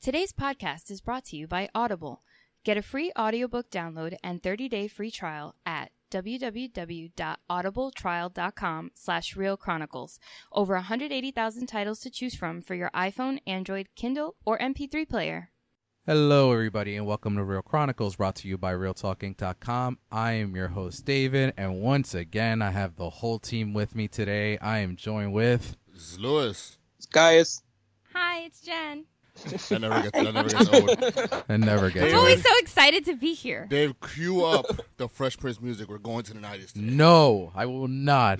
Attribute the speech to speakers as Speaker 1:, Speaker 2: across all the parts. Speaker 1: Today's podcast is brought to you by Audible. Get a free audiobook download and 30-day free trial at www.audibletrial.com slash realchronicles. Over 180,000 titles to choose from for your iPhone, Android, Kindle, or MP3 player.
Speaker 2: Hello, everybody, and welcome to Real Chronicles, brought to you by RealTalking.com. I am your host, David, and once again, I have the whole team with me today. I am joined with.
Speaker 3: It's Lewis.
Speaker 4: Gaius.
Speaker 5: Hi, it's Jen.
Speaker 3: That never gets, that never gets old.
Speaker 2: I never get
Speaker 5: I'm
Speaker 3: David.
Speaker 2: to
Speaker 5: always
Speaker 2: it.
Speaker 5: so excited to be here.
Speaker 3: Dave, cue up the Fresh Prince music. We're going to the 90s. today.
Speaker 2: No, I will not.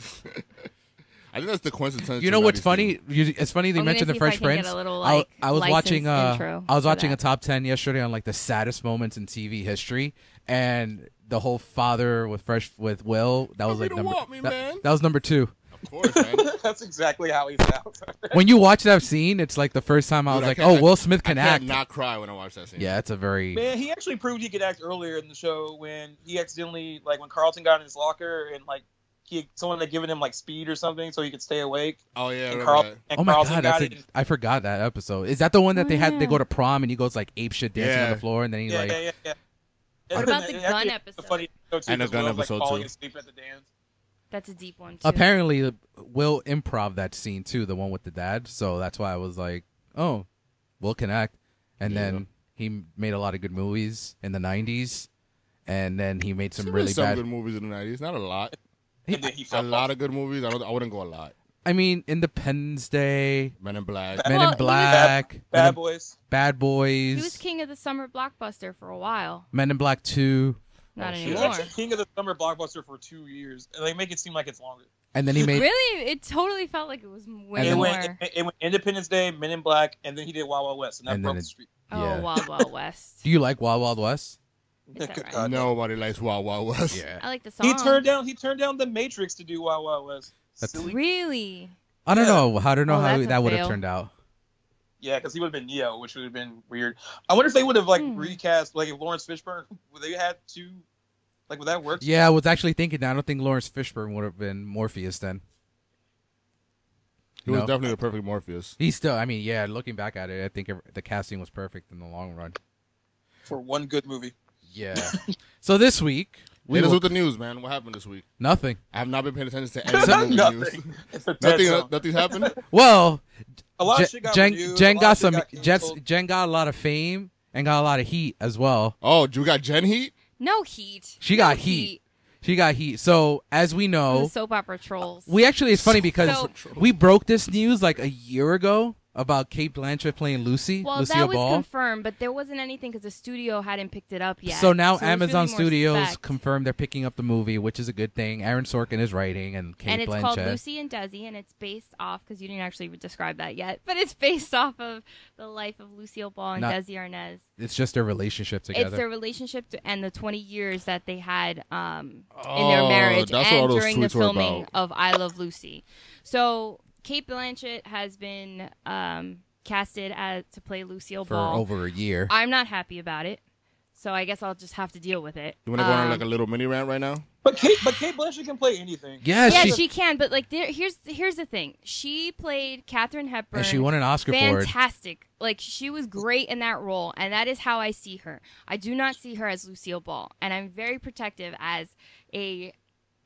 Speaker 3: I think that's the coincidence.
Speaker 2: You know what's funny? You, it's funny they
Speaker 5: I'm gonna
Speaker 2: mentioned the
Speaker 5: see if I
Speaker 2: Fresh
Speaker 5: can get
Speaker 2: Prince.
Speaker 5: a little,
Speaker 2: I-
Speaker 5: like,
Speaker 2: I, was watching.
Speaker 5: licensed
Speaker 2: Uh,
Speaker 5: intro
Speaker 2: I was
Speaker 5: for
Speaker 2: watching
Speaker 5: that.
Speaker 2: a top ten yesterday on like the saddest moments in TV history, and the whole father with Fresh with Will. That was
Speaker 3: Tell me
Speaker 2: like
Speaker 3: to
Speaker 2: number.
Speaker 3: walk me,
Speaker 2: that-
Speaker 3: man.
Speaker 2: that was number two.
Speaker 3: Of course, man.
Speaker 4: That's exactly how he sounds.
Speaker 2: when you watch that scene, it's like the first time I was
Speaker 3: Dude, I
Speaker 2: like,
Speaker 3: can't-
Speaker 2: "Oh, Will Smith
Speaker 3: I
Speaker 2: can
Speaker 3: can't
Speaker 2: act."
Speaker 3: not cry when I watch that scene.
Speaker 2: Yeah, it's a very
Speaker 4: Man, he actually proved he could act earlier in the show when he accidentally, like, when Carlton got in his locker and like he someone had given him like speed or something so he could stay awake.
Speaker 3: Oh, yeah. I
Speaker 4: And,
Speaker 3: remember
Speaker 4: Carl,
Speaker 3: that.
Speaker 4: and
Speaker 2: Oh my
Speaker 4: Carlton
Speaker 2: god,
Speaker 4: got
Speaker 2: that's
Speaker 4: it.
Speaker 2: a, I forgot that episode. Is that the one that
Speaker 5: Oh,
Speaker 2: they had? They
Speaker 5: yeah.
Speaker 2: go to prom and he goes like ape shit dancing on
Speaker 3: Yeah.
Speaker 2: the floor, and then he
Speaker 4: yeah,
Speaker 2: like,
Speaker 4: yeah, yeah, yeah.
Speaker 5: What about the gun episode?
Speaker 4: Funny
Speaker 3: And the gun episode,
Speaker 4: like, falling
Speaker 3: too.
Speaker 4: asleep at the dance.
Speaker 5: That's a deep one too.
Speaker 2: apparently uh, Will improv that scene too, the one with the dad. So that's why I was like, "Oh, Will can act." And
Speaker 3: Yeah.
Speaker 2: then he made a lot of good movies in the '90s, and then he made some
Speaker 3: There were
Speaker 2: really
Speaker 3: some
Speaker 2: bad.
Speaker 3: good movies in the 90s. Not a lot.
Speaker 2: He-
Speaker 4: and then he
Speaker 3: A
Speaker 4: fell
Speaker 3: lot of good movies. I, don't, I wouldn't go a lot.
Speaker 2: I mean, Independence Day,
Speaker 3: Men in Black.
Speaker 2: Men
Speaker 5: Well, he
Speaker 2: in
Speaker 5: was-
Speaker 2: Black, Men in-
Speaker 4: Bad Boys.
Speaker 2: Bad Boys,
Speaker 5: he was king of the summer blockbuster for a while.
Speaker 2: Men in Black Two.
Speaker 5: Not
Speaker 3: Oh, shit.
Speaker 4: He was
Speaker 5: anymore.
Speaker 4: actually king of the summer blockbuster for two years, and they make it seem like it's longer.
Speaker 2: And then he made
Speaker 5: Really, it totally felt like it was way
Speaker 2: And
Speaker 4: It
Speaker 2: then-
Speaker 4: went,
Speaker 5: more.
Speaker 4: it, it went Independence Day, Men in Black, and then he did Wild Wild West, and that
Speaker 2: And then
Speaker 4: broke
Speaker 2: it-
Speaker 4: the street.
Speaker 5: Oh,
Speaker 2: Yeah.
Speaker 5: Wild Wild West.
Speaker 2: Do you like Wild Wild West?
Speaker 5: Is that
Speaker 4: Good
Speaker 5: right?
Speaker 4: God.
Speaker 3: Nobody likes Wild Wild West.
Speaker 5: I like the song.
Speaker 4: He turned down. He turned down the Matrix to do Wild Wild West.
Speaker 2: That's-
Speaker 4: Silly.
Speaker 5: Really?
Speaker 2: I don't
Speaker 4: Yeah.
Speaker 2: know. I don't know
Speaker 5: Oh,
Speaker 2: how
Speaker 5: that's a
Speaker 2: that would have
Speaker 5: fail.
Speaker 2: turned out.
Speaker 4: Yeah, because he would have been Neo, which would have been weird. I wonder if they would have like
Speaker 5: Hmm.
Speaker 4: recast, like if Lawrence Fishburne, would they had two, like would that work?
Speaker 2: Yeah, I was actually thinking that. I don't think Lawrence Fishburne would have been Morpheus then.
Speaker 3: He was
Speaker 2: No.
Speaker 3: definitely the perfect Morpheus.
Speaker 2: He still, I mean, yeah, looking back at it, I think it- the casting was perfect in the long run.
Speaker 4: for one good movie.
Speaker 2: Yeah. so this week, we
Speaker 3: Hit us
Speaker 2: will-
Speaker 3: with the news, man. What happened this week?
Speaker 2: nothing.
Speaker 3: I have not been paying attention to any of
Speaker 4: Nothing.
Speaker 3: the news.
Speaker 4: It's a dead
Speaker 3: Nothing,
Speaker 4: zone.
Speaker 3: nothing's happened?
Speaker 2: Well,
Speaker 4: A lot
Speaker 2: Jen,
Speaker 4: of shit got
Speaker 2: Jen,
Speaker 4: renewed,
Speaker 2: Jen
Speaker 4: a lot
Speaker 2: got
Speaker 4: of shit
Speaker 2: some.
Speaker 4: got
Speaker 2: Jets,
Speaker 4: canceled.
Speaker 2: Jen got a lot of fame and got a lot of heat as well.
Speaker 3: Oh, you got Gen Heat?
Speaker 5: No heat.
Speaker 2: She
Speaker 5: No
Speaker 2: got heat. She got heat. So as we
Speaker 5: from the
Speaker 2: know,
Speaker 5: soap opera trolls.
Speaker 2: we actually it's funny because
Speaker 5: So-
Speaker 2: we broke this news like a year ago about Kate Blanchett playing Lucy,
Speaker 5: well,
Speaker 2: Lucia
Speaker 5: that was
Speaker 2: Ball.
Speaker 5: confirmed, but there wasn't anything because the studio hadn't picked it up yet.
Speaker 2: So now
Speaker 5: there's
Speaker 2: Amazon
Speaker 5: really more
Speaker 2: Studios
Speaker 5: spec.
Speaker 2: confirmed they're picking up the movie, which is a good thing. Aaron Sorkin is writing, and Kate
Speaker 5: and it's
Speaker 2: Blanchett.
Speaker 5: called Lucy and Desi, and it's based off because you didn't actually describe that yet, but it's based off of the life of Lucille Ball and
Speaker 2: Not-
Speaker 5: Desi Arnaz.
Speaker 2: It's just their relationship together.
Speaker 5: It's their relationship to, and the 20 years that they had um, in
Speaker 3: Oh,
Speaker 5: their marriage
Speaker 3: that's what all
Speaker 5: and
Speaker 3: those
Speaker 5: during the
Speaker 3: tweets were
Speaker 5: filming
Speaker 3: about.
Speaker 5: of I Love Lucy. So Kate Blanchett has been um, casted as, to play Lucille
Speaker 2: for
Speaker 5: Ball.
Speaker 2: over a year.
Speaker 5: I'm not happy about it, so I guess I'll just have to deal with it.
Speaker 3: You want to go on
Speaker 5: Um,
Speaker 3: like a little mini rant right now?
Speaker 4: But Kate, but Kate Blanchett can play anything.
Speaker 2: yeah,
Speaker 5: yeah,
Speaker 2: she,
Speaker 5: she, can, but like, there, here's here's the thing. She played Katherine Hepburn.
Speaker 2: and she won an Oscar for it.
Speaker 5: fantastic. Like she was great in that role, and that is how I see her. I do not see her as Lucille Ball, and I'm very protective as a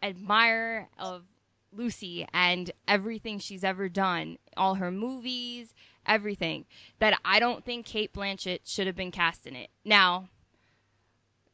Speaker 5: admirer of Lucy and everything she's ever done, all her movies, everything. That I don't think Kate Blanchett should have been cast in it. Now,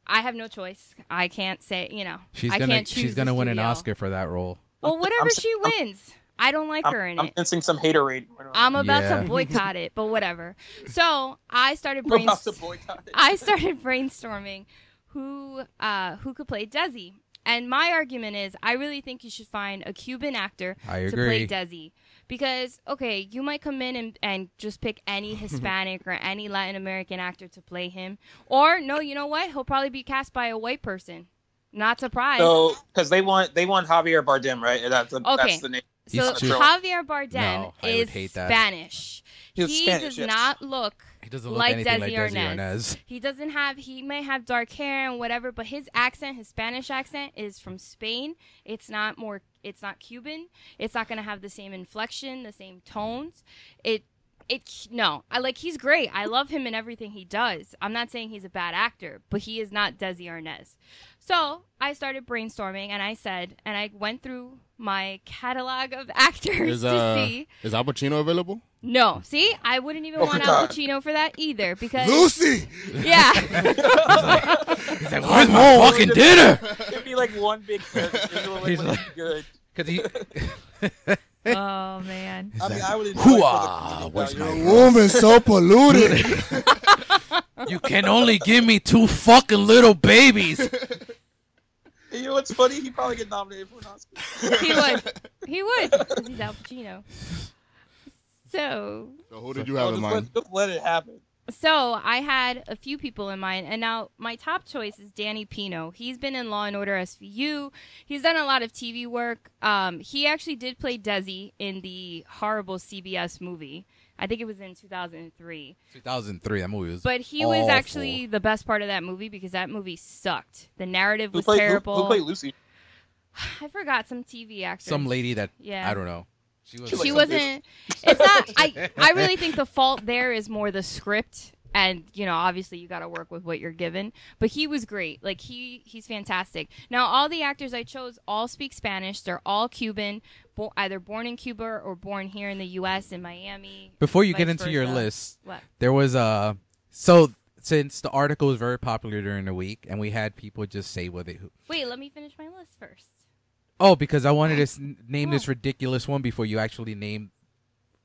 Speaker 5: I have no choice. I can't say you know.
Speaker 2: She's
Speaker 5: I
Speaker 2: gonna
Speaker 5: can't choose
Speaker 2: she's
Speaker 5: the
Speaker 2: gonna win an
Speaker 5: studio.
Speaker 2: Oscar for that role.
Speaker 5: Well, whatever
Speaker 4: I'm-
Speaker 5: she wins, I don't like her in
Speaker 4: I'm, I'm
Speaker 5: it.
Speaker 4: sensing some haterade. going on.
Speaker 5: I'm about
Speaker 2: Yeah.
Speaker 5: to boycott it, but whatever. So I started
Speaker 4: We're about to
Speaker 5: brainstorming.
Speaker 4: boycott it.
Speaker 5: I started brainstorming who uh, who could play Desi. And my argument is, I really think you should find a Cuban actor
Speaker 2: I
Speaker 5: to play
Speaker 2: agree.
Speaker 5: Desi. Because, okay, you might come in and, and just pick any Hispanic or any Latin American actor to play him. Or, no, you know what? He'll probably be cast by a white person. Not surprised.
Speaker 4: So, because they want they want Javier Bardem, right? That's the,
Speaker 5: Okay.
Speaker 4: that's the name.
Speaker 2: He's
Speaker 5: So
Speaker 2: too-
Speaker 5: Javier Bardem
Speaker 2: No, I would
Speaker 5: is
Speaker 2: hate that.
Speaker 5: Spanish.
Speaker 4: He's
Speaker 5: he
Speaker 4: Spanish,
Speaker 5: does
Speaker 4: yes.
Speaker 5: not look.
Speaker 2: He doesn't look
Speaker 5: Like
Speaker 2: anything like
Speaker 5: Desi
Speaker 2: Desi
Speaker 5: Arnaz.
Speaker 2: Arnaz.
Speaker 5: He doesn't have. He may have dark hair and whatever, but his accent, his Spanish accent, is from Spain. It's not more. It's not Cuban. It's not going to have the same inflection, the same tones. It it no i like he's great i love him in everything he does i'm not saying he's a bad actor but he is not desi arnaz so i started brainstorming and i said and i went through my catalog of actors
Speaker 3: Is,
Speaker 5: to
Speaker 3: uh,
Speaker 5: see
Speaker 3: Is Al Pacino available?
Speaker 5: no see i wouldn't even
Speaker 4: Oh,
Speaker 5: want al
Speaker 4: God.
Speaker 5: pacino for that either because
Speaker 3: Lucy,
Speaker 5: yeah
Speaker 2: He's like, where's my
Speaker 3: home."
Speaker 2: fucking dinner?
Speaker 4: It'd be like one big character. It would
Speaker 2: He's
Speaker 4: look
Speaker 2: like-
Speaker 4: good.
Speaker 2: Because he,
Speaker 5: oh man
Speaker 4: I mean, I would enjoy it for the
Speaker 2: hoo
Speaker 4: comedic
Speaker 2: where's
Speaker 4: value.
Speaker 2: my
Speaker 3: woman so polluted.
Speaker 2: You can only give me two fucking little babies.
Speaker 4: You know what's funny? He probably get nominated for an Oscar.
Speaker 5: he would he would 'cause he's al pacino so
Speaker 3: so who did you have
Speaker 4: Oh,
Speaker 3: in
Speaker 4: just,
Speaker 3: mind?
Speaker 4: let, just let it happen.
Speaker 5: So I had a few people in mind, and now my top choice is Danny Pino. He's been in Law and Order SVU. He's done a lot of TV work. Um, he actually did play Desi in the horrible CBS movie. I think it was in 2003.
Speaker 2: 2003, that movie was.
Speaker 5: But he was
Speaker 2: Awful.
Speaker 5: actually the best part of that movie because that movie sucked. The narrative
Speaker 4: Who
Speaker 5: was
Speaker 4: played, Lu-
Speaker 5: terrible.
Speaker 4: Who played Lucy?
Speaker 5: I forgot some TV actor.
Speaker 2: some lady that
Speaker 5: Yeah.
Speaker 2: I don't know. She was.
Speaker 5: she
Speaker 4: She
Speaker 2: like-
Speaker 4: was-
Speaker 5: wasn't it's not i i really think the fault there is more the script and you know obviously you got to work with what you're given but he was great like he he's fantastic now all the actors i chose all speak spanish they're all cuban bo- either born in cuba or born here in the us in miami
Speaker 2: Before you
Speaker 5: vice
Speaker 2: get into your
Speaker 5: versa.
Speaker 2: list,
Speaker 5: what
Speaker 2: there was Uh, so since the article was very popular during the week, and we had people just say what they.
Speaker 5: wait let me finish my list first
Speaker 2: Oh, because I wanted to s- name this
Speaker 5: Oh.
Speaker 2: ridiculous one before you actually named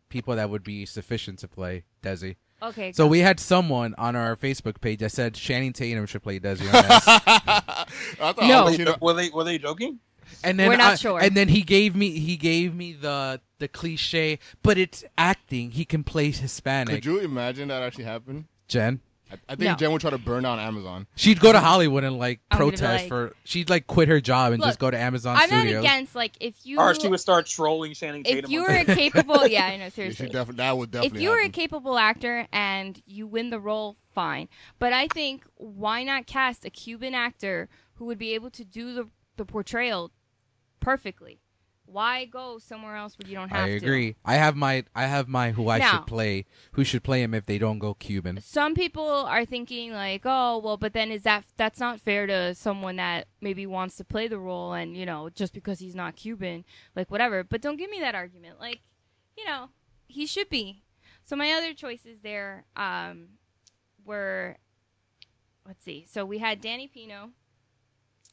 Speaker 2: people that would be sufficient to play Desi.
Speaker 5: okay
Speaker 2: So we had someone on our Facebook page that said Channing Tatum should play Desi on this.
Speaker 3: I thought
Speaker 2: Oh.
Speaker 5: No.
Speaker 3: Al
Speaker 4: Were they,
Speaker 3: Pacino-
Speaker 4: were they were they joking?
Speaker 2: and then
Speaker 5: We're not
Speaker 2: I-
Speaker 5: sure.
Speaker 2: And then he gave me he gave me the the cliche, but it's acting. He can play Hispanic.
Speaker 3: Could you imagine that actually happened?
Speaker 2: Jen,
Speaker 3: I, I think
Speaker 5: No.
Speaker 3: Jen would try to burn down Amazon.
Speaker 2: she'd go to Hollywood and like
Speaker 5: I'm gonna be
Speaker 2: protest
Speaker 5: like-
Speaker 2: for. She'd like quit her job and
Speaker 5: Look,
Speaker 2: just go to Amazon
Speaker 5: i'm not
Speaker 2: Studios.
Speaker 5: against like if you
Speaker 4: Or she would start trolling Shannon Tatum.
Speaker 5: if
Speaker 4: on
Speaker 5: you were
Speaker 4: that.
Speaker 5: a capable yeah i know
Speaker 3: Yeah,
Speaker 5: seriously
Speaker 3: she defi- that would
Speaker 5: if
Speaker 3: definitely.
Speaker 5: you are a
Speaker 3: happen.
Speaker 5: capable actor and you win the role, fine. But I think why not cast a Cuban actor who would be able to do the, the portrayal perfectly? Why go somewhere else where you don't have
Speaker 2: I
Speaker 5: to?
Speaker 2: agree. I have my I have my who I
Speaker 5: Now-
Speaker 2: should play who should play him if they don't go Cuban.
Speaker 5: Some people are thinking like, "Oh, well, but then is that that's not fair to someone that maybe wants to play the role and, you know, just because he's not Cuban, like whatever." But don't give me that argument. Like, you know, he should be. So my other choices there um, were, let's see. So we had Danny Pino,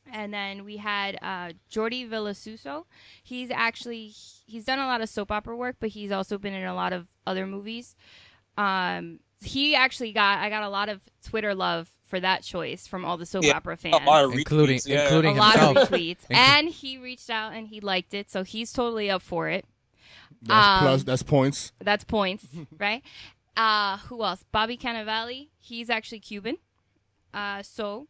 Speaker 5: and then we had uh, Jordi Villasuso. He's actually he's done a lot of soap opera work, but he's also been in a lot of other movies. Um, he actually got I got a lot of Twitter love for that choice from all the soap
Speaker 4: Yeah,
Speaker 5: opera fans
Speaker 4: A lot of
Speaker 2: Including-
Speaker 4: retweets, yeah.
Speaker 2: Oh, including-
Speaker 5: a lot
Speaker 2: himself.
Speaker 5: of retweets, and he reached out and he liked it, so he's totally up for it.
Speaker 3: That's
Speaker 5: um,
Speaker 3: plus. That's points.
Speaker 5: That's points, right? Uh, who else? Bobby Cannavale. He's actually Cuban, uh, so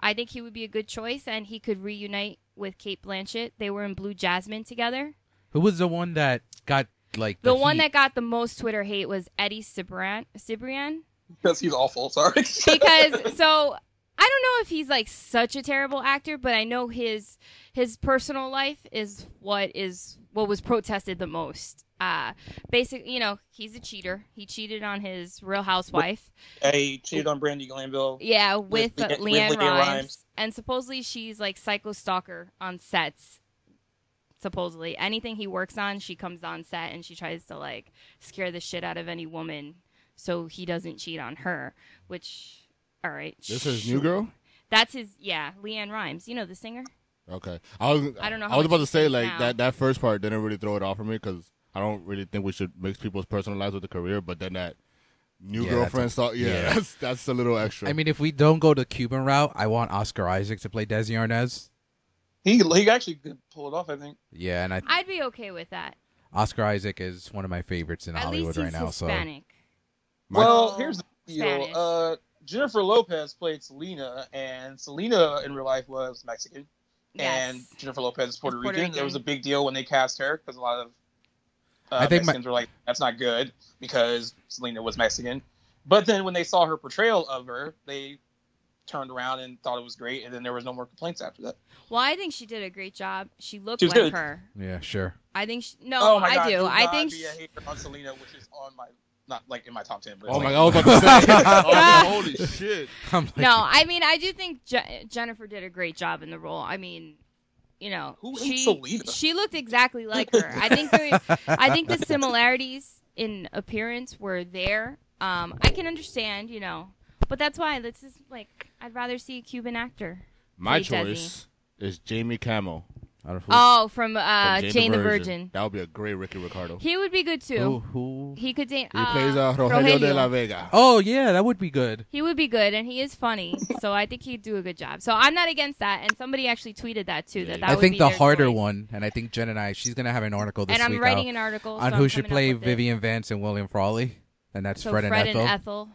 Speaker 5: I think he would be a good choice, and he could reunite with Kate Blanchett. They were in Blue Jasmine together.
Speaker 2: Who was the one that got like
Speaker 5: The,
Speaker 2: the,
Speaker 5: one
Speaker 2: heat?
Speaker 5: that got the most Twitter hate was Eddie Cibran. Cibrian.
Speaker 4: because he's awful. Sorry.
Speaker 5: because so I don't know if he's like such a terrible actor, but I know his his personal life is what is what was protested the most. Uh basically, you know, he's a cheater. He cheated on his Real Housewife.
Speaker 4: Hey, cheated on Brandy Glanville.
Speaker 5: Yeah, with,
Speaker 4: With
Speaker 5: uh,
Speaker 4: Le- with
Speaker 5: Leanne
Speaker 4: Leanne
Speaker 5: Rhimes.
Speaker 4: Rhimes.
Speaker 5: and supposedly she's like psycho stalker on sets. Supposedly, anything he works on, she comes on set and she tries to like scare the shit out of any woman so he doesn't cheat on her. Which, all right,
Speaker 3: This is
Speaker 5: sure.
Speaker 3: new girl.
Speaker 5: That's his, yeah, Leanne Rhimes. You know the singer.
Speaker 3: Okay, I was.
Speaker 5: I don't know
Speaker 3: Uh, I
Speaker 5: how
Speaker 3: was about
Speaker 5: much
Speaker 3: to
Speaker 5: it
Speaker 3: say
Speaker 5: is
Speaker 3: like
Speaker 5: now.
Speaker 3: that. That first part didn't really throw it off for me because I don't really think we should mix people's personal lives with the career. But then that new
Speaker 2: Yeah,
Speaker 3: girlfriend stuff. Yeah,
Speaker 2: yeah.
Speaker 3: that's that's a little extra.
Speaker 2: I mean, if we don't go the Cuban route, I want Oscar Isaac to play Desi Arnaz.
Speaker 4: He he actually could pull it off. I think.
Speaker 2: Yeah, and I,
Speaker 5: I'd be okay with that.
Speaker 2: Oscar Isaac is one of my favorites in
Speaker 5: At
Speaker 2: Hollywood
Speaker 5: least he's
Speaker 2: right now. So
Speaker 5: Hispanic.
Speaker 3: My-
Speaker 4: well, here's the deal.
Speaker 5: Spanish.
Speaker 4: Uh, Jennifer Lopez played Selena, and Selena in real life was Mexican,
Speaker 5: Yes.
Speaker 4: and Jennifer Lopez is Puerto,
Speaker 5: Puerto
Speaker 4: Rican. It
Speaker 5: Rican.
Speaker 4: was a big deal when they cast her because a lot of uh,
Speaker 2: I think my-
Speaker 4: Mexicans were like, "That's not good" because Selena was Mexican. But then when they saw her portrayal of her, they turned around and thought it was great, and then there was no more complaints after that.
Speaker 5: well, I think she did a great job. She looked
Speaker 4: She
Speaker 5: like
Speaker 4: did.
Speaker 5: her.
Speaker 2: yeah, sure.
Speaker 5: I think she, no,
Speaker 4: Oh my
Speaker 5: Oh, I
Speaker 4: God,
Speaker 5: do. I
Speaker 4: not
Speaker 5: think
Speaker 4: be
Speaker 5: she-
Speaker 4: a hater on Selena, which is on my not like in my top ten. But
Speaker 3: Oh
Speaker 4: it's
Speaker 3: my
Speaker 4: like,
Speaker 3: god, I was about to say. Oh, holy shit.
Speaker 2: I'm like,
Speaker 5: No, I mean I do think Je- Jennifer did a great job in the role. I mean, you know,
Speaker 4: Who hates
Speaker 5: she
Speaker 4: Selena?
Speaker 5: she looked exactly like her. I think the, I think the similarities in appearance were there. Um, I can understand, you know, but that's why this is like I'd rather see a Cuban actor.
Speaker 3: My
Speaker 5: Please, Desi.
Speaker 3: choice is Jamie Camel.
Speaker 2: I don't know
Speaker 5: Oh, from uh,
Speaker 3: from
Speaker 5: Jane the Virgin.
Speaker 3: That would be a great Ricky Ricardo. He,
Speaker 5: He would be good too.
Speaker 2: who- who, who-
Speaker 5: He could date.
Speaker 3: plays uh, Rogelio de la
Speaker 5: Rogelio.
Speaker 3: Vega.
Speaker 2: Oh yeah, that would be good.
Speaker 5: He would be good, and he is funny, so I think he'd do a good job. So I'm not against that. And somebody actually tweeted that too. That, that
Speaker 2: I
Speaker 5: would
Speaker 2: think
Speaker 5: be
Speaker 2: the
Speaker 5: their
Speaker 2: harder
Speaker 5: choice.
Speaker 2: one, and I think Jen and I, she's gonna have an article this
Speaker 5: And I'm
Speaker 2: week
Speaker 5: writing
Speaker 2: out
Speaker 5: an article
Speaker 2: on
Speaker 5: so
Speaker 2: who
Speaker 5: I'm
Speaker 2: should
Speaker 5: coming up
Speaker 2: play
Speaker 5: with it.
Speaker 2: Vivian Vance and William Frawley, and that's
Speaker 5: So
Speaker 2: Fred, and Ethel.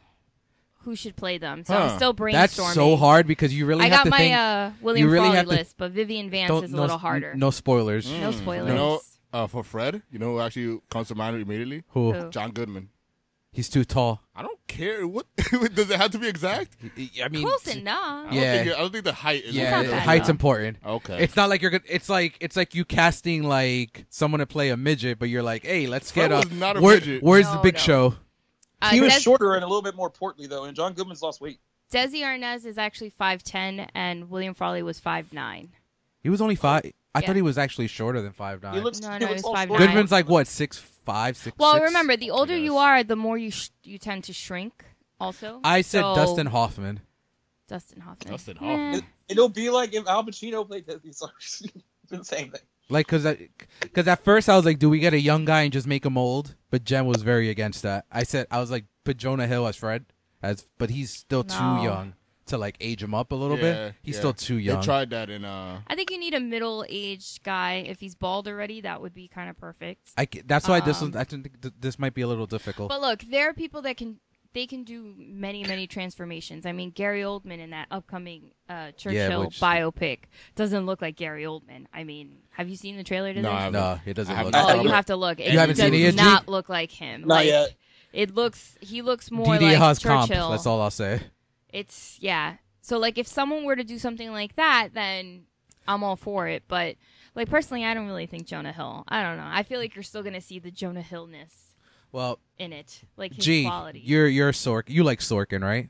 Speaker 5: who should play them? So
Speaker 3: Huh.
Speaker 5: I'm still brainstorming.
Speaker 2: That's so hard because you really
Speaker 5: I
Speaker 2: have
Speaker 5: got
Speaker 2: to
Speaker 5: my
Speaker 2: think.
Speaker 5: uh, William
Speaker 2: really
Speaker 5: Frawley
Speaker 2: have to-
Speaker 5: list, but Vivian Vance
Speaker 2: don't-
Speaker 5: is a
Speaker 2: no,
Speaker 5: little
Speaker 2: s-
Speaker 5: harder.
Speaker 2: No spoilers.
Speaker 5: No spoilers.
Speaker 3: You know, uh, for Fred, you know who actually comes to mind immediately?
Speaker 2: Who?
Speaker 5: Who?
Speaker 3: John Goodman.
Speaker 2: He's too tall.
Speaker 3: I don't care. What does it have to be exact?
Speaker 2: I mean,
Speaker 5: Close enough.
Speaker 3: I
Speaker 2: Yeah.
Speaker 3: Don't think, I don't think the height is.
Speaker 2: yeah,
Speaker 5: not bad,
Speaker 2: height's
Speaker 5: though.
Speaker 2: important.
Speaker 3: Okay.
Speaker 2: It's not like you're. gonna It's like it's like you casting like someone to play a midget, but you're like, hey, let's
Speaker 3: Fred
Speaker 2: get
Speaker 3: was not a
Speaker 2: where-
Speaker 3: midget.
Speaker 2: Where's the
Speaker 5: No,
Speaker 2: big
Speaker 5: no.
Speaker 2: show?
Speaker 5: Uh,
Speaker 4: he was
Speaker 5: Des-
Speaker 4: shorter and a little bit more portly though, and John Goodman's lost weight.
Speaker 5: Desi Arnaz is actually five ten, and William Frawley was five nine.
Speaker 2: He was only five. I
Speaker 5: Yeah.
Speaker 2: thought he was actually shorter than five nine.
Speaker 4: He looks,
Speaker 5: No,
Speaker 4: he
Speaker 5: no,
Speaker 4: looks
Speaker 5: he's
Speaker 4: all
Speaker 5: 5'9".
Speaker 4: short.
Speaker 2: Goodman's like what six five six.
Speaker 5: Well,
Speaker 2: six?
Speaker 5: remember, the older you
Speaker 3: guess.
Speaker 5: are, the more you sh- you tend to shrink. Also,
Speaker 2: I said
Speaker 5: So-
Speaker 2: Dustin Hoffman.
Speaker 5: Dustin Hoffman. Eh,
Speaker 3: Dustin
Speaker 5: Nah.
Speaker 3: Hoffman.
Speaker 4: It'll be like if Al Pacino played Disney stars. the same thing.
Speaker 2: Like, cause, I, cause at first I was like, do we get a young guy and just make him old? But Jen was very against that. I said I was like, put Jonah Hill as Fred, as but he's still
Speaker 5: No.
Speaker 2: too young to like age him up a little
Speaker 3: Yeah,
Speaker 2: bit. He's
Speaker 3: yeah.
Speaker 2: still too young.
Speaker 3: They tried that in. Uh,
Speaker 5: I think you need a middle-aged guy. If he's bald already, that would be kind of perfect.
Speaker 2: I ca- that's why this one.
Speaker 5: Um,
Speaker 2: I think th- this might be a little difficult.
Speaker 5: But look, there are people that can they can do many many transformations. I mean, Gary Oldman in that upcoming uh, Churchill
Speaker 2: which-
Speaker 5: biopic doesn't look like Gary Oldman. I mean, have you seen the trailer to
Speaker 3: No,
Speaker 5: this?
Speaker 3: I haven't.
Speaker 2: no, it doesn't
Speaker 3: I
Speaker 2: look.
Speaker 3: haven't-
Speaker 5: Oh,
Speaker 2: like
Speaker 5: you have to look. It
Speaker 2: You haven't
Speaker 5: does
Speaker 2: seen it yet,
Speaker 5: not
Speaker 2: Jeep?
Speaker 5: look like him.
Speaker 4: Not
Speaker 5: like,
Speaker 4: yet.
Speaker 5: It looks. He looks more
Speaker 2: DD
Speaker 5: like
Speaker 2: has comp.
Speaker 5: Churchill.
Speaker 2: That's all I'll say.
Speaker 5: It's yeah. So like, if someone were to do something like that, then I'm all for it. But like personally, I don't really think Jonah Hill. I don't know. I feel like you're still gonna see the Jonah Hillness
Speaker 2: Well,
Speaker 5: in it, like his
Speaker 2: G,
Speaker 5: quality.
Speaker 2: you're you're Sork. You like Sorkin, right?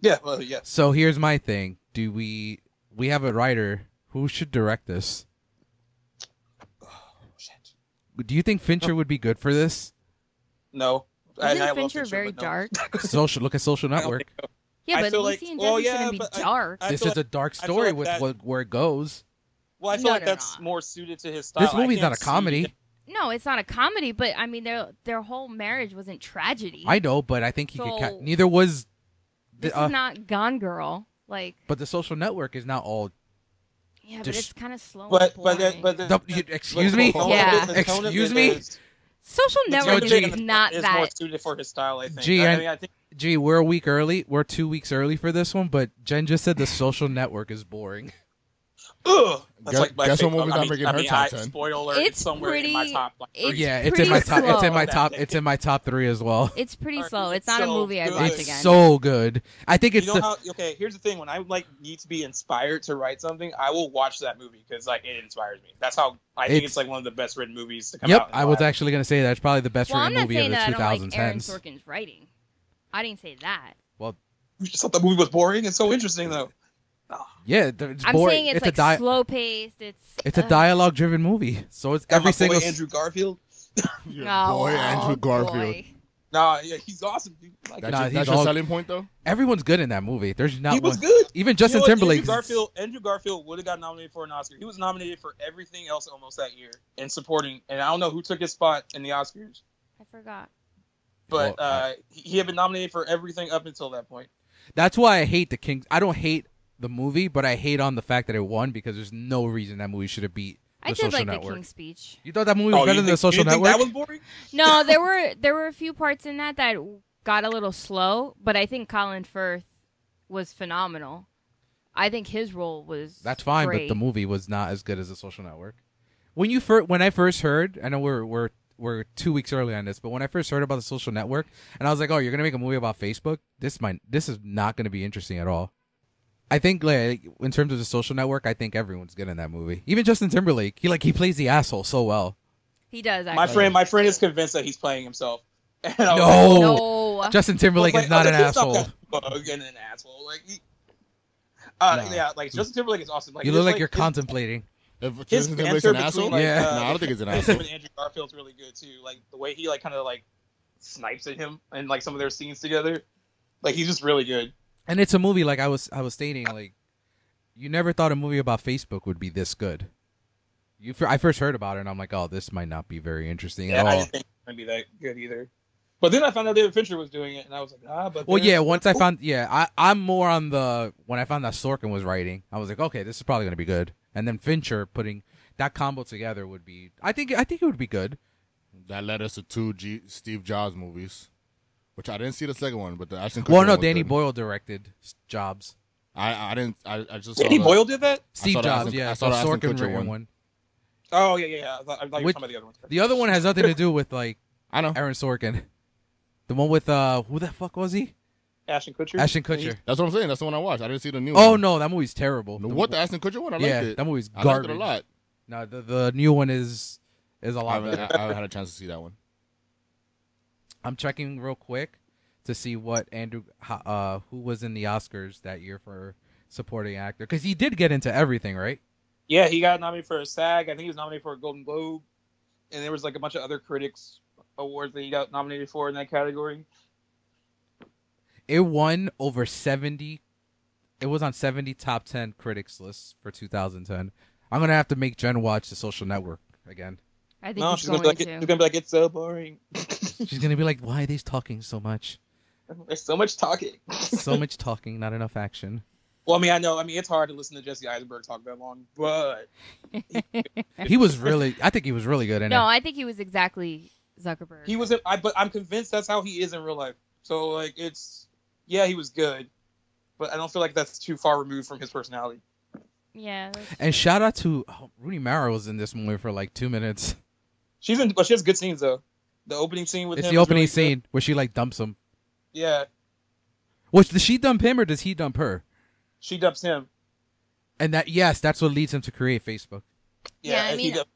Speaker 4: Yeah, well, yeah.
Speaker 2: So here's my thing. Do we we have a writer who should direct this?
Speaker 4: Oh, shit.
Speaker 2: Do you think Fincher would be good for this?
Speaker 4: No.
Speaker 5: Isn't
Speaker 4: I love
Speaker 5: Fincher, very
Speaker 4: but no.
Speaker 5: dark?
Speaker 2: Social. Look at Social
Speaker 4: I don't
Speaker 2: Network.
Speaker 4: think so.
Speaker 5: Yeah,
Speaker 4: I
Speaker 5: but
Speaker 4: feel
Speaker 5: Lucy
Speaker 4: like-
Speaker 5: and Jesse
Speaker 4: well, yeah,
Speaker 5: shouldn't be
Speaker 4: but I-
Speaker 5: dark.
Speaker 4: I
Speaker 2: this
Speaker 4: feel
Speaker 2: is a dark
Speaker 4: I feel
Speaker 2: story
Speaker 4: like
Speaker 2: with
Speaker 4: that-
Speaker 2: what, where it goes.
Speaker 4: Well, I feel
Speaker 5: No,
Speaker 4: like
Speaker 5: no,
Speaker 4: that's
Speaker 5: no.
Speaker 4: more suited to his style.
Speaker 2: This
Speaker 4: I
Speaker 2: movie's
Speaker 4: can't
Speaker 2: not a
Speaker 4: see
Speaker 2: comedy.
Speaker 5: no, it's not a comedy, but I mean their their whole marriage wasn't tragedy.
Speaker 2: I know, but I think he could. Ca-
Speaker 5: So-
Speaker 2: neither was. The,
Speaker 5: this
Speaker 2: uh,
Speaker 5: is not Gone Girl. Like
Speaker 2: but the Social Network is not all.
Speaker 5: yeah, but
Speaker 2: Dis-
Speaker 5: it's kind of slow.
Speaker 4: But
Speaker 5: and
Speaker 4: but the,
Speaker 5: boring.
Speaker 4: but the,
Speaker 2: The-
Speaker 4: but
Speaker 2: you-
Speaker 4: the
Speaker 2: excuse
Speaker 4: tone
Speaker 2: me.
Speaker 4: of
Speaker 5: Yeah.
Speaker 4: it- the tone of
Speaker 2: Excuse
Speaker 4: it
Speaker 2: me?
Speaker 4: is-
Speaker 5: social
Speaker 4: the tone
Speaker 5: network
Speaker 4: of
Speaker 2: Yo,
Speaker 4: it
Speaker 2: G.
Speaker 5: is
Speaker 4: is
Speaker 5: not
Speaker 4: is more
Speaker 5: that.
Speaker 4: suited for his style. I think.
Speaker 2: G,
Speaker 4: I
Speaker 2: and-
Speaker 4: mean, I think
Speaker 2: Gee, we're a week early. We're two weeks early for this one, but Jen just said the Social Network is boring.
Speaker 4: Ugh, that's
Speaker 3: Guess-
Speaker 4: like my
Speaker 3: guess what
Speaker 4: favorite-
Speaker 3: movie's
Speaker 4: I
Speaker 3: not
Speaker 4: mean-
Speaker 3: making
Speaker 4: I
Speaker 3: her
Speaker 4: mean,
Speaker 3: top
Speaker 4: I-
Speaker 3: 10?
Speaker 4: Spoiler,
Speaker 5: It's
Speaker 4: it's somewhere in my
Speaker 5: pretty-
Speaker 4: top. Like,
Speaker 5: it's-
Speaker 4: three.
Speaker 2: yeah, it's in my
Speaker 5: pretty
Speaker 2: top. It's in
Speaker 5: slow.
Speaker 2: my top. It's in my top three as well.
Speaker 5: It's pretty
Speaker 4: Alright,
Speaker 5: slow.
Speaker 4: it's
Speaker 5: It's not a
Speaker 4: so
Speaker 5: movie I
Speaker 4: good.
Speaker 5: watch
Speaker 4: It's
Speaker 5: again.
Speaker 2: It's so good. I think it's
Speaker 4: you know
Speaker 2: the,
Speaker 4: how? Okay, here's the thing. When I like need to be inspired to write something, I will watch that movie because like it inspires me. That's how I think it's,
Speaker 2: It's-
Speaker 4: like one of the best written movies to come
Speaker 2: Yep,
Speaker 4: out. in a
Speaker 2: I was
Speaker 4: while.
Speaker 2: actually gonna say that's probably the best
Speaker 5: well, I'm
Speaker 2: rated
Speaker 5: not
Speaker 2: movie of
Speaker 5: saying
Speaker 2: the
Speaker 5: that I don't like Aaron
Speaker 2: 2010s.
Speaker 5: Sorkin's writing. I didn't say that.
Speaker 4: You just thought the movie was boring. It's so interesting though.
Speaker 2: yeah, th- it's
Speaker 5: I'm
Speaker 2: boring.
Speaker 5: saying it's, like
Speaker 2: a di-
Speaker 5: slow paced. It's
Speaker 2: it's a
Speaker 5: ugh.
Speaker 2: dialogue driven movie, so it's every
Speaker 4: Got my
Speaker 2: single.
Speaker 4: boy, Andrew Garfield.
Speaker 3: your
Speaker 5: Oh,
Speaker 3: boy,
Speaker 5: oh,
Speaker 3: Andrew Garfield.
Speaker 5: boy.
Speaker 4: Nah, yeah, he's awesome. Dude. Like,
Speaker 3: That's,
Speaker 2: Nah,
Speaker 3: your,
Speaker 2: he's
Speaker 3: that's your
Speaker 2: all-
Speaker 3: selling point, though.
Speaker 2: everyone's good in that movie. There's not
Speaker 4: he was
Speaker 2: one.
Speaker 4: good.
Speaker 2: Even Justin
Speaker 4: You know what?
Speaker 2: Timberlake.
Speaker 4: Andrew Garfield, Andrew Garfield would have got nominated for an Oscar. He was nominated for everything else almost that year and supporting. And I don't know who took his spot in the Oscars,
Speaker 5: I forgot.
Speaker 2: Well,
Speaker 4: but uh, he he had been nominated for everything up until that point.
Speaker 2: That's why I hate the King. I don't hate the movie, but I hate on the fact that it won because there's no reason that movie should have beat the
Speaker 5: I
Speaker 2: Social
Speaker 5: did like
Speaker 2: Network.
Speaker 5: the King's Speech.
Speaker 2: You thought that movie was
Speaker 4: Oh, you
Speaker 2: better than
Speaker 4: think-
Speaker 2: the Social
Speaker 4: you think
Speaker 2: Network?
Speaker 4: That was boring.
Speaker 5: No, there were there were a few parts in that that got a little slow, but I think Colin Firth was phenomenal. I think his role was
Speaker 2: That's fine,
Speaker 5: great.
Speaker 2: but the movie was not as good as the Social Network. When you first, when I first heard, I know we're we're we're two weeks early on this, but when I first heard about the Social Network, and I was like, oh, you're gonna make a movie about Facebook? This might, this is not gonna be interesting at all. I think like in terms of the Social Network, I think everyone's good in that movie. Even Justin Timberlake, he like he plays the asshole so well.
Speaker 5: he does. Actually.
Speaker 4: My friend, my friend is convinced that he's playing himself. And I was
Speaker 2: No.
Speaker 4: like,
Speaker 5: No.
Speaker 2: Justin Timberlake
Speaker 4: like, oh,
Speaker 2: is not
Speaker 4: I
Speaker 2: an
Speaker 4: was like, he's
Speaker 2: asshole.
Speaker 4: that Bug and an asshole. Like, he, uh,
Speaker 2: Nah.
Speaker 4: yeah, like Justin Timberlake is awesome. Like,
Speaker 2: you look
Speaker 4: it's
Speaker 2: like, you're
Speaker 4: his-
Speaker 2: contemplating.
Speaker 3: If
Speaker 4: His
Speaker 3: Justin Timberlake's
Speaker 4: banter
Speaker 3: an
Speaker 4: between,
Speaker 3: asshole,
Speaker 4: like,
Speaker 2: Yeah.
Speaker 4: uh,
Speaker 3: no, I don't think it's an
Speaker 4: him
Speaker 3: asshole.
Speaker 4: and Andrew Garfield's really good too. Like the way he like kind of like snipes at him and like some of their scenes together. Like he's just really good.
Speaker 2: And it's a movie like I was I was stating like you never thought a movie about Facebook would be this good. You fir- I first heard about it and I'm like, "Oh, this might not be very interesting
Speaker 4: Yeah,
Speaker 2: at
Speaker 4: I
Speaker 2: all."
Speaker 4: didn't think it would be that good either. But then I found out David Fincher was doing it, and I was like, ah, but
Speaker 2: Well,
Speaker 4: they're-
Speaker 2: yeah. Once I found, yeah, I I'm more on the when I found that Sorkin was writing, I was like, okay, this is probably gonna be good. And then Fincher putting that combo together would be, I think, I think it would be good.
Speaker 3: That led us to two G- Steve Jobs movies, which I didn't see the second one, but the Ashton Kutcher
Speaker 2: Well, no,
Speaker 3: one was
Speaker 2: Danny
Speaker 3: good.
Speaker 2: Boyle directed S- Jobs,
Speaker 3: I I didn't. I, I just
Speaker 4: Danny
Speaker 3: saw the-
Speaker 4: Boyle did that.
Speaker 2: Steve
Speaker 3: saw the
Speaker 2: Jobs,
Speaker 3: Ashton-
Speaker 2: yeah,
Speaker 3: I saw
Speaker 2: the
Speaker 3: the Ashton
Speaker 2: Sorkin
Speaker 3: Kutcher
Speaker 2: written one.
Speaker 3: one.
Speaker 4: Oh yeah, yeah. yeah. I thought, I thought you were
Speaker 2: Which-
Speaker 4: talking about the other one.
Speaker 2: The other one has nothing to do with like
Speaker 3: I know.
Speaker 2: Aaron Sorkin. The one with uh, who the fuck was he?
Speaker 4: Ashton Kutcher.
Speaker 2: Ashton
Speaker 4: And he-
Speaker 2: Kutcher.
Speaker 3: That's what I'm saying. That's the one I watched. I didn't see the new.
Speaker 2: Oh
Speaker 3: one.
Speaker 2: no, that movie's terrible.
Speaker 3: No,
Speaker 2: The-
Speaker 3: What the Ashton Kutcher one? I liked
Speaker 2: yeah,
Speaker 3: it.
Speaker 2: that movie's
Speaker 3: I
Speaker 2: garbage.
Speaker 3: liked it a lot.
Speaker 2: No, the the new one is is a
Speaker 3: I
Speaker 2: lot
Speaker 3: haven't,
Speaker 2: better.
Speaker 3: I haven't had a chance to see that one.
Speaker 2: I'm checking real quick to see what Andrew, ho- uh, who was in the Oscars that year for supporting actor, because he did get into everything, right?
Speaker 4: Yeah, he got nominated for a SAG. I think he was nominated for a Golden Globe, and there was like a bunch of other critics awards that he got nominated for in that category.
Speaker 2: It won over seventy. It was on seventy top ten critics lists for 2010. I'm gonna have to make Jen watch The Social Network again.
Speaker 5: I think
Speaker 4: No,
Speaker 5: he's
Speaker 4: she's gonna,
Speaker 5: going
Speaker 4: be like,
Speaker 5: to.
Speaker 4: she's gonna be like, it's so boring.
Speaker 2: She's gonna be like, "Why are they talking so much?
Speaker 4: There's so much talking.
Speaker 2: So much talking, not enough action."
Speaker 4: Well, I mean, I know. I mean, it's hard to listen to Jesse Eisenberg talk that long, but
Speaker 2: He was really. I think he was really good in
Speaker 5: No,
Speaker 2: it.
Speaker 5: I think he was exactly Zuckerberg.
Speaker 4: he was. I but I'm convinced that's how he is in real life. So like, it's yeah, he was good, but I don't feel like that's too far removed from his personality.
Speaker 5: yeah. that's-
Speaker 2: And shout out to oh, Rooney Mara was in this movie for like two minutes.
Speaker 4: She's in, but she has good scenes though. The opening scene with
Speaker 2: It's
Speaker 4: him
Speaker 2: the
Speaker 4: is
Speaker 2: opening
Speaker 4: really good.
Speaker 2: scene where she like dumps him.
Speaker 4: Yeah,
Speaker 2: Which does she dump him or does he dump her?
Speaker 4: she dubs him.
Speaker 2: And that yes, that's what leads him to create Facebook.
Speaker 5: Yeah, I
Speaker 4: and he
Speaker 5: mean,
Speaker 4: dub- he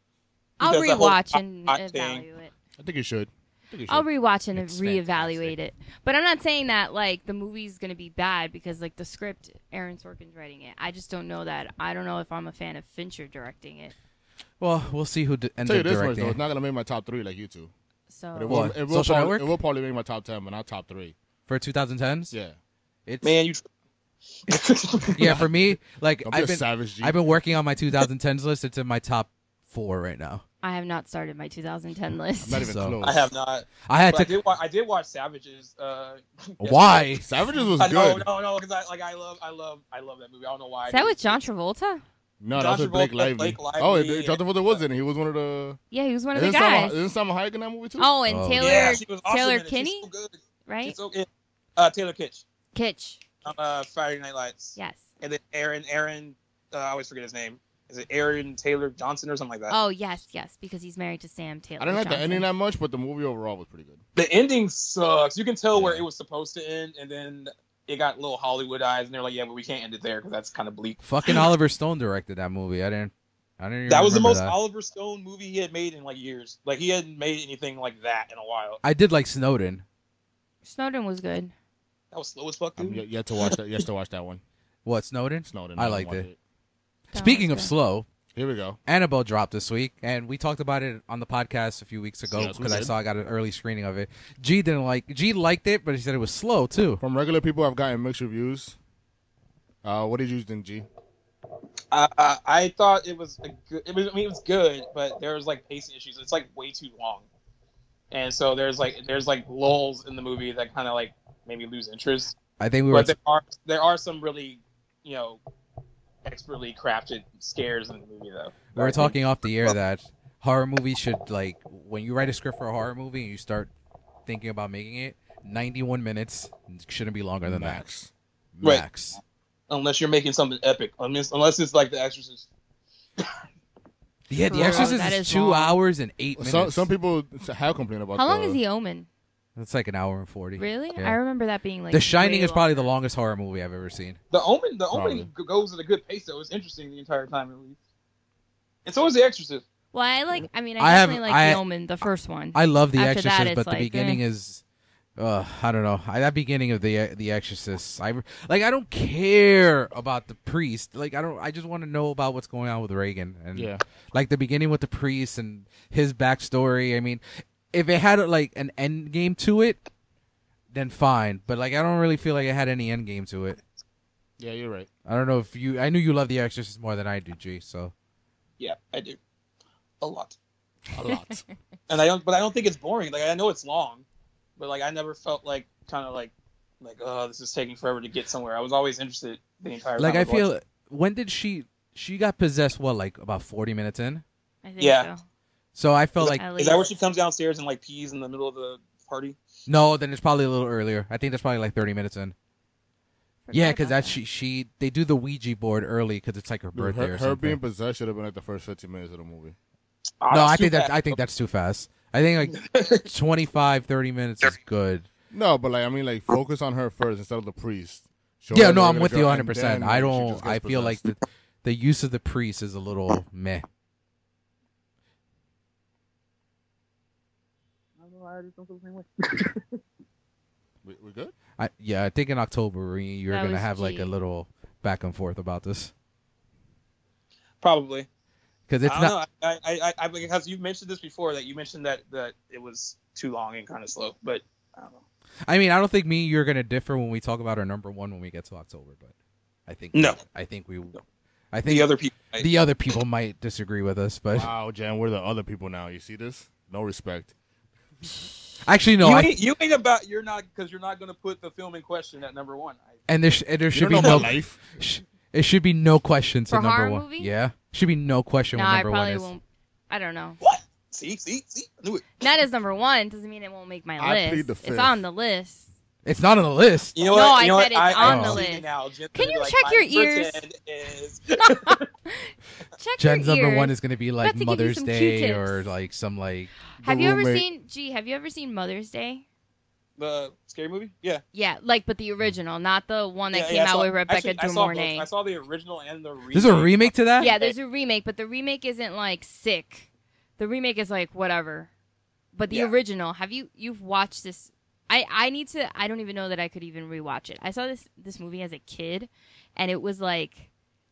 Speaker 5: I'll
Speaker 4: does that whole
Speaker 5: rewatch
Speaker 4: hot-
Speaker 5: and
Speaker 4: hot thing.
Speaker 5: evaluate it.
Speaker 3: I think you should. I think you should.
Speaker 5: I'll rewatch and
Speaker 2: It's
Speaker 5: reevaluate
Speaker 2: fantastic.
Speaker 5: it. But I'm not saying that like the movie's gonna be bad because like the script, Aaron Sorkin's writing it. I just don't know that. I don't know if I'm a fan of Fincher directing it.
Speaker 2: Well, we'll see who d- ends
Speaker 3: tell you
Speaker 2: up
Speaker 3: this much
Speaker 2: directing.
Speaker 3: though, it's
Speaker 2: it.
Speaker 3: not gonna make my top three like you two. But
Speaker 5: So
Speaker 3: it will,
Speaker 2: What?
Speaker 3: it will
Speaker 2: Social
Speaker 3: probably,
Speaker 2: Network?
Speaker 3: It will probably make my top ten, but not top three.
Speaker 2: for 2010s.
Speaker 3: Yeah,
Speaker 2: It's
Speaker 4: man, you.
Speaker 2: yeah, for me like
Speaker 3: don't be
Speaker 2: I've
Speaker 3: a
Speaker 2: been
Speaker 3: savage. G.
Speaker 2: I've been working on my 2010s list. It's in my top 4 right now.
Speaker 5: I have not started my 2010 list.
Speaker 3: I'm not even
Speaker 2: so-
Speaker 3: close.
Speaker 4: I have not.
Speaker 2: I had
Speaker 4: But I
Speaker 2: to
Speaker 4: did. Wa- I did watch Savages. Uh, yesterday.
Speaker 2: why?
Speaker 3: Savages was
Speaker 4: I
Speaker 3: good.
Speaker 4: know, no, no, because I like I love, I love, I love that movie. I don't know why. I
Speaker 5: Is that
Speaker 4: do.
Speaker 5: with John Travolta?
Speaker 3: No,
Speaker 4: John
Speaker 3: that's with Blake
Speaker 4: Travolta,
Speaker 3: Lively.
Speaker 4: Blake Lively,
Speaker 3: Oh, it, John
Speaker 4: and-
Speaker 3: Travolta was in it. He was one of the.
Speaker 5: Yeah, he was one of the
Speaker 3: isn't Salma-
Speaker 5: guys.
Speaker 3: Isn't Salma Hayek in that movie too?
Speaker 5: Oh, and
Speaker 2: Oh.
Speaker 5: Taylor,
Speaker 4: Yeah, she was awesome
Speaker 5: Taylor
Speaker 4: in it.
Speaker 5: Kinney,
Speaker 4: She's so good.
Speaker 5: right?
Speaker 4: She's so good. Uh, Taylor Kitsch
Speaker 5: Kitsch.
Speaker 4: on uh, Friday Night Lights.
Speaker 5: Yes.
Speaker 4: And then Aaron, Aaron, uh, I always forget his name. Is it Aaron Taylor Johnson or something like that?
Speaker 5: Oh yes, yes, because he's married to Sam Taylor.
Speaker 3: I didn't like the
Speaker 5: Johnson.
Speaker 3: ending that much, but the movie overall was pretty good.
Speaker 4: The ending sucks. You can tell where
Speaker 3: Yeah.
Speaker 4: it was supposed to end, and then it got little Hollywood eyes, and they're like, "Yeah, but we can't end it there because that's kind of bleak."
Speaker 2: Fucking Oliver Stone directed that movie. I didn't I didn't even
Speaker 4: That was the
Speaker 2: remember
Speaker 4: most
Speaker 2: that.
Speaker 4: Oliver Stone movie he had made in like years. Like he hadn't made anything like that in a while.
Speaker 2: I did like Snowden.
Speaker 5: Snowden was good.
Speaker 4: That was slow as fuck,
Speaker 3: I'm
Speaker 2: Um,
Speaker 4: dude.
Speaker 3: yet, yet to watch that. Yet to watch that one.
Speaker 2: What Snowden?
Speaker 3: Snowden.
Speaker 2: I
Speaker 3: haven't
Speaker 2: liked
Speaker 3: watched
Speaker 2: it.
Speaker 3: it.
Speaker 5: That
Speaker 2: Speaking of
Speaker 5: was
Speaker 2: slow,
Speaker 3: Here we go.
Speaker 2: Annabelle dropped this week, and we talked about it on the podcast a few weeks ago
Speaker 3: Yes, we
Speaker 2: because I
Speaker 3: did.
Speaker 2: saw I got an early screening of it. G didn't like G liked it, but he said it was slow too.
Speaker 3: From regular people, I've gotten mixed reviews. Uh, what did you think, G?
Speaker 4: I, I, I thought it was a good. It was, I mean, it was good, but there was like pacing issues. It's like way too long, and so there's like there's like lulls in the movie that kind of like made me lose interest.
Speaker 2: I think we were
Speaker 4: But there are there are some really you know expertly crafted scares in the movie though.
Speaker 2: we were talking off the air that horror movies should like when you write a script for a horror movie and you start thinking about making it, ninety one minutes shouldn't be longer than
Speaker 3: Max.
Speaker 2: that.
Speaker 4: Right.
Speaker 2: Max.
Speaker 4: unless you're making something epic. Unless unless it's like The Exorcist.
Speaker 2: Yeah, The
Speaker 5: Bro,
Speaker 2: Exorcist
Speaker 5: that
Speaker 2: is,
Speaker 5: is
Speaker 2: two
Speaker 5: long.
Speaker 2: hours and eight minutes.
Speaker 3: Some some people have complained about.
Speaker 5: How long
Speaker 3: the-
Speaker 5: is The Omen?
Speaker 2: It's like an hour and forty.
Speaker 5: Really?
Speaker 2: Yeah.
Speaker 5: I remember that being like.
Speaker 2: the Shining
Speaker 5: way
Speaker 2: is probably the
Speaker 5: long.
Speaker 2: longest horror movie I've ever seen.
Speaker 4: The Omen the Omen goes at a good pace though. It's interesting the entire time at least. And so is The Exorcist.
Speaker 5: Well, I like. I mean, I,
Speaker 2: I have-
Speaker 5: definitely like
Speaker 2: I-
Speaker 5: The Omen, the first one.
Speaker 2: I love The
Speaker 5: After that,
Speaker 2: Exorcist,
Speaker 5: it's
Speaker 2: but
Speaker 5: like, eh.
Speaker 2: the beginning is, uh, I don't know. I, that beginning of the The Exorcist, I re- like. I don't care about the priest. Like, I don't. I just want to know about what's going on with Reagan and
Speaker 3: Yeah.
Speaker 2: like the beginning with the priest and his backstory. I mean, if it had like an end game to it, then fine. But like, I don't really feel like it had any end game to it.
Speaker 3: Yeah, you're right.
Speaker 2: I don't know if you. I knew you love The Exorcist more than I do, G. So
Speaker 4: Yeah, I do. A lot.
Speaker 3: A lot.
Speaker 4: And I don't but I don't think it's boring. Like I know it's long, but like I never felt like kind of like like oh this is taking forever to get somewhere. I was always interested the entire
Speaker 2: like,
Speaker 4: time.
Speaker 2: I
Speaker 4: was watching.
Speaker 2: feel. When did she? She got possessed. What, like about forty minutes in?
Speaker 5: I think
Speaker 4: Yeah.
Speaker 5: so.
Speaker 2: So I felt like
Speaker 5: At
Speaker 4: Is that where
Speaker 5: least.
Speaker 4: she comes downstairs and like pees in the middle of the party?
Speaker 2: No, then it's probably a little earlier. I think that's probably like thirty minutes in.
Speaker 5: Forgot
Speaker 2: Yeah, because
Speaker 5: about
Speaker 2: that's she, she. They do the Ouija board early because it's like her
Speaker 3: Dude,
Speaker 2: birthday
Speaker 3: her,
Speaker 2: or
Speaker 3: her being
Speaker 2: something.
Speaker 3: possessed should have been like the first 15 minutes of the movie.
Speaker 4: Ah,
Speaker 2: no,
Speaker 4: that's
Speaker 2: I
Speaker 4: too
Speaker 2: think that
Speaker 4: bad.
Speaker 2: I think that's too fast. I think like 25, 30 minutes is good.
Speaker 3: No, but like I mean, like focus on her first instead of the priest. Show
Speaker 2: yeah,
Speaker 3: her
Speaker 2: no,
Speaker 3: the
Speaker 2: I'm
Speaker 3: regular
Speaker 2: with you
Speaker 3: girl,
Speaker 2: 100.
Speaker 3: and then,
Speaker 2: percent
Speaker 3: like,
Speaker 2: I
Speaker 3: she
Speaker 2: don't.
Speaker 3: just
Speaker 2: I
Speaker 3: gets
Speaker 2: feel like
Speaker 3: possessed.
Speaker 2: the the use of the priest is a little meh.
Speaker 3: we, we good.
Speaker 2: I, yeah, I think in October we- you're
Speaker 5: That
Speaker 2: gonna
Speaker 5: was
Speaker 2: have like a
Speaker 5: cheap.
Speaker 2: little back and forth about this
Speaker 4: Probably.
Speaker 2: because it's
Speaker 4: I
Speaker 2: not.
Speaker 4: don't know. I, I, I, I, because you mentioned this before that you mentioned that that it was too long and kind of slow, but I don't know.
Speaker 2: I mean, I don't think me and you're gonna differ when we talk about our number one when we get to October, but I think
Speaker 4: No.
Speaker 2: I think we, I think
Speaker 4: The other people.
Speaker 2: the other people might disagree with us, but
Speaker 3: Wow, Jan, we're the other people now. You see this? No respect.
Speaker 2: actually no.
Speaker 4: you,
Speaker 2: I,
Speaker 4: ain't, you ain't about you're not because you're not gonna put the film in question at number one. I,
Speaker 2: and there sh- and there
Speaker 3: You
Speaker 2: should
Speaker 3: don't
Speaker 2: be
Speaker 3: know
Speaker 2: no
Speaker 3: my life.
Speaker 2: sh- it should be no question to
Speaker 5: For
Speaker 2: number
Speaker 5: horror
Speaker 2: one.
Speaker 5: movie?
Speaker 2: Yeah, should be no question
Speaker 5: No,
Speaker 2: what
Speaker 5: I
Speaker 2: number one
Speaker 5: probably
Speaker 2: is.
Speaker 5: won't. I don't know.
Speaker 4: what? See, see, see. I knew it.
Speaker 5: Not as number one doesn't mean it won't make my
Speaker 3: I plead
Speaker 5: list.
Speaker 3: the
Speaker 5: it's
Speaker 3: fifth.
Speaker 5: on the list.
Speaker 2: It's not on the list.
Speaker 4: You know
Speaker 5: No,
Speaker 4: what?
Speaker 5: I
Speaker 4: you know
Speaker 5: said
Speaker 4: what?
Speaker 5: it's
Speaker 4: I,
Speaker 2: on the
Speaker 4: I'm seeing
Speaker 5: list.
Speaker 4: Now. Jen's
Speaker 5: Can
Speaker 4: gonna
Speaker 5: you
Speaker 4: be like,
Speaker 5: check
Speaker 4: my
Speaker 5: your
Speaker 4: number
Speaker 5: ears?
Speaker 4: 10 Is...
Speaker 5: Check
Speaker 2: Jen's
Speaker 5: your
Speaker 2: number
Speaker 5: ears.
Speaker 2: one is gonna be like
Speaker 5: About to give you
Speaker 2: Mother's
Speaker 5: some
Speaker 2: Day
Speaker 5: Q-tips.
Speaker 2: or like some like
Speaker 5: Have
Speaker 3: The
Speaker 5: you ever
Speaker 3: roommate-
Speaker 5: seen? Gee, have you ever seen Mother's Day?
Speaker 4: the scary movie? Yeah.
Speaker 5: Yeah, like but the original, not the one that
Speaker 4: yeah,
Speaker 5: came
Speaker 4: yeah, I
Speaker 5: out
Speaker 4: saw-
Speaker 5: with Rebecca
Speaker 4: actually, I saw both.
Speaker 5: DeMornay.
Speaker 4: I saw the original and the remake.
Speaker 2: There's a remake to that.
Speaker 5: Yeah, there's a remake, but the remake isn't like sick. The remake is like whatever. But the
Speaker 4: Yeah.
Speaker 5: original, have you you've watched this? I I need to. I don't even know that I could even rewatch it. I saw this this movie as a kid, and it was like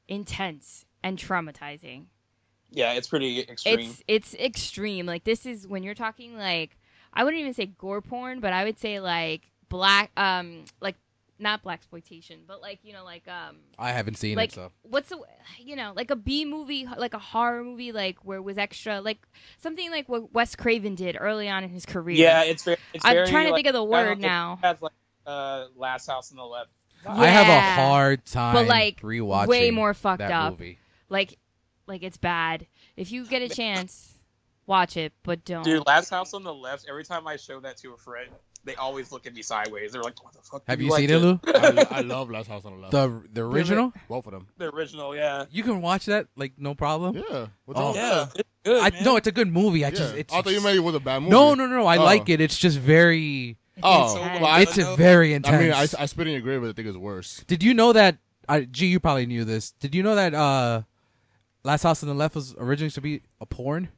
Speaker 5: intense and traumatizing.
Speaker 4: Yeah, it's pretty extreme.
Speaker 5: It's it's extreme. Like this is when you're talking like I wouldn't even say gore porn, but I would say like black um like not black exploitation, but like you know like um
Speaker 2: I haven't seen
Speaker 5: like
Speaker 2: it. So
Speaker 5: what's the you know like a B movie like a horror movie like where it was extra like something like what Wes Craven did early on in his career.
Speaker 4: yeah, it's very. It's
Speaker 5: I'm
Speaker 4: very,
Speaker 5: trying to
Speaker 4: like,
Speaker 5: think of the
Speaker 4: I don't-
Speaker 5: word
Speaker 4: it
Speaker 5: now.
Speaker 4: Has like uh, Last House on the Left.
Speaker 2: I have
Speaker 5: Yeah.
Speaker 2: a hard time
Speaker 5: like,
Speaker 2: rewatching
Speaker 5: Way more fucked
Speaker 2: that
Speaker 5: up.
Speaker 2: movie.
Speaker 5: Like like it's bad. If you get a chance, watch it, but don't.
Speaker 4: Dude, Last House on the Left. Every time I show that to a friend, they always look at me sideways. They're like, "What the fuck?"
Speaker 2: Have
Speaker 4: do
Speaker 2: you
Speaker 4: like
Speaker 2: seen
Speaker 4: to-"
Speaker 2: it, Lou?
Speaker 3: I, lo- I love Last House on the Left.
Speaker 2: The the original?
Speaker 3: Both of them.
Speaker 4: The original, yeah.
Speaker 2: You can watch that like no problem.
Speaker 3: Yeah. What's
Speaker 2: Oh.
Speaker 3: wrong with
Speaker 4: Yeah,
Speaker 3: that?
Speaker 4: it's good.
Speaker 2: I
Speaker 4: man.
Speaker 2: no, it's a good movie. I
Speaker 3: Yeah.
Speaker 2: just it's
Speaker 3: I thought you meant it was a bad movie.
Speaker 2: no, no, no, no. I
Speaker 3: Oh.
Speaker 2: like it. It's just very.
Speaker 3: Oh,
Speaker 5: intense.
Speaker 3: well, I,
Speaker 2: it's
Speaker 4: know.
Speaker 2: very
Speaker 3: I mean,
Speaker 2: intense.
Speaker 3: I, I spit in your grave, but I think it's worse.
Speaker 2: Did you know that? I, gee, you probably knew this. Did you know that? uh Last House on the Left was originally to be a porn.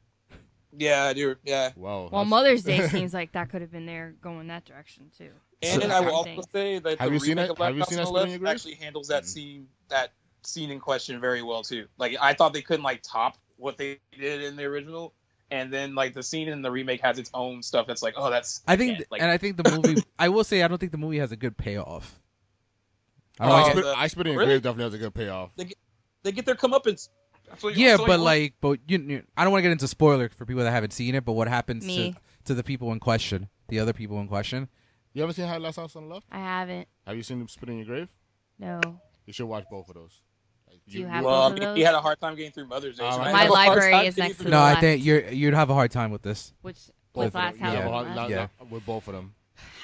Speaker 4: Yeah, dude. Yeah,
Speaker 5: Well,
Speaker 3: Wow. that's-
Speaker 5: Mother's Day seems like that could have been there going that direction too.
Speaker 4: and
Speaker 5: So-
Speaker 4: I will also
Speaker 5: Thanks.
Speaker 4: say that
Speaker 3: Have
Speaker 4: the
Speaker 3: you seen
Speaker 4: remake
Speaker 3: it?
Speaker 4: of Last
Speaker 3: Have you
Speaker 4: House
Speaker 3: seen
Speaker 4: on
Speaker 3: that split
Speaker 4: the
Speaker 3: in
Speaker 4: Left
Speaker 3: your grave?
Speaker 4: actually handles that
Speaker 3: Mm.
Speaker 4: scene that scene in question very well too. Like I thought they couldn't like top what they did in the original, and then like the scene in the remake has its own stuff that's like, oh, that's
Speaker 2: I think,
Speaker 4: can't, like
Speaker 2: and I think the movie. I will say, I don't think the movie has a good payoff. I
Speaker 4: Oh,
Speaker 2: don't
Speaker 3: I,
Speaker 2: like
Speaker 3: spit,
Speaker 4: the-
Speaker 3: I spit in your
Speaker 4: really?
Speaker 3: grave definitely has a good payoff.
Speaker 4: they get their comeuppance. That's what
Speaker 2: it.
Speaker 4: you-
Speaker 2: Yeah,
Speaker 4: that's what
Speaker 2: but
Speaker 4: you-
Speaker 2: like, but you, you I don't want to get into spoiler for people that haven't seen it. But what happens to,
Speaker 5: Me.
Speaker 2: to the people in question, the other people in question?
Speaker 3: You haven't seen High Last House on the Left?
Speaker 5: I haven't.
Speaker 3: Have you seen them spit in your grave?
Speaker 5: No.
Speaker 3: You should watch both of those. Like,
Speaker 5: Do you have
Speaker 4: well,
Speaker 5: both of
Speaker 4: I mean,
Speaker 5: those?
Speaker 4: he had a hard time getting through Mother's Day. so
Speaker 3: Um,
Speaker 4: I
Speaker 3: My
Speaker 4: have a hard
Speaker 5: library
Speaker 4: time
Speaker 5: is
Speaker 4: getting
Speaker 5: next to
Speaker 4: through
Speaker 2: No, I
Speaker 5: left.
Speaker 2: think you're you'd have a hard time with this.
Speaker 5: Which
Speaker 3: both
Speaker 5: was
Speaker 3: of them.
Speaker 5: last
Speaker 3: You have a hard-
Speaker 5: house?
Speaker 3: la-
Speaker 5: last-
Speaker 2: Yeah.
Speaker 3: la- With both of them.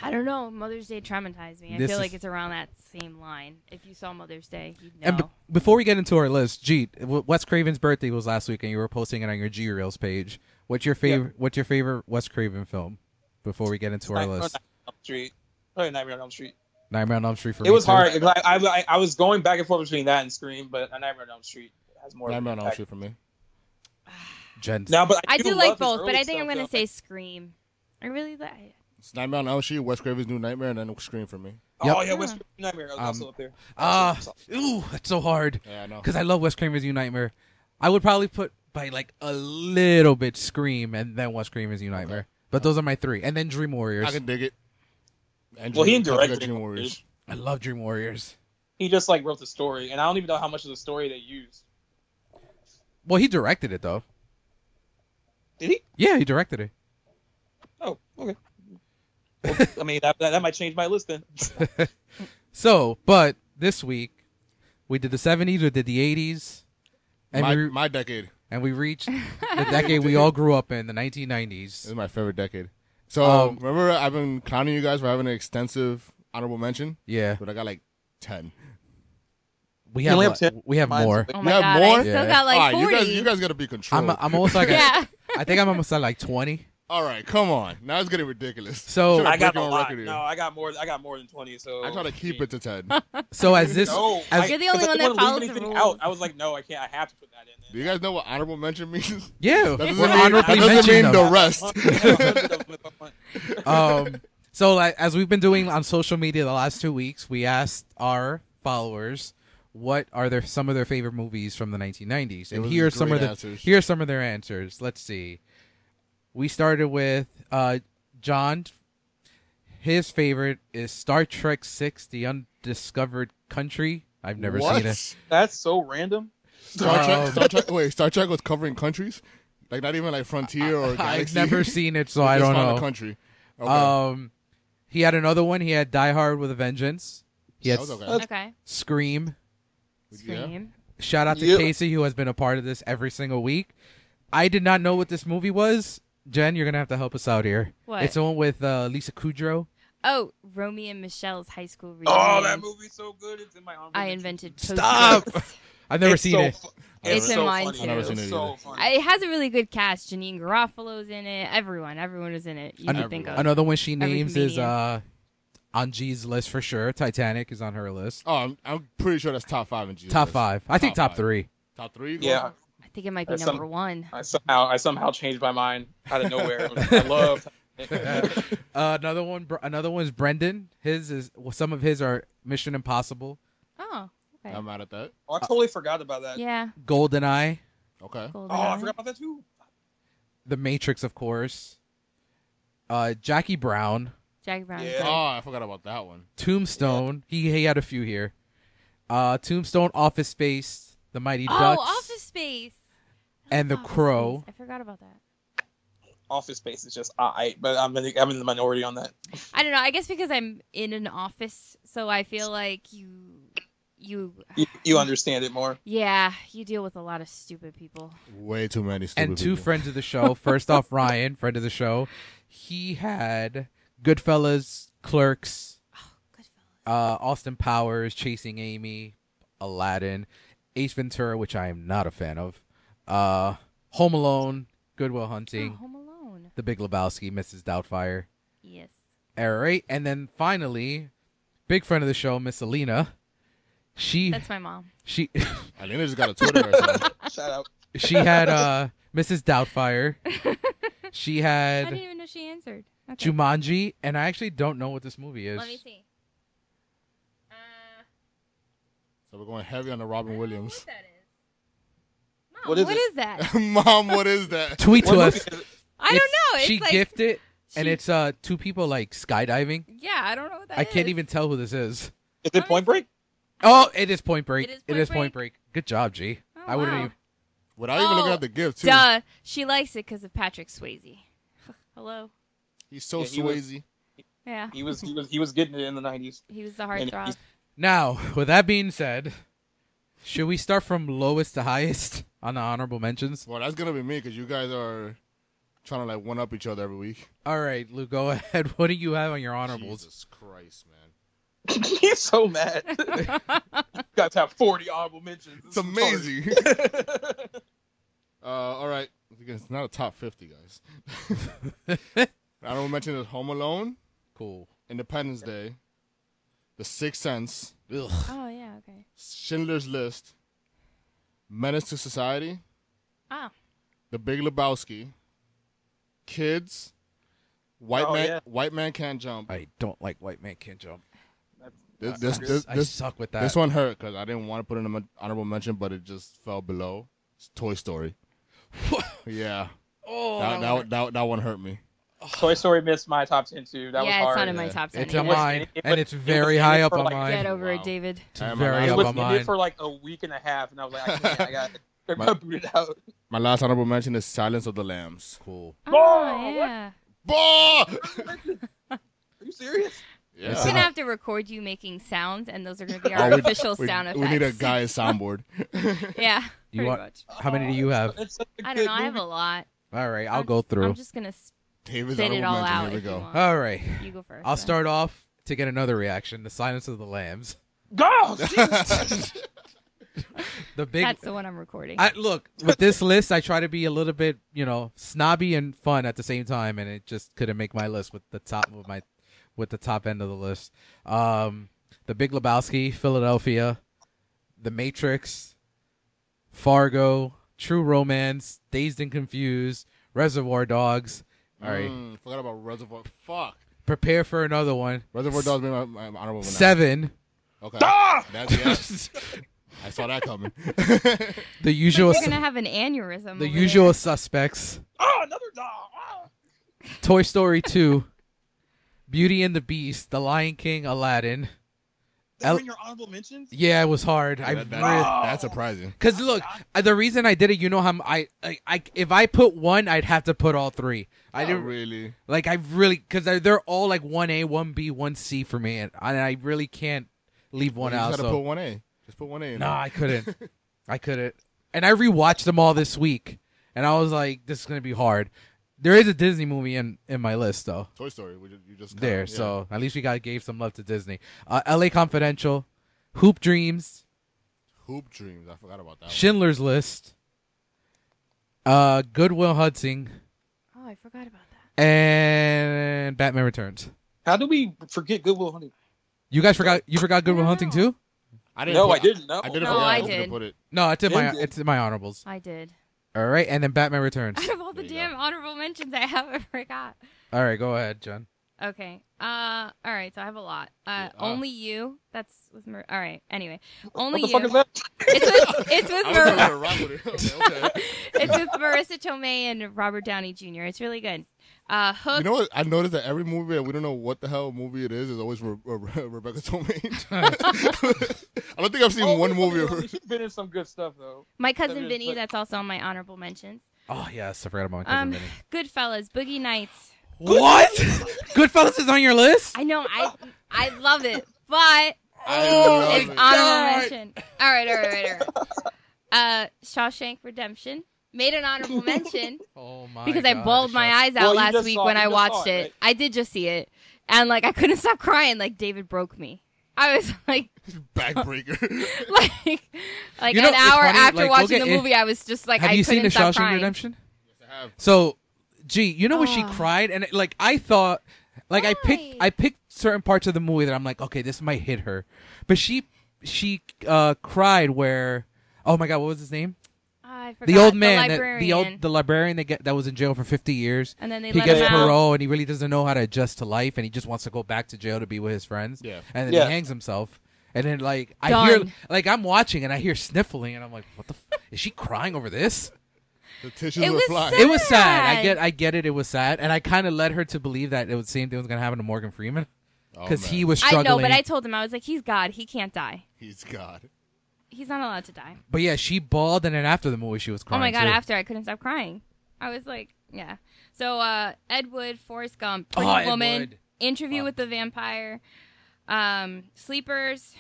Speaker 5: I don't know. Mother's Day traumatized me. I
Speaker 2: This
Speaker 5: feel
Speaker 2: is-
Speaker 5: like it's around that same line. If you saw Mother's Day, you'd know.
Speaker 2: And b- before we get into our list, Jeet, w- Wes Craven's birthday was last week, and you were posting it on your G Reels page. What's your favorite? What's your favorite Wes Craven film? Before we get into our
Speaker 4: Nightmare on
Speaker 2: list,
Speaker 4: Elm Street. Probably Nightmare on Elm Street.
Speaker 2: Nightmare on Elm Street for
Speaker 4: It
Speaker 2: me
Speaker 4: was
Speaker 2: too.
Speaker 4: hard. Like, I, I, I was going uh, back and forth between that and Scream, but a Nightmare on Elm Street has more. of an
Speaker 3: Nightmare on Elm
Speaker 4: impact.
Speaker 3: Street for me.
Speaker 2: Jen's.
Speaker 4: Now, but I,
Speaker 5: I
Speaker 4: do,
Speaker 5: do
Speaker 4: love
Speaker 5: like
Speaker 4: his
Speaker 5: both, but
Speaker 4: early
Speaker 5: I think I'm
Speaker 4: stuff,
Speaker 5: gonna
Speaker 4: though.
Speaker 5: say Scream. I really like.
Speaker 3: It's Nightmare on Elm Street, Wes Craven's New Nightmare, and then Scream for me.
Speaker 2: Yep.
Speaker 4: Oh yeah, Whisper Nightmare. I was
Speaker 2: Um,
Speaker 4: also up there.
Speaker 2: Ah, ooh, it's so hard
Speaker 3: Yeah, I know.
Speaker 2: because I love Wes Craven's New Nightmare. I would probably put by like a little bit Scream and then Wes Craven's New Nightmare. But those are my three, and then Dream Warriors.
Speaker 3: I can dig it. And
Speaker 4: Well, he
Speaker 3: Dream- I forgot
Speaker 4: indirectly-
Speaker 3: Dream Warriors.
Speaker 2: I love Dream Warriors.
Speaker 4: He just like wrote the story, and I don't even know how much of the story they used.
Speaker 2: Well, he directed it though.
Speaker 4: Did he?
Speaker 2: Yeah, he directed it.
Speaker 4: Oh, okay. Well, I mean, that, that, that might change my list then.
Speaker 2: So, but this week we did the '70s, we did the '80s, and
Speaker 3: My,
Speaker 2: we
Speaker 3: my decade.
Speaker 2: and we reached the decade we all grew up in, the
Speaker 3: This is
Speaker 2: 1990s.
Speaker 3: my favorite decade. So
Speaker 2: Um,
Speaker 3: remember, I've been clowning you guys for having an extensive honorable mention,
Speaker 2: Yeah,
Speaker 3: but I got like ten.
Speaker 2: we
Speaker 4: You
Speaker 2: have
Speaker 4: only have
Speaker 2: a-
Speaker 4: ten.
Speaker 2: we have
Speaker 4: Mine's
Speaker 2: more.
Speaker 4: like-
Speaker 5: Oh
Speaker 3: You
Speaker 5: my
Speaker 3: have
Speaker 5: god,
Speaker 3: more?
Speaker 5: I still
Speaker 2: Yeah.
Speaker 5: got like
Speaker 3: Alright,
Speaker 5: forty.
Speaker 3: you guys, you guys got to be controlled.
Speaker 2: I'm I'm almost like a,
Speaker 5: yeah,
Speaker 2: I think I'm almost at like 20.
Speaker 3: All right, come on. Now it's getting ridiculous.
Speaker 2: So-
Speaker 3: Should
Speaker 4: I got
Speaker 3: break
Speaker 4: a
Speaker 3: your own
Speaker 4: lot.
Speaker 3: record here.
Speaker 4: No, I got more. I got more than twenty. So
Speaker 3: I try to keep it to ten.
Speaker 2: So as this
Speaker 4: No,
Speaker 2: as,
Speaker 5: You're the only one
Speaker 4: because I didn't
Speaker 5: that
Speaker 4: wanna leave
Speaker 5: follows the
Speaker 4: anything
Speaker 5: rules.
Speaker 4: out. I was like, no, I can't. I have to put that in.
Speaker 3: Do you guys know what honorable mention means?
Speaker 2: yeah,
Speaker 3: That doesn't
Speaker 2: we're
Speaker 3: mean-
Speaker 2: honorably
Speaker 3: that doesn't
Speaker 2: mentioning
Speaker 3: mean
Speaker 2: them.
Speaker 3: the rest.
Speaker 2: um, so like as we've been doing on social media the last two weeks, we asked our followers what are their some of their favorite movies from the 1990s,
Speaker 3: It
Speaker 2: and
Speaker 3: was
Speaker 2: here are some
Speaker 3: great
Speaker 2: of the
Speaker 3: answers.
Speaker 2: here are some of their answers. Let's see. We started with uh, John. His favorite is Star Trek Six: The Undiscovered Country. I've never
Speaker 3: What?
Speaker 2: seen it.
Speaker 4: That's so random.
Speaker 3: Star Trek.
Speaker 2: Um,
Speaker 3: Star Trek. Wait, Star Trek was covering countries, like not even like frontier or
Speaker 2: I've
Speaker 3: galaxy.
Speaker 2: never seen it, so
Speaker 3: They
Speaker 2: I
Speaker 3: just
Speaker 2: don't
Speaker 3: found
Speaker 2: know.
Speaker 3: A country. Okay.
Speaker 2: Um, he had another one. He had Die Hard with a Vengeance. He had
Speaker 3: That was okay.
Speaker 4: That's-
Speaker 5: okay.
Speaker 2: Scream.
Speaker 3: Yeah.
Speaker 5: Scream.
Speaker 2: Shout out to
Speaker 4: Yeah.
Speaker 2: Casey who has been a part of this every single week. I did not know what this movie was. Jen, you're gonna have to help us out here.
Speaker 5: What?
Speaker 2: It's the one with uh, Lisa Kudrow.
Speaker 5: Oh, Romeo and Michelle's high school reunion.
Speaker 4: Oh, that movie's so good. It's in my honorable
Speaker 5: Mm-hmm. I
Speaker 4: mention.
Speaker 5: invented.
Speaker 2: Stop!
Speaker 5: Post-its.
Speaker 2: I've never
Speaker 4: It's
Speaker 2: seen
Speaker 4: so
Speaker 2: it.
Speaker 4: fu-
Speaker 3: It's
Speaker 4: it's
Speaker 5: in
Speaker 4: so
Speaker 5: mine
Speaker 4: funny.
Speaker 5: too. I've never
Speaker 3: seen it
Speaker 4: It's so
Speaker 3: either.
Speaker 4: funny.
Speaker 5: I- It has a really good cast. Janine Garofalo's in it. Everyone, everyone was in it. You
Speaker 2: An-
Speaker 5: can think of.
Speaker 2: Another one she
Speaker 5: Every
Speaker 2: names is
Speaker 5: comedian.
Speaker 2: uh, on G's list for sure. Titanic is on her list.
Speaker 3: Oh, I'm, I'm pretty sure that's top five in Jesus.
Speaker 2: Top five. I think
Speaker 3: Top
Speaker 2: top
Speaker 3: five.
Speaker 2: three.
Speaker 3: Top three. you going
Speaker 4: yeah,
Speaker 3: for?
Speaker 5: I think it might be
Speaker 4: That's
Speaker 5: number
Speaker 4: some-
Speaker 5: one.
Speaker 4: I somehow I somehow changed my mind out of nowhere. I love.
Speaker 2: Uh, another one. Br- Another one is Brendan. His is well, some of his are Mission Impossible,
Speaker 5: Oh, okay.
Speaker 3: I'm mad at that.
Speaker 4: Oh, I totally forgot about that.
Speaker 5: yeah.
Speaker 2: GoldenEye,
Speaker 3: Okay.
Speaker 5: Golden
Speaker 4: Oh, I forgot about that too.
Speaker 2: The Matrix, of course. Uh, Jackie Brown.
Speaker 5: Jackie Brown.
Speaker 4: Yeah.
Speaker 5: good.
Speaker 3: Oh, I forgot about that one.
Speaker 2: Tombstone. He he had a few here. Uh, Tombstone, Office Space, The Mighty
Speaker 5: Oh,
Speaker 2: Ducks,
Speaker 5: Office Space. I
Speaker 2: and The
Speaker 5: love Office
Speaker 2: Crow.
Speaker 5: Space. I forgot about that.
Speaker 4: Office Space is just I, but I'm in the, I'm in the minority on that.
Speaker 5: I don't know. I guess because I'm in an office, so I feel like you, you,
Speaker 4: You, you understand it more.
Speaker 5: yeah, you deal with a lot of stupid people.
Speaker 3: Way too many stupid
Speaker 2: and two
Speaker 3: people.
Speaker 2: friends of the show. First off, Ryan, friend of the show, he had Goodfellas, Clerks,
Speaker 5: Oh, Good
Speaker 2: uh, Austin Powers, Chasing Amy, Aladdin, Ace Ventura, which I am not a fan of, uh, Home Alone, Goodwill Hunting,
Speaker 5: Oh, Home Alone.
Speaker 2: The Big Lebowski, Mrs. Doubtfire.
Speaker 5: Yes.
Speaker 2: All right, and then finally, big friend of the show, Miss Alina. She
Speaker 5: That's my mom.
Speaker 2: she
Speaker 3: Alina just got a Twitter. or something.
Speaker 4: Shout out.
Speaker 2: she had uh Mrs. Doubtfire. She
Speaker 5: I didn't
Speaker 2: had
Speaker 5: even know she answered. Okay.
Speaker 2: Jumanji, and I actually don't know what this movie is.
Speaker 5: Let me see. Uh,
Speaker 3: So we're going heavy on the Robin Williams.
Speaker 5: what
Speaker 4: What
Speaker 5: is Mom,
Speaker 4: is
Speaker 5: what
Speaker 4: it?
Speaker 5: is that?
Speaker 3: Mom, what is that?
Speaker 2: Tweet to
Speaker 4: What
Speaker 2: us.
Speaker 4: movie is it?
Speaker 5: I don't
Speaker 2: It's-
Speaker 5: know. It's
Speaker 2: she
Speaker 5: like,
Speaker 2: gifted, and
Speaker 5: she-
Speaker 2: it's uh two people like skydiving.
Speaker 5: yeah, I don't know what that
Speaker 2: I can't
Speaker 5: is.
Speaker 2: even tell who this is.
Speaker 4: Is it Point Break?
Speaker 2: Oh, it is Point Break.
Speaker 5: It is
Speaker 2: It
Speaker 5: Point
Speaker 2: is Point Break. Good job, G.
Speaker 5: Oh,
Speaker 2: I wouldn't
Speaker 5: wow.
Speaker 2: even.
Speaker 3: Without even looking
Speaker 5: Oh,
Speaker 3: at the gift, too.
Speaker 5: Duh, she likes it because of Patrick Swayze. Hello.
Speaker 3: He's so
Speaker 4: Yeah, he was-
Speaker 3: Swayze.
Speaker 5: Yeah,
Speaker 4: He was he was he was getting it in the '90s.
Speaker 5: he was the
Speaker 4: And
Speaker 5: heartthrob.
Speaker 4: he's-
Speaker 2: Now, with that being said, should we start from lowest to highest on the honorable mentions?
Speaker 3: Well, that's gonna be me because you guys are trying to like one up each other every week.
Speaker 2: All right, Lou, go ahead. What do you have on your honorables?
Speaker 3: Jesus Christ, man!
Speaker 4: He's so mad. you got to have 40 honorable mentions.
Speaker 3: It's
Speaker 4: This is retarded.
Speaker 3: amazing. uh, all right, it's not a top fifty, guys. I don't mention is Home Alone,
Speaker 2: Cool.
Speaker 3: Independence Day, The Sixth Sense,
Speaker 2: Ugh.
Speaker 5: Oh yeah, okay.
Speaker 3: Schindler's List, Menace to Society,
Speaker 5: Oh,
Speaker 3: The Big Lebowski, Kids, White
Speaker 4: Oh,
Speaker 3: Man,
Speaker 4: yeah.
Speaker 3: White Man Can't Jump.
Speaker 2: I don't like White Man Can't Jump.
Speaker 3: This this
Speaker 2: I,
Speaker 3: this,
Speaker 2: I
Speaker 3: this,
Speaker 2: suck with that.
Speaker 3: this one hurt because I didn't want to put in an honorable mention, but it just fell below. It's Toy Story. yeah,
Speaker 2: oh,
Speaker 3: that, that, one- that, that one hurt me.
Speaker 4: Toy Story missed my top ten too. That was
Speaker 5: yeah, it's
Speaker 4: hard.
Speaker 5: not in my
Speaker 3: Yeah.
Speaker 5: top ten.
Speaker 2: it's
Speaker 5: either.
Speaker 2: on
Speaker 4: was-
Speaker 2: mine,
Speaker 4: it- it
Speaker 2: and
Speaker 4: was-
Speaker 2: it's
Speaker 4: it was
Speaker 2: very
Speaker 4: in
Speaker 2: high
Speaker 4: it
Speaker 2: up
Speaker 4: for
Speaker 2: on
Speaker 4: like-
Speaker 5: Get
Speaker 2: mine.
Speaker 5: over
Speaker 3: Wow.
Speaker 5: it, David.
Speaker 2: It's
Speaker 3: Damn,
Speaker 2: very
Speaker 3: I
Speaker 4: It
Speaker 2: up
Speaker 4: was
Speaker 2: on
Speaker 4: in it
Speaker 2: mine.
Speaker 4: for like a week and a half, and I was like, I can't. I got, I
Speaker 3: My-
Speaker 4: got booted out.
Speaker 3: My last honorable mention is Silence of the Lambs.
Speaker 2: Cool.
Speaker 5: Oh, yeah.
Speaker 3: Bah!
Speaker 4: Are you serious?
Speaker 5: We're
Speaker 2: It's
Speaker 5: gonna
Speaker 2: Yeah.
Speaker 5: have to record you making sounds, and those are gonna be
Speaker 3: Oh,
Speaker 5: our
Speaker 3: we-
Speaker 5: official
Speaker 3: we,
Speaker 5: sound effects.
Speaker 3: we need a guy's soundboard.
Speaker 5: Yeah,
Speaker 2: You
Speaker 5: pretty
Speaker 2: want-
Speaker 5: much.
Speaker 2: How many do you have?
Speaker 4: It's Oh, such a
Speaker 5: I don't
Speaker 4: good
Speaker 5: know. I have
Speaker 4: movie.
Speaker 5: a lot.
Speaker 2: All right, I'll go through.
Speaker 5: I'm just gonna
Speaker 3: David's
Speaker 5: spit it
Speaker 3: honorable
Speaker 5: all
Speaker 3: mention.
Speaker 5: out.
Speaker 3: Here we
Speaker 5: if you
Speaker 3: go.
Speaker 5: want.
Speaker 2: All right,
Speaker 5: You go first.
Speaker 2: I'll
Speaker 5: then.
Speaker 2: start off to get another reaction. The Silence of the Lambs.
Speaker 4: God, Jesus.
Speaker 2: The big.
Speaker 5: That's the one I'm recording.
Speaker 2: I, look with this list, I try to be a little bit, you know, snobby and fun at the same time, and it just couldn't make my list with the top of my, with the top end of the list. Um, the Big Lebowski, Philadelphia, The Matrix, Fargo, True Romance, Dazed and Confused, Reservoir Dogs. All right,
Speaker 3: Mm, forgot about Reservoir. Fuck.
Speaker 2: prepare for another one.
Speaker 3: Reservoir Dogs made my, my honorable mention.
Speaker 2: Seven,
Speaker 3: Okay.
Speaker 4: Ah!
Speaker 3: That's, yeah. I saw that coming.
Speaker 5: You're
Speaker 2: The Usual,
Speaker 5: gonna have an aneurysm.
Speaker 2: The
Speaker 5: over there.
Speaker 2: Usual Suspects,
Speaker 4: Oh, another dog. Ah.
Speaker 2: Toy Story Two, Beauty and the Beast, The Lion King, Aladdin.
Speaker 4: That
Speaker 2: El-
Speaker 4: in your honorable mentions?
Speaker 2: Yeah, it was hard. I
Speaker 3: That- that-
Speaker 2: really,
Speaker 3: that's surprising.
Speaker 2: cause look, uh, the reason I did it, you know how m- I, I, I- if I put one, I'd have to put all three. I
Speaker 3: Not
Speaker 2: didn't
Speaker 3: really.
Speaker 2: like. I really, cause they're, they're all like one A, one B, one C for me, and I, and I really can't leave one
Speaker 3: you
Speaker 2: out.
Speaker 3: Just gotta
Speaker 2: So
Speaker 3: put one A. Just put one A. In
Speaker 2: nah,
Speaker 3: there.
Speaker 2: I couldn't. I couldn't. And I rewatched them all this week, and I was like, this is gonna be hard. There is a Disney movie in in my list though.
Speaker 3: Toy Story. We, ju- you just kinda-
Speaker 2: there.
Speaker 3: yeah.
Speaker 2: So at least we got gave some love to Disney. Uh, L.A. Confidential, Hoop Dreams,
Speaker 3: Hoop Dreams. I forgot about that. One.
Speaker 2: Schindler's List, uh, Goodwill Hunting,
Speaker 5: Oh, I forgot about that.
Speaker 2: and Batman Returns.
Speaker 4: How do we forget Goodwill Hunting?
Speaker 2: You guys forgot you forgot Goodwill
Speaker 5: I
Speaker 2: Hunting
Speaker 5: don't know.
Speaker 2: too?
Speaker 3: I
Speaker 4: No,
Speaker 3: put-
Speaker 4: I didn't. No,
Speaker 3: I didn't.
Speaker 5: No,
Speaker 3: forget.
Speaker 5: I
Speaker 3: was gonna
Speaker 5: did.
Speaker 3: Put it.
Speaker 2: No, it's in my
Speaker 4: Jim did.
Speaker 2: it's in my honorables.
Speaker 5: I did.
Speaker 2: All right, and then Batman Returns.
Speaker 5: Out of all the
Speaker 3: There you
Speaker 5: damn
Speaker 3: go.
Speaker 5: honorable mentions, I haven't forgot.
Speaker 2: All right, go ahead, John.
Speaker 5: Okay. Uh. All right. So I have a lot. Uh.
Speaker 3: Yeah, uh.
Speaker 5: Only you. That's with. Mar- all right. Anyway.
Speaker 4: what
Speaker 5: Only
Speaker 4: the
Speaker 5: you.
Speaker 4: fuck is that?
Speaker 5: It's with. It's with.
Speaker 3: I was
Speaker 5: Mar-
Speaker 3: trying to rock with it. Okay, okay.
Speaker 5: it's with Marissa Tomei and Robert Downey Jr. It's really good. Uh, Hook.
Speaker 3: You know what? I noticed that every movie that we don't know what the hell movie it is is always Re- Re- Rebecca Tomei. I don't think I've seen
Speaker 4: Oh,
Speaker 3: one movie of her.
Speaker 4: She's been in some good stuff though.
Speaker 5: my
Speaker 4: I
Speaker 5: cousin
Speaker 4: mean,
Speaker 5: Vinny.
Speaker 4: but-
Speaker 5: That's also on my honorable mentions.
Speaker 2: Oh yes, I forgot about my cousin
Speaker 5: Um,
Speaker 2: Vinny.
Speaker 5: Goodfellas, Boogie Nights.
Speaker 2: What? Goodfellas is on your list?
Speaker 5: I know. I I love it, but
Speaker 3: I love
Speaker 5: it's honorable
Speaker 2: Oh
Speaker 3: it.
Speaker 2: God.
Speaker 5: mention. All right. All right. All right. All right. Uh, Shawshank Redemption made an honorable mention.
Speaker 2: Oh my!
Speaker 5: because I bawled my eyes out
Speaker 4: Well, you
Speaker 5: last
Speaker 4: just
Speaker 5: week
Speaker 4: saw-
Speaker 5: when
Speaker 4: you
Speaker 5: I
Speaker 4: just saw
Speaker 5: watched
Speaker 4: it,
Speaker 5: it.
Speaker 4: right?
Speaker 5: I did just see it, and like I couldn't stop crying. Like David broke me. I was like,
Speaker 3: Backbreaker.
Speaker 5: like, like
Speaker 2: You know,
Speaker 5: an
Speaker 2: it's
Speaker 5: hour
Speaker 2: funny,
Speaker 5: after
Speaker 2: like, we'll
Speaker 5: watching
Speaker 2: get
Speaker 5: the
Speaker 2: in-
Speaker 5: movie, I was just like,
Speaker 2: Have
Speaker 5: I
Speaker 2: you seen
Speaker 5: couldn't
Speaker 2: the
Speaker 5: stop
Speaker 2: Shawshank
Speaker 5: crying.
Speaker 2: Redemption?
Speaker 3: Yes, I have.
Speaker 2: So, gee, you know when she
Speaker 5: Ah.
Speaker 2: cried, and like I thought, like I
Speaker 5: Why?
Speaker 2: picked, I picked certain parts of the movie that I'm like, okay, this might hit her, but she, she uh cried where, oh my god, what was his name?
Speaker 5: Oh, I forgot.
Speaker 2: The old man, that-
Speaker 5: librarian.
Speaker 2: the, old, the librarian that get, that was in jail for 50 years.
Speaker 5: and then they
Speaker 2: He
Speaker 5: let him
Speaker 2: gets
Speaker 4: him out.
Speaker 2: parole, and he really doesn't know how to adjust to life, and he just wants to go back to jail to be with his friends.
Speaker 3: Yeah.
Speaker 2: and then
Speaker 4: Yeah.
Speaker 2: he hangs himself. And then, like, I
Speaker 5: Done.
Speaker 2: hear, like, I'm watching, and I hear sniffling, and I'm like, "What the? F- is she crying over this?"
Speaker 3: The tissues
Speaker 5: It
Speaker 3: were
Speaker 5: was
Speaker 3: flying.
Speaker 5: sad.
Speaker 2: It was sad. I
Speaker 5: Sad.
Speaker 2: get, I get it. It was sad, and I kind of led her to believe that it was the same thing was gonna happen to Morgan Freeman
Speaker 3: Oh,
Speaker 2: because he
Speaker 3: man.
Speaker 2: was
Speaker 5: I
Speaker 2: struggling.
Speaker 5: know, but I told him I was like, he's God. He can't die.
Speaker 3: He's God.
Speaker 5: He's not allowed to die.
Speaker 2: But yeah, she bawled, and then after the movie, she was
Speaker 5: Oh
Speaker 2: crying.
Speaker 5: my god!
Speaker 2: too.
Speaker 5: After I couldn't stop crying. I was like, yeah. So uh, Ed Wood, Forrest Gump, Pretty
Speaker 2: Oh, Ed
Speaker 5: Woman,
Speaker 2: Wood.
Speaker 5: Interview
Speaker 2: Wow.
Speaker 5: with the Vampire, um, Sleepers,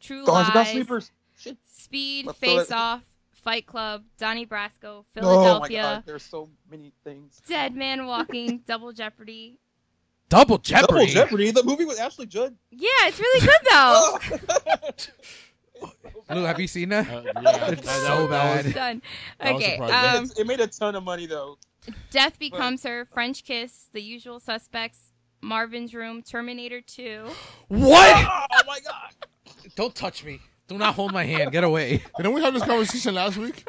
Speaker 5: True
Speaker 4: Oh, I forgot
Speaker 5: Lies,
Speaker 4: sleepers. Shit.
Speaker 5: Speed,
Speaker 4: Let's throw
Speaker 5: Face
Speaker 4: it-
Speaker 5: Off, Fight Club, Donnie Brasco,
Speaker 4: Oh my
Speaker 5: Philadelphia,
Speaker 4: god, there's so many things.
Speaker 5: Dead Man Walking, Double Jeopardy.
Speaker 2: Double Jeopardy.
Speaker 4: Double Jeopardy. The movie with Ashley Judd.
Speaker 5: Yeah, it's really good
Speaker 4: Oh,
Speaker 5: though.
Speaker 2: Lou, have you seen that?
Speaker 3: Uh, yeah,
Speaker 2: It's so
Speaker 3: that was-
Speaker 2: bad.
Speaker 5: Done.
Speaker 3: That was
Speaker 5: Okay.
Speaker 3: surprising.
Speaker 5: Um,
Speaker 4: It's- Ah, it made a ton of money though.
Speaker 5: Death Becomes Her, French Kiss, The Usual Suspects, Marvin's Room, Terminator 2.
Speaker 2: What?
Speaker 4: Oh my god.
Speaker 2: Don't touch me. Do not hold my hand. Get away.
Speaker 3: Didn't we have this conversation last week?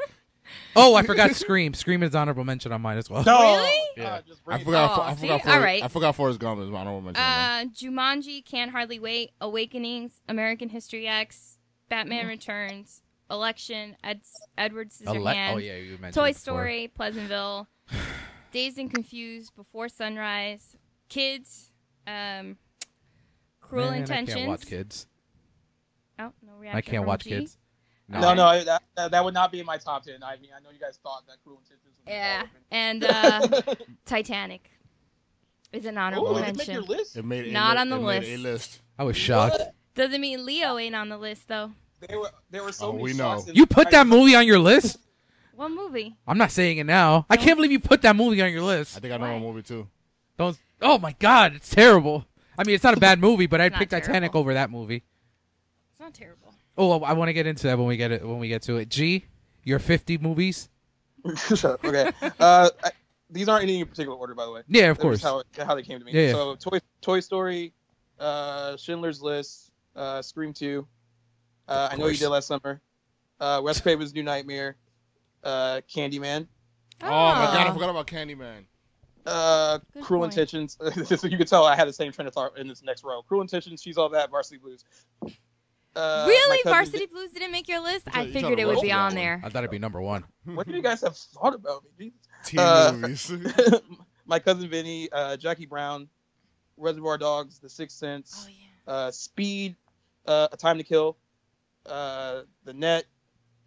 Speaker 2: Oh, I forgot Scream. Scream is honorable mention on mine as well.
Speaker 4: No.
Speaker 5: Really?
Speaker 3: Yeah.
Speaker 4: God, just
Speaker 3: I
Speaker 4: bring it
Speaker 3: forgot.
Speaker 5: Oh,
Speaker 3: I
Speaker 5: see?
Speaker 3: forgot.
Speaker 5: All
Speaker 3: Forrest,
Speaker 5: right.
Speaker 3: I forgot Forrest Gump is my honorable mention.
Speaker 5: Uh, Jumanji, Can't Hardly Wait, Awakenings, American History X, Batman Returns, Election, Ed- Edward Scissorhands,
Speaker 2: Mm. Ele- oh yeah, you mentioned
Speaker 5: Toy
Speaker 2: it before.
Speaker 5: Story, Pleasantville, Dazed and Confused, Before Sunrise, Kids, um, Cruel
Speaker 2: Man,
Speaker 5: Intentions.
Speaker 2: I can't watch kids.
Speaker 5: Oh, no reaction
Speaker 2: I can't
Speaker 5: from
Speaker 2: watch
Speaker 5: G.
Speaker 2: kids.
Speaker 4: No, no, I- that, that that would not be in my top ten. I mean, I know you guys thought that Cruel Intentions. would be
Speaker 5: Yeah,
Speaker 4: all up
Speaker 5: and
Speaker 4: in-
Speaker 5: uh, Titanic is an honorable
Speaker 4: Ooh, you make your
Speaker 5: mention.
Speaker 4: list.
Speaker 3: It made
Speaker 5: Not
Speaker 3: it,
Speaker 5: on the
Speaker 3: it made
Speaker 5: list.
Speaker 3: A list.
Speaker 2: I was shocked.
Speaker 5: Doesn't mean Leo ain't on the list though.
Speaker 4: There were there were so
Speaker 3: Oh,
Speaker 4: many.
Speaker 3: we know.
Speaker 4: sauces.
Speaker 2: You put that movie on your list?
Speaker 5: What movie?
Speaker 2: I'm not saying it now. I can't believe you put that movie on your
Speaker 3: I
Speaker 2: list.
Speaker 3: think I know
Speaker 5: Why?
Speaker 3: a movie too.
Speaker 2: Don't. Oh my God, it's terrible. I mean, it's not a bad movie, but I'd
Speaker 5: Not
Speaker 2: pick Titanic
Speaker 5: terrible.
Speaker 2: over that movie.
Speaker 5: It's not terrible.
Speaker 2: Oh, I want to get into that when we get it when we get to it. G, your 50 movies.
Speaker 4: Shut up. Okay. Uh, I, these aren't in any particular order, by the way.
Speaker 2: Yeah, of
Speaker 4: That was
Speaker 2: course.
Speaker 4: How, how they came to me.
Speaker 2: Yeah, yeah.
Speaker 4: So Toy Toy Story, uh, Schindler's List, uh, Scream Two. Uh,
Speaker 2: Of
Speaker 4: I know you
Speaker 2: course.
Speaker 4: did last summer. Uh, Wes Craven's New Nightmare, uh, Candyman,
Speaker 3: Oh, my god, I forgot about Candyman.
Speaker 4: uh,
Speaker 5: Good
Speaker 4: Cruel
Speaker 5: point.
Speaker 4: Intentions. so you can tell I had the same trend of thought in this next row. Cruel Intentions, She's All That, Varsity Blues. Uh,
Speaker 5: really,
Speaker 4: My Cousin
Speaker 5: Varsity Blues didn't make your list.
Speaker 3: You try-
Speaker 5: I
Speaker 3: you
Speaker 5: figured
Speaker 3: try
Speaker 5: it
Speaker 3: to
Speaker 5: would
Speaker 4: roll
Speaker 5: be
Speaker 4: that
Speaker 5: on
Speaker 3: one.
Speaker 5: there.
Speaker 2: I thought it'd be number one.
Speaker 4: Vin- What do you guys have thought about me?
Speaker 3: Teen
Speaker 4: Uh,
Speaker 3: movies.
Speaker 4: Jesus. my cousin Vinny, uh, Jackie Brown, Reservoir Dogs, The Sixth Sense.
Speaker 5: Oh yeah.
Speaker 4: uh, Speed, uh, A Time to Kill, uh, The Net,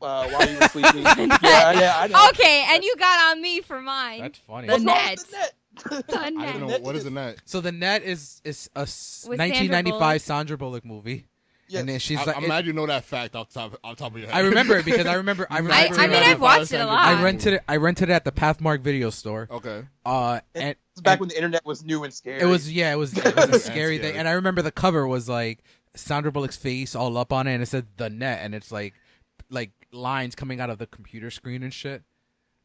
Speaker 4: uh, While You Were Sleeping. yeah, yeah, I know.
Speaker 5: Okay, and you got on me for mine.
Speaker 2: That's funny.
Speaker 5: The
Speaker 4: What's wrong
Speaker 5: Net.
Speaker 4: with The
Speaker 5: The
Speaker 4: Net.
Speaker 3: I
Speaker 5: net.
Speaker 3: don't know
Speaker 4: Net
Speaker 3: what is
Speaker 4: is-
Speaker 3: the net.
Speaker 2: So the net is is a s-
Speaker 5: With Sandra
Speaker 2: 1995
Speaker 5: Bullock.
Speaker 2: Sandra Bullock movie,
Speaker 4: Yes.
Speaker 2: and then she's
Speaker 3: I,
Speaker 2: like,
Speaker 3: I'm
Speaker 2: it-
Speaker 3: glad you know that fact off top off top of your head.
Speaker 2: I remember it because I remember I remember
Speaker 5: I- I mean, I've watched it a lot.
Speaker 2: I rented it. I rented it at the Pathmark video store.
Speaker 3: Okay.
Speaker 2: Uh, and
Speaker 4: It's back when the internet was new and scary.
Speaker 2: it was yeah, it was, it was a
Speaker 3: That's
Speaker 2: scary thing.
Speaker 3: scary.
Speaker 2: And I remember the cover was like Sandra Bullock's face all up on it, and it said the net, and it's like like lines coming out of the computer screen and shit.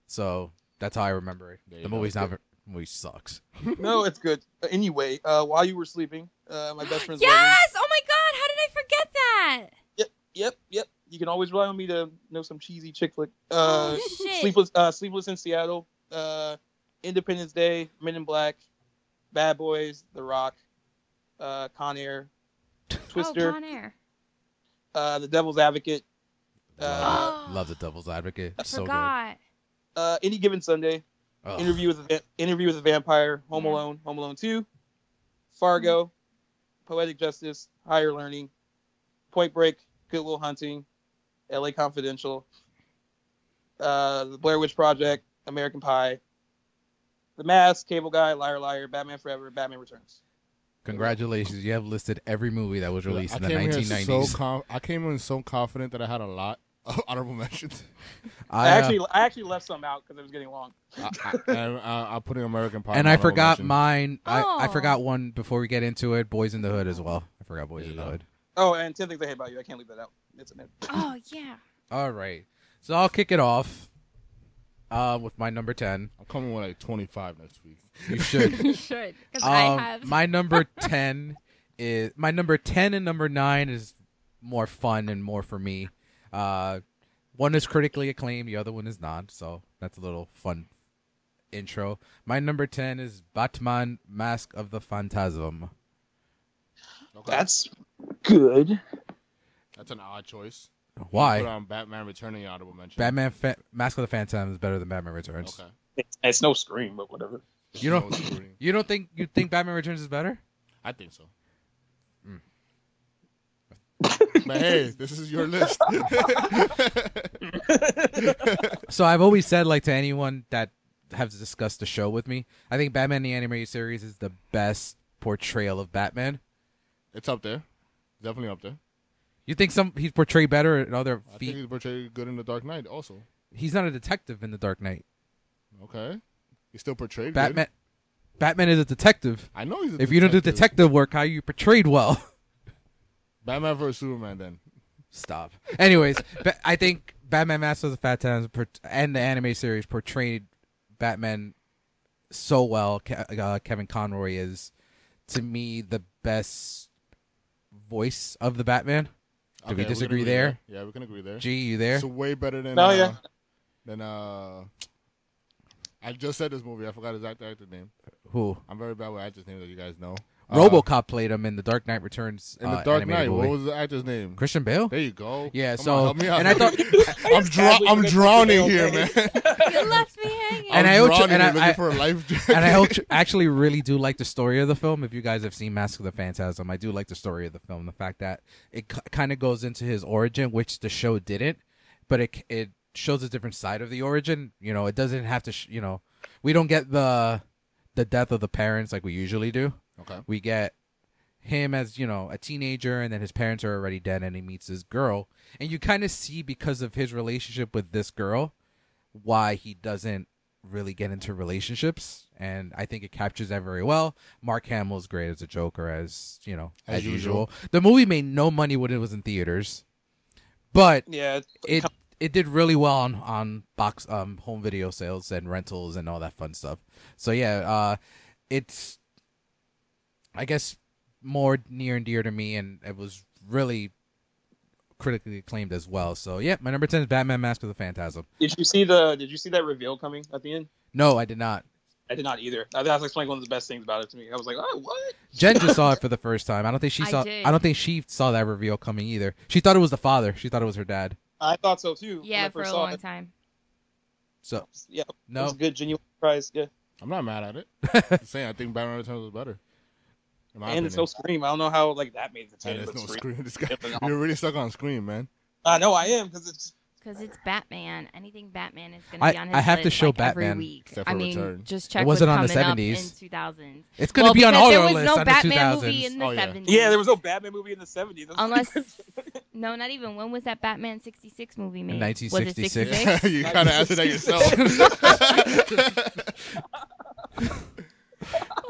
Speaker 2: So that's how I remember it.
Speaker 3: There
Speaker 2: the
Speaker 3: you go.
Speaker 2: movie's not ve- movie sucks.
Speaker 4: no, it's good. Uh, anyway, uh, While You Were Sleeping, uh, my best friend's Wedding.
Speaker 5: Yes! Oh my god, how did I forget that?
Speaker 4: Yep, yep. You can always rely on me to know some cheesy chick flick. Uh,
Speaker 5: oh shit.
Speaker 4: Sleepless, uh, Sleepless in Seattle, uh, Independence Day, Men in Black, Bad Boys, The Rock, uh, Con Air, Twister.
Speaker 5: Oh, Con Air.
Speaker 4: uh, The Devil's Advocate, uh,
Speaker 5: Oh.
Speaker 2: Love the Devil's Advocate.
Speaker 5: I
Speaker 2: so
Speaker 5: forgot.
Speaker 4: uh, Any Given Sunday,
Speaker 2: good. Ugh. Mm-hmm.
Speaker 4: Interview with a Va- Interview with a Vampire, Home
Speaker 5: Yeah.
Speaker 4: Alone, Home Alone Two, Fargo, Poetic Justice, Higher Learning, Point Break, Good Will Hunting, L.A. Confidential, uh, The Blair Witch Project, American Pie, The Mask, Cable Guy, Liar Liar, Batman Forever, Batman Returns.
Speaker 2: Congratulations, you have listed every movie that was released
Speaker 3: I
Speaker 2: in the
Speaker 3: came in
Speaker 2: 1990s.
Speaker 3: So com- I came in so confident that I had a lot of honorable mentions.
Speaker 4: I,
Speaker 2: I, uh,
Speaker 4: actually I actually left some out because it was getting long.
Speaker 3: I, I, and, uh, I put in American Pie.
Speaker 2: and
Speaker 3: in
Speaker 2: I
Speaker 3: honorable
Speaker 2: forgot
Speaker 3: mention.
Speaker 2: mine. I, I
Speaker 5: Oh.
Speaker 2: forgot one before we get into it. Boys in the Hood as well. I forgot Boys in
Speaker 3: There you
Speaker 2: the
Speaker 3: go.
Speaker 2: Hood.
Speaker 4: Oh, and Ten Things I Hate About You. I can't leave that out. It's in there.
Speaker 5: Oh yeah.
Speaker 2: All right, so I'll kick it off uh, with my number ten.
Speaker 3: I'm coming with like 25 next week.
Speaker 2: You should.
Speaker 5: you should. Because
Speaker 2: Um,
Speaker 5: I have
Speaker 2: My number ten is my number ten and number nine is more fun and more for me. Uh, one is critically acclaimed, the other one is not. So that's a little fun intro. My number ten is Batman: Mask of the Phantasm.
Speaker 3: Okay.
Speaker 4: That's good.
Speaker 3: That's an odd choice. Put
Speaker 2: Why?
Speaker 3: on Batman Returning in honorable mention.
Speaker 2: Batman fa- Mask of the Phantasm is better than Batman Returns.
Speaker 3: Okay.
Speaker 4: It's, it's no scream, but whatever.
Speaker 2: You know-
Speaker 3: No screwing.
Speaker 2: You don't think you think Batman Returns is better?
Speaker 3: I think so.
Speaker 2: Mm.
Speaker 3: but hey, this is your list.
Speaker 2: So I've always said like to anyone that has discussed the show with me, I think Batman the animated series is the best portrayal of Batman.
Speaker 3: it's up there. Definitely up there.
Speaker 2: You think some he's portrayed better in other
Speaker 3: I think
Speaker 2: feet?
Speaker 3: he's portrayed good in The Dark Knight also.
Speaker 2: He's not a detective in The Dark Knight.
Speaker 3: Okay. He's still portrayed good.
Speaker 2: Batman Batman is a detective.
Speaker 3: I know he's a
Speaker 2: If you don't do
Speaker 3: detective.
Speaker 2: detective work, how you portrayed well?
Speaker 3: Batman versus Superman then.
Speaker 2: Stop. Anyways, ba- I think Batman Master of the Fat Times per- and the anime series portrayed Batman so well. Ke- uh, Kevin Conroy is, to me, the best voice of the Batman. Do we
Speaker 3: can
Speaker 2: disagree
Speaker 3: agree
Speaker 2: there?
Speaker 3: Yeah, we can agree there.
Speaker 2: Gee, you there?
Speaker 3: It's way better than
Speaker 4: No,
Speaker 3: uh,
Speaker 4: yeah.
Speaker 3: Then uh, I just said this movie. I forgot his exact actor name.
Speaker 2: Who?
Speaker 3: I'm very bad with actors' names that you guys know. Uh,
Speaker 2: RoboCop played him in The Dark Knight Returns.
Speaker 3: in the
Speaker 2: uh,
Speaker 3: Dark
Speaker 2: animated
Speaker 3: Knight. What
Speaker 2: movie.
Speaker 3: was the actor's name?
Speaker 2: Christian Bale?
Speaker 3: There you go.
Speaker 2: Yeah,
Speaker 3: Come
Speaker 2: so-
Speaker 3: on, help me out.
Speaker 2: and I thought-
Speaker 3: I'm dro- I'm drowning here, man.
Speaker 5: You left me hanging.
Speaker 2: And
Speaker 3: I'm
Speaker 2: I owe-
Speaker 3: drowning
Speaker 2: and
Speaker 3: here
Speaker 2: I-
Speaker 3: looking
Speaker 2: I-
Speaker 3: for a life jacket.
Speaker 2: and I hope- actually really do like the story of the film. If you guys have seen Mask of the Phantasm, I do like the story of the film. The fact that it k kind of goes into his origin, which the show didn't, but it c- it shows a different side of the origin. You know, it doesn't have to. Sh- you know, we don't get the the death of the parents like we usually do.
Speaker 3: okay.
Speaker 2: We get him as you know a teenager and then his parents are already dead and he meets this girl and you kind of see because of his relationship with this girl why he doesn't really get into relationships and i think it captures that very well mark hamill is great as a joker as you know as,
Speaker 3: As
Speaker 2: usual.
Speaker 3: usual.
Speaker 2: the movie made no money when it was in theaters but
Speaker 4: Yeah,
Speaker 2: it
Speaker 4: it's-
Speaker 2: it did really well on on box um home video sales and rentals and all that fun stuff. So yeah, uh, it's I guess more near and dear to me, and it was really critically acclaimed as well. So yeah, my number ten is Batman: Mask of the Phantasm.
Speaker 4: did you see the Did you see that reveal coming at the end?
Speaker 2: No, I did not.
Speaker 4: I did not either. That was like one of the best things about it to me. I was like, oh, what?
Speaker 2: Jen just saw it for the first time. I don't think she
Speaker 5: I
Speaker 2: saw.
Speaker 5: did.
Speaker 2: I don't think she saw that reveal coming either. She thought it was the father. She thought it was her dad.
Speaker 4: I thought so too. when
Speaker 5: yeah,
Speaker 4: I
Speaker 5: for
Speaker 4: first
Speaker 5: a
Speaker 4: saw
Speaker 5: long
Speaker 4: it.
Speaker 5: time.
Speaker 2: So
Speaker 4: Yeah, it
Speaker 2: no,
Speaker 4: was a good genuine surprise. Yeah,
Speaker 3: I'm not mad at it. I'm saying I think Batman Returns was better. In my
Speaker 4: and
Speaker 3: opinion.
Speaker 4: it's no scream. I don't know how like that made the
Speaker 3: Man,
Speaker 4: ten.
Speaker 3: there's
Speaker 4: but
Speaker 3: no
Speaker 4: Scream-
Speaker 3: screen. This guy,
Speaker 4: Yeah, but-
Speaker 3: you're really stuck on screen, man.
Speaker 4: I know I am because it's
Speaker 5: Because it's Batman. Anything Batman is going
Speaker 2: I-
Speaker 5: to be on his
Speaker 2: I have to
Speaker 5: list,
Speaker 2: show
Speaker 5: like,
Speaker 2: Batman.
Speaker 5: every week.
Speaker 3: Except
Speaker 5: I
Speaker 3: for
Speaker 5: mean,
Speaker 3: Return.
Speaker 5: just check
Speaker 2: It
Speaker 5: what's
Speaker 2: wasn't on the
Speaker 5: coming up
Speaker 2: 70s.
Speaker 5: in 2000s.
Speaker 2: it's gonna
Speaker 5: well,
Speaker 2: be on
Speaker 5: because
Speaker 2: all
Speaker 5: there
Speaker 2: our
Speaker 5: was
Speaker 2: lists.
Speaker 5: no
Speaker 2: on the
Speaker 5: Batman
Speaker 2: 2000s.
Speaker 5: movie in the
Speaker 3: Oh, yeah.
Speaker 5: 70s.
Speaker 4: yeah. There was no Batman movie in the seventies
Speaker 5: Unless, no, not even. When was that Batman 66 movie made? Was it
Speaker 2: 1966.
Speaker 5: 66?
Speaker 3: you gotta answer that yourself.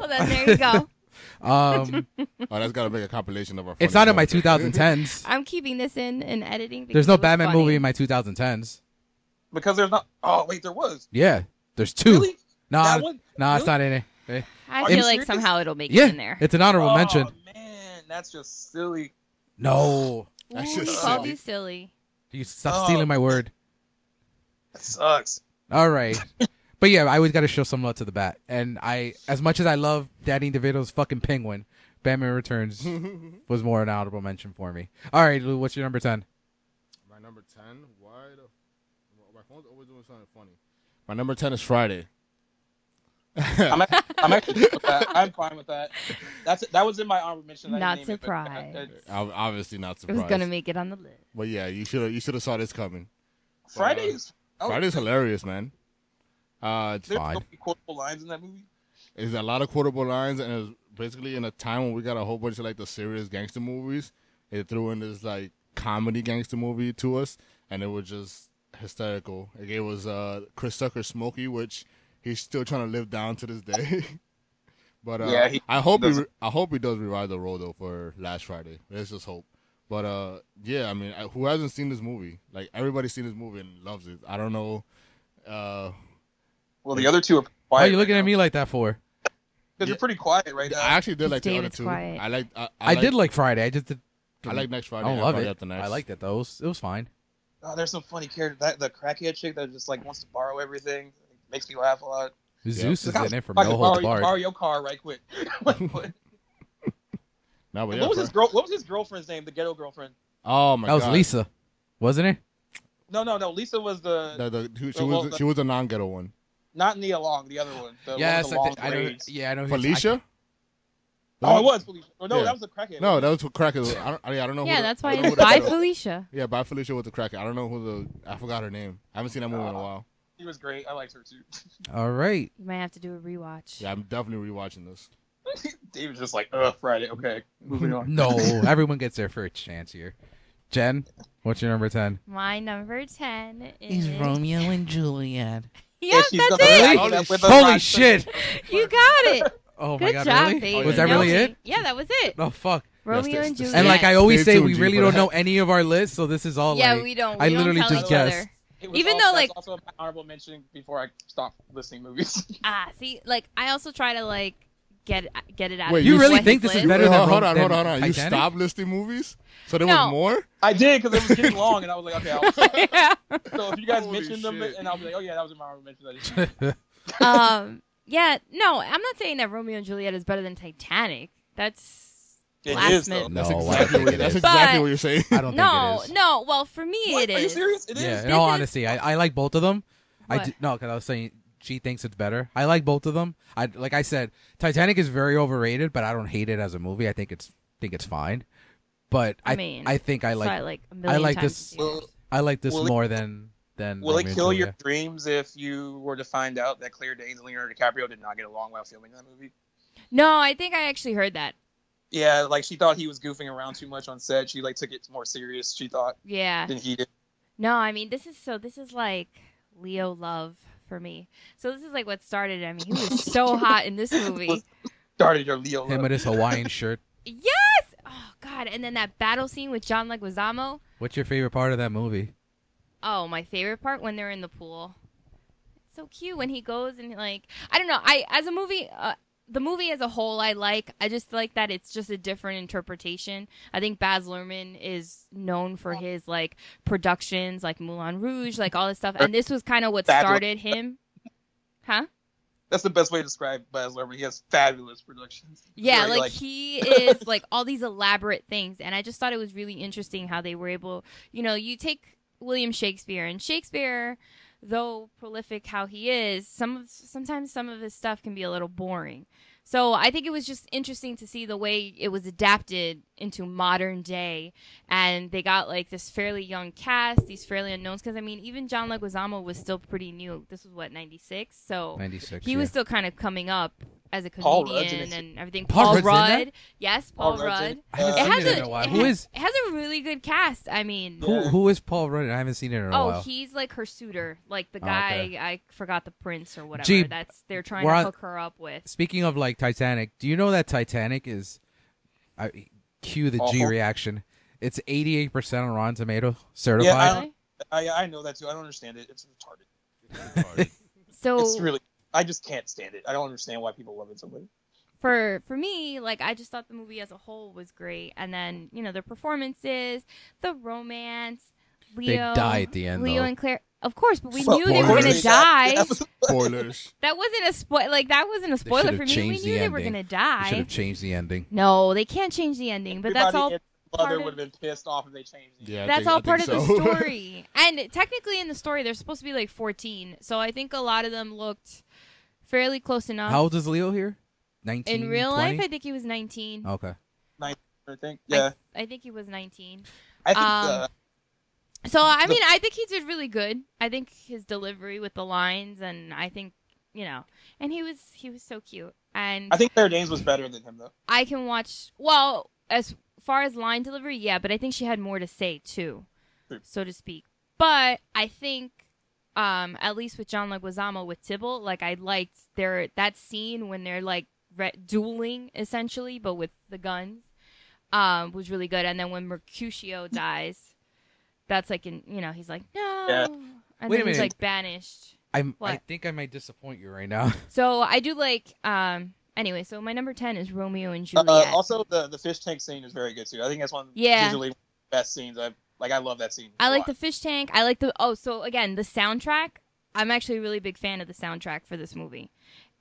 Speaker 5: well, Oh, then there you go.
Speaker 2: um,
Speaker 3: oh, that's gotta make a compilation of our.
Speaker 2: it's
Speaker 3: funny
Speaker 2: not in my
Speaker 3: moments.
Speaker 2: 2010s.
Speaker 5: I'm keeping this in and editing. because
Speaker 2: There's
Speaker 5: it
Speaker 2: no
Speaker 5: was
Speaker 2: Batman
Speaker 5: funny.
Speaker 2: movie in my 2010s.
Speaker 4: because there's not. Oh wait, there was
Speaker 2: Yeah, there's two.
Speaker 4: really
Speaker 2: No,
Speaker 4: that one.
Speaker 2: no, it's not in it. Eh.
Speaker 5: I
Speaker 4: Are
Speaker 5: feel
Speaker 4: you
Speaker 5: like
Speaker 4: serious?
Speaker 5: somehow it'll make
Speaker 2: Yeah,
Speaker 5: it in there.
Speaker 2: it's an honorable
Speaker 4: oh,
Speaker 2: mention.
Speaker 4: man, that's just silly.
Speaker 5: Ooh,
Speaker 2: No,
Speaker 3: That's
Speaker 5: he
Speaker 3: just
Speaker 5: called
Speaker 3: silly.
Speaker 5: you silly.
Speaker 2: you stop
Speaker 4: Oh.
Speaker 2: stealing my word.
Speaker 4: That sucks.
Speaker 2: All right, but yeah, I always got to show some love to the bat. And I, as much as I love Danny DeVito's fucking penguin, Batman Returns
Speaker 3: Mm-hmm.
Speaker 2: was more an honorable mention for me. All right, Lou, what's your number ten?
Speaker 3: My number ten. Why the? well, My phone's always doing something funny. My number ten is Friday.
Speaker 4: I'm, act- I'm actually with that. I'm fine with that. That's that was in my honorable mention. I
Speaker 5: Not
Speaker 4: didn't name it, but-
Speaker 5: surprised.
Speaker 3: I'm obviously not
Speaker 5: It
Speaker 3: surprised.
Speaker 5: was gonna make it on the list.
Speaker 3: But yeah, you should have. You should have saw this coming.
Speaker 2: uh,
Speaker 4: Fridays. Oh,
Speaker 3: Friday's hilarious, man. Uh, it's
Speaker 4: There's
Speaker 3: fine.
Speaker 4: so many quotable lines in that movie.
Speaker 3: It's a lot of quotable lines, and it's basically in a time when we got a whole bunch of like the serious gangster movies. It threw in this like comedy gangster movie to us, and it was just hysterical. It gave us uh, Chris Tucker's Smokey, which he's still trying to live down to this day. but uh,
Speaker 4: Yeah, he-
Speaker 3: I hope he
Speaker 4: doesn't-
Speaker 3: re- I hope he does revive the role though for last Friday. Let's just hope. But uh, yeah, I mean, I- who hasn't seen this movie? Like everybody's seen this movie and loves it. I don't know. Uh,
Speaker 4: Well, the other two are.
Speaker 2: Why
Speaker 4: Quiet
Speaker 2: are you looking
Speaker 4: right
Speaker 2: at me like that for?
Speaker 4: Because you're pretty quiet right now.
Speaker 3: I actually did like the other
Speaker 5: David's
Speaker 3: two.
Speaker 5: quiet.
Speaker 3: I like. I, I,
Speaker 2: I,
Speaker 3: like-
Speaker 2: did like Friday. I just did.
Speaker 3: I like next
Speaker 2: I
Speaker 3: Friday.
Speaker 2: don't
Speaker 3: and
Speaker 2: love
Speaker 3: Friday
Speaker 2: it.
Speaker 3: After next.
Speaker 2: I liked it though. It was, it was fine.
Speaker 4: Oh, there's some funny character. That the crackhead chick that just like wants to borrow everything makes me laugh a lot.
Speaker 2: Zeus is
Speaker 4: Like,
Speaker 2: in it from
Speaker 4: I can
Speaker 2: No
Speaker 4: borrow,
Speaker 2: Holds
Speaker 4: your-
Speaker 2: Barred.
Speaker 4: borrow your car right quick. Like, what?
Speaker 3: No, but yeah,
Speaker 4: what was his
Speaker 3: Fri-
Speaker 4: girl? What was his girlfriend's name? The ghetto girlfriend.
Speaker 3: oh my
Speaker 2: That was
Speaker 3: God.
Speaker 2: Lisa, wasn't it?
Speaker 4: No, no, no. Lisa was the
Speaker 3: The- the- who- she
Speaker 4: The-
Speaker 3: was
Speaker 4: well, the-
Speaker 3: she was a non-ghetto one.
Speaker 4: not Nia Long, the other one. The
Speaker 2: Yes,
Speaker 4: one
Speaker 2: I,
Speaker 4: with
Speaker 2: thi-
Speaker 4: the
Speaker 2: I
Speaker 4: long
Speaker 2: know.
Speaker 4: braids.
Speaker 2: Yeah, I know. who- I-
Speaker 3: Felicia.
Speaker 4: Oh, it was Felicia. Oh, no,
Speaker 3: Yeah.
Speaker 4: that was the crackhead.
Speaker 3: No, that was what crack is. I don't, I, I don't know.
Speaker 2: Oh,
Speaker 3: who
Speaker 5: Yeah,
Speaker 3: the-
Speaker 5: that's
Speaker 3: I
Speaker 5: why
Speaker 3: don't know
Speaker 5: it's
Speaker 3: who the
Speaker 5: by
Speaker 3: ghetto-
Speaker 5: Felicia.
Speaker 3: Yeah, by Felicia with the crack. I don't know who the. I forgot her name. I haven't seen that movie in a while.
Speaker 4: she was great. I liked her too.
Speaker 2: All right.
Speaker 5: You might have to do a rewatch.
Speaker 3: Yeah, I'm definitely rewatching this.
Speaker 4: David's just like, ugh, Friday. Okay, moving on.
Speaker 2: No, everyone gets their first chance here. Jen, what's your number 10?
Speaker 5: My number ten is
Speaker 6: He's Romeo and Juliet.
Speaker 5: Yep,
Speaker 4: she's
Speaker 5: that's
Speaker 4: the-
Speaker 5: it.
Speaker 4: Holy
Speaker 3: Holy
Speaker 4: with a
Speaker 2: Holy
Speaker 4: rock-
Speaker 2: shit!
Speaker 5: You got it.
Speaker 2: Oh my
Speaker 5: Good
Speaker 2: god,
Speaker 5: job,
Speaker 2: really?
Speaker 5: baby.
Speaker 3: Oh, yeah.
Speaker 2: Was that
Speaker 5: Nailed
Speaker 2: really it?
Speaker 5: Yeah, that was it.
Speaker 2: Oh fuck.
Speaker 5: Romeo
Speaker 3: that's-
Speaker 5: and
Speaker 3: that's-
Speaker 5: Juliet.
Speaker 2: And like I always
Speaker 3: Stay
Speaker 2: say,
Speaker 3: tuned,
Speaker 2: we
Speaker 3: G,
Speaker 2: really
Speaker 3: for
Speaker 2: don't
Speaker 3: that.
Speaker 2: know any of our lists, so this is all
Speaker 5: yeah,
Speaker 2: like
Speaker 5: we don't. We
Speaker 2: I
Speaker 5: don't
Speaker 2: literally
Speaker 5: tell
Speaker 2: just
Speaker 5: each
Speaker 2: guessed.
Speaker 5: Other.
Speaker 4: It was
Speaker 5: Even
Speaker 4: all-
Speaker 5: though,
Speaker 4: that's
Speaker 5: like-
Speaker 4: also my honorable mention before I stopped listening movies.
Speaker 5: Ah, see, like I also try to like get get it out.
Speaker 3: Wait,
Speaker 5: of
Speaker 3: you
Speaker 5: his-
Speaker 2: really
Speaker 5: what
Speaker 2: think
Speaker 5: his
Speaker 2: this is
Speaker 5: list-
Speaker 2: better
Speaker 3: Wait,
Speaker 2: than
Speaker 3: hold, hold
Speaker 2: Ro-
Speaker 3: on, hold
Speaker 2: than
Speaker 3: on, hold on. You
Speaker 2: Titanic?
Speaker 3: stopped listing movies, so there
Speaker 5: No.
Speaker 3: was more.
Speaker 4: I did because it was getting long, and I was like, okay. I'll,
Speaker 5: Yeah.
Speaker 4: so if you guys
Speaker 3: Holy
Speaker 4: mentioned them,
Speaker 3: shit.
Speaker 4: and I'll be like, oh yeah, that was in my mention.
Speaker 5: um, yeah, no, I'm not saying that Romeo and Juliet is better than Titanic. That's
Speaker 4: It is
Speaker 5: blasphemous.
Speaker 4: though.
Speaker 7: No,
Speaker 3: That's
Speaker 7: I don't
Speaker 3: exactly
Speaker 7: think
Speaker 3: what
Speaker 7: it
Speaker 3: that's
Speaker 7: is.
Speaker 3: exactly
Speaker 5: But-
Speaker 3: what you're saying.
Speaker 2: I don't
Speaker 5: no,
Speaker 2: think it is.
Speaker 5: no. Well, for me,
Speaker 4: What?
Speaker 5: it
Speaker 4: Are you
Speaker 5: is.
Speaker 4: serious? It is.
Speaker 2: Yeah, in
Speaker 5: This
Speaker 2: all
Speaker 5: is-
Speaker 2: honesty, I, I like both of them. I
Speaker 5: What?
Speaker 2: d- no, because I was saying she thinks it's better. I like both of them. I like I said, Titanic is very overrated, but I don't hate it as a movie. I think it's think it's fine. But I
Speaker 5: I
Speaker 2: I,
Speaker 5: mean,
Speaker 2: think I
Speaker 5: saw
Speaker 2: like
Speaker 5: it, like a million
Speaker 2: like
Speaker 5: times
Speaker 2: this-
Speaker 5: in
Speaker 4: Will,
Speaker 5: theaters.
Speaker 2: I like this
Speaker 4: Will it-
Speaker 2: more than than.
Speaker 4: will
Speaker 2: Romeo
Speaker 4: it
Speaker 2: and
Speaker 4: kill your
Speaker 2: Juliet.
Speaker 4: dreams if you were to find out that Claire Danes and Leonardo DiCaprio did not get along while filming that movie?
Speaker 5: No, I think I actually heard that.
Speaker 4: Yeah, like she thought he was goofing around too much on set. She like took it more serious. She thought
Speaker 5: Yeah.
Speaker 4: than he did.
Speaker 5: No, I mean this is so this is like Leo love for me. So this is like what started. I mean, he was so hot in this movie.
Speaker 4: Started your Leo.
Speaker 2: him
Speaker 4: love.
Speaker 2: in his Hawaiian shirt?
Speaker 5: Yes. Oh God. And then that battle scene with John Leguizamo.
Speaker 2: What's your favorite part of that movie?
Speaker 5: Oh, my favorite part when they're in the pool. It's so cute when he goes and like I don't know. I as a movie, uh, the movie as a whole, I like. I just like that it's just a different interpretation. I think Baz Luhrmann is known for his like productions, like Moulin Rouge, like all this stuff. And this was kind of what
Speaker 4: Fabulous.
Speaker 5: started him. Huh?
Speaker 4: That's the best way to describe Baz Luhrmann. He has fabulous productions.
Speaker 5: Yeah,
Speaker 4: Where you're
Speaker 5: like, he is like all these elaborate things, and I just thought it was really interesting how they were able. You know, you take William Shakespeare, and Shakespeare, though prolific how he is, some of sometimes some of his stuff can be a little boring. So I think it was just interesting to see the way it was adapted into modern day, and they got like this fairly young cast, these fairly unknowns. Because I mean, even John Leguizamo was still pretty new. This was what ninety six,
Speaker 4: Oh.
Speaker 5: so
Speaker 2: Ninety six.
Speaker 5: he was still kind of coming up as a
Speaker 4: Paul
Speaker 5: comedian
Speaker 4: Rudd's in it.
Speaker 5: and everything.
Speaker 2: Paul
Speaker 5: Paul,
Speaker 2: Rudd's in
Speaker 5: Rudd,
Speaker 2: it?
Speaker 5: yes,
Speaker 4: Paul
Speaker 5: Paul,
Speaker 4: Rudd's in
Speaker 5: Rudd.
Speaker 4: it.
Speaker 2: I haven't
Speaker 4: Uh,
Speaker 5: It
Speaker 2: seen
Speaker 5: has
Speaker 2: it in
Speaker 5: a,
Speaker 2: a while.
Speaker 5: it
Speaker 2: Who
Speaker 5: ha-
Speaker 2: is
Speaker 5: it has a really good cast. I mean,
Speaker 2: who
Speaker 4: Yeah.
Speaker 2: who is Paul Rudd? I haven't seen it in a
Speaker 5: oh,
Speaker 2: while.
Speaker 5: he's like her suitor, like the
Speaker 2: Oh,
Speaker 5: guy
Speaker 2: okay.
Speaker 5: I forgot the prince or whatever.
Speaker 2: Gee,
Speaker 5: That's they're trying
Speaker 2: we're
Speaker 5: to
Speaker 2: on-
Speaker 5: hook her up with.
Speaker 2: Speaking of like Titanic, do you know that Titanic is, I cue the G
Speaker 4: Awful.
Speaker 2: reaction. It's eighty eight percent on Rotten Tomato certified.
Speaker 4: I don't-
Speaker 5: Really?
Speaker 4: I, I know that too. I don't understand it. It's retarded.
Speaker 5: So
Speaker 4: It's really. I just can't stand it. I don't understand why people love it so much.
Speaker 5: for for me, like I just thought the movie as a whole was great, and then you know the performances, the romance, Leo,
Speaker 2: die at the end,
Speaker 5: Leo
Speaker 2: though.
Speaker 5: and Claire, of course, but we
Speaker 3: Fuck,
Speaker 5: knew they were
Speaker 3: spoilers.
Speaker 5: gonna die.
Speaker 3: Spoilers.
Speaker 5: That wasn't a spoil. Like that wasn't a spoiler
Speaker 2: should've
Speaker 5: for me. We
Speaker 2: changed
Speaker 5: knew
Speaker 2: the
Speaker 5: they were
Speaker 2: ending.
Speaker 5: gonna
Speaker 2: Should
Speaker 5: die.
Speaker 2: have changed the ending.
Speaker 5: No, they can't change the ending. But that's all.
Speaker 4: Everybody and mother
Speaker 5: part of-
Speaker 4: would have been pissed off if they changed it.
Speaker 3: Yeah, I
Speaker 5: That's
Speaker 3: think- I
Speaker 5: all
Speaker 3: think
Speaker 5: part of the
Speaker 3: so.
Speaker 5: story. and technically, in the story, they're supposed to be like 14. So I think a lot of them looked fairly close enough.
Speaker 2: How old is Leo here? 19.
Speaker 5: Uh-huh. in real
Speaker 2: 20?
Speaker 5: life, I think he was 19.
Speaker 2: Okay.
Speaker 4: I think.
Speaker 5: I-
Speaker 4: Yeah.
Speaker 5: I, think he was 19.
Speaker 4: I think.
Speaker 5: um,
Speaker 4: uh,
Speaker 5: So I mean, I think he did really good. I think his delivery with the lines, and I think you know, and he was he was so cute. And
Speaker 4: I think Claire Danes was better than him though.
Speaker 5: I can watch. Well, as far as line delivery, yeah, but I think she had more to say too,
Speaker 4: True.
Speaker 5: so to speak. But I think, um, at least with John Leguizamo with Tibble, like I liked their that scene when they're like re- dueling essentially, but with the guns, um, was really good. And then when
Speaker 2: Hmm.
Speaker 5: Mercutio dies, that's like in you know he's like no,
Speaker 4: Yeah.
Speaker 5: and
Speaker 2: Wait a
Speaker 5: then he's
Speaker 2: minute.
Speaker 5: like banished.
Speaker 2: I'm, I
Speaker 5: What?
Speaker 2: think I might disappoint you right now.
Speaker 5: So I do like um. Anyway, so my number ten is Romeo and
Speaker 4: Uh,
Speaker 5: Juliet.
Speaker 4: also, the the fish tank scene is very good too. I think that's one.
Speaker 5: Yeah.
Speaker 4: Usually, best scenes. I like. I love that scene.
Speaker 5: I
Speaker 4: a
Speaker 5: like
Speaker 4: lot.
Speaker 5: the fish tank. I like the oh, so again, the soundtrack. I'm actually a really big fan of the soundtrack for this movie.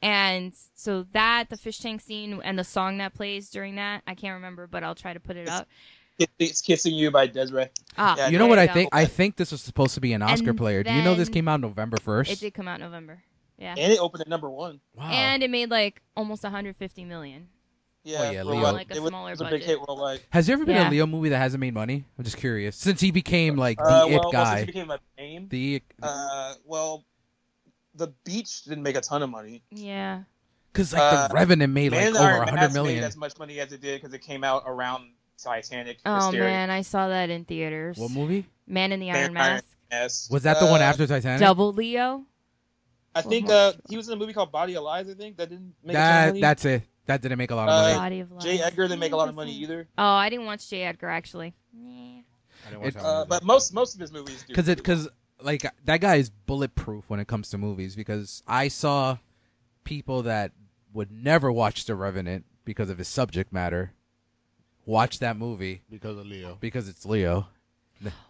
Speaker 5: And so that the fish tank scene and the song that plays during that, I can't remember, but I'll try to put it up.
Speaker 4: Kiss- it's kissing you by Desiree.
Speaker 5: Ah,
Speaker 4: Yeah,
Speaker 2: you know what
Speaker 5: there
Speaker 2: I
Speaker 5: go.
Speaker 2: think? I think this was supposed to be an Oscar
Speaker 5: And
Speaker 2: player. Do you know this
Speaker 5: then-
Speaker 2: came out November 1st?
Speaker 5: It did come out in November. Yeah.
Speaker 4: And it opened at number one.
Speaker 2: Wow.
Speaker 5: And it made like almost 150 million.
Speaker 4: Yeah.
Speaker 2: yeah,
Speaker 4: worldwide.
Speaker 2: Leo.
Speaker 5: Like a
Speaker 4: it was,
Speaker 5: smaller
Speaker 4: it was a big
Speaker 5: budget.
Speaker 4: hit worldwide.
Speaker 2: Has there ever been
Speaker 5: Yeah.
Speaker 2: a Leo movie that hasn't made money? I'm just curious. Since he became like the
Speaker 4: uh,
Speaker 2: it
Speaker 4: well, well, since
Speaker 2: guy.
Speaker 4: it became a name.
Speaker 2: the
Speaker 4: Uh, well, the beach didn't make a ton of money.
Speaker 5: Yeah.
Speaker 2: cuz like
Speaker 4: uh,
Speaker 2: the Revenant made like
Speaker 4: Man in
Speaker 2: over
Speaker 4: Iron Mask
Speaker 2: 100
Speaker 4: made
Speaker 2: million.
Speaker 4: as much money as it did because it came out around Titanic.
Speaker 5: Oh
Speaker 4: Hysteria.
Speaker 5: man, I saw that in theaters.
Speaker 2: What movie?
Speaker 5: Man in the
Speaker 4: Man
Speaker 5: Iron
Speaker 4: in Iron
Speaker 5: Mask.
Speaker 4: Yes.
Speaker 2: Was that the one
Speaker 4: Uh,
Speaker 2: after Titanic?
Speaker 5: Double Leo.
Speaker 4: I think uh, he was in a movie called Body of Lies. I think that didn't make a ton of
Speaker 2: That
Speaker 4: money.
Speaker 2: that's it. That didn't make a lot of
Speaker 4: Uh,
Speaker 2: money.
Speaker 5: Body of Lies.
Speaker 4: Jay Edgar didn't make a lot of money either.
Speaker 5: Oh, I didn't watch J. Edgar actually. Nah.
Speaker 3: I didn't watch
Speaker 2: It-
Speaker 3: that
Speaker 4: Uh,
Speaker 3: movie.
Speaker 4: but most most of his movies do.
Speaker 2: because it because like that guy is bulletproof when it comes to movies because I saw people that would never watch The Revenant because of his subject matter. Watch that movie
Speaker 3: because of Leo.
Speaker 2: because it's Leo.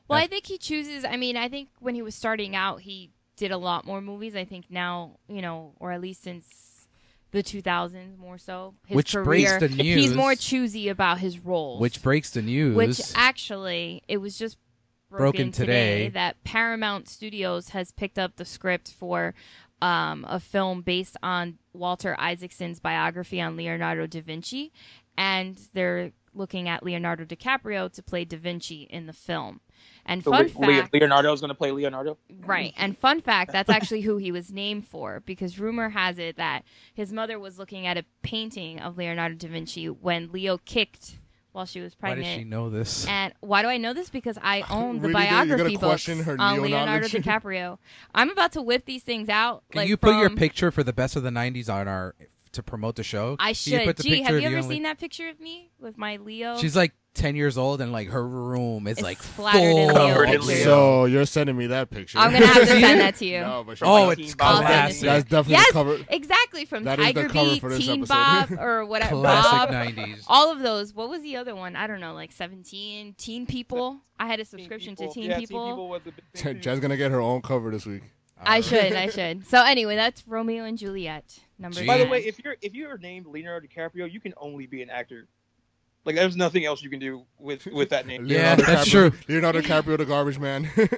Speaker 5: Well, I think he chooses. I mean, I think when he was starting out, he did a lot more movies. I think now, you know, or at least since the 2000s, more so. His
Speaker 2: Which
Speaker 5: career,
Speaker 2: breaks the
Speaker 5: He's more
Speaker 2: news.
Speaker 5: choosy about his roles.
Speaker 2: Which breaks the news.
Speaker 5: Which actually, it was just broken,
Speaker 2: Broken
Speaker 5: today,
Speaker 2: today.
Speaker 5: that Paramount Studios has picked up the script for um, a film based on Walter Isaacson's biography on Leonardo da Vinci, and they're looking at Leonardo DiCaprio to play da Vinci in the film. And
Speaker 4: So
Speaker 5: fun
Speaker 4: Le- Le-
Speaker 5: fact,
Speaker 4: Leonardo's gonna play Leonardo.
Speaker 5: Right. And fun fact, that's actually who he was named for because rumor has it that his mother was looking at a painting of Leonardo da Vinci when Leo kicked while she was
Speaker 2: why
Speaker 5: pregnant.
Speaker 2: does she know this?
Speaker 5: And why do I know this? Because I own the
Speaker 3: Really, dude? You're gonna
Speaker 5: biography books
Speaker 3: question
Speaker 5: on
Speaker 3: her
Speaker 5: Leonardo,
Speaker 3: neo-knowledge?
Speaker 5: DiCaprio. I'm about to whip these things out.
Speaker 2: Can
Speaker 5: like,
Speaker 2: you put your
Speaker 5: from-
Speaker 2: picture for the best of the '90s on our to promote the show?
Speaker 5: I
Speaker 2: Can you
Speaker 5: should.
Speaker 2: put the
Speaker 5: Gee,
Speaker 2: picture
Speaker 5: have
Speaker 2: of
Speaker 5: you ever
Speaker 2: only-
Speaker 5: seen that picture of me with my Leo?
Speaker 2: She's like ten years old, and like her room is
Speaker 5: It's
Speaker 2: like
Speaker 5: splattered in
Speaker 2: full
Speaker 5: Leo.
Speaker 4: Covered in
Speaker 2: of
Speaker 4: Leo.
Speaker 3: So you're sending me that picture.
Speaker 5: I'm gonna have to
Speaker 2: See?
Speaker 5: send that to you.
Speaker 3: No, but she's
Speaker 2: Oh,
Speaker 3: like,
Speaker 2: it's
Speaker 5: I'll send it to
Speaker 2: classic.
Speaker 5: you.
Speaker 3: that's definitely
Speaker 5: Yes!
Speaker 3: covered.
Speaker 5: Exactly from
Speaker 3: That is the
Speaker 5: Tiger
Speaker 3: cover
Speaker 5: Beat,
Speaker 3: for this
Speaker 5: Teen
Speaker 3: episode.
Speaker 5: Bob, or whatever. Bob,
Speaker 2: classic '90s.
Speaker 5: all of those. What was the other one? I don't know, like 17, Teen People. I had a subscription to Teen
Speaker 4: Yeah,
Speaker 5: People.
Speaker 4: was the big thing, too.
Speaker 3: Jen's gonna get her own cover this week.
Speaker 2: Uh,
Speaker 5: I should, I should. So anyway, that's Romeo and Juliet number.
Speaker 2: Gee.
Speaker 4: By the
Speaker 5: nine.
Speaker 4: way, if you're if you're named Leonardo DiCaprio, you can only be an actor. Like there's nothing else you can do with with that name.
Speaker 2: Yeah, that's
Speaker 3: DiCaprio,
Speaker 2: true.
Speaker 3: Leonardo DiCaprio, the garbage man,
Speaker 2: Or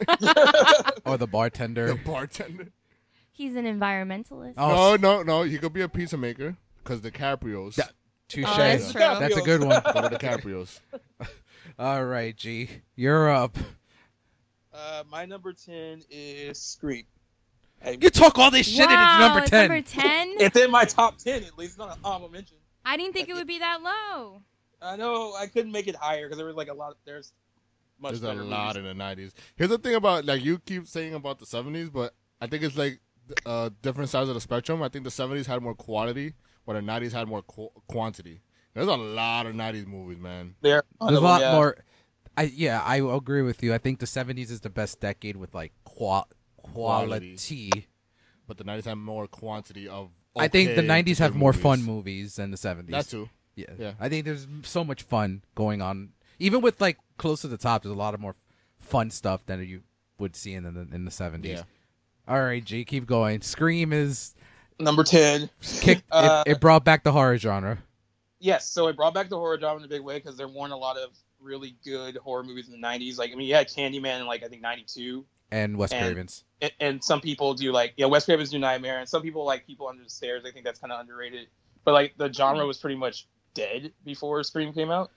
Speaker 2: oh, the
Speaker 3: the
Speaker 2: bartender.
Speaker 3: bartender.
Speaker 5: he's an environmentalist.
Speaker 2: Oh,
Speaker 3: No, no, no. You could be a pizza maker because DiCaprio's.
Speaker 2: Yeah. touche.
Speaker 5: Oh,
Speaker 2: that's,
Speaker 5: that's true.
Speaker 2: a good one.
Speaker 3: They're DiCaprio's.
Speaker 2: All right, G, you're up.
Speaker 4: Uh, my number ten is Scream. Hey,
Speaker 2: You talk all this shit,
Speaker 5: wow,
Speaker 2: and it's number ten.
Speaker 5: It's number 10?
Speaker 4: It's in my top ten at least. Not a honorable mention.
Speaker 5: I didn't think it would be that low.
Speaker 4: I know I couldn't make it higher because there was like a lot. There's much
Speaker 3: There's a
Speaker 4: better
Speaker 3: lot
Speaker 4: movies.
Speaker 3: in the '90s. Here's the thing about like you keep saying about the '70s, but I think it's like th- uh, different sides of the spectrum. I think the '70s had more quality, while the '90s had more qu- quantity. There's a lot of '90s movies, man.
Speaker 4: There,
Speaker 2: There's a lot
Speaker 4: yeah.
Speaker 2: more. I yeah, I agree with you. I think the '70s is the best decade with like qua- quality.
Speaker 3: But the '90s had more quantity of.
Speaker 2: I think the
Speaker 3: okay
Speaker 2: '90s have
Speaker 3: good
Speaker 2: more
Speaker 3: movies.
Speaker 2: fun movies than the '70s.
Speaker 3: That too.
Speaker 2: Yeah.
Speaker 3: Yeah.
Speaker 2: I think there's m- so much fun going on. Even with like close to the top, there's a lot of more fun stuff than you would see in the in the seventies.
Speaker 3: Yeah.
Speaker 2: All right, G, keep going. Scream is
Speaker 4: Number ten.
Speaker 2: kicked.
Speaker 4: Uh,
Speaker 2: it, it brought back the horror genre.
Speaker 4: Yes, so it brought back the horror genre in a big way because there weren't a lot of really good horror movies in the '90s. Like I mean, you had Candyman in like I think '92,
Speaker 2: And Wes
Speaker 4: and-
Speaker 2: Craven's.
Speaker 4: and, and some people do like yeah, Wes Craven's do Nightmare, and some people like People Under the Stairs. I think that's kind of underrated. But like the genre was pretty much dead before Scream came out,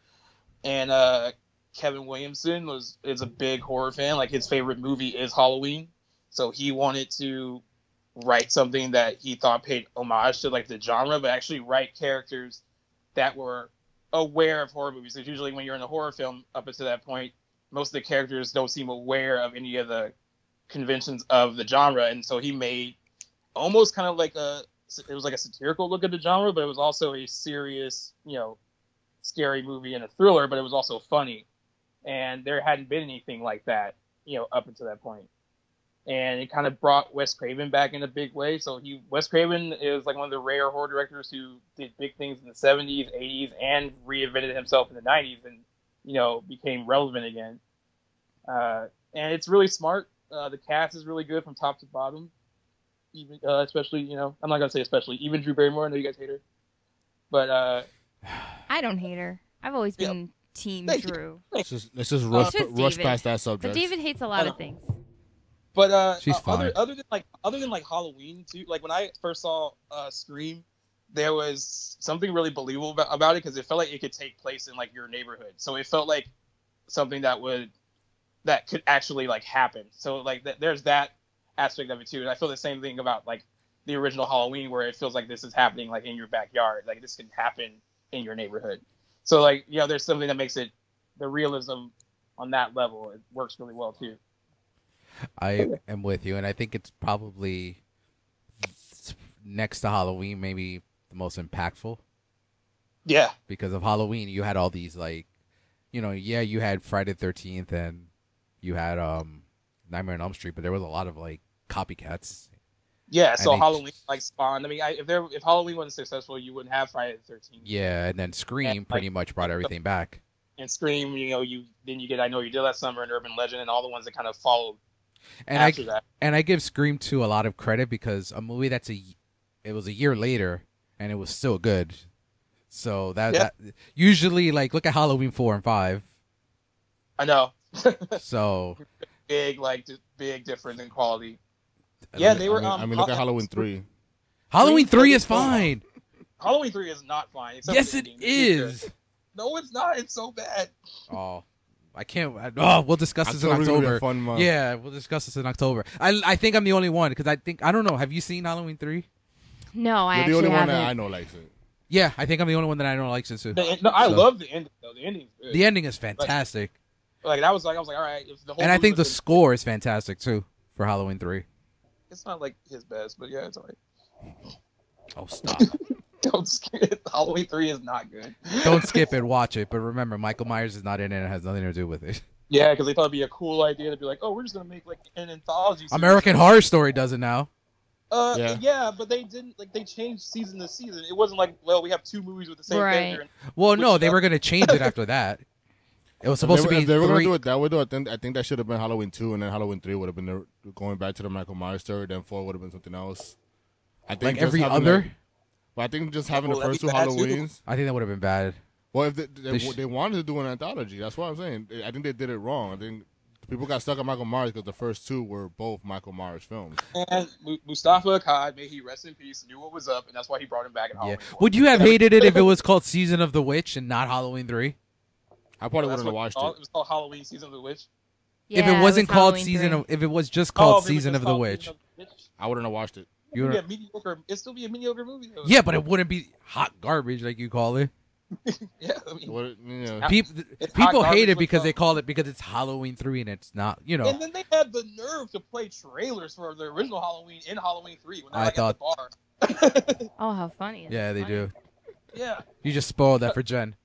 Speaker 4: and uh, Kevin Williamson was is a big horror fan. Like his favorite movie is Halloween, so he wanted to write something that he thought paid homage to like the genre, but actually write characters that were aware of horror movies. Because usually when you're in a horror film, up until that point, most of the characters don't seem aware of any of the conventions of the genre, and so he made almost kind of like a it was like a satirical look at the genre, but it was also a serious, you know, scary movie and a thriller, but it was also funny, and there hadn't been anything like that, you know, up until that point. And it kind of brought Wes Craven back in a big way. So he, Wes Craven, is like one of the rare horror directors who did big things in the '70s, '80s, and reinvented himself in the '90s, and you know became relevant again. Uh, and it's really smart. Uh, the cast is really good from top to bottom. Even uh, especially, you know, I'm not gonna say especially. Even Drew Barrymore, I know you guys hate her, but uh,
Speaker 5: I don't hate her. I've always
Speaker 4: Yeah.
Speaker 5: been Team
Speaker 4: Thank you.
Speaker 5: Drew.
Speaker 3: Let's just, let's just rush,
Speaker 5: it's just
Speaker 3: rush
Speaker 5: David.
Speaker 3: past that
Speaker 5: But
Speaker 3: subject.
Speaker 5: David hates a lot of things.
Speaker 4: But uh,
Speaker 2: She's
Speaker 4: uh, other
Speaker 2: fine.
Speaker 4: other than like other than like Halloween too, like when I first saw uh, Scream, there was something really believable about, about it because it felt like it could take place in like your neighborhood. So it felt like something that would that could actually like happen. So like th- there's that aspect of it too, and I feel the same thing about like the original Halloween where it feels like this is happening like in your backyard, like this can happen in your neighborhood. So like you know, there's something that makes it the realism on that level. It works really well too.
Speaker 2: I am with you, and I think it's probably next to Halloween, maybe the most impactful.
Speaker 4: Yeah.
Speaker 2: because of Halloween, you had all these like, you know, yeah, you had Friday Thirteenth and you had um Nightmare on Elm Street, but there was a lot of like copycats
Speaker 4: Yeah, so
Speaker 2: they-
Speaker 4: Halloween like spawned. I mean, I, if there if Halloween wasn't successful, you wouldn't have Friday the Thirteenth.
Speaker 2: Yeah, and then Scream
Speaker 4: like-
Speaker 2: pretty much brought everything back.
Speaker 4: And Scream, you know, you then you get I know you did that summer and Urban Legend and all the ones that kind of followed
Speaker 2: And I
Speaker 4: after that.
Speaker 2: and I give Scream 2 a lot of credit because a movie that's a y- it was a year later and it was still good. So that,
Speaker 4: Yeah.
Speaker 2: that usually like look at Halloween 4 and 5.
Speaker 4: I know
Speaker 2: So
Speaker 4: big like di- big difference in quality.
Speaker 2: I
Speaker 4: Yeah,
Speaker 2: mean,
Speaker 4: they were.
Speaker 3: I mean,
Speaker 4: um,
Speaker 3: I mean, look
Speaker 4: Hall-
Speaker 3: at Halloween three.
Speaker 2: Halloween 3 is
Speaker 4: Scream four.
Speaker 2: fine.
Speaker 4: Halloween three is not fine. except
Speaker 2: Yes
Speaker 4: for
Speaker 2: it
Speaker 4: the ending.
Speaker 2: is.
Speaker 4: No, it's not. It's so bad.
Speaker 2: Oh, I can't. I- oh, we'll discuss this in
Speaker 3: October's gonna be a
Speaker 2: October.
Speaker 3: fun month.
Speaker 2: Yeah, we'll discuss this in October. I I think I'm the only one because I think I don't know. Have you seen Halloween three?
Speaker 5: No, I
Speaker 3: You're the
Speaker 5: actually
Speaker 3: only one
Speaker 5: haven't.
Speaker 3: that I know likes it.
Speaker 2: Yeah, I think I'm the only one that I don't like Shinsu.
Speaker 4: The, en- no, I
Speaker 2: So-
Speaker 4: love the ending though. The ending's good.
Speaker 2: The ending is fantastic,
Speaker 4: like that was like I was like, all right. If the whole
Speaker 2: and I
Speaker 4: movie
Speaker 2: think the
Speaker 4: was good,
Speaker 2: score is fantastic too for Halloween three.
Speaker 4: it's not like his best, but yeah, it's alright.
Speaker 2: Oh, stop!
Speaker 4: Don't skip. Halloween three is not good.
Speaker 2: don't skip it, watch it. But remember, Michael Myers is not in it; and it has nothing to do with it.
Speaker 4: Yeah, because they thought it'd be a cool idea to be like, oh, we're just gonna make like an anthology. Series.
Speaker 2: American Horror Story does it now.
Speaker 4: Uh,
Speaker 3: Yeah.
Speaker 4: yeah. but they didn't like they changed season to season. It wasn't like, well, we have two movies with the same
Speaker 5: Right.
Speaker 4: character.
Speaker 2: Well,
Speaker 4: Which
Speaker 2: no, they
Speaker 4: sucks.
Speaker 2: were gonna change it after that. It was supposed
Speaker 3: if
Speaker 2: to
Speaker 3: they,
Speaker 2: be
Speaker 3: if they were gonna
Speaker 2: three.
Speaker 3: do it that way, though, I think I think that should have been Halloween two, and then Halloween three would have been the, going back to the Michael Myers story. Then four would have been something else. I think
Speaker 2: like
Speaker 3: just
Speaker 2: every
Speaker 3: having
Speaker 2: other.
Speaker 3: the- but I think just having
Speaker 4: Well,
Speaker 3: the first
Speaker 4: that'd
Speaker 3: two
Speaker 4: be bad, too.
Speaker 3: Halloweens.
Speaker 2: I think that would have been bad.
Speaker 3: Well, if they they,
Speaker 2: They
Speaker 3: they,
Speaker 2: sh-
Speaker 3: wanted to do an anthology, that's what I'm saying. I think they did it wrong. I think people got stuck on Michael Myers because the first two were both Michael Myers films.
Speaker 4: And Mu- Mustafa Akkad, may he rest in peace, knew what was up, and that's why he brought him
Speaker 5: Oh,
Speaker 4: back in
Speaker 2: Yeah.
Speaker 4: Halloween. four.
Speaker 2: Would you have hated it if it was called Season of the Witch and not Halloween 3?
Speaker 3: I probably
Speaker 4: That's
Speaker 3: wouldn't have
Speaker 4: what
Speaker 3: watched
Speaker 4: it. was called.
Speaker 3: it.
Speaker 4: It was called Halloween season of the witch.
Speaker 5: Yeah,
Speaker 2: if it wasn't
Speaker 5: was
Speaker 2: called
Speaker 5: Halloween
Speaker 2: Season
Speaker 5: three.
Speaker 2: of if it was just called
Speaker 4: Oh, if it was
Speaker 2: Season
Speaker 4: just
Speaker 2: of the
Speaker 4: called
Speaker 2: Witch.
Speaker 4: Season of the Witch,
Speaker 3: I wouldn't have watched it.
Speaker 2: You
Speaker 4: it'd
Speaker 2: would've-
Speaker 4: be a mediocre. It'd still be a mediocre movie. Though.
Speaker 2: yeah, but it wouldn't be hot garbage like you call it.
Speaker 4: yeah. I mean,
Speaker 3: What, you know,
Speaker 4: Hot-
Speaker 2: People
Speaker 4: it's hot
Speaker 2: people hate
Speaker 4: garbage
Speaker 2: it
Speaker 4: with
Speaker 2: because
Speaker 4: some-
Speaker 2: they call it because it's Halloween 3 and it's not, you know.
Speaker 4: And then they had the nerve to play trailers for the original Halloween in Halloween three when they're
Speaker 2: I
Speaker 4: like at the bar.
Speaker 5: Oh, how funny! It's
Speaker 2: Yeah, they
Speaker 5: funny.
Speaker 2: do.
Speaker 4: Yeah.
Speaker 2: You just spoiled that for Jen.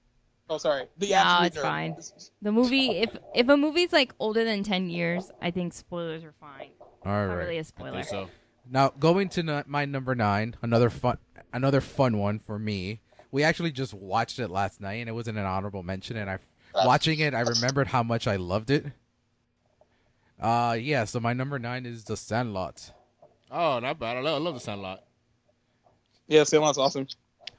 Speaker 4: Oh, sorry. The
Speaker 5: No,
Speaker 4: absolute
Speaker 5: it's
Speaker 4: nerve.
Speaker 5: fine. The movie, if if a movie's like older than ten years, I think spoilers are fine.
Speaker 2: All
Speaker 5: Not really
Speaker 2: right.
Speaker 5: a
Speaker 3: I
Speaker 5: spoiler.
Speaker 3: think so.
Speaker 2: Now going to nu- my number 9, another fun another fun one for me. We actually just watched it last night and it was an honorable mention and I watching it I remembered how much I loved it. Uh yeah, so my number 9 is The Sandlot.
Speaker 3: Oh, not bad. I love, I love the Sandlot.
Speaker 4: Yeah, Sandlot's awesome.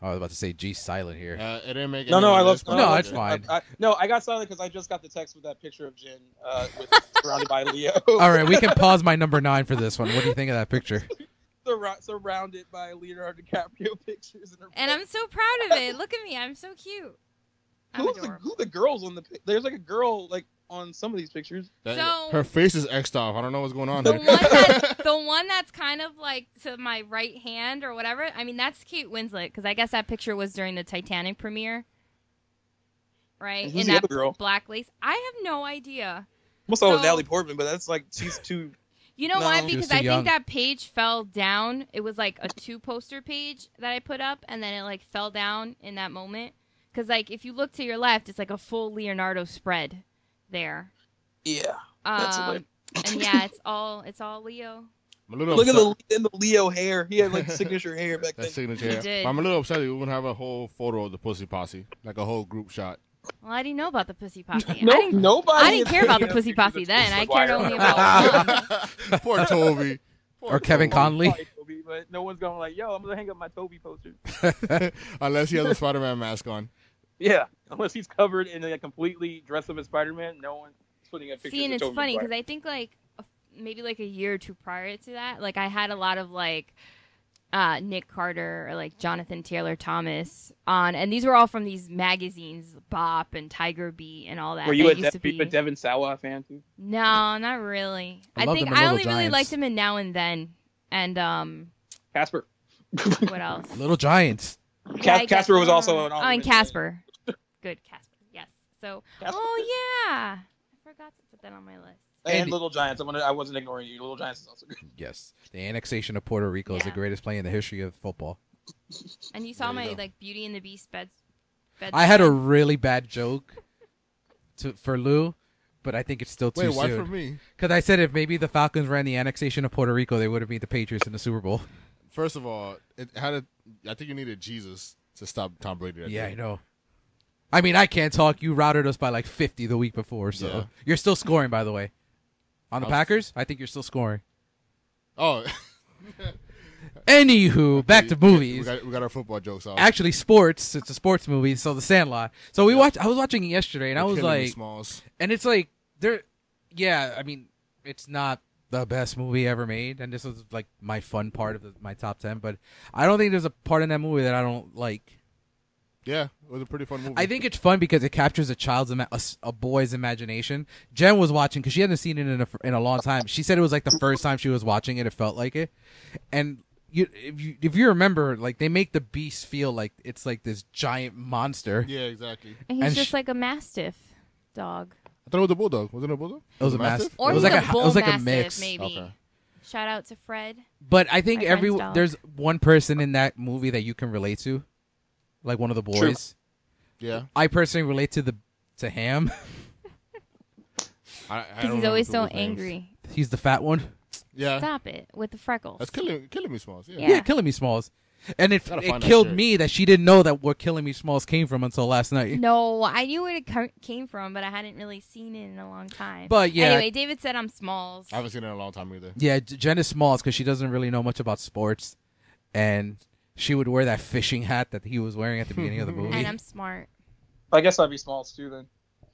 Speaker 2: Oh, I was about to say G silent here.
Speaker 3: Uh, it didn't make
Speaker 4: No,
Speaker 3: any
Speaker 4: no, I love.
Speaker 3: list, but
Speaker 2: No,
Speaker 3: I
Speaker 2: it's
Speaker 3: liked it.
Speaker 2: fine.
Speaker 4: I, I- no, I got silent because I just got the text with that picture of Jin uh, with, surrounded by Leo.
Speaker 2: All right, we can pause my number nine for this one. What do you think of that picture?
Speaker 4: Surra- surrounded by Leonardo DiCaprio pictures. In her
Speaker 5: And I'm so proud of it. Look at me, I'm so cute. I'm
Speaker 4: who's the,
Speaker 5: adorable.
Speaker 4: who the girls on the? pic- There's like a girl like on some of these pictures.
Speaker 3: That-
Speaker 5: So-
Speaker 3: her face is X'd off. I don't know what's going on
Speaker 5: The
Speaker 3: there.
Speaker 5: one, that, the one that's kind of like to my right hand or whatever. I mean, that's Kate Winslet because I guess that picture was during the Titanic premiere, right?
Speaker 4: And who's
Speaker 5: In
Speaker 4: the
Speaker 5: that
Speaker 4: other girl?
Speaker 5: black lace. I have no idea.
Speaker 4: Almost thought it was
Speaker 5: So-
Speaker 4: Natalie Portman, but that's like she's too.
Speaker 5: You know
Speaker 4: No.
Speaker 5: why?
Speaker 4: She
Speaker 2: was
Speaker 5: Because
Speaker 2: too
Speaker 5: I
Speaker 2: young.
Speaker 5: think that page fell down. It was like a two poster page that I put up, and then it like fell down in that moment. Because like if you look to your left, it's like a full Leonardo spread there.
Speaker 4: Yeah. That's
Speaker 5: Um, and yeah, it's all it's all Leo.
Speaker 3: I'm a little
Speaker 4: Look at
Speaker 3: upset.
Speaker 4: the in the Leo hair. He had like signature hair back
Speaker 3: That
Speaker 4: then.
Speaker 3: signature.
Speaker 5: He did.
Speaker 3: I'm a little upset that we wouldn't have a whole photo of the Pussy Posse, like a whole group shot.
Speaker 5: Well, I didn't know about the pussy posse. I
Speaker 4: No,
Speaker 5: didn't,
Speaker 4: nobody.
Speaker 5: I didn't
Speaker 4: is
Speaker 5: care about the
Speaker 4: taking a
Speaker 5: pussy
Speaker 4: picture of
Speaker 5: posse
Speaker 4: the
Speaker 5: then.
Speaker 4: Christmas
Speaker 5: I cared
Speaker 4: wire.
Speaker 5: only about one.
Speaker 3: Poor Toby. Poor
Speaker 2: Or Kevin
Speaker 3: Toby.
Speaker 2: Conley?
Speaker 4: Sorry, Toby, but no one's going like, yo, I'm gonna hang up my Toby poster.
Speaker 3: Unless he has a Spider-Man mask on.
Speaker 4: Yeah, unless he's covered in a completely dressed up as Spider-Man, no one's putting a picture.
Speaker 5: See, and
Speaker 4: of
Speaker 5: it's
Speaker 4: Tobey
Speaker 5: funny
Speaker 4: Maguire.
Speaker 5: because I think like a- maybe like a year or two prior to that, like I had a lot of like uh, Nick Carter or like Jonathan Taylor Thomas on, and these were all from these magazines, Bop and Tiger Beat and all that.
Speaker 4: Were you
Speaker 5: that
Speaker 4: a,
Speaker 5: used to
Speaker 4: De- you a
Speaker 5: be-
Speaker 4: Devin Sawa fan too?
Speaker 5: No, not really.
Speaker 2: I
Speaker 5: I,
Speaker 2: love
Speaker 5: think
Speaker 2: them in
Speaker 5: I
Speaker 2: Little
Speaker 5: only really
Speaker 2: Giants.
Speaker 5: liked him in Now and Then, and um,
Speaker 4: Casper.
Speaker 5: what else?
Speaker 2: Little Giants.
Speaker 5: Yeah, I
Speaker 4: Cas-
Speaker 5: guess-
Speaker 4: Casper was also an.
Speaker 5: Oh,
Speaker 4: honorary
Speaker 5: and
Speaker 4: mention.
Speaker 5: Casper. Good Casper. Yes. So.
Speaker 4: Casper.
Speaker 5: Oh yeah, I forgot to put that on my list.
Speaker 4: And,
Speaker 2: And-
Speaker 4: Little Giants. I wanted, I wasn't ignoring you. Little Giants is also good.
Speaker 2: Yes, the annexation of Puerto Rico is the
Speaker 5: Yeah.
Speaker 2: greatest play in the history of football.
Speaker 5: And you saw
Speaker 3: There you
Speaker 5: my
Speaker 3: go.
Speaker 5: like Beauty and the Beast bed. bed
Speaker 2: I had a really bad joke to for Lou but I think it's still too
Speaker 3: Wait, why for
Speaker 2: soon.
Speaker 3: me?
Speaker 2: Because I said if maybe the Falcons ran the annexation of Puerto Rico, they would have beat the Patriots in the Super Bowl.
Speaker 3: First of all, it had a, I think you needed Jesus to stop Tom Brady. that
Speaker 2: Yeah,
Speaker 3: day.
Speaker 2: I know. I mean, I can't talk. You routed us by like 50 the week before, so
Speaker 3: Yeah.
Speaker 2: you're still scoring, by the way. On the
Speaker 3: I'll-
Speaker 2: Packers, I think you're still scoring.
Speaker 3: Oh,
Speaker 2: Anywho, back to
Speaker 3: we-
Speaker 2: movies.
Speaker 3: We got, we got our football jokes out.
Speaker 2: Actually, sports. It's a sports movie, so The Sandlot. So we watched. I was watching it yesterday, and I
Speaker 3: You're
Speaker 2: was
Speaker 3: killing me,
Speaker 2: like,
Speaker 3: Smalls.
Speaker 2: and it's like there. Yeah, I mean, it's not the best movie ever made, and this was like my fun part of the, my top ten. But I don't think there's a part in that movie that I don't like.
Speaker 3: Yeah, it was a pretty fun movie.
Speaker 2: I think it's fun because it captures a child's ima- a, s- a boy's imagination. Jen was watching because she hadn't seen it in a, in a long time. She said it was like the first time she was watching it. It felt like it, and you if you if you remember, like they make the beast feel like it's like this giant monster.
Speaker 3: Yeah, exactly.
Speaker 5: And he's
Speaker 2: And
Speaker 5: just
Speaker 2: sh-
Speaker 5: like a mastiff dog.
Speaker 3: I thought it was a bulldog. Wasn't it a bulldog?
Speaker 2: It was a massive.
Speaker 5: Or
Speaker 2: it was
Speaker 5: he's
Speaker 2: like
Speaker 5: a
Speaker 2: h-
Speaker 5: bull
Speaker 2: it was like
Speaker 5: mastiff,
Speaker 2: a mix.
Speaker 5: maybe.
Speaker 3: Okay.
Speaker 5: Shout out to Fred.
Speaker 2: But I think
Speaker 5: My friend's
Speaker 2: every
Speaker 5: dog.
Speaker 2: there's one person in that movie that you can relate to, like one of the boys.
Speaker 4: True.
Speaker 3: Yeah.
Speaker 2: I personally relate to the to Ham.
Speaker 3: I, I
Speaker 5: Because
Speaker 3: don't
Speaker 5: he's
Speaker 3: remember
Speaker 5: always so
Speaker 3: people's names.
Speaker 5: angry.
Speaker 2: He's the fat one.
Speaker 3: Yeah.
Speaker 5: Stop it with the freckles.
Speaker 3: That's killing killing me, Smalls. Yeah.
Speaker 2: Yeah,
Speaker 5: Yeah.
Speaker 2: Killing Me Smalls. And it,
Speaker 3: Gotta
Speaker 2: it
Speaker 3: find that
Speaker 2: killed
Speaker 3: shirt.
Speaker 2: me that she didn't know that where Killing Me Smalls came from until last night.
Speaker 5: No, I knew where it co- came from, but I hadn't really seen it in a long time.
Speaker 2: But yeah,
Speaker 5: Anyway, David said I'm smalls.
Speaker 3: I haven't seen it in a long time either.
Speaker 2: yeah, J- Jen is Smalls because she doesn't really know much about sports, and she would wear that fishing hat that he was wearing at the beginning of the movie.
Speaker 5: and I'm smart.
Speaker 4: I guess I'd be Smalls too then.